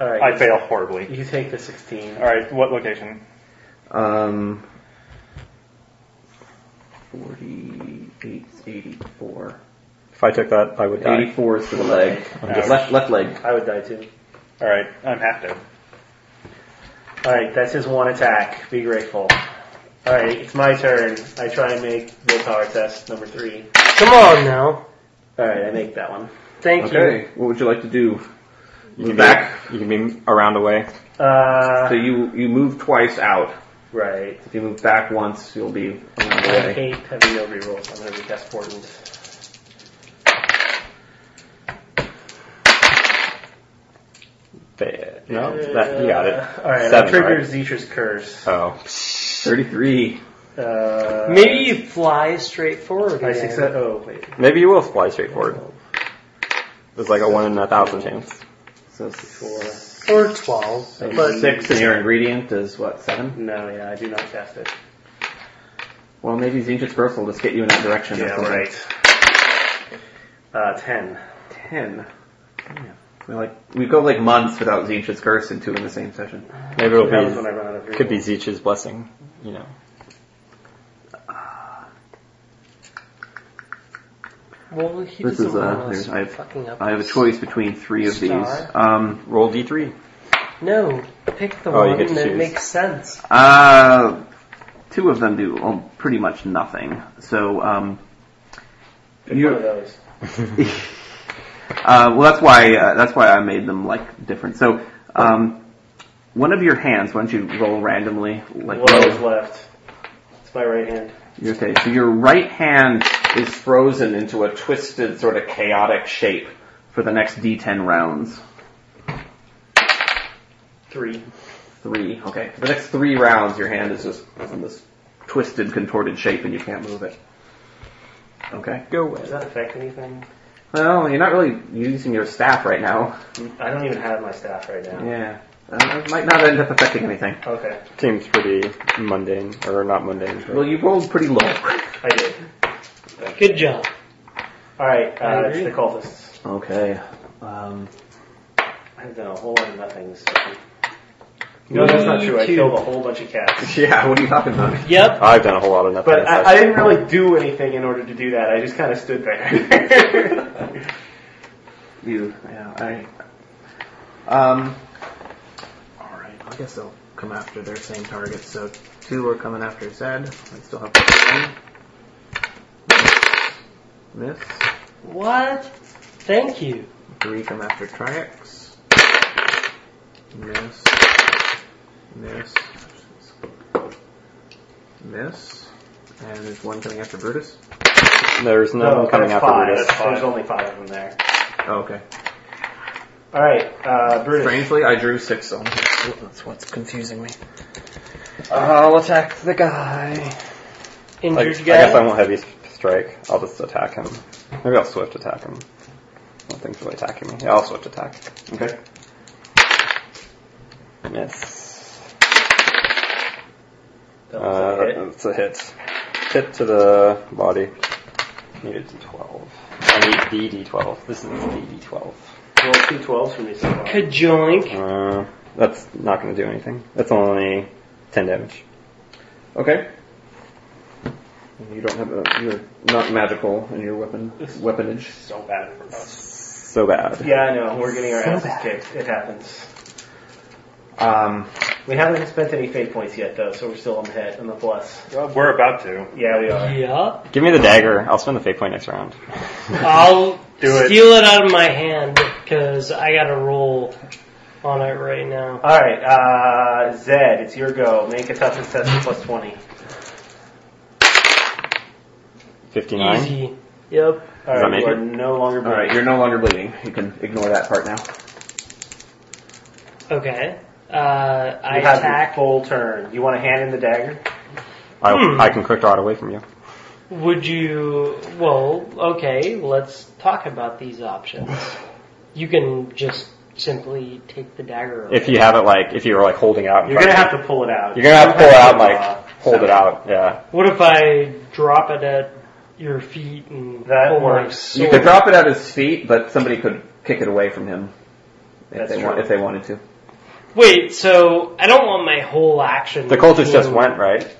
Speaker 4: All right.
Speaker 8: I fail horribly.
Speaker 4: You take the 16.
Speaker 8: Alright, what location?
Speaker 2: Um, 48, 84.
Speaker 9: If I took that, I would die.
Speaker 2: 84 is to the leg.
Speaker 8: Ouch.
Speaker 2: Left, left leg.
Speaker 4: I would die too.
Speaker 8: Alright, I'm half dead.
Speaker 4: All right, that's his one attack. Be grateful. All right, it's my turn. I try and make willpower test number three.
Speaker 7: Come on now.
Speaker 4: All right, I make that one.
Speaker 7: Thank you.
Speaker 2: Okay, what would you like to do?
Speaker 9: You can,
Speaker 2: Back.
Speaker 9: Be, you can be around away.
Speaker 4: Uh,
Speaker 2: So you, you move twice out.
Speaker 4: right.
Speaker 2: If you move back once, you'll be around the
Speaker 4: I
Speaker 2: way.
Speaker 4: hate heavy no rerolls. I'm gonna recast portent.
Speaker 9: Ba- No, that, you got it.
Speaker 4: All right,
Speaker 9: Seven,
Speaker 4: I trigger
Speaker 9: right?
Speaker 4: Zetra's curse.
Speaker 9: Oh.
Speaker 2: 33.
Speaker 4: Uh,
Speaker 7: Maybe you fly straight forward
Speaker 4: I
Speaker 7: again.
Speaker 4: success. Oh wait.
Speaker 9: Maybe you will fly straight forward. There's like a one in a thousand chance.
Speaker 2: So four.
Speaker 7: Or 12. But
Speaker 2: Six, and your ingredient is what, seven?
Speaker 4: No, yeah, I do not cast it.
Speaker 2: Well, maybe Zinja's burst will just get you in that direction.
Speaker 4: Yeah,
Speaker 2: That's all.
Speaker 4: right. Uh, ten.
Speaker 2: Ten. We like we go like months without Zinch's curse and two in the same session.
Speaker 9: Maybe it'll
Speaker 4: That was when I
Speaker 9: be
Speaker 4: ran out of
Speaker 9: could be
Speaker 4: rerolls.
Speaker 9: Zeech's blessing. You know.
Speaker 7: well, he
Speaker 2: This
Speaker 7: doesn't
Speaker 2: is, uh,
Speaker 7: want us
Speaker 2: there's- I have-
Speaker 7: fucking up.
Speaker 2: I have a
Speaker 7: this.
Speaker 2: choice between three of these.
Speaker 7: Star.
Speaker 2: Um,
Speaker 9: Roll d3.
Speaker 7: No, pick the
Speaker 9: Oh,
Speaker 7: one
Speaker 9: you get to
Speaker 7: that
Speaker 9: choose.
Speaker 7: makes sense.
Speaker 2: uh, two of them do um, pretty much nothing. So um,
Speaker 4: Pick
Speaker 2: you-
Speaker 4: one of those.
Speaker 2: Uh, well, that's why uh, that's why I made them like different. So, um, one of your hands. Why don't you roll randomly? Like
Speaker 4: One is left. It's my right hand.
Speaker 2: okay. So your right hand is frozen into a twisted sort of chaotic shape for the next D10 rounds.
Speaker 4: Three.
Speaker 2: Three. Okay. For the next three rounds, your hand is just in this twisted, contorted shape, and you can't move it. Okay.
Speaker 9: Go away.
Speaker 4: Does that affect anything?
Speaker 2: Well, you're not really using your staff right now.
Speaker 4: I don't even have my staff right now.
Speaker 2: Yeah. Uh, it might not end up affecting anything.
Speaker 4: Okay,
Speaker 9: Seems pretty mundane, or not mundane. But
Speaker 2: Well, you rolled pretty low.
Speaker 4: <laughs> I did.
Speaker 7: Good job.
Speaker 4: All right,
Speaker 7: I
Speaker 4: uh, it's
Speaker 7: agree.
Speaker 4: the cultists.
Speaker 2: Okay. Um,
Speaker 4: I've done a whole lot of nothings. No, that's not
Speaker 7: Me
Speaker 4: true. I
Speaker 7: too.
Speaker 4: killed a whole bunch of cats.
Speaker 2: yeah. What are you talking about?
Speaker 7: Yep.
Speaker 9: I've done a whole lot of nothing.
Speaker 4: But I, I didn't really do anything in order to do that. I just kind of stood
Speaker 7: <laughs>
Speaker 4: there.
Speaker 2: You. Yeah. I. Um. All right. I guess they'll come after their same target. So two are coming after Zed. I still have one. Miss.
Speaker 7: What? Thank you.
Speaker 2: Three come after Triax. Miss. Miss. Miss. And there's one coming after Brutus?
Speaker 9: There's no, one coming
Speaker 4: there's
Speaker 9: after
Speaker 4: five.
Speaker 9: Brutus.
Speaker 4: There's only five of them there.
Speaker 2: Oh, okay.
Speaker 4: All right, uh, Brutus.
Speaker 2: Strangely, I drew six on him.
Speaker 17: That's what's confusing me. I'll attack the guy.
Speaker 9: Like, I
Speaker 3: Injured guy.
Speaker 9: guess I won't heavy strike. I'll just attack him. Maybe I'll swift attack him. Nothing's really attacking me. Yeah, I'll swift attack.
Speaker 2: Okay.
Speaker 9: Miss.
Speaker 4: That was
Speaker 9: Uh,
Speaker 4: a hit.
Speaker 9: It's a hit. Hit to the body. Need a d12. I need dd12. This is dd12.
Speaker 4: Roll two 12s for me so far.
Speaker 3: Kajoink.
Speaker 9: Uh, that's not going to do anything. That's only 10 damage.
Speaker 2: Okay.
Speaker 9: You don't have a. You're not magical in your weapon weaponage.
Speaker 4: So bad for us.
Speaker 9: So bad.
Speaker 4: Yeah, I know. We're getting our
Speaker 9: So
Speaker 4: asses
Speaker 9: bad.
Speaker 4: kicked. It happens.
Speaker 9: Um,
Speaker 4: We haven't spent any fate points yet, though, so we're still on the hit on the plus.
Speaker 8: We're about to.
Speaker 4: Yeah, we are.
Speaker 3: Yeah.
Speaker 4: <laughs>
Speaker 9: give me the dagger. I'll spend the fate point next round.
Speaker 3: I'll
Speaker 8: Do it.
Speaker 3: steal it out of my hand because I got to roll on it right now.
Speaker 4: All right, uh, Zed, it's your go. Make a toughness test with plus 20.
Speaker 9: 59.
Speaker 3: Easy. Yep.
Speaker 4: All
Speaker 9: Does that
Speaker 4: right,
Speaker 9: make
Speaker 4: you are
Speaker 9: it?
Speaker 4: no longer
Speaker 2: All right,
Speaker 4: bleeding.
Speaker 2: you're no longer bleeding. You can ignore that part now.
Speaker 3: Okay. Uh, I
Speaker 4: you have
Speaker 3: attack.
Speaker 4: your full turn. You want to hand in the dagger?
Speaker 9: I,
Speaker 3: Hmm.
Speaker 9: I can quick draw it away from you.
Speaker 3: Would you? Well, okay. Let's talk about these options. You can just simply take the dagger.
Speaker 9: If you have it like, if you were like holding out. in
Speaker 4: You're
Speaker 9: front
Speaker 4: gonna
Speaker 9: of
Speaker 4: have to pull it out.
Speaker 9: you. You're gonna have to pull it out and like
Speaker 4: Uh,
Speaker 9: hold it out. Yeah.
Speaker 3: What if I drop it at your feet and
Speaker 4: That
Speaker 3: pull my
Speaker 4: works.
Speaker 2: You
Speaker 3: sword?
Speaker 2: could drop it at his feet, but somebody could kick it away from him if
Speaker 4: That's
Speaker 2: they want,
Speaker 4: true.
Speaker 2: if they wanted to.
Speaker 3: Wait, so I don't want my whole action.
Speaker 9: The cultist just
Speaker 3: being
Speaker 9: went right.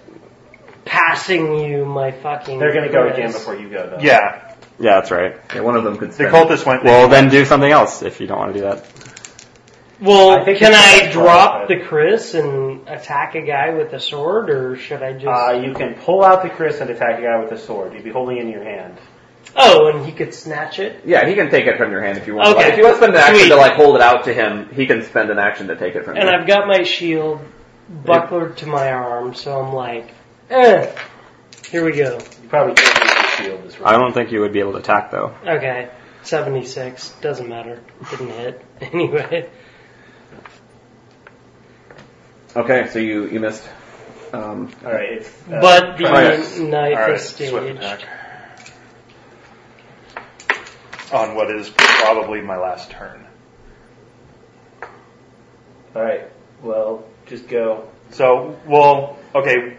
Speaker 3: passing you my fucking.
Speaker 4: They're gonna go again
Speaker 3: wrist.
Speaker 4: before you go, though.
Speaker 8: Yeah,
Speaker 9: Yeah, that's right.
Speaker 2: Yeah, one of them could.
Speaker 8: the
Speaker 2: spend-
Speaker 8: cultist went.
Speaker 9: Well, then do something else if you don't want to do that.
Speaker 3: Well,
Speaker 4: I think
Speaker 3: can I
Speaker 4: it's not
Speaker 3: drop the
Speaker 4: qualified.
Speaker 3: Chris and attack a guy with a sword, or should I just?
Speaker 4: Uh, you can pull out the Chris and attack a guy with a sword. You'd be holding it in your hand.
Speaker 3: oh, and he could snatch it.
Speaker 2: Yeah, he can take it from your hand if you want.
Speaker 3: Okay.
Speaker 2: Like, if you want to spend an action
Speaker 3: Sweet.
Speaker 2: to like hold it out to him, he can spend an action to take it from
Speaker 3: And
Speaker 2: you.
Speaker 3: I've got my shield bucklered to my arm, so I'm like, eh. Here we go.
Speaker 4: You probably can't use the shield as well.
Speaker 9: I don't think you would be able to attack though.
Speaker 3: Okay, 76 doesn't matter. Didn't hit <laughs> anyway.
Speaker 2: Okay, so you you missed. Um,
Speaker 4: All right, it's uh,
Speaker 3: But the
Speaker 2: Chris.
Speaker 3: knife
Speaker 8: All right,
Speaker 3: is
Speaker 8: swift
Speaker 3: staged.
Speaker 8: attack. On what is probably my last turn.
Speaker 4: all right. Well, just go.
Speaker 8: So, well, okay.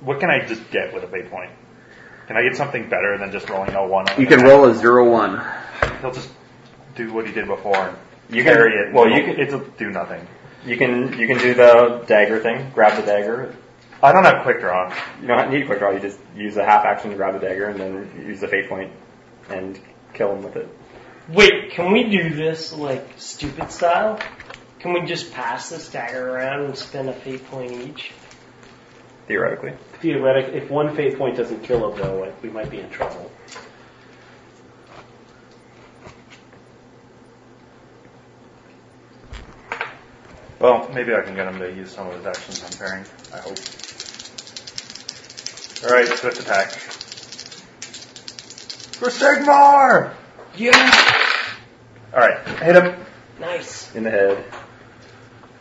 Speaker 8: What can I just get with a bait point? Can I get something better than just rolling a one? on
Speaker 2: you
Speaker 8: the
Speaker 2: can
Speaker 8: die?
Speaker 2: roll a zero one.
Speaker 8: He'll just do what he did before.
Speaker 18: You
Speaker 8: You
Speaker 18: can-
Speaker 8: carry it.
Speaker 18: well,
Speaker 8: Well,
Speaker 18: you
Speaker 8: you
Speaker 18: can-
Speaker 8: It'll do nothing.
Speaker 18: You can you can do the dagger thing. Grab the dagger.
Speaker 8: I don't have quick draw.
Speaker 9: You don't need quick draw. You just use a half action to grab the dagger and then use the fate point and kill him with it.
Speaker 3: Wait, can we do this like stupid style? Can we just pass this dagger around and spend a fate point each?
Speaker 9: Theoretically.
Speaker 4: Theoretic, if one fate point doesn't kill him though, like, we might be in trouble.
Speaker 8: Well, maybe I can get him to use some of his actions on pairing. I hope. All right, swift attack. For Sigmar!
Speaker 3: Yeah.
Speaker 8: All right, hit him
Speaker 3: Nice.
Speaker 9: In the head.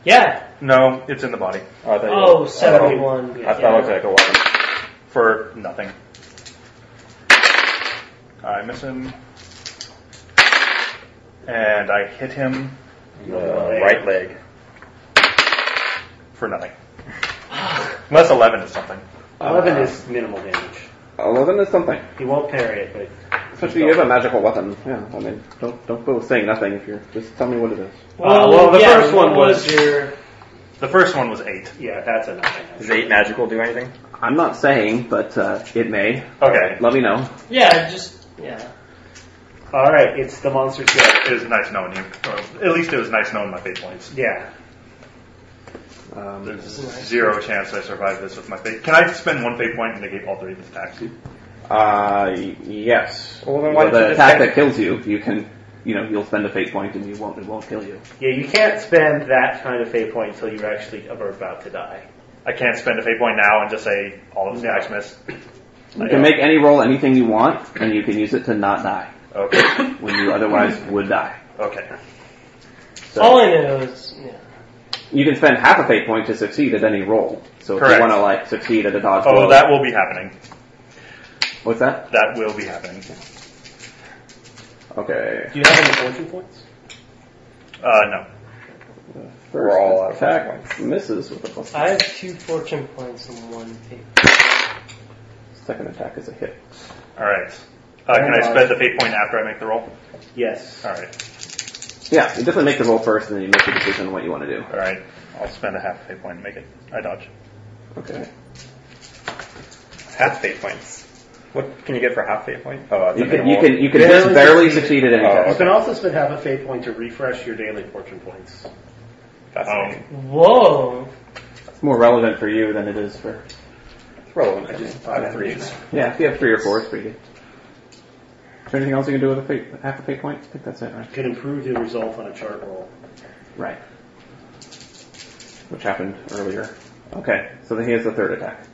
Speaker 3: Yeah.
Speaker 8: No, it's in the body
Speaker 9: Oh, I thought you-
Speaker 3: Oh,
Speaker 9: I thought-
Speaker 3: 71.
Speaker 9: I thought it looked like a weapon.
Speaker 8: for nothing. I miss him, and I hit him
Speaker 9: The uh, right leg.
Speaker 8: for nothing. Unless eleven is something.
Speaker 4: Eleven is minimal damage.
Speaker 2: Eleven is something.
Speaker 4: He won't parry it, but
Speaker 2: Especially you have a magical weapon. Yeah, I mean, don't don't go saying nothing if you're just tell me what it is.
Speaker 8: Uh, well, the
Speaker 3: yeah,
Speaker 8: first one
Speaker 3: what
Speaker 8: was-
Speaker 3: your.
Speaker 8: The first one was eight.
Speaker 4: yeah, that's a nothing.
Speaker 9: Does eight magical do anything?
Speaker 2: I'm not saying, but uh, it may.
Speaker 8: Okay,
Speaker 2: Let me know.
Speaker 3: Yeah, just yeah.
Speaker 4: All right, it's the monster's go.
Speaker 8: it was nice knowing you. Well, at least it was nice knowing my fate points.
Speaker 4: Yeah,
Speaker 2: Um,
Speaker 8: There's zero chance I survive this with my fate. Can I spend one fate point and negate all three of these attacks?
Speaker 2: uh, yes.
Speaker 9: Well, then why
Speaker 2: With
Speaker 9: don't you
Speaker 2: the
Speaker 9: just
Speaker 2: attack
Speaker 9: say-
Speaker 2: that kills you, you can, you know, you'll spend a fate point and you won't, it won't kill you.
Speaker 4: yeah. You can't spend that kind of fate point until you're actually are about to die.
Speaker 8: I can't spend a fate point now and just say all of his attacks miss.
Speaker 2: You can make any roll anything you want, and you can use it to not die.
Speaker 8: Okay.
Speaker 2: When you otherwise
Speaker 9: Hmm.
Speaker 2: would die.
Speaker 8: Okay.
Speaker 2: So
Speaker 3: All I know is, yeah.
Speaker 2: you can spend half a fate point to succeed at any roll. So if
Speaker 8: Correct.
Speaker 2: you want to like succeed at a dodge
Speaker 8: Oh,
Speaker 2: roll,
Speaker 8: that will be happening.
Speaker 2: what's that?
Speaker 8: That will be happening.
Speaker 2: Okay.
Speaker 4: Do you have any fortune points?
Speaker 8: Uh, no.
Speaker 2: First all attack misses with a plus.
Speaker 3: I have two fortune points and one fate.
Speaker 2: Second attack is a hit.
Speaker 8: All right. Uh, can I spend the fate point after I make the roll?
Speaker 4: Yes.
Speaker 8: All right.
Speaker 2: Yeah, you definitely make the roll first, and then you make the decision on what you want to do.
Speaker 8: All right. I'll spend a half fate point to make it. I dodge.
Speaker 2: Okay.
Speaker 9: Half fate points. What can you get for half fate point? Oh, that's
Speaker 2: You
Speaker 9: a
Speaker 2: can-
Speaker 9: minimal.
Speaker 2: you can- you can Barely just barely succeed at any
Speaker 9: Oh,
Speaker 2: time.
Speaker 4: You
Speaker 9: okay.
Speaker 4: can also spend half a fate point to refresh your daily fortune points.
Speaker 2: Oh.
Speaker 9: Fascinating.
Speaker 3: Whoa!
Speaker 2: It's more relevant for you than it is for.
Speaker 9: It's relevant. I just I have threes.
Speaker 2: Yeah, if you have three or four, it's pretty good. Is there anything else you can do with a fate, half a fate point? I think that's it, right?
Speaker 4: You can improve the result on a chart roll.
Speaker 2: Right. Which happened earlier. Okay, so then he has the third attack.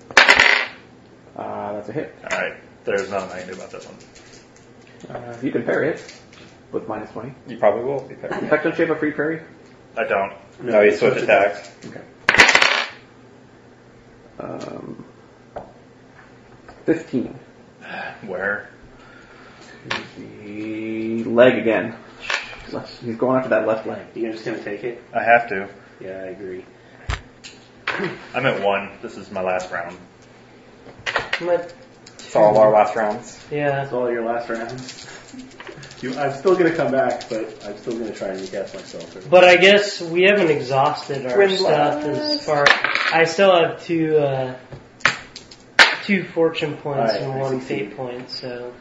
Speaker 2: Uh, that's a hit.
Speaker 8: All right. There's nothing I can do about this one.
Speaker 2: Uh, you can parry it with minus 20.
Speaker 9: You probably will be
Speaker 2: In
Speaker 9: better.
Speaker 2: fact, don't you have a free parry?
Speaker 8: I don't.
Speaker 9: No, you switch attacks.
Speaker 2: Um, 15.
Speaker 8: Where?
Speaker 2: The leg again. He's going after that left leg.
Speaker 4: You're just going to take it?
Speaker 8: I have to.
Speaker 4: Yeah, I agree.
Speaker 8: I'm at one. This is my last round.
Speaker 3: I'm at,
Speaker 9: It's all our last rounds.
Speaker 3: yeah.
Speaker 4: That's all your last rounds. You, I'm still going to come back, but I'm still going to try and recast myself.
Speaker 3: But I guess we haven't exhausted our
Speaker 7: Twin
Speaker 3: stuff as far. I still have two uh, two fortune points
Speaker 4: Alright,
Speaker 3: and
Speaker 4: I
Speaker 3: one
Speaker 4: succeed.
Speaker 3: fate point, so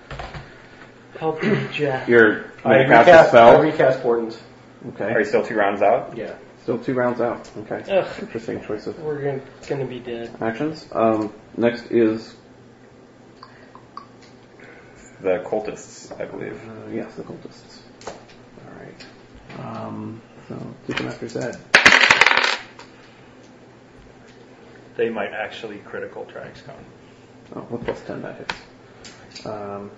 Speaker 3: help me, Jack.
Speaker 2: You're
Speaker 4: I
Speaker 2: going to cast a
Speaker 4: recast, I
Speaker 2: spell.
Speaker 4: recast Portent.
Speaker 2: Okay.
Speaker 9: Are you still two rounds out?
Speaker 4: Yeah.
Speaker 2: Still two rounds out. Okay.
Speaker 3: Ugh.
Speaker 2: Interesting choice of
Speaker 3: We're gonna, gonna be dead.
Speaker 2: actions. Um, next is
Speaker 9: The cultists, I believe.
Speaker 2: uh, yes, the cultists. All right. Um, so keep him after his head.
Speaker 8: They might actually critical tracks come.
Speaker 2: Oh, with plus ten that hits. Um,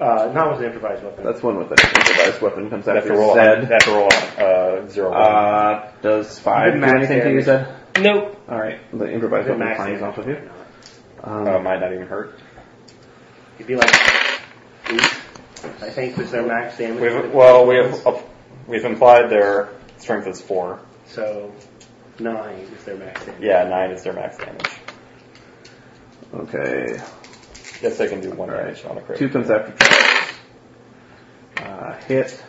Speaker 4: Uh, not with an improvised weapon.
Speaker 2: that's one with an improvised weapon comes
Speaker 9: They have
Speaker 2: after
Speaker 9: to roll.
Speaker 2: his
Speaker 9: They
Speaker 2: head.
Speaker 9: have to roll uh, zero.
Speaker 2: Uh, does five do
Speaker 4: Did Matt
Speaker 2: anything to
Speaker 4: carry?
Speaker 2: you, Zed?
Speaker 3: Nope.
Speaker 2: All right. The improvised
Speaker 4: Did
Speaker 2: weapon
Speaker 4: Max
Speaker 2: climbs
Speaker 4: damage?
Speaker 2: off of you. Um,
Speaker 9: uh, might not even hurt.
Speaker 4: You'd be like, eight, I think, was their max damage.
Speaker 9: We've, well, we have up- we've implied their strength is four.
Speaker 4: So, nine is their max damage.
Speaker 9: Yeah, nine is their max damage.
Speaker 2: Um, okay.
Speaker 9: Yes, they can do one
Speaker 2: All right.
Speaker 9: damage on a crit.
Speaker 2: Two comes after Travis. Uh, hit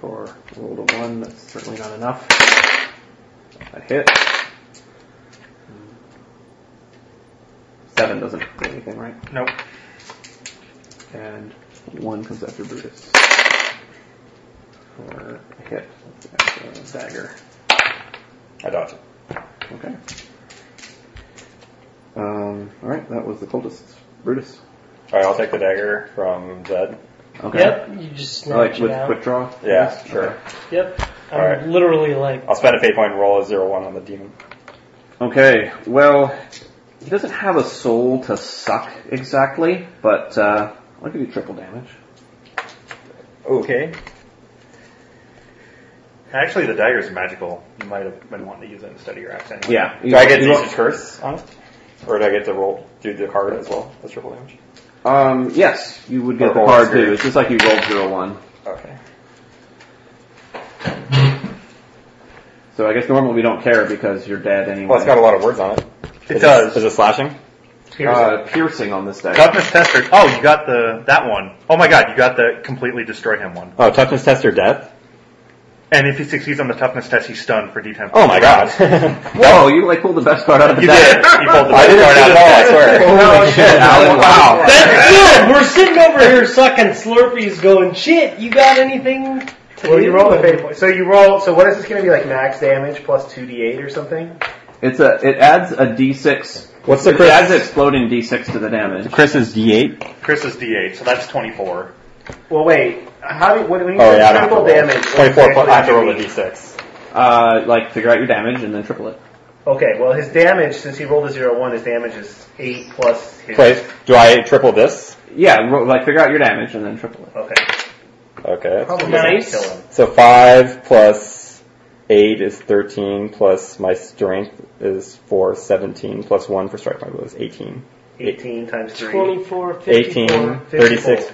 Speaker 2: for roll to one. That's certainly not enough. A hit. Seven doesn't do anything, right?
Speaker 8: Nope.
Speaker 2: And one comes after Brutus. For a hit. That's a dagger.
Speaker 9: I dodge it.
Speaker 2: Okay. Um, alright, that was the coldest. Brutus.
Speaker 9: All right, I'll take the dagger from Zed.
Speaker 2: Okay.
Speaker 3: Yep. You just
Speaker 2: Like
Speaker 3: snatch
Speaker 2: with
Speaker 3: it out.
Speaker 2: quick draw?
Speaker 9: Yeah,
Speaker 2: Yes?
Speaker 9: sure.
Speaker 2: Okay.
Speaker 3: Yep. I'm
Speaker 9: Alright.
Speaker 3: literally like,
Speaker 9: I'll spend a fate point and roll a zero one on the demon.
Speaker 2: Okay, well, he doesn't have a soul to suck exactly, but uh, I'll give you triple damage.
Speaker 9: Okay.
Speaker 8: Actually, the dagger's magical. You might have been wanting to use it instead of your axe anyway.
Speaker 2: Yeah.
Speaker 9: Do I get
Speaker 2: you
Speaker 9: to use
Speaker 2: won't-
Speaker 9: a curse on it? Or do I get to roll do the card as well as triple damage?
Speaker 2: um, yes, you would
Speaker 9: Or
Speaker 2: get the
Speaker 9: roll
Speaker 2: card
Speaker 9: zero.
Speaker 2: too. It's just like you rolled zero one.
Speaker 9: Okay.
Speaker 2: So I guess normally we don't care because you're dead anyway.
Speaker 9: Well, it's got a lot of words on it. It
Speaker 8: does.
Speaker 9: Is it slashing?
Speaker 2: uh, piercing on this day.
Speaker 8: Toughness tester. Oh, you got the that one. Oh my god, you got the completely destroy him one.
Speaker 9: Oh, toughness test or death?
Speaker 8: And if he succeeds on the toughness test, he's stunned for d10.
Speaker 9: Oh my
Speaker 8: <laughs>
Speaker 9: god.
Speaker 2: Whoa, you like pulled the best card out of the
Speaker 8: You
Speaker 2: deck.
Speaker 9: <laughs>
Speaker 8: did. You pulled the
Speaker 9: I
Speaker 8: best
Speaker 9: didn't
Speaker 8: card
Speaker 9: see
Speaker 8: out of
Speaker 9: that, I
Speaker 8: that.
Speaker 9: swear.
Speaker 2: Holy <laughs> shit, Alan, wow.
Speaker 3: that's good! We're sitting over here sucking Slurpees going, shit, you got anything to
Speaker 4: Well, you roll
Speaker 3: do?"
Speaker 4: a fate point. So you roll. So what is this going to be like? Max damage plus two d8 or something.
Speaker 2: It's a, it adds a d6.
Speaker 9: What's the
Speaker 2: It adds
Speaker 9: Chris?
Speaker 2: exploding d6 to the damage.
Speaker 9: Chris is D8.
Speaker 8: Chris is d8, so that's 24.
Speaker 4: Well, wait. How do when, when you
Speaker 9: Oh
Speaker 4: say
Speaker 9: yeah, I don't have to
Speaker 4: triple
Speaker 9: roll.
Speaker 4: damage? what
Speaker 9: 24,
Speaker 4: exactly
Speaker 9: I have to
Speaker 4: do you
Speaker 9: roll a
Speaker 4: mean?
Speaker 9: D6.
Speaker 2: Uh, like figure out your damage and then triple it.
Speaker 4: Okay, well, his damage, since he rolled a zero one, his damage is 8 plus his.
Speaker 9: Wait, do I triple this?
Speaker 2: Yeah, ro- like figure out your damage and then triple it.
Speaker 4: Okay.
Speaker 9: Okay.
Speaker 4: Probably Nice. gonna kill him.
Speaker 9: So five plus eight is thirteen. Plus my strength is four. Seventeen plus one for strike my blow is eighteen.
Speaker 4: 18 times 3.
Speaker 3: 24,
Speaker 9: 18, 36,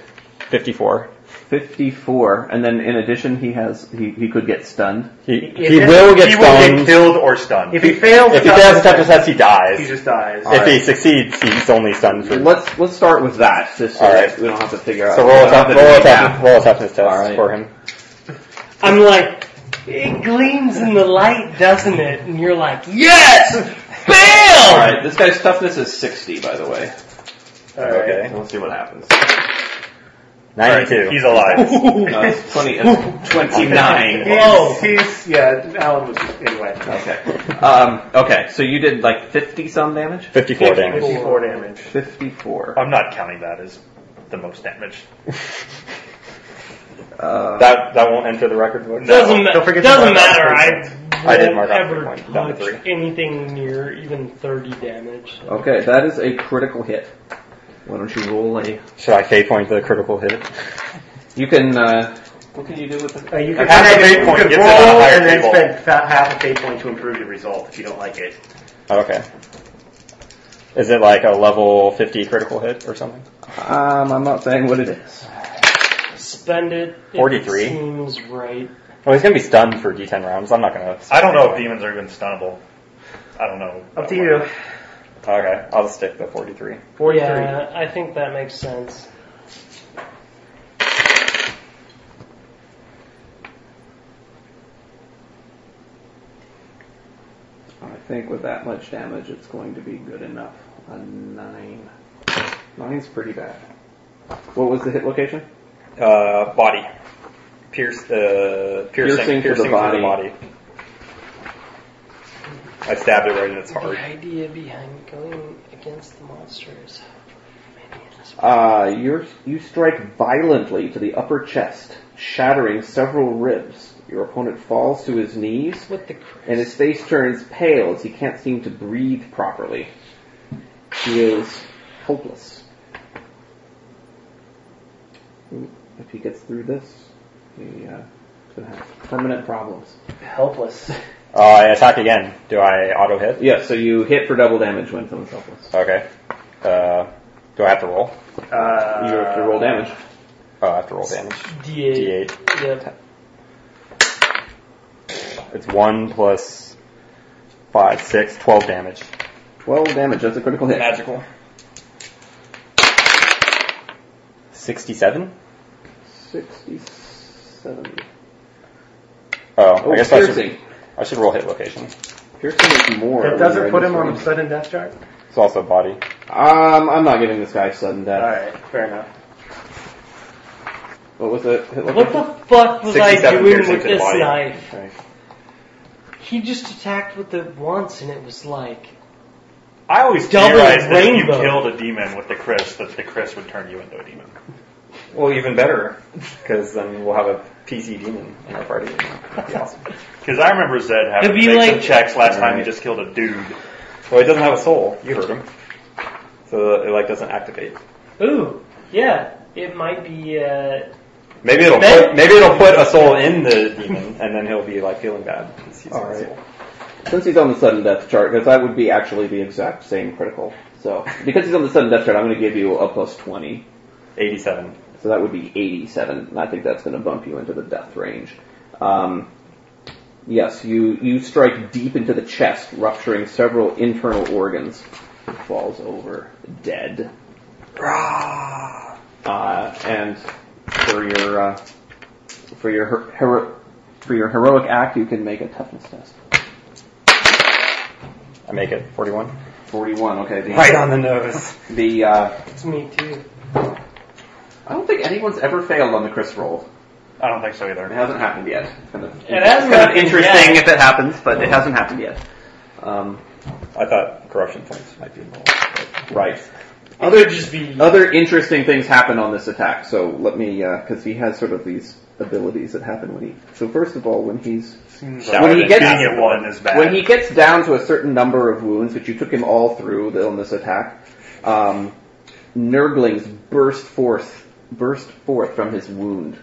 Speaker 9: 54.
Speaker 2: 54, and then in addition, he has he, he could get stunned.
Speaker 9: He, he will get stunned.
Speaker 8: or stunned.
Speaker 4: If he fails,
Speaker 9: If he fails the toughness test, he dies.
Speaker 4: He just dies.
Speaker 9: if he succeeds, he's only stunned for.
Speaker 2: Let's let's start with that, just so
Speaker 9: All right.
Speaker 2: that we don't have to figure out.
Speaker 9: So roll a,
Speaker 2: how
Speaker 9: tough,
Speaker 2: to
Speaker 9: roll, a
Speaker 2: do
Speaker 9: toughness,
Speaker 2: that.
Speaker 9: roll a toughness test for him.
Speaker 3: I'm like, it gleams in the light, doesn't it? And you're like, yes! Bam!
Speaker 2: All right, this guy's toughness is 60, by the way.
Speaker 9: Okay.
Speaker 2: Let's see what happens.
Speaker 9: 92.
Speaker 8: he's alive.
Speaker 2: No, it's 20, it's 29.
Speaker 4: Whoa. He's, yeah, Alan was, anyway.
Speaker 2: Okay. Um, okay, so you did like 50 some damage?
Speaker 9: 54 damage.
Speaker 4: 54 damage.
Speaker 2: 54.
Speaker 8: I'm not counting that as the most damage.
Speaker 2: Uh,
Speaker 9: That that won't enter the record book.
Speaker 3: Doesn't, ma-
Speaker 9: Don't forget to
Speaker 3: doesn't
Speaker 9: mark off
Speaker 3: matter.
Speaker 9: three.
Speaker 3: I,
Speaker 9: I did
Speaker 3: won't
Speaker 9: mark off
Speaker 3: ever
Speaker 9: three points, down to
Speaker 3: touch anything near even 30 damage.
Speaker 2: Okay, that is a critical hit. Why don't you roll a.
Speaker 9: Should I fate point the critical hit?
Speaker 2: You can. Uh, what can you do with it?
Speaker 4: Uh, you
Speaker 9: I
Speaker 4: could,
Speaker 9: have a
Speaker 4: you
Speaker 9: fate
Speaker 4: could
Speaker 9: point, gets it
Speaker 4: roll
Speaker 9: on a higher
Speaker 4: and then
Speaker 9: table.
Speaker 4: spend fa- half a fate point to improve your result if you don't like it.
Speaker 9: Oh, Okay. Is it like a level 50 critical hit or something?
Speaker 2: Um, I'm not saying what it is.
Speaker 3: Spend it. if
Speaker 9: 43.
Speaker 3: It seems right.
Speaker 9: Well, Oh, he's gonna be stunned for D10 rounds. I'm not gonna.
Speaker 8: I don't know if demons are even stunnable. I don't know.
Speaker 4: Up to you.
Speaker 9: Okay, I'll just stick the 43.
Speaker 4: 43.
Speaker 3: Yeah, I think that makes sense.
Speaker 2: I think with that much damage, it's going to be good enough. A 9. 9's pretty bad. What was the hit location?
Speaker 9: Uh, body. Pierce the
Speaker 2: Piercing
Speaker 9: piercing,
Speaker 2: to the
Speaker 9: piercing through
Speaker 2: body.
Speaker 9: body. I stabbed it right in its heart.
Speaker 3: The idea behind going against the monsters.
Speaker 2: Uh, you're, you strike violently to the upper chest, shattering several ribs. Your opponent falls to his knees,
Speaker 3: What the
Speaker 2: and his face turns pale as he can't seem to breathe properly. He is helpless. If he gets through this, he, uh, is gonna have permanent problems.
Speaker 4: Helpless.
Speaker 9: Uh, I attack again. Do I auto hit?
Speaker 2: Yeah, so you hit for double damage when someone's helpless.
Speaker 9: Okay. Uh, do I have to roll?
Speaker 4: Uh,
Speaker 2: You have to roll damage.
Speaker 9: Oh, I have to roll damage.
Speaker 3: D8.
Speaker 9: D8.
Speaker 3: Yep.
Speaker 9: It's 1 plus 5, 6, 12 damage.
Speaker 2: 12 damage, that's a critical hit.
Speaker 9: Magical. 67?
Speaker 2: 67.
Speaker 9: Oh,
Speaker 2: Oh,
Speaker 9: I guess I
Speaker 2: piercing.
Speaker 9: should, I should roll hit location.
Speaker 2: Piercing is more. when
Speaker 4: That
Speaker 2: you're
Speaker 4: doesn't
Speaker 2: in
Speaker 4: put
Speaker 2: this
Speaker 4: him on
Speaker 2: range.
Speaker 4: the sudden death chart?
Speaker 9: It's also body.
Speaker 2: Um, I'm not giving this guy sudden death.
Speaker 4: Alright, fair enough.
Speaker 2: What was it? Hit
Speaker 3: What the fuck was I
Speaker 9: 67
Speaker 3: doing
Speaker 9: piercing
Speaker 3: with
Speaker 9: to the
Speaker 3: this
Speaker 9: body.
Speaker 3: knife?
Speaker 2: Okay.
Speaker 3: He just attacked with it once, and it was like
Speaker 8: I always
Speaker 3: Double
Speaker 8: theorized that if you
Speaker 3: rainbow.
Speaker 8: killed a demon with the Chris, that the Chris would turn you into a demon.
Speaker 9: Well, even better, because then we'll have a PC demon in our party. That'd be awesome.
Speaker 8: Because I remember Zed having
Speaker 3: It'd
Speaker 8: to
Speaker 3: be
Speaker 8: make some
Speaker 3: like-
Speaker 8: checks last time he
Speaker 9: Right.
Speaker 8: just killed a dude.
Speaker 9: Well, he doesn't have a soul. You heard him. So it like doesn't activate.
Speaker 3: Ooh, yeah, it might be. Uh,
Speaker 9: Maybe it'll
Speaker 3: Maybe-
Speaker 9: put, maybe it'll put a soul in the demon, and then he'll be like feeling bad. 'cause he's got a
Speaker 2: Alright.
Speaker 9: soul.
Speaker 2: Since he's on the sudden death chart, because that would be actually the exact same critical. So, because he's on the sudden death chart, I'm going to give you a plus 20.
Speaker 9: Eighty-seven.
Speaker 2: So that would be 87, and I think that's going to bump you into the death range. Um, yes, you, you strike deep into the chest, rupturing several internal organs. He falls over dead. Uh, and for your uh, for your her- hero- for your heroic act, you can make a toughness test.
Speaker 9: I make it forty-one.
Speaker 2: 41. Okay. The,
Speaker 9: Right on the nose.
Speaker 2: The uh,
Speaker 3: it's me too.
Speaker 2: I don't think anyone's ever failed on the Chris roll.
Speaker 8: I don't think so
Speaker 2: It
Speaker 8: either.
Speaker 2: hasn't happened yet. It's kind of,
Speaker 3: It hasn't
Speaker 2: it's kind of
Speaker 3: happened
Speaker 2: interesting
Speaker 3: yet.
Speaker 2: if it happens, but it hasn't happened yet. Um,
Speaker 9: I thought corruption points might be involved.
Speaker 2: right. Other just be other interesting things happen on this attack. So let me because he has sort of these abilities that happen when he. So first of all, when he's
Speaker 8: Seems like
Speaker 2: when he gets
Speaker 8: being at one is bad.
Speaker 2: when he gets down to a certain number of wounds, which you took him all through the- on this attack, um, nurglings burst forth burst forth from his wound.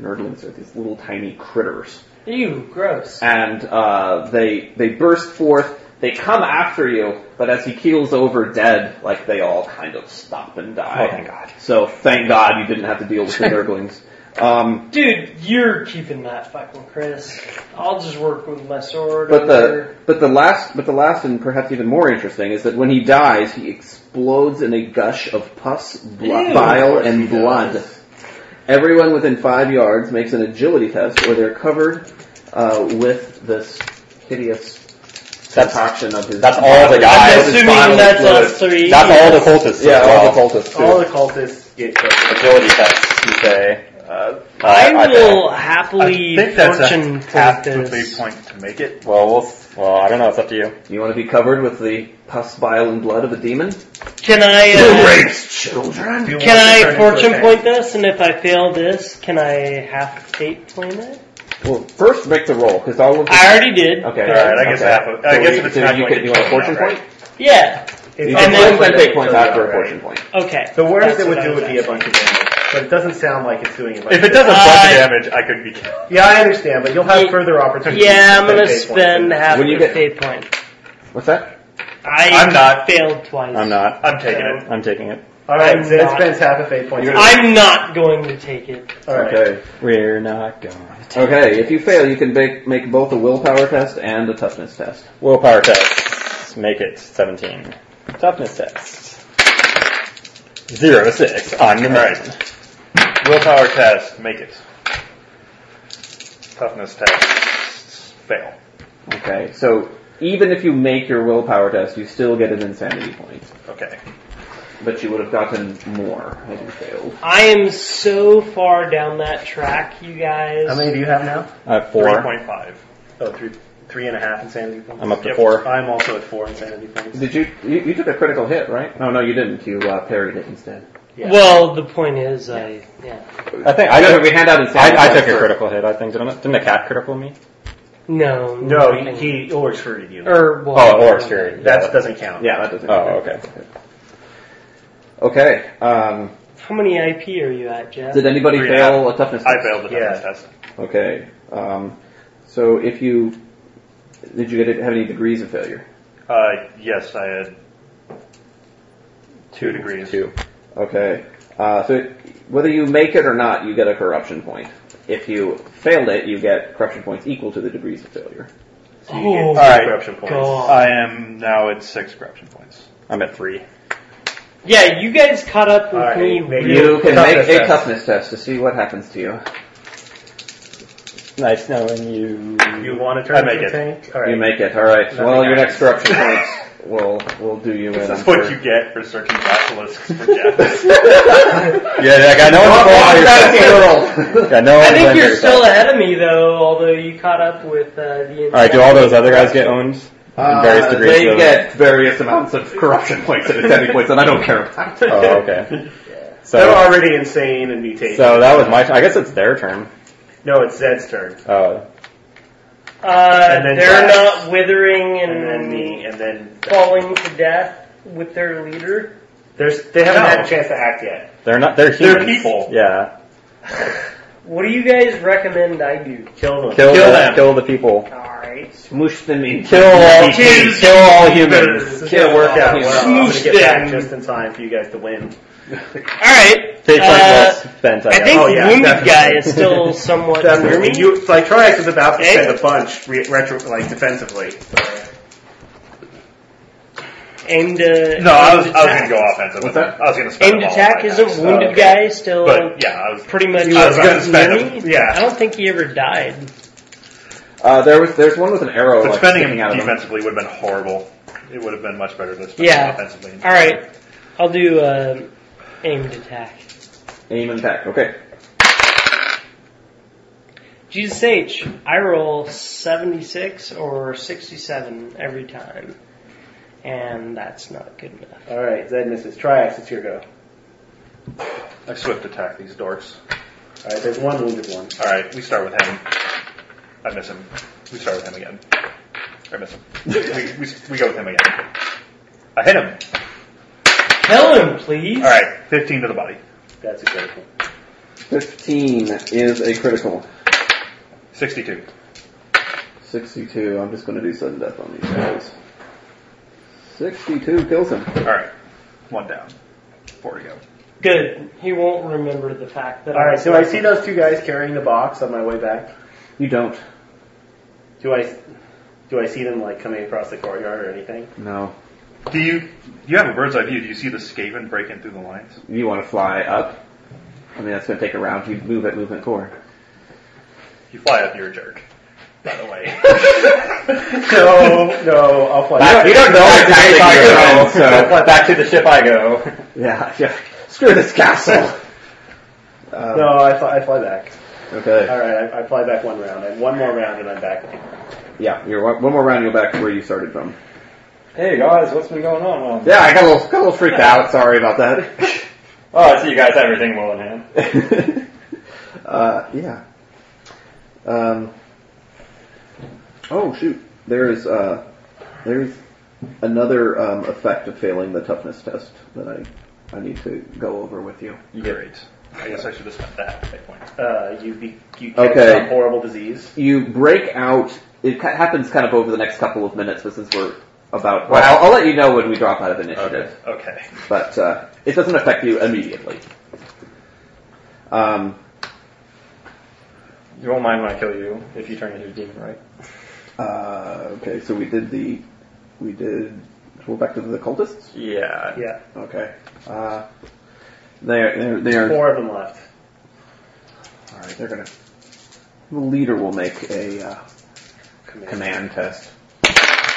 Speaker 2: Nurglings are these little tiny critters
Speaker 3: Ew, gross.
Speaker 2: and uh, they they burst forth. They come after you, but as he keels over dead, like they all kind of stop and die.
Speaker 3: Oh, thank
Speaker 2: God! So thank God you didn't have to deal with the nurglings. Um,
Speaker 3: Dude, you're keeping that fucking Chris. I'll just work with my sword.
Speaker 2: but
Speaker 3: over.
Speaker 2: the but the last but the last and perhaps even more interesting is that when he dies, he explodes in a gush of pus, blo-
Speaker 3: Ew.
Speaker 2: bile, and blood. Everyone within five yards makes an agility test, where they're covered uh, with this hideous concoction of his.
Speaker 19: That's all the guys.
Speaker 2: Of his bodily fluids.
Speaker 19: That's all the cultists.
Speaker 2: Yeah,
Speaker 19: as well.
Speaker 2: all the cultists. Too.
Speaker 20: All the cultists get
Speaker 19: agility tests. You say. Uh,
Speaker 3: I
Speaker 19: I- I-
Speaker 3: will happily
Speaker 19: I think that's a
Speaker 3: fortune
Speaker 19: half
Speaker 3: point
Speaker 19: to
Speaker 3: this.
Speaker 19: three
Speaker 8: point to make it.
Speaker 2: Well, we'll, well, I don't know. It's up to you. You want to be covered with the pus, bile, and blood of a demon?
Speaker 3: Can I? Uh,
Speaker 2: children.
Speaker 3: Can I fortune point this? And if I fail this, can I half fate claim it?
Speaker 2: Well, first make the roll because all of the,
Speaker 3: I already did.
Speaker 2: Okay.
Speaker 3: All right, I guess
Speaker 2: okay.
Speaker 8: half of- I
Speaker 2: So
Speaker 8: guess
Speaker 2: you-
Speaker 8: if it's
Speaker 2: so
Speaker 8: half
Speaker 2: you
Speaker 8: point,
Speaker 2: could-
Speaker 8: it's
Speaker 2: you want a
Speaker 8: children,
Speaker 2: fortune
Speaker 8: right?
Speaker 2: point?
Speaker 3: Yeah.
Speaker 2: You
Speaker 20: And
Speaker 2: can
Speaker 20: then-
Speaker 2: claim fate points after a fortune point.
Speaker 3: Okay.
Speaker 20: The worst
Speaker 3: That's
Speaker 20: it would
Speaker 3: what I
Speaker 20: do
Speaker 3: was
Speaker 20: would be a bunch of damage, but it doesn't sound like it's doing a bunch.
Speaker 8: If it
Speaker 20: of
Speaker 8: does a bunch
Speaker 20: damage.
Speaker 8: of damage, I could be.
Speaker 20: yeah, I understand, but you'll have further opportunities.
Speaker 3: Yeah, I'm
Speaker 20: to
Speaker 3: gonna
Speaker 20: spend fate
Speaker 3: spend
Speaker 20: points.
Speaker 3: half
Speaker 19: When you
Speaker 3: the
Speaker 19: get-
Speaker 3: fate point.
Speaker 2: What's that?
Speaker 3: I
Speaker 19: I'm not-
Speaker 3: failed twice.
Speaker 19: I'm not.
Speaker 8: I'm taking it.
Speaker 19: I'm taking it.
Speaker 20: All right,
Speaker 3: I'm
Speaker 20: Zed
Speaker 3: not-
Speaker 20: spends half a fate point.
Speaker 3: I'm not going to take it.
Speaker 20: All right.
Speaker 2: Okay.
Speaker 19: We're not going.
Speaker 2: Okay. If you fail, you can make, make both a willpower test and a toughness test.
Speaker 19: Willpower test. Make it 17. Toughness test. Zero six on the mountain.
Speaker 8: Willpower test, make it. Toughness test, fail.
Speaker 2: Okay. So even if you make your willpower test, you still get an insanity point,
Speaker 8: Okay.
Speaker 2: but you would have gotten more had you failed.
Speaker 3: I am so far down that track, you guys.
Speaker 20: How many do you have now?
Speaker 19: At Uh, four.
Speaker 8: 3.5.
Speaker 20: Oh, three, three and a half insanity points.
Speaker 19: I'm up to four.
Speaker 20: I'm also at four insanity points.
Speaker 2: Did you, you you took a critical hit, right? Oh, No, no, you didn't. You uh, parried it instead.
Speaker 20: Yeah.
Speaker 3: Well, the point is, I yeah.
Speaker 19: I think I
Speaker 2: No,
Speaker 19: took,
Speaker 2: we hand out insanity
Speaker 19: I, I
Speaker 2: points
Speaker 19: took a
Speaker 2: first.
Speaker 19: critical hit. I think didn't, I? didn't the cat critical me?
Speaker 3: No.
Speaker 20: No,
Speaker 3: nothing.
Speaker 20: he, he Ulrich's hurted you.
Speaker 3: Or well,
Speaker 19: Oh, or Fury.
Speaker 20: That doesn't count.
Speaker 2: Yeah, that doesn't.
Speaker 19: Oh, okay.
Speaker 2: Okay. Um,
Speaker 3: How many IP are you at, Jeff?
Speaker 2: did anybody
Speaker 8: Three and a
Speaker 2: fail a toughness
Speaker 8: I
Speaker 2: test?
Speaker 8: failed the toughness test.
Speaker 2: Okay. Um, so if you did, you get have any degrees of failure?
Speaker 8: Uh, yes, I had two degrees.
Speaker 19: Two.
Speaker 2: Okay. Uh, so whether you make it or not, you get a corruption point. If you failed it, you get corruption points equal to the degrees of failure.
Speaker 20: So you get
Speaker 3: Oh,
Speaker 20: two
Speaker 8: Alright.
Speaker 20: corruption points.
Speaker 3: God.
Speaker 8: I am now at six corruption points.
Speaker 19: I'm at three.
Speaker 3: yeah, you guys caught up with
Speaker 20: All right,
Speaker 3: me.
Speaker 20: make-
Speaker 3: real-
Speaker 2: You can
Speaker 20: Toughness
Speaker 2: make a
Speaker 20: test.
Speaker 2: toughness test to see what happens to you.
Speaker 19: Nice knowing you.
Speaker 20: You want to turn
Speaker 8: I make
Speaker 20: into a
Speaker 8: it.
Speaker 20: tank? All
Speaker 2: You
Speaker 20: right.
Speaker 2: make it. All right.
Speaker 20: Nothing
Speaker 2: well, your
Speaker 20: happens.
Speaker 2: next corruption points will will do you in.
Speaker 8: This
Speaker 2: I'm
Speaker 8: is what
Speaker 2: sure.
Speaker 8: you get for searching
Speaker 20: <laughs>
Speaker 8: basilisks for Jeff.
Speaker 19: Yeah, like, I know
Speaker 2: Oh,
Speaker 19: it's
Speaker 2: that's
Speaker 19: all your <laughs>
Speaker 2: terrible.
Speaker 19: Yeah, no
Speaker 3: I
Speaker 19: one's
Speaker 3: think
Speaker 19: under
Speaker 3: you're
Speaker 19: your
Speaker 3: still
Speaker 19: thumb.
Speaker 3: ahead of me though, although you caught up with uh, the.
Speaker 19: All right. Do all those other guys get owned? In
Speaker 2: Uh, they get various amounts of corruption points and insanity points, and I don't care about it.
Speaker 19: Oh, okay.
Speaker 20: They're
Speaker 19: So,
Speaker 20: already insane and mutated.
Speaker 19: so that was my. turn. I guess it's their turn.
Speaker 20: no, it's Zed's turn.
Speaker 19: Oh,
Speaker 3: Uh,
Speaker 20: And then
Speaker 3: they're
Speaker 20: Jax.
Speaker 3: not withering and,
Speaker 20: And then me, and then
Speaker 3: falling to death with their leader.
Speaker 20: there's they haven't
Speaker 8: No.
Speaker 20: had a chance to act yet.
Speaker 19: they're not. They're humans.
Speaker 8: They're people.
Speaker 19: Yeah.
Speaker 3: What do you guys recommend I do?
Speaker 20: Kill them.
Speaker 19: Kill,
Speaker 8: Kill
Speaker 19: the,
Speaker 8: them.
Speaker 19: Kill the people.
Speaker 3: Alright.
Speaker 2: Smoosh them in.
Speaker 19: Kill all.
Speaker 8: Kill-
Speaker 19: Kill all
Speaker 20: This
Speaker 19: humans.
Speaker 20: is
Speaker 2: Kill
Speaker 20: gonna work out.
Speaker 2: them.
Speaker 4: Uh,
Speaker 20: Well. I'm gonna
Speaker 3: Smoosh
Speaker 20: get back
Speaker 3: them.
Speaker 20: just in time for you guys to win.
Speaker 3: Alright.
Speaker 19: Fate point
Speaker 3: Uh,
Speaker 19: was spent. I,
Speaker 3: I
Speaker 19: guess.
Speaker 3: think
Speaker 20: Oh, yeah,
Speaker 3: wounded
Speaker 20: definitely.
Speaker 3: guy is still somewhat near me.
Speaker 20: Definitely. You like Triax is about to
Speaker 3: Hey.
Speaker 20: spend a bunch re- retro like defensively.
Speaker 3: Aimed uh,
Speaker 8: No, I was,
Speaker 3: aimed
Speaker 8: I
Speaker 3: attack.
Speaker 8: was going to go offensive.
Speaker 2: What's
Speaker 8: With
Speaker 2: that?
Speaker 8: it. I was going to spend
Speaker 3: Aimed
Speaker 8: them all
Speaker 3: attack
Speaker 8: on my
Speaker 3: isn't
Speaker 8: attacks.
Speaker 3: wounded guy still
Speaker 8: But yeah, I was.
Speaker 3: pretty much
Speaker 8: I was gonna spend
Speaker 3: near
Speaker 8: him.
Speaker 3: me?
Speaker 8: Yeah.
Speaker 3: I don't think he ever died.
Speaker 2: Uh, there was there's one with an arrow.
Speaker 8: But
Speaker 2: like,
Speaker 8: spending
Speaker 2: sticking out
Speaker 8: him
Speaker 2: of them.
Speaker 8: defensively would have been horrible. It would have been much better to spend
Speaker 3: Yeah.
Speaker 8: him offensively.
Speaker 3: Alright. I'll do uh, aimed attack.
Speaker 2: Aim and attack. Okay.
Speaker 3: Jesus H, I roll 76 or 67 every time. and that's not good enough.
Speaker 4: All right, Zed misses. Triax, it's your go.
Speaker 8: I swift attack these dorks.
Speaker 4: All right, there's one wounded one.
Speaker 8: All right, we start with him. I miss him. We start with him again. I miss him. we, we, we go with him again. I hit him.
Speaker 3: Kill him, please.
Speaker 8: All right, 15 to the body.
Speaker 4: That's a critical.
Speaker 2: 15 is a critical.
Speaker 8: 62.
Speaker 2: 62. I'm just going to do sudden death on these guys. 62 kills him.
Speaker 8: All right, one down. Four to go.
Speaker 3: Good. He won't remember the fact that.
Speaker 4: All right,
Speaker 3: so
Speaker 4: do I see those two guys carrying the box on my way back?
Speaker 2: You don't.
Speaker 4: Do I do I see them like coming across the courtyard
Speaker 3: <laughs>
Speaker 4: or anything?
Speaker 2: No.
Speaker 8: Do you you have a bird's eye view? Do you see the Skaven breaking through the lines?
Speaker 2: You want to fly up? I mean, that's going to take a round. You move at movement four.
Speaker 8: You fly up, you're a jerk. By the way,
Speaker 4: No, no, I'll fly.
Speaker 2: Back- you don't know exactly where
Speaker 4: I
Speaker 2: you're going, so-
Speaker 4: back to the ship I go.
Speaker 2: Yeah, <laughs> yeah. Screw this <laughs> castle. Um,
Speaker 4: No, I fly, I fly back.
Speaker 2: Okay.
Speaker 4: All right, I, I fly back one round. And one more round, and I'm back.
Speaker 2: Yeah, you're one, one more round. You're back where you started from.
Speaker 9: Hey guys, what's been going on? Well,
Speaker 2: Yeah, I got a little, got a little freaked out. Sorry about that.
Speaker 9: Oh, I see you guys have everything well in hand.
Speaker 2: uh, yeah. Um, oh shoot! There is uh, there's another um, effect of failing the toughness test that I I need to go over with you.
Speaker 8: you get Great. I guess I should have spent that hit point.
Speaker 4: Uh, you be, you catch
Speaker 2: Okay.
Speaker 4: some horrible disease.
Speaker 2: You break out. It ca- happens kind of over the next couple of minutes, but since we're about, well,
Speaker 8: Wow.
Speaker 2: I'll, I'll let you know when we drop out of initiative.
Speaker 8: Okay.
Speaker 2: but uh, it doesn't affect you immediately. Um,
Speaker 9: You won't mind when I kill you if you turn into a demon, right?
Speaker 2: uh, okay, so we did the we did. We're back to the cultists.
Speaker 9: Yeah.
Speaker 4: Yeah,
Speaker 2: Okay. Uh, they're they're they're all
Speaker 4: four of them left.
Speaker 2: right. They're gonna. The leader will make a uh, command test.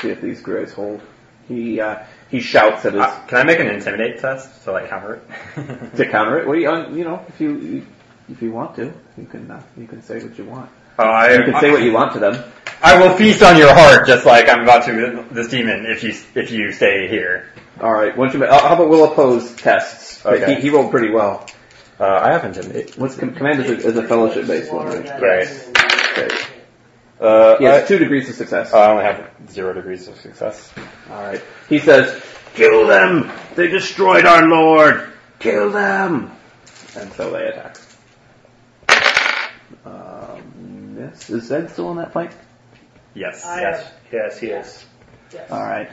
Speaker 2: See if these grays hold. He uh, he shouts at his
Speaker 9: Uh, can I make an intimidate test to like counter it?
Speaker 2: to counter it. Well, you, uh, you know if you if you want to, you can uh, you can say what you want.
Speaker 9: <laughs> Oh, I,
Speaker 2: You can say what you want to them.
Speaker 9: I will feast on your heart, just like I'm about to with this demon. If you if you stay here,
Speaker 2: All right. Once you, ma- uh, how about we'll oppose tests?
Speaker 9: Okay.
Speaker 2: He, he rolled pretty well.
Speaker 9: uh, I have intimidate.
Speaker 2: What's com- command is a, is a fellowship based one, right? Right.
Speaker 9: Uh,
Speaker 2: He has two degrees of success.
Speaker 9: I, I only have zero degrees of success.
Speaker 2: All right. He says, "Kill them! They destroyed our lord! Kill them!" And so they attack. Um, miss. Is Zed still in that fight?
Speaker 9: Yes.
Speaker 7: I
Speaker 9: yes.
Speaker 4: Yes, he is.
Speaker 7: Yes.
Speaker 2: All right.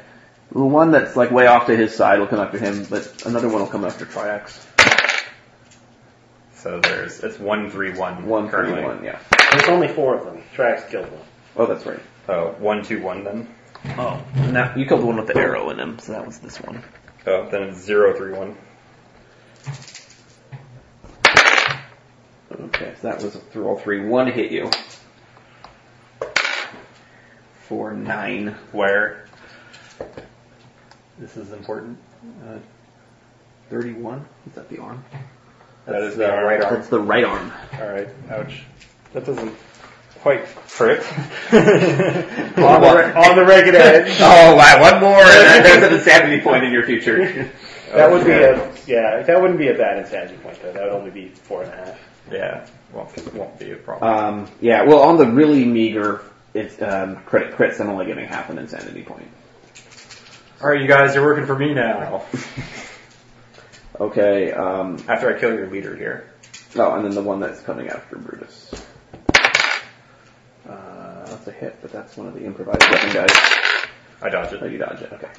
Speaker 2: The one that's like way off to his side will come after him, but another one will come after Triax.
Speaker 9: So there's it's one three one
Speaker 2: One
Speaker 9: currently.
Speaker 2: currently. One, yeah.
Speaker 4: There's only four of them. <laughs> Trax killed one.
Speaker 2: Oh, that's right.
Speaker 9: So one two one then.
Speaker 2: Oh, now you killed the one with the arrow in him, so that was this one.
Speaker 9: Oh, then it's zero three one.
Speaker 2: Okay, so that was a through all three. One hit you. For nine.
Speaker 9: Where? This is important.
Speaker 2: Uh, 31? Is that the arm?
Speaker 9: That is the right arm.
Speaker 2: That's the right arm.
Speaker 9: All right. Ouch. That doesn't quite hurt.
Speaker 2: On the re-
Speaker 9: on the <laughs> regular edge.
Speaker 2: Oh, wow, one more, and there's an insanity point in your
Speaker 9: <laughs>
Speaker 2: future.
Speaker 4: That would be a yeah. That wouldn't be a bad insanity point though. That would only be four and a half.
Speaker 9: Yeah. Won't, won't be a problem.
Speaker 2: Um, yeah, well, on the really meager it's, um, crit, crits, I'm only giving half an insanity point.
Speaker 9: Uh, All right, you guys, you're working for me now.
Speaker 2: Okay, um,
Speaker 9: After I kill your leader here.
Speaker 2: oh, and then the one that's coming after Brutus. Uh, that's a hit, but that's one of the improvised weapon guys.
Speaker 9: I dodge
Speaker 2: Oh,
Speaker 9: it.
Speaker 2: you dodge it, okay.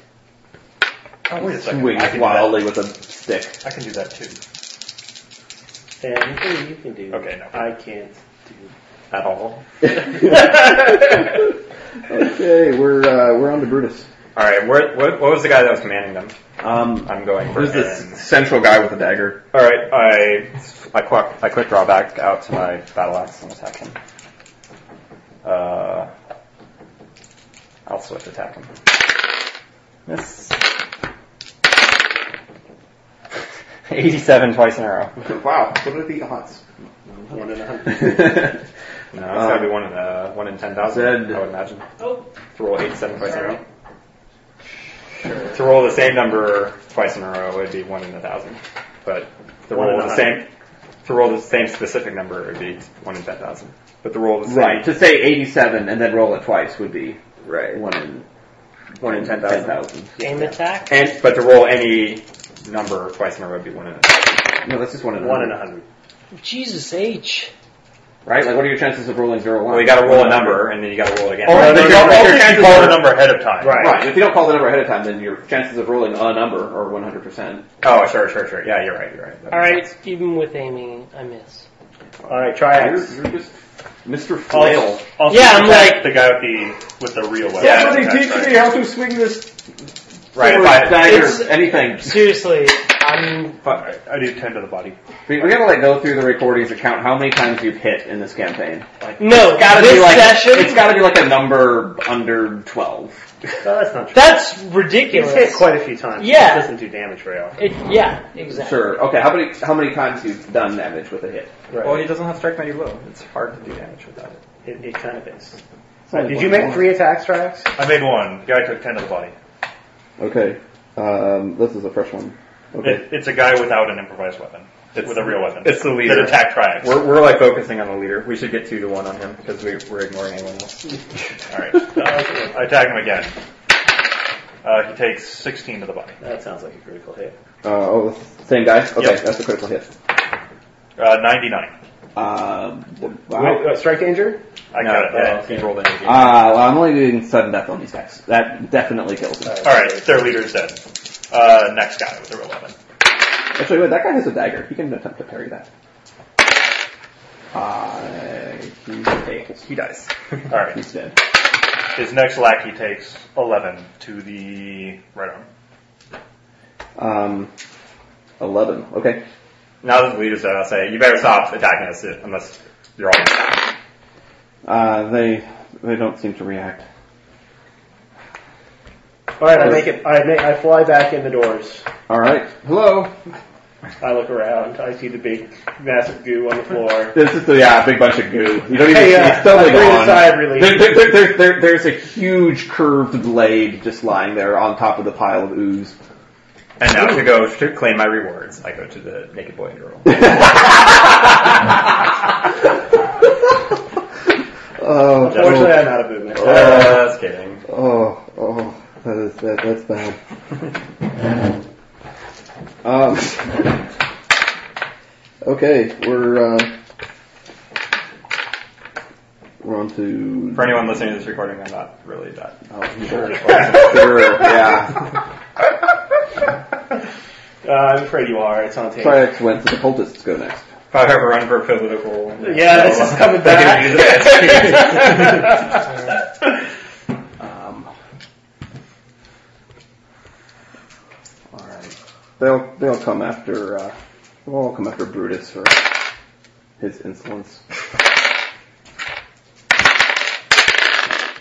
Speaker 8: Oh, wait a second. I
Speaker 2: Swings
Speaker 8: can, do
Speaker 9: <laughs>
Speaker 8: that.
Speaker 2: wildly with a stick.
Speaker 8: I can do that too.
Speaker 4: And anything you can do.
Speaker 8: Okay, no.
Speaker 4: I can't do.
Speaker 9: At all.
Speaker 2: okay, we're uh, we're on to Brutus.
Speaker 9: <laughs> All right. Where, what, what was the guy that was commanding them?
Speaker 2: Um,
Speaker 9: I'm going for
Speaker 2: who's
Speaker 9: him.
Speaker 2: this central guy with the dagger?
Speaker 9: All right. I I quick I quick draw back out to my battle axe and attack him. Uh, I'll swift attack him. Miss. <laughs> 87 twice in a row.
Speaker 2: wow, what are the odds?
Speaker 4: One and a half.
Speaker 2: <laughs>
Speaker 9: No, it's gotta be one in uh, one in ten thousand.
Speaker 2: Zed.
Speaker 9: I would imagine.
Speaker 7: Oh,
Speaker 9: To roll eighty-seven twice in a row.
Speaker 4: Sure.
Speaker 9: To roll the same number twice in a row would be one in a thousand, but to
Speaker 4: One
Speaker 9: roll
Speaker 4: in a
Speaker 9: the same to roll the same specific number would be one in ten thousand. But to roll the
Speaker 21: <laughs>
Speaker 9: same
Speaker 21: Right. To say 87 and then roll it twice would be right one in
Speaker 9: one in ten thousand.
Speaker 21: 10,000.
Speaker 3: Aim attack.
Speaker 9: And but to roll any number twice in a row would be one in a
Speaker 21: No, that's just one in a
Speaker 9: one in a
Speaker 21: hundred.
Speaker 9: hundred.
Speaker 3: Jesus H.
Speaker 21: Right? Like, what are your chances of rolling zero one?
Speaker 9: Well, you got to roll a number and then you got to roll it again.
Speaker 8: Oh,
Speaker 21: Or
Speaker 9: no,
Speaker 21: if
Speaker 9: no,
Speaker 21: you
Speaker 9: no,
Speaker 21: don't-
Speaker 9: no,
Speaker 21: if
Speaker 9: your
Speaker 21: you
Speaker 9: chances
Speaker 21: call
Speaker 9: are-
Speaker 21: the number
Speaker 8: ahead of time.
Speaker 21: Right. If you don't call the number ahead of time, then your chances of rolling a number are 100%.
Speaker 9: Oh, sure, sure, sure. Yeah, you're right. You're right.
Speaker 3: All right, even with aiming, I miss.
Speaker 4: All right, try it.
Speaker 21: You're, you're just Mr.
Speaker 8: Also,
Speaker 21: Flail.
Speaker 8: also
Speaker 3: Yeah, I'm
Speaker 8: protect
Speaker 3: like-
Speaker 8: the guy with the with the real weapon.
Speaker 21: Somebody
Speaker 8: That's
Speaker 21: teach
Speaker 8: right.
Speaker 21: me how to swing this
Speaker 8: Right,
Speaker 21: sword,
Speaker 8: if I-
Speaker 21: dagger,
Speaker 8: it's-
Speaker 21: anything.
Speaker 3: Seriously, I'm.
Speaker 8: Fi- I do ten to the body.
Speaker 21: We, we gotta like go through the recordings and count how many times you've hit in this campaign. Like,
Speaker 3: No,
Speaker 21: it's gotta
Speaker 3: this
Speaker 21: be like
Speaker 3: session-
Speaker 21: it's gotta be like a number under twelve.
Speaker 4: No, that's not true.
Speaker 3: That's
Speaker 4: He's
Speaker 3: ridiculous.
Speaker 4: hit quite a few times.
Speaker 3: Yeah.
Speaker 4: It doesn't do damage very often.
Speaker 3: It, yeah, exactly.
Speaker 21: Sure. Okay. How many how many times you've done damage with a hit?
Speaker 4: Right.
Speaker 9: Well, he doesn't have strike mighty blow. It's hard to do damage with that.
Speaker 4: It, it kind of is.
Speaker 2: only
Speaker 4: Did you
Speaker 2: one
Speaker 4: make
Speaker 2: more.
Speaker 4: three attacks, Trax?
Speaker 8: I made one. The guy took ten to the body.
Speaker 2: Okay. Um, this is a fresh one. Okay.
Speaker 8: It, it's a guy without an improvised weapon. with a real weapon.
Speaker 9: It's the leader.
Speaker 8: That attacked Triax.
Speaker 9: We're, we're like focusing on the leader. We should get two to one on him because we, we're ignoring anyone else.
Speaker 8: Alright. I attack him again. Uh, he takes 16 to the body.
Speaker 4: That sounds like a critical hit.
Speaker 2: Uh, oh, this- same guy. Okay,
Speaker 8: Yep.
Speaker 2: that's a critical hit.
Speaker 8: Uh, 99.
Speaker 2: Um,
Speaker 4: Wait,
Speaker 2: wow.
Speaker 4: uh, strike danger?
Speaker 8: I got it.
Speaker 9: uh, he rolled an
Speaker 2: Uh,
Speaker 9: 80.
Speaker 2: well, I'm only doing sudden death on these guys. That definitely kills them.
Speaker 8: Alright, their leader's dead. Uh, next guy with a real weapon.
Speaker 2: Actually, wait, that guy has a dagger. He can attempt to parry that. Uh, he fails.
Speaker 9: he dies. <laughs>
Speaker 8: Alright.
Speaker 2: He's dead.
Speaker 8: His next lackey takes 11 to the right arm.
Speaker 2: Um, 11. Okay.
Speaker 9: Now that the leader's dead, I'll say, you better stop attacking us unless you're all
Speaker 2: Uh, they they don't seem to react.
Speaker 4: All right, I make it. I make. I fly back in the doors.
Speaker 2: All right. Hello.
Speaker 4: I look around. I see the big, massive goo on the floor.
Speaker 2: This is the, yeah, a big bunch of goo. You don't even
Speaker 4: Hey,
Speaker 2: see.
Speaker 4: uh,
Speaker 2: It's totally
Speaker 4: I'm really
Speaker 2: gone.
Speaker 4: sorry, really.
Speaker 2: There, there, there, there, there, there's a huge curved blade just lying there on top of the pile of ooze.
Speaker 9: And now to go to claim my rewards, I go to the naked boy and girl.
Speaker 2: Oh,
Speaker 4: Unfortunately, I'm out of movement.
Speaker 9: Uh, Just kidding.
Speaker 2: Oh, oh, that is that, that's bad. <laughs> um, okay, we're uh, we're on to
Speaker 9: For anyone listening to this recording, I'm not really that.
Speaker 2: Oh, sure, <laughs> sure, yeah.
Speaker 4: Uh, I'm afraid you are. It's on tape.
Speaker 2: Triax went to the cultists. Go next.
Speaker 9: If I ever run for political,
Speaker 4: Yeah, this is coming back.
Speaker 2: Um, all right, they'll they'll come after uh, they'll all come after Brutus for his insolence.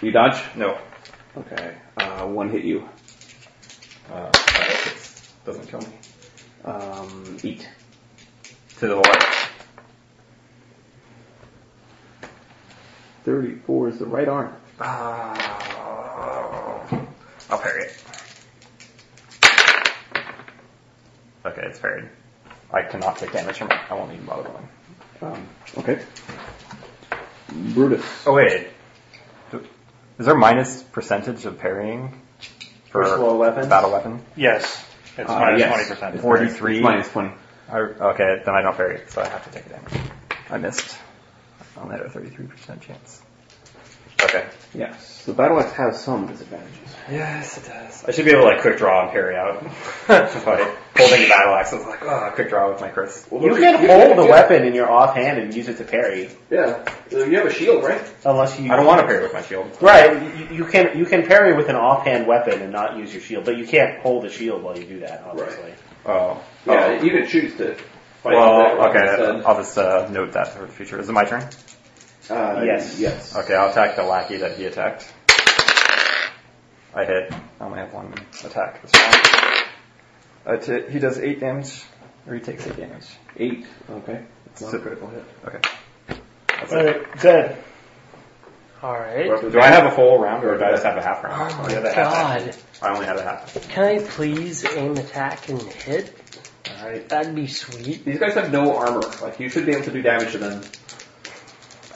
Speaker 2: You dodge.
Speaker 9: <laughs> no,
Speaker 2: Okay, uh, one hit you.
Speaker 9: uh, doesn't kill me.
Speaker 2: Um, eat.
Speaker 9: To the left.
Speaker 2: Thirty-four is the right arm.
Speaker 4: Ah.
Speaker 9: I'll parry it. Okay, it's parried. I cannot take damage from it. I won't even bother rolling.
Speaker 2: Um, okay. Brutus.
Speaker 9: Oh wait, is there minus percentage of parrying for
Speaker 4: Personal weapons?
Speaker 9: battle weapon?
Speaker 8: Yes. It's
Speaker 2: Uh,
Speaker 8: minus
Speaker 2: yes.
Speaker 8: 20%.
Speaker 9: Forty-three.
Speaker 2: It's minus twenty.
Speaker 9: I, okay, then I don't parry, so I have to take damage. I missed. I'm at a 33% chance. Okay.
Speaker 2: Yes. The battle axe has some disadvantages.
Speaker 9: Yes, it does. I should be able to like quick draw and parry out. <laughs> like holding the battle axe, I was like, oh, quick draw with my Chris.
Speaker 4: You can hold the weapon in your offhand and use it to parry,
Speaker 2: Yeah. You have a shield, right?
Speaker 4: unless you.
Speaker 9: I don't want to parry with my shield.
Speaker 4: Right, you, you can you can parry with an offhand weapon and not use your shield, but you can't hold a shield while you do that. Obviously,
Speaker 9: Oh.
Speaker 2: Yeah. You can choose to. fight with that
Speaker 9: Well,
Speaker 2: weapon
Speaker 9: okay,
Speaker 2: instead.
Speaker 9: I'll just uh, note that for the future. Is it my turn?
Speaker 2: Uh,
Speaker 4: Yes.
Speaker 2: Yes.
Speaker 9: Okay, I'll attack the lackey that he attacked. I hit. I only have one attack this round. Uh, t- he does 8 damage, or he takes 8 damage.
Speaker 2: Eight. Okay. Not a critical hit.
Speaker 9: Okay.
Speaker 4: All right, good.
Speaker 3: All right.
Speaker 9: Do I have a full round or do I just have a half round?
Speaker 3: Oh
Speaker 9: I
Speaker 3: my
Speaker 9: have a half round.
Speaker 3: god.
Speaker 9: I only have a half.
Speaker 3: Can I please aim attack and hit?
Speaker 22: Alright.
Speaker 3: That'd be sweet.
Speaker 22: These guys have no armor. Like, you should be able to do damage to them.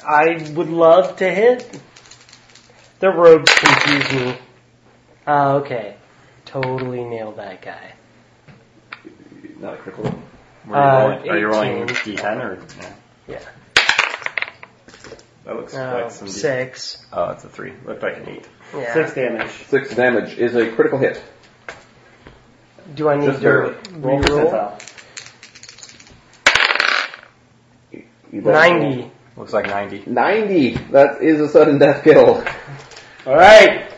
Speaker 3: I would love to hit. The rogues confuse me. Ah, okay. Totally nailed that guy.
Speaker 22: Not a critical.
Speaker 9: What Are you rolling,
Speaker 3: Uh,
Speaker 9: are you rolling
Speaker 3: 18.
Speaker 9: D10 or? Yeah.
Speaker 3: Yeah.
Speaker 9: That looks
Speaker 3: Oh,
Speaker 9: like some. D-
Speaker 3: six.
Speaker 9: Oh, it's a three. Looked like an eight.
Speaker 3: Yeah.
Speaker 4: Six damage.
Speaker 2: Six damage is a critical hit.
Speaker 3: Do I need
Speaker 2: Just
Speaker 3: to
Speaker 2: barely.
Speaker 4: Roll
Speaker 3: reroll?
Speaker 4: percentile.
Speaker 2: You better roll.
Speaker 3: Ninety.
Speaker 9: Looks like 90.
Speaker 2: 90. That is a sudden death kill.
Speaker 4: All right.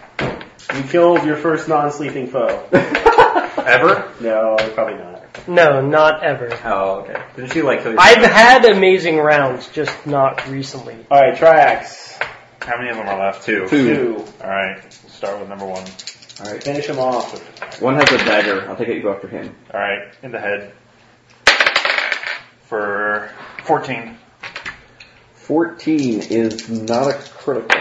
Speaker 4: You killed your first non-sleeping foe.
Speaker 9: Ever?
Speaker 4: No, probably not.
Speaker 3: No, not ever.
Speaker 9: Oh, okay. Didn't she like kill your
Speaker 3: I've had amazing rounds, just not recently.
Speaker 4: All right, Triax.
Speaker 9: How many of them are left? Two.
Speaker 2: Two.
Speaker 4: Two.
Speaker 9: All right. We'll start with number one.
Speaker 2: All right.
Speaker 4: Finish him off.
Speaker 2: One has a dagger. I'll take it. You go after him.
Speaker 8: All right, in the head for 14.
Speaker 2: 14 is not a critical.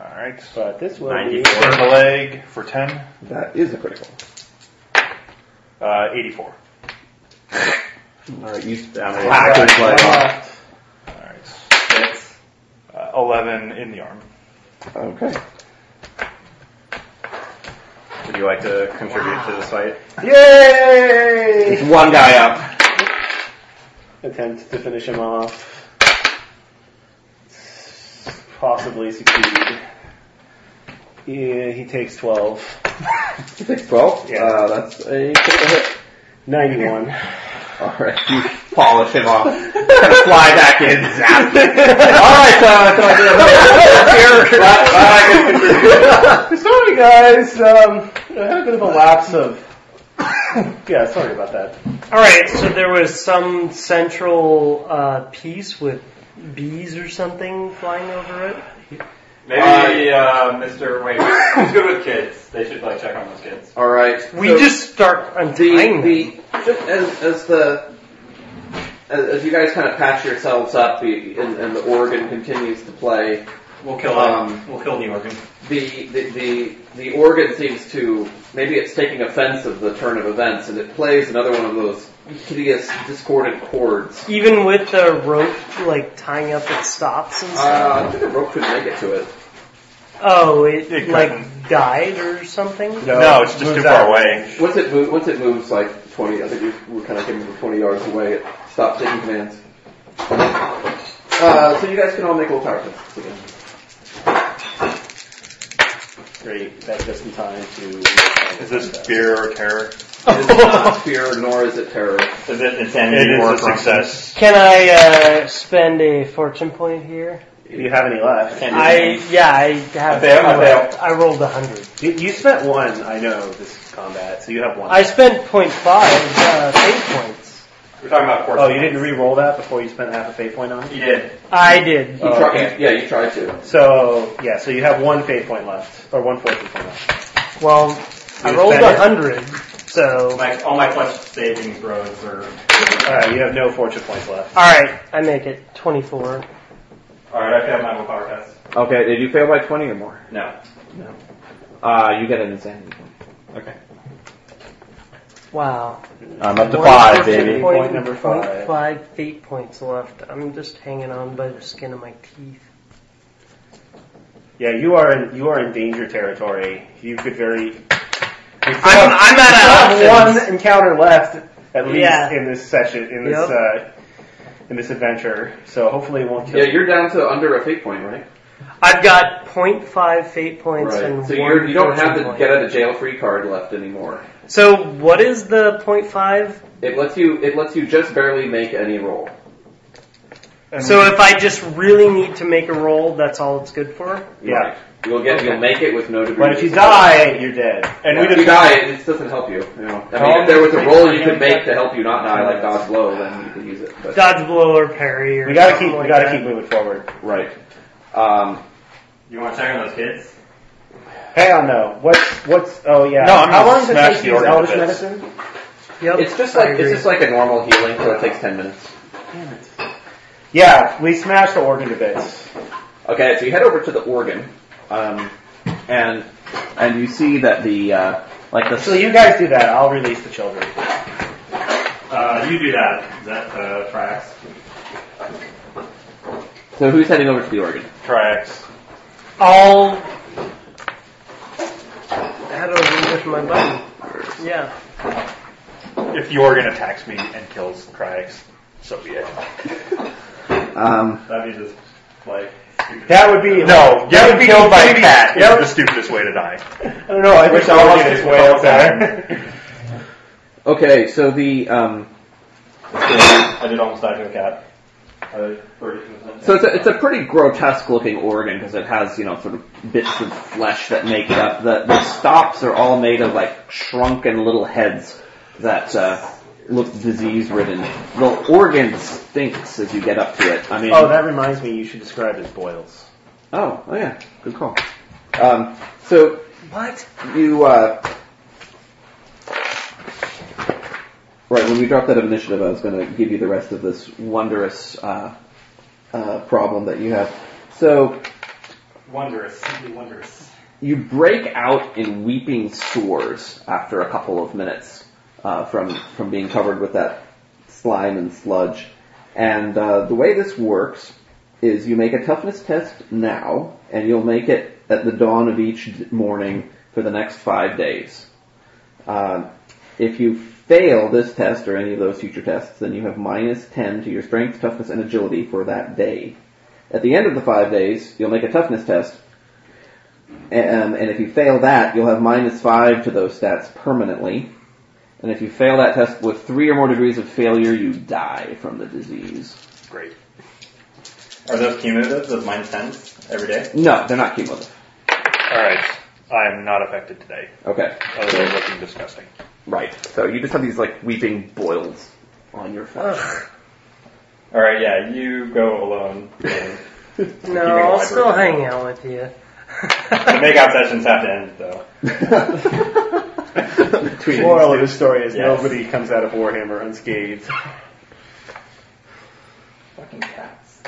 Speaker 8: All right,
Speaker 4: But this will be
Speaker 9: 94.
Speaker 8: in the leg for 10.
Speaker 2: That is a critical.
Speaker 8: Uh, 84.
Speaker 2: All right. You
Speaker 8: All
Speaker 2: hack his leg off.
Speaker 8: right, Uh, 11 in the arm.
Speaker 9: uh,
Speaker 2: Okay.
Speaker 9: Would you like to contribute to this fight?
Speaker 4: yay!
Speaker 2: One guy up.
Speaker 4: Attempt to finish him off. Possibly succeed. Yeah, he takes 12.
Speaker 2: He takes 12.
Speaker 4: Yeah.
Speaker 2: Uh, that's a critical hit.
Speaker 4: 91.
Speaker 2: All right. You polish him off. fly back in. Zap.
Speaker 9: <laughs>
Speaker 2: All right. Uh, so I did a here.
Speaker 4: <laughs> Sorry guys, um, I had a bit of a lapse of... <coughs> yeah, sorry about that.
Speaker 3: Alright, so there was some central uh, piece with bees or something flying over it.
Speaker 9: Maybe uh, Mr. Wait, who's good with kids? They should like check on those kids.
Speaker 2: All right.
Speaker 3: We
Speaker 2: so-
Speaker 3: just start
Speaker 2: the,
Speaker 3: untying them.
Speaker 2: the just as, as the as, as you guys kind of patch yourselves up you- and, and the organ continues to play
Speaker 9: We'll kill
Speaker 2: Um,
Speaker 9: him. We'll kill the organ.
Speaker 2: the the, the the organ seems to maybe it's taking offense of the turn of events and it plays another one of those hideous discordant chords
Speaker 3: Even with the rope like tying up its stops and stuff.
Speaker 2: uh, I think the rope couldn't make it to it
Speaker 3: oh, it,
Speaker 8: it
Speaker 3: like died or something?
Speaker 20: Oh,
Speaker 8: No, it's just too
Speaker 4: moves
Speaker 8: far
Speaker 4: out.
Speaker 8: away.
Speaker 2: once it move, once it moves like 20 I think we- we're kind of giving it 20 yards away it stops taking commands uh, so you guys can all make willpower tests again
Speaker 4: Great, that's just in time to...
Speaker 8: Is this fear or terror?
Speaker 2: It is not fear, nor is it terror.
Speaker 9: Is it
Speaker 8: It
Speaker 9: insanity or
Speaker 8: is a
Speaker 9: corruption?
Speaker 8: success.
Speaker 3: Can I uh, spend a fortune point here?
Speaker 4: If <laughs> you have any left.
Speaker 3: I yeah, I have.
Speaker 4: I fail, I
Speaker 3: two left. I rolled a hundred.
Speaker 4: You, you spent one, I know, this combat, so you have one.
Speaker 3: I spent point five uh, fate points.
Speaker 9: We're talking about corruption.
Speaker 4: oh, you didn't re-roll that before you spent half a fate point on it?
Speaker 9: You did.
Speaker 3: I did.
Speaker 2: You
Speaker 4: Oh,
Speaker 2: try,
Speaker 4: okay.
Speaker 2: Yeah, you try to.
Speaker 4: So, yeah, so you have one fate point left, or one fortune point left.
Speaker 3: Well, I
Speaker 4: You
Speaker 3: rolled
Speaker 4: spent
Speaker 3: a
Speaker 4: it?
Speaker 3: hundred, so
Speaker 9: My, all my clutch savings throws are.
Speaker 4: Alright, you have no fortune points left.
Speaker 3: all right, I make it twenty-four.
Speaker 9: All right, I failed my willpower test.
Speaker 2: Okay, did you fail by 20 or more?
Speaker 9: No.
Speaker 2: Uh, you get an insanity.
Speaker 9: Okay.
Speaker 3: Wow.
Speaker 9: I'm up to
Speaker 3: One
Speaker 9: five,
Speaker 3: fortune
Speaker 9: baby.
Speaker 3: Point,
Speaker 4: Point number
Speaker 3: point
Speaker 4: five.
Speaker 3: five fate points left. I'm just hanging on by the skin of my teeth.
Speaker 4: Yeah, you are in, you are in danger territory. You could very...
Speaker 23: I'm, I'm
Speaker 4: You
Speaker 23: at
Speaker 4: have one encounter left, at least
Speaker 3: Yeah.
Speaker 4: in this session, in this,
Speaker 3: Yep.
Speaker 4: uh, in this adventure, so hopefully it won't kill
Speaker 2: Yeah, you're down to under a fate point, right?
Speaker 3: I've got point five fate points and
Speaker 2: So
Speaker 3: one
Speaker 2: you're, you don't
Speaker 3: fortune
Speaker 2: have the
Speaker 3: point.
Speaker 2: get out of jail free card left anymore.
Speaker 3: So what is the point five?
Speaker 2: It lets you. It lets you just barely make any roll.
Speaker 8: And
Speaker 3: So if I just really need to make a roll, that's all it's good for.
Speaker 4: Yeah.
Speaker 2: Right. You'll get. You'll make it with no degree.
Speaker 4: But if you die, you're dead.
Speaker 8: and
Speaker 2: yeah,
Speaker 8: we
Speaker 2: if
Speaker 8: just
Speaker 2: you die, it Oh, just doesn't help you. you know. I mean, if there was a roll you could make to help you not die, like dodge blow, then you could use it. But,
Speaker 3: Dodge blow or parry. Or
Speaker 4: We gotta
Speaker 3: something
Speaker 4: keep, we
Speaker 3: like
Speaker 4: gotta
Speaker 3: that.
Speaker 4: keep moving forward.
Speaker 2: right. Um,
Speaker 9: You want to check on those kids?
Speaker 4: Hang on though, what's, what's, oh yeah.
Speaker 8: No, I'm
Speaker 4: How
Speaker 8: gonna
Speaker 4: long does it
Speaker 8: smash
Speaker 4: take to
Speaker 8: the
Speaker 4: use
Speaker 8: organ
Speaker 4: Elvish
Speaker 8: bits.
Speaker 4: Medicine?
Speaker 3: Yep,
Speaker 2: it's just
Speaker 3: I
Speaker 2: like it's
Speaker 3: agree.
Speaker 2: just like a normal healing, so it takes ten minutes.
Speaker 4: Yeah, we smashed the organ to bits.
Speaker 2: Okay, so you head over to the organ, um, and and you see that the uh, like the
Speaker 20: So you guys do that. I'll release the children.
Speaker 4: Uh, you do that. That uh, tracks.
Speaker 2: so who's heading over to the organ?
Speaker 4: Tracks.
Speaker 3: I'll head over with my buddy. Yeah.
Speaker 8: If the organ attacks me and kills Triax, so be it.
Speaker 19: Um,
Speaker 8: That'd be just like.
Speaker 20: That would be
Speaker 8: No,
Speaker 20: That
Speaker 8: getting
Speaker 20: would be
Speaker 8: killed by a
Speaker 20: maybe-
Speaker 8: cat is
Speaker 20: that
Speaker 8: the stupidest way to die.
Speaker 20: I don't know. I
Speaker 8: Which
Speaker 20: think
Speaker 8: I
Speaker 20: all of
Speaker 8: like it
Speaker 20: this
Speaker 8: as
Speaker 20: way
Speaker 8: well,
Speaker 20: all the time.
Speaker 2: Okay, so the um,
Speaker 8: <laughs>
Speaker 4: I did almost die to a cat. Uh,
Speaker 2: so it's a, it's a pretty grotesque looking organ because it has you know sort of bits of flesh that make it up. The the stops are all made of like shrunken little heads that uh, look disease ridden. The organ stinks as you get up to it. I mean,
Speaker 20: Oh, that reminds me. You should describe his boils.
Speaker 2: Oh, oh yeah, good call. Um, so
Speaker 11: What?
Speaker 2: you uh, right when we dropped that initiative, I was going to give you the rest of this wondrous uh, uh, problem that you have. So
Speaker 4: Wondrous, simply wondrous.
Speaker 2: you break out in weeping sores after a couple of minutes uh, from from being covered with that slime and sludge. And uh, the way this works is you make a toughness test now, and you'll make it at the dawn of each d- morning for the next five days. Uh, if you fail this test or any of those future tests, then you have minus 10 to your strength, toughness, and agility for that day. At the end of the five days, you'll make a toughness test, and, um, and if you fail that, you'll have minus five to those stats permanently. And if you fail that test with three or more degrees of failure, you die from the disease.
Speaker 8: Great. Are those cumulative? Those minus tens every day?
Speaker 2: No, they're not cumulative.
Speaker 8: Alright. I'm not affected today.
Speaker 2: Okay.
Speaker 8: Other than looking disgusting.
Speaker 2: Right. So you just have these like weeping boils on your flesh.
Speaker 8: Alright, yeah, you
Speaker 3: <laughs>
Speaker 8: go alone.
Speaker 3: No, I'll still hang out with you.
Speaker 8: The makeout sessions have to end, though.
Speaker 20: The moral of the story is
Speaker 8: Yes.
Speaker 20: nobody comes out of Warhammer unscathed.
Speaker 8: Fucking cats.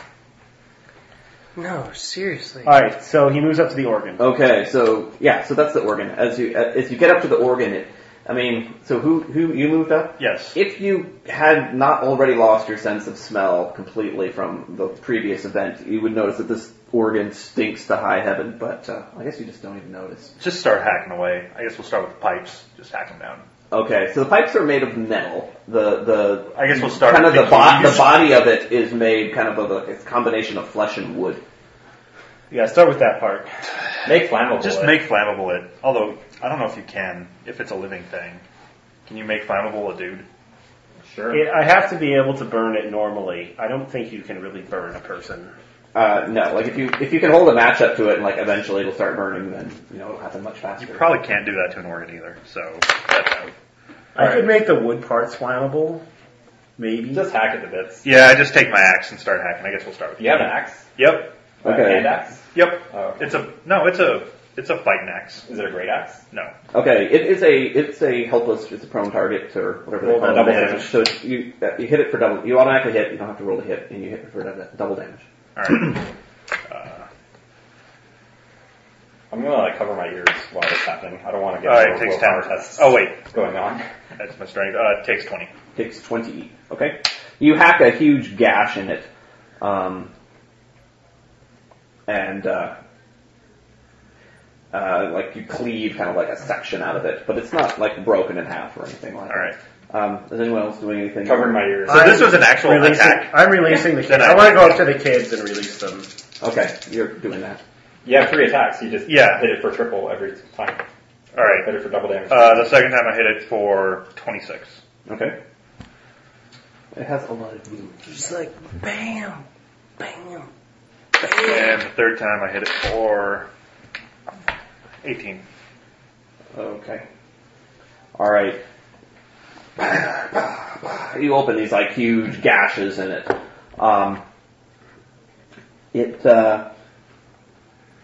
Speaker 3: No, seriously.
Speaker 20: All right, so he moves up to the organ.
Speaker 2: Okay, so yeah, so that's the organ. As you as you get up to the organ, it, I mean, so who who you moved up?
Speaker 8: Yes.
Speaker 2: If you had not already lost your sense of smell completely from the previous event, you would notice that this organ stinks to high heaven. But uh, I guess you just don't even notice.
Speaker 8: Just start hacking away. I guess we'll start with the pipes. Just hack them down.
Speaker 2: Okay, so the pipes are made of metal. The the
Speaker 8: I guess we'll start
Speaker 2: kind of
Speaker 8: with
Speaker 2: the,
Speaker 8: the
Speaker 2: bo-
Speaker 8: keys.
Speaker 2: the body of it is made kind of of a it's a combination of flesh and wood.
Speaker 20: Yeah, start with that part.
Speaker 2: Make flammable.
Speaker 8: Just make flammable it. Although, I don't know if you can, if it's a living thing. Can you make flammable a dude? Sure.
Speaker 20: It, I have to be able to burn it normally. I don't think you can really burn a person.
Speaker 2: Uh, no, like if you if you can hold a match up to it and like eventually it'll start burning, then you know it'll happen much faster.
Speaker 8: You probably can't do that to an organ either, so that's out.
Speaker 20: I could make the wood parts flammable, maybe.
Speaker 4: Just hack it to bits.
Speaker 8: Yeah, I just take my axe and start hacking. I guess we'll start with
Speaker 4: You have an axe?
Speaker 8: Yep.
Speaker 2: Okay.
Speaker 4: Hand axe?
Speaker 8: Yep.
Speaker 4: Oh.
Speaker 8: It's a no. It's a it's a fighting axe.
Speaker 4: Is it a great axe?
Speaker 8: No.
Speaker 2: Okay, it is a it's a helpless it's a prone target or whatever they
Speaker 4: Roll
Speaker 2: call it.
Speaker 4: double
Speaker 2: damage.
Speaker 4: damage.
Speaker 2: So you uh, you hit it for double. You automatically hit. You don't have to roll to hit, and you hit for double- double damage.
Speaker 8: All
Speaker 4: <clears throat>
Speaker 8: right. uh,
Speaker 4: I'm gonna like, cover my ears while this is happening. I don't want to get
Speaker 8: all right.
Speaker 4: more
Speaker 8: It takes
Speaker 4: willpower
Speaker 8: ten.
Speaker 4: tests
Speaker 8: Oh wait,
Speaker 4: going
Speaker 9: <laughs>
Speaker 4: on.
Speaker 8: that's my strength. Uh, it takes twenty.
Speaker 2: Takes twenty. Okay, you hack a huge gash in it, um, and uh, uh, like you cleave kind of like a section out of it, but it's not like broken in half or anything like
Speaker 8: All right.
Speaker 2: that. Um, is anyone else doing anything?
Speaker 4: Covering my ears.
Speaker 8: So this was an actual
Speaker 20: Releasing-
Speaker 8: attack.
Speaker 20: I'm releasing the
Speaker 8: Then
Speaker 20: kids.
Speaker 8: I-
Speaker 20: I want to go up to the kids and release them.
Speaker 2: Okay, you're doing that.
Speaker 4: You have three attacks. You just
Speaker 8: Yeah.
Speaker 4: hit it for triple every time.
Speaker 8: All right.
Speaker 4: Hit it for double damage.
Speaker 8: Uh, the second time I hit it for twenty six.
Speaker 2: Okay. It has a lot of movement.
Speaker 3: Just like bam, bam,
Speaker 8: And
Speaker 3: bam.
Speaker 8: the third time I hit it for eighteen.
Speaker 2: Okay. All right. You open these like huge gashes in it. Um, it uh,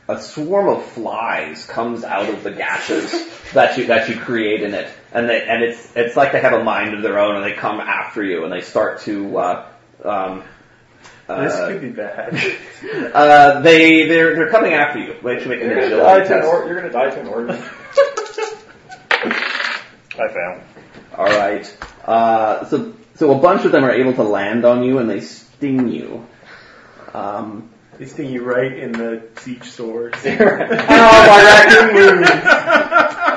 Speaker 2: a swarm of flies comes out of the gashes that you that you create in it, and they, and it's it's like they have a mind of their own, and they come after you, and they start to uh, um,
Speaker 4: This
Speaker 2: Uh,
Speaker 4: could be bad.
Speaker 2: Uh, they they're they're coming after you. Wait, should make an
Speaker 9: You're gonna, die
Speaker 2: agility
Speaker 9: to an
Speaker 2: test.
Speaker 9: or- you're gonna die to an organ.
Speaker 2: I found. All right. Uh, so so a bunch of them are able to land on you and they sting you.
Speaker 20: <laughs>
Speaker 2: Um,
Speaker 20: They sting you right in the siege <laughs> sores. oh,
Speaker 2: my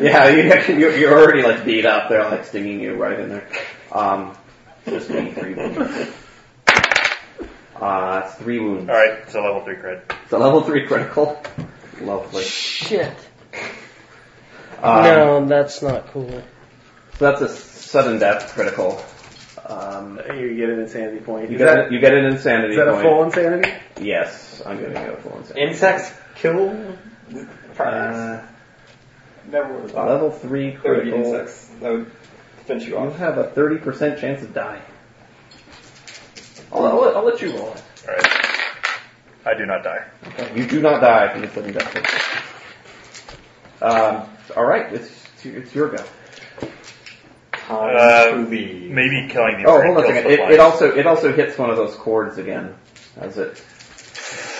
Speaker 2: yeah, you, you're, you're already like beat up. They're like stinging you right in there. Um, just being three
Speaker 9: <laughs>
Speaker 2: wounds. Uh, it's three wounds. All right, it's a level three crit. It's a level three critical. Lovely.
Speaker 3: Shit.
Speaker 2: Um,
Speaker 3: no, that's not cool.
Speaker 2: So that's a sudden death critical. Um,
Speaker 20: You get an insanity point.
Speaker 2: you
Speaker 20: Is
Speaker 2: get
Speaker 20: that-
Speaker 2: you get an insanity
Speaker 20: Is that
Speaker 2: point.
Speaker 20: a full insanity?
Speaker 2: Yes, I'm gonna go full insanity.
Speaker 14: Insects kill
Speaker 2: Uh,
Speaker 9: Never would have thought.
Speaker 2: level three
Speaker 9: There would be
Speaker 2: critical.
Speaker 9: insects. That would finish you
Speaker 2: You
Speaker 9: off.
Speaker 2: have a thirty percent chance of dying. I'll, I'll, I'll let you roll it.
Speaker 8: All right. I do not die.
Speaker 2: Okay, You do not die from the sudden death. critical. Um, all right, it's it's your go.
Speaker 8: Uh, maybe killing the
Speaker 2: Oh,
Speaker 8: organ
Speaker 2: hold on a
Speaker 8: kills
Speaker 2: second.
Speaker 8: the
Speaker 2: It,
Speaker 8: fly.
Speaker 2: it also it also hits one of those cords again. As it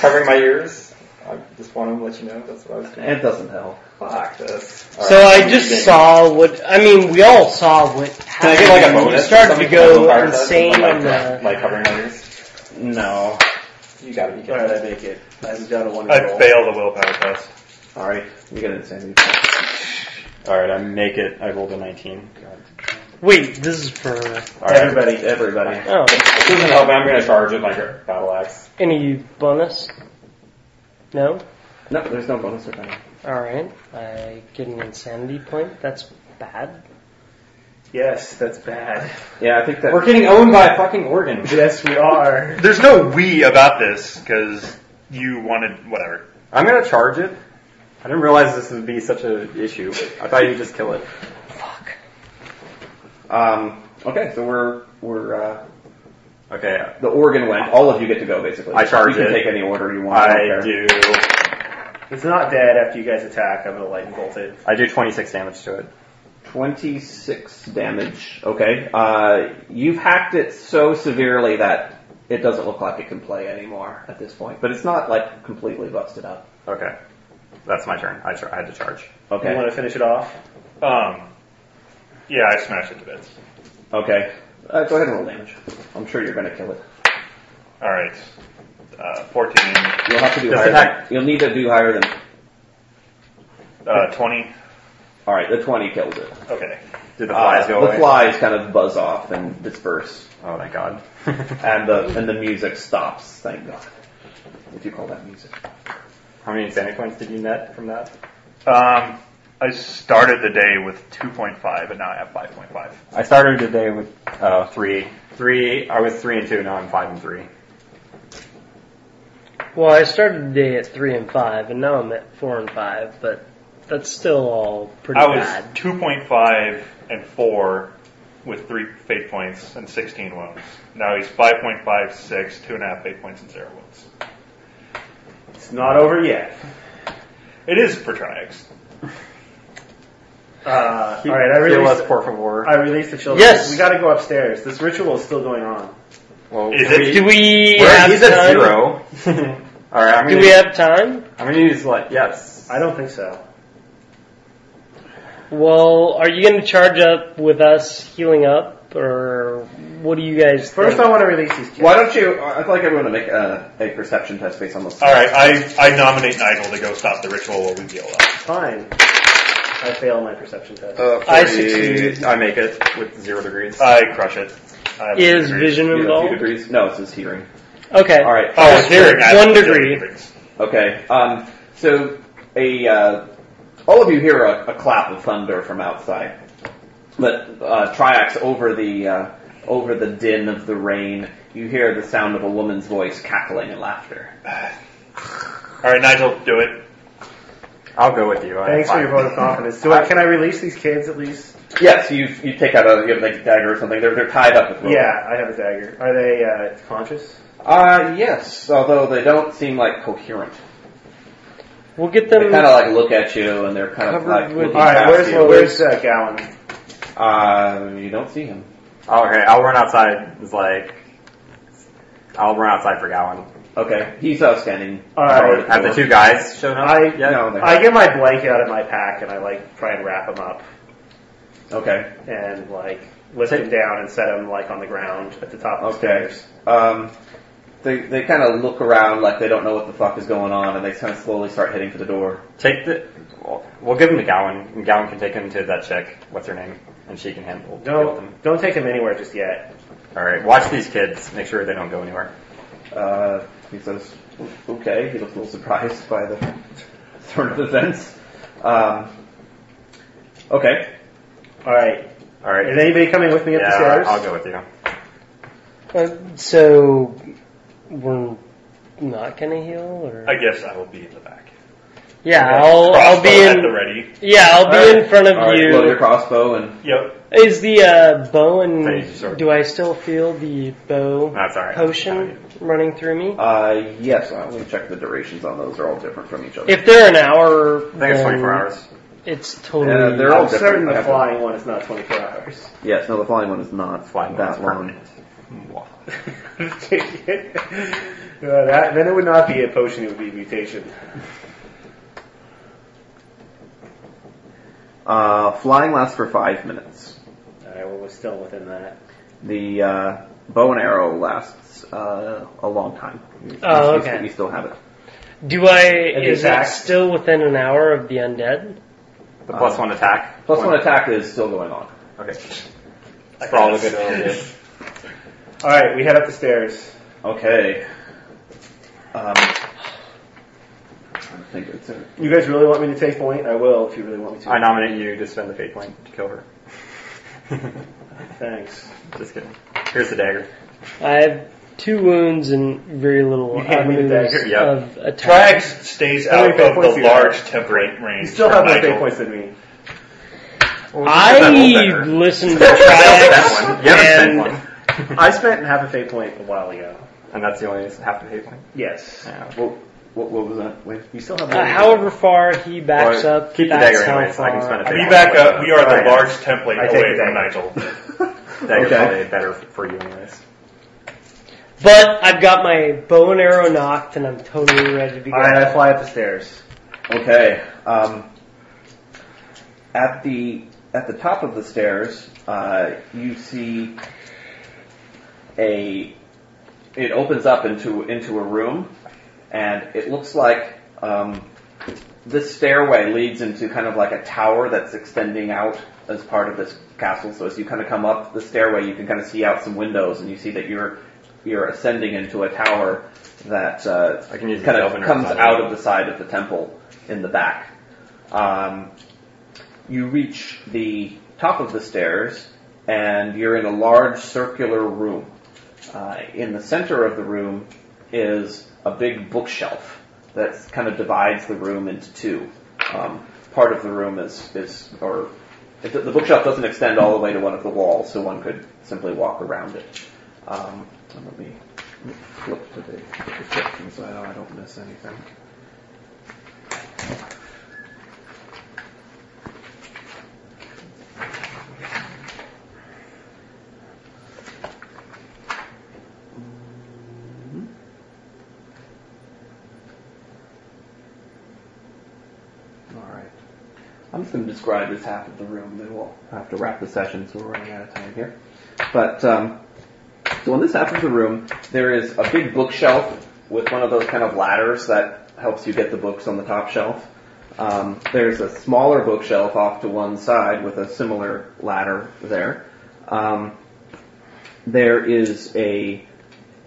Speaker 9: Covering my ears. I just want to let you know that's what I was doing.
Speaker 2: it doesn't help.
Speaker 9: Fuck this.
Speaker 3: So I just saw what I mean. We all saw what
Speaker 9: Can I
Speaker 3: happened.
Speaker 9: get like a
Speaker 3: when
Speaker 9: bonus?
Speaker 3: You started
Speaker 9: Something
Speaker 3: to
Speaker 9: for level
Speaker 3: go
Speaker 9: five
Speaker 3: insane uh,
Speaker 9: test? Like,
Speaker 3: on the.
Speaker 9: Like covering my ears.
Speaker 2: No.
Speaker 9: You gotta be kidding.
Speaker 20: Alright, I make it. I've got a one
Speaker 8: I
Speaker 20: roll.
Speaker 8: failed the willpower test.
Speaker 2: All right, you get an insanity.
Speaker 9: Alright, I make it. I rolled a 19.
Speaker 3: Wait, this is for
Speaker 9: Alright.
Speaker 20: Everybody.
Speaker 2: Everybody.
Speaker 3: oh
Speaker 9: Doesn't help me. I'm gonna charge with my gr- battle axe.
Speaker 3: any bonus? No.
Speaker 2: No, there's no bonus or penalty.
Speaker 3: All right, I get an insanity point. That's bad.
Speaker 20: Yes, that's bad.
Speaker 2: Yeah, I think that.
Speaker 9: We're getting owned by a fucking organ.
Speaker 20: Yes, we are.
Speaker 8: There's no we about this because you wanted whatever.
Speaker 24: I'm gonna charge it. I didn't realize this would be such an issue. I thought you'd just kill it.
Speaker 2: Um, okay, so we're we're uh,
Speaker 24: Okay,
Speaker 2: the organ went. All of you get to go basically.
Speaker 24: I charge
Speaker 2: You can
Speaker 24: it.
Speaker 2: take any order you want. don't
Speaker 24: I
Speaker 2: care.
Speaker 24: do.
Speaker 20: It's not dead after you guys attack. I'm gonna lightning bolt it.
Speaker 24: I do 26 damage to it.
Speaker 2: 26 damage. Okay. Uh, you've hacked it so severely that it doesn't look like it can play anymore at this point. But it's not like completely busted up.
Speaker 24: Okay, that's my turn. I, char- I had to charge.
Speaker 20: You
Speaker 2: Okay.
Speaker 20: want to finish it off?
Speaker 8: Um, yeah, I smashed it to bits.
Speaker 2: Okay. Uh, go ahead and roll damage. I'm sure you're going to kill it.
Speaker 8: All right, uh, 14,
Speaker 2: You'll have to do
Speaker 8: Does
Speaker 2: higher.
Speaker 8: it
Speaker 2: Than, you'll need to do higher than.
Speaker 8: uh, 20.
Speaker 2: All right. The 20 kills it.
Speaker 8: Okay.
Speaker 24: Did the
Speaker 2: Uh,
Speaker 24: flies go away?
Speaker 2: the flies kind of buzz off and disperse,
Speaker 24: Oh thank God. <laughs>
Speaker 2: and the and the music stops. Thank God. If you call that music.
Speaker 24: How many insanity points did you net from that?
Speaker 8: Um, I started the day with 2.5, but now I have 5.5.
Speaker 24: I started today with uh, three. Three. I was three and two. Now I'm five and three.
Speaker 3: Well, I started the day at three and five, and now I'm at four and five, but that's still all pretty
Speaker 8: I was
Speaker 3: bad.
Speaker 8: 2.5 and 4 with 3 fate points and 16 wounds. Now he's 5.5, 6, 2.5 fate points, and 0 wounds.
Speaker 20: It's not over yet.
Speaker 8: It is Protronics.
Speaker 20: Uh, all right, I
Speaker 24: Heal
Speaker 20: release.
Speaker 24: us, por favor.
Speaker 20: I release the children.
Speaker 3: Yes!
Speaker 20: we got to go upstairs. This ritual is still going on.
Speaker 24: Well,
Speaker 8: Is
Speaker 24: can
Speaker 8: it-
Speaker 24: we-
Speaker 3: Do we
Speaker 24: We're-
Speaker 3: have
Speaker 24: he's at
Speaker 3: time?
Speaker 24: zero. All right, I'm
Speaker 3: Do
Speaker 24: gonna.
Speaker 3: we have time?
Speaker 24: I'm gonna use like yes.
Speaker 20: I don't think so.
Speaker 3: Well, are you going to charge up with us healing up, or what do you guys
Speaker 20: First,
Speaker 3: think?
Speaker 20: I want to release these. Kids.
Speaker 2: Why don't you? I'd like everyone to make a, a perception test based on this.
Speaker 8: All right, I, I nominate Nigel to go stop the ritual while we heal up.
Speaker 20: Fine. I fail my perception test.
Speaker 24: Uh,
Speaker 3: I
Speaker 24: 40
Speaker 3: succeed.
Speaker 24: I make it with zero degrees.
Speaker 8: I crush it. I have
Speaker 3: Is
Speaker 8: three.
Speaker 3: vision
Speaker 2: You have two
Speaker 3: involved?
Speaker 2: degrees. No, it says hearing.
Speaker 3: Okay.
Speaker 2: All right.
Speaker 8: Oh, it's hearing. I have
Speaker 3: One
Speaker 8: zero
Speaker 3: degree.
Speaker 8: degrees.
Speaker 2: Okay. Um, so a uh, all of you hear a, a clap of thunder from outside, but uh, Triax over the uh, over the din of the rain, you hear the sound of a woman's voice cackling and laughter.
Speaker 8: All right, Nigel, do it.
Speaker 24: I'll go with you. I
Speaker 20: Thanks for
Speaker 24: have
Speaker 20: your
Speaker 24: five.
Speaker 20: vote of
Speaker 9: <laughs>
Speaker 20: confidence. Do I, can I release these kids at least?
Speaker 2: Yes, you you take out a you have like a dagger or something. They're they're tied up with rope.
Speaker 20: Yeah, I have a dagger. Are they uh, conscious?
Speaker 2: Uh, yes. Although they don't seem like coherent.
Speaker 3: We'll get
Speaker 2: They
Speaker 3: them.
Speaker 2: kind of like look at you and they're kind of
Speaker 3: Covered
Speaker 2: like
Speaker 3: with-
Speaker 2: looking
Speaker 20: All right,
Speaker 2: past
Speaker 20: where's
Speaker 2: you.
Speaker 20: where's uh, Gowan?
Speaker 2: Uh, you don't see him. <laughs> Okay, I'll run outside. It's like I'll run outside for Gowan.
Speaker 9: Okay, he's
Speaker 2: uh,
Speaker 9: outstanding.
Speaker 2: All right. Have the two guys shown up?
Speaker 4: I,
Speaker 2: Yeah.
Speaker 9: No, they're-
Speaker 4: I get my blanket out of my pack and I like try and wrap him up
Speaker 9: Okay.
Speaker 4: and like lift him down and set him like on the ground at the top of the
Speaker 9: Okay.
Speaker 4: stairs.
Speaker 9: Um, they they kind of look around like they don't know what the fuck is going on, and they kind of slowly start heading for the door.
Speaker 2: Take the. We'll, we'll give him to Gowan, and Gowan can take him to that chick. What's her name? And she can handle deal with him.
Speaker 4: Don't don't take him anywhere just yet.
Speaker 2: All right. Watch these kids. Make sure they don't go anywhere.
Speaker 9: Uh, he says, "Okay." He looks a little surprised by the <laughs> turn of events. Um, okay.
Speaker 4: All right.
Speaker 2: All right.
Speaker 4: Is anybody coming with me up
Speaker 2: yeah,
Speaker 4: the stairs?
Speaker 2: I'll go with you.
Speaker 3: Uh, so we're not gonna heal, or
Speaker 8: I guess I will be in the back.
Speaker 3: yeah,
Speaker 8: Okay.
Speaker 3: I'll I'll
Speaker 8: Crossbow
Speaker 3: be
Speaker 8: at
Speaker 3: in
Speaker 8: the ready.
Speaker 3: Yeah, I'll be
Speaker 9: All right.
Speaker 3: in front of
Speaker 9: All right,
Speaker 3: you.
Speaker 9: Load your crossbow
Speaker 4: <laughs>
Speaker 9: and
Speaker 8: Yep.
Speaker 3: Is the uh, bow
Speaker 9: Thank you, sir.
Speaker 3: and do I still feel the bow
Speaker 9: That's all right.
Speaker 3: potion running through me?
Speaker 9: uh, yes. I'm going to check the durations on those. They're all different from each other.
Speaker 3: If they're an hour, I
Speaker 9: think it's 24
Speaker 4: Um,
Speaker 9: hours.
Speaker 3: It's
Speaker 9: Yeah,
Speaker 3: totally.
Speaker 9: they're all
Speaker 4: I'm certain
Speaker 9: different.
Speaker 4: the flying one is not 24 hours.
Speaker 9: Yes. No, the flying one is not flying that long.
Speaker 4: No, Uh, that, then it would not be a potion; it would be a mutation.
Speaker 9: Uh, flying lasts for five minutes.
Speaker 4: All right, well, we're still within that.
Speaker 9: The uh, bow and arrow lasts uh, a long time.
Speaker 3: Oh,
Speaker 9: You- you-
Speaker 3: okay.
Speaker 9: You still have it.
Speaker 3: do I?
Speaker 9: And
Speaker 3: Is
Speaker 9: attack?
Speaker 3: it still within an hour of the undead?
Speaker 4: uh,
Speaker 2: The plus one attack.
Speaker 9: Plus one attack is still going on.
Speaker 2: Okay. For all the
Speaker 4: <laughs>
Speaker 2: good
Speaker 4: All right, we head up the stairs.
Speaker 9: Okay. Um, I think it's a,
Speaker 4: You guys really want me to take point? I will if you really want me to.
Speaker 2: I nominate you to spend the fate point to kill her. <laughs>
Speaker 4: Thanks.
Speaker 2: Just kidding. Here's the dagger.
Speaker 3: I have two wounds and very little
Speaker 4: You hand me the
Speaker 3: avenues
Speaker 4: dagger,
Speaker 2: yep.
Speaker 3: of attack.
Speaker 8: Trax stays
Speaker 4: How many
Speaker 8: out
Speaker 4: fate
Speaker 8: of
Speaker 4: points do
Speaker 8: the
Speaker 4: you have?
Speaker 8: large temperate range.
Speaker 4: You still
Speaker 8: for
Speaker 4: have more
Speaker 8: Nigel.
Speaker 4: fate points than me.
Speaker 3: I listened
Speaker 9: <laughs>
Speaker 3: to
Speaker 2: That one.
Speaker 3: Triax
Speaker 2: You haven't spent
Speaker 3: and
Speaker 2: one.
Speaker 4: I spent half a fate point a while ago.
Speaker 2: And that's the only half the fate point.
Speaker 4: Yes.
Speaker 2: Yeah.
Speaker 9: what, what, what was that? Wait.
Speaker 4: You still have.
Speaker 3: uh, however far he backs
Speaker 2: Well,
Speaker 3: up.
Speaker 2: keep the
Speaker 3: that's
Speaker 2: dagger
Speaker 3: how
Speaker 2: anyways, I can
Speaker 3: far.
Speaker 2: spend it.
Speaker 8: We back up. We are
Speaker 2: Alright.
Speaker 8: the large template
Speaker 2: I take
Speaker 8: away
Speaker 2: the
Speaker 8: from
Speaker 2: dagger.
Speaker 8: Nigel.
Speaker 2: <laughs> Dagger's
Speaker 9: Okay.
Speaker 2: probably better for you anyways.
Speaker 3: But I've got my bow and arrow knocked, and I'm totally ready to go.
Speaker 4: All right, I fly up the stairs.
Speaker 9: Okay. Um, at the at the top of the stairs, uh, you see a. It opens up into into a room, and it looks like um, this stairway leads into kind of like a tower that's extending out as part of this castle. So as you kind of come up the stairway, you can kind of see out some windows, and you see that you're you're ascending into a tower that uh,
Speaker 2: I can use
Speaker 9: kind
Speaker 2: the
Speaker 9: of
Speaker 2: Delvin or
Speaker 9: comes
Speaker 2: something.
Speaker 9: out of the side of the temple in the back. Um, you reach the top of the stairs, and you're in a large circular room. Uh, in the center of the room is a big bookshelf that kind of divides the room into two. Um, part of the room is, is or it, the bookshelf doesn't extend all the way to one of the walls, so one could simply walk around it. Um, let me flip to the description so I don't miss anything. Mm-hmm. All right. I'm just going to describe this half of the room, then we'll have to wrap the session, so we're running out of time here. But, um, so in this half of the room, there is a big bookshelf with one of those kind of ladders that helps you get the books on the top shelf. Um, there's a smaller bookshelf off to one side with a similar ladder there. Um, there is a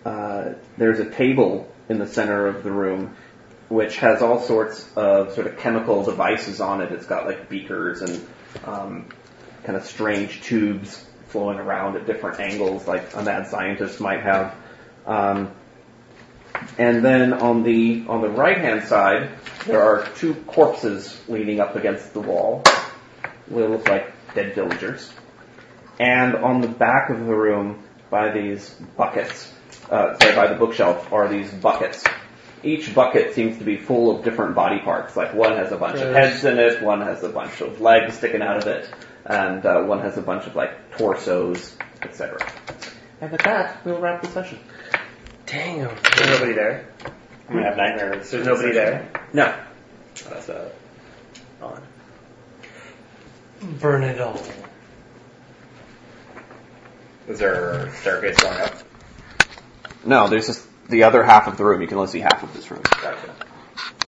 Speaker 9: uh, there's a table in the center of the room which has all sorts of sort of chemical devices on it. It's got like beakers and um, kind of strange tubes flowing around at different angles, like a mad scientist might have. Um, and then on the on the right hand side, there are two corpses leaning up against the wall. They look like dead villagers. And on the back of the room, by these buckets, uh, sorry, by the bookshelf, are these buckets. Each bucket seems to be full of different body parts. Like one has a bunch of
Speaker 3: Gross.
Speaker 9: heads in it, one has a bunch of legs sticking out of it, and uh, one has a bunch of like
Speaker 2: torsos, etc. And with that, we'll wrap the session.
Speaker 25: Dang.
Speaker 26: There's nobody there.
Speaker 9: I'm gonna have nightmares.
Speaker 26: There's nobody there.
Speaker 2: No.
Speaker 9: That's uh, on.
Speaker 25: Burn it all.
Speaker 9: Is there a staircase going up?
Speaker 2: No, there's just the other half of the room. You can only see half of this room.
Speaker 9: Gotcha.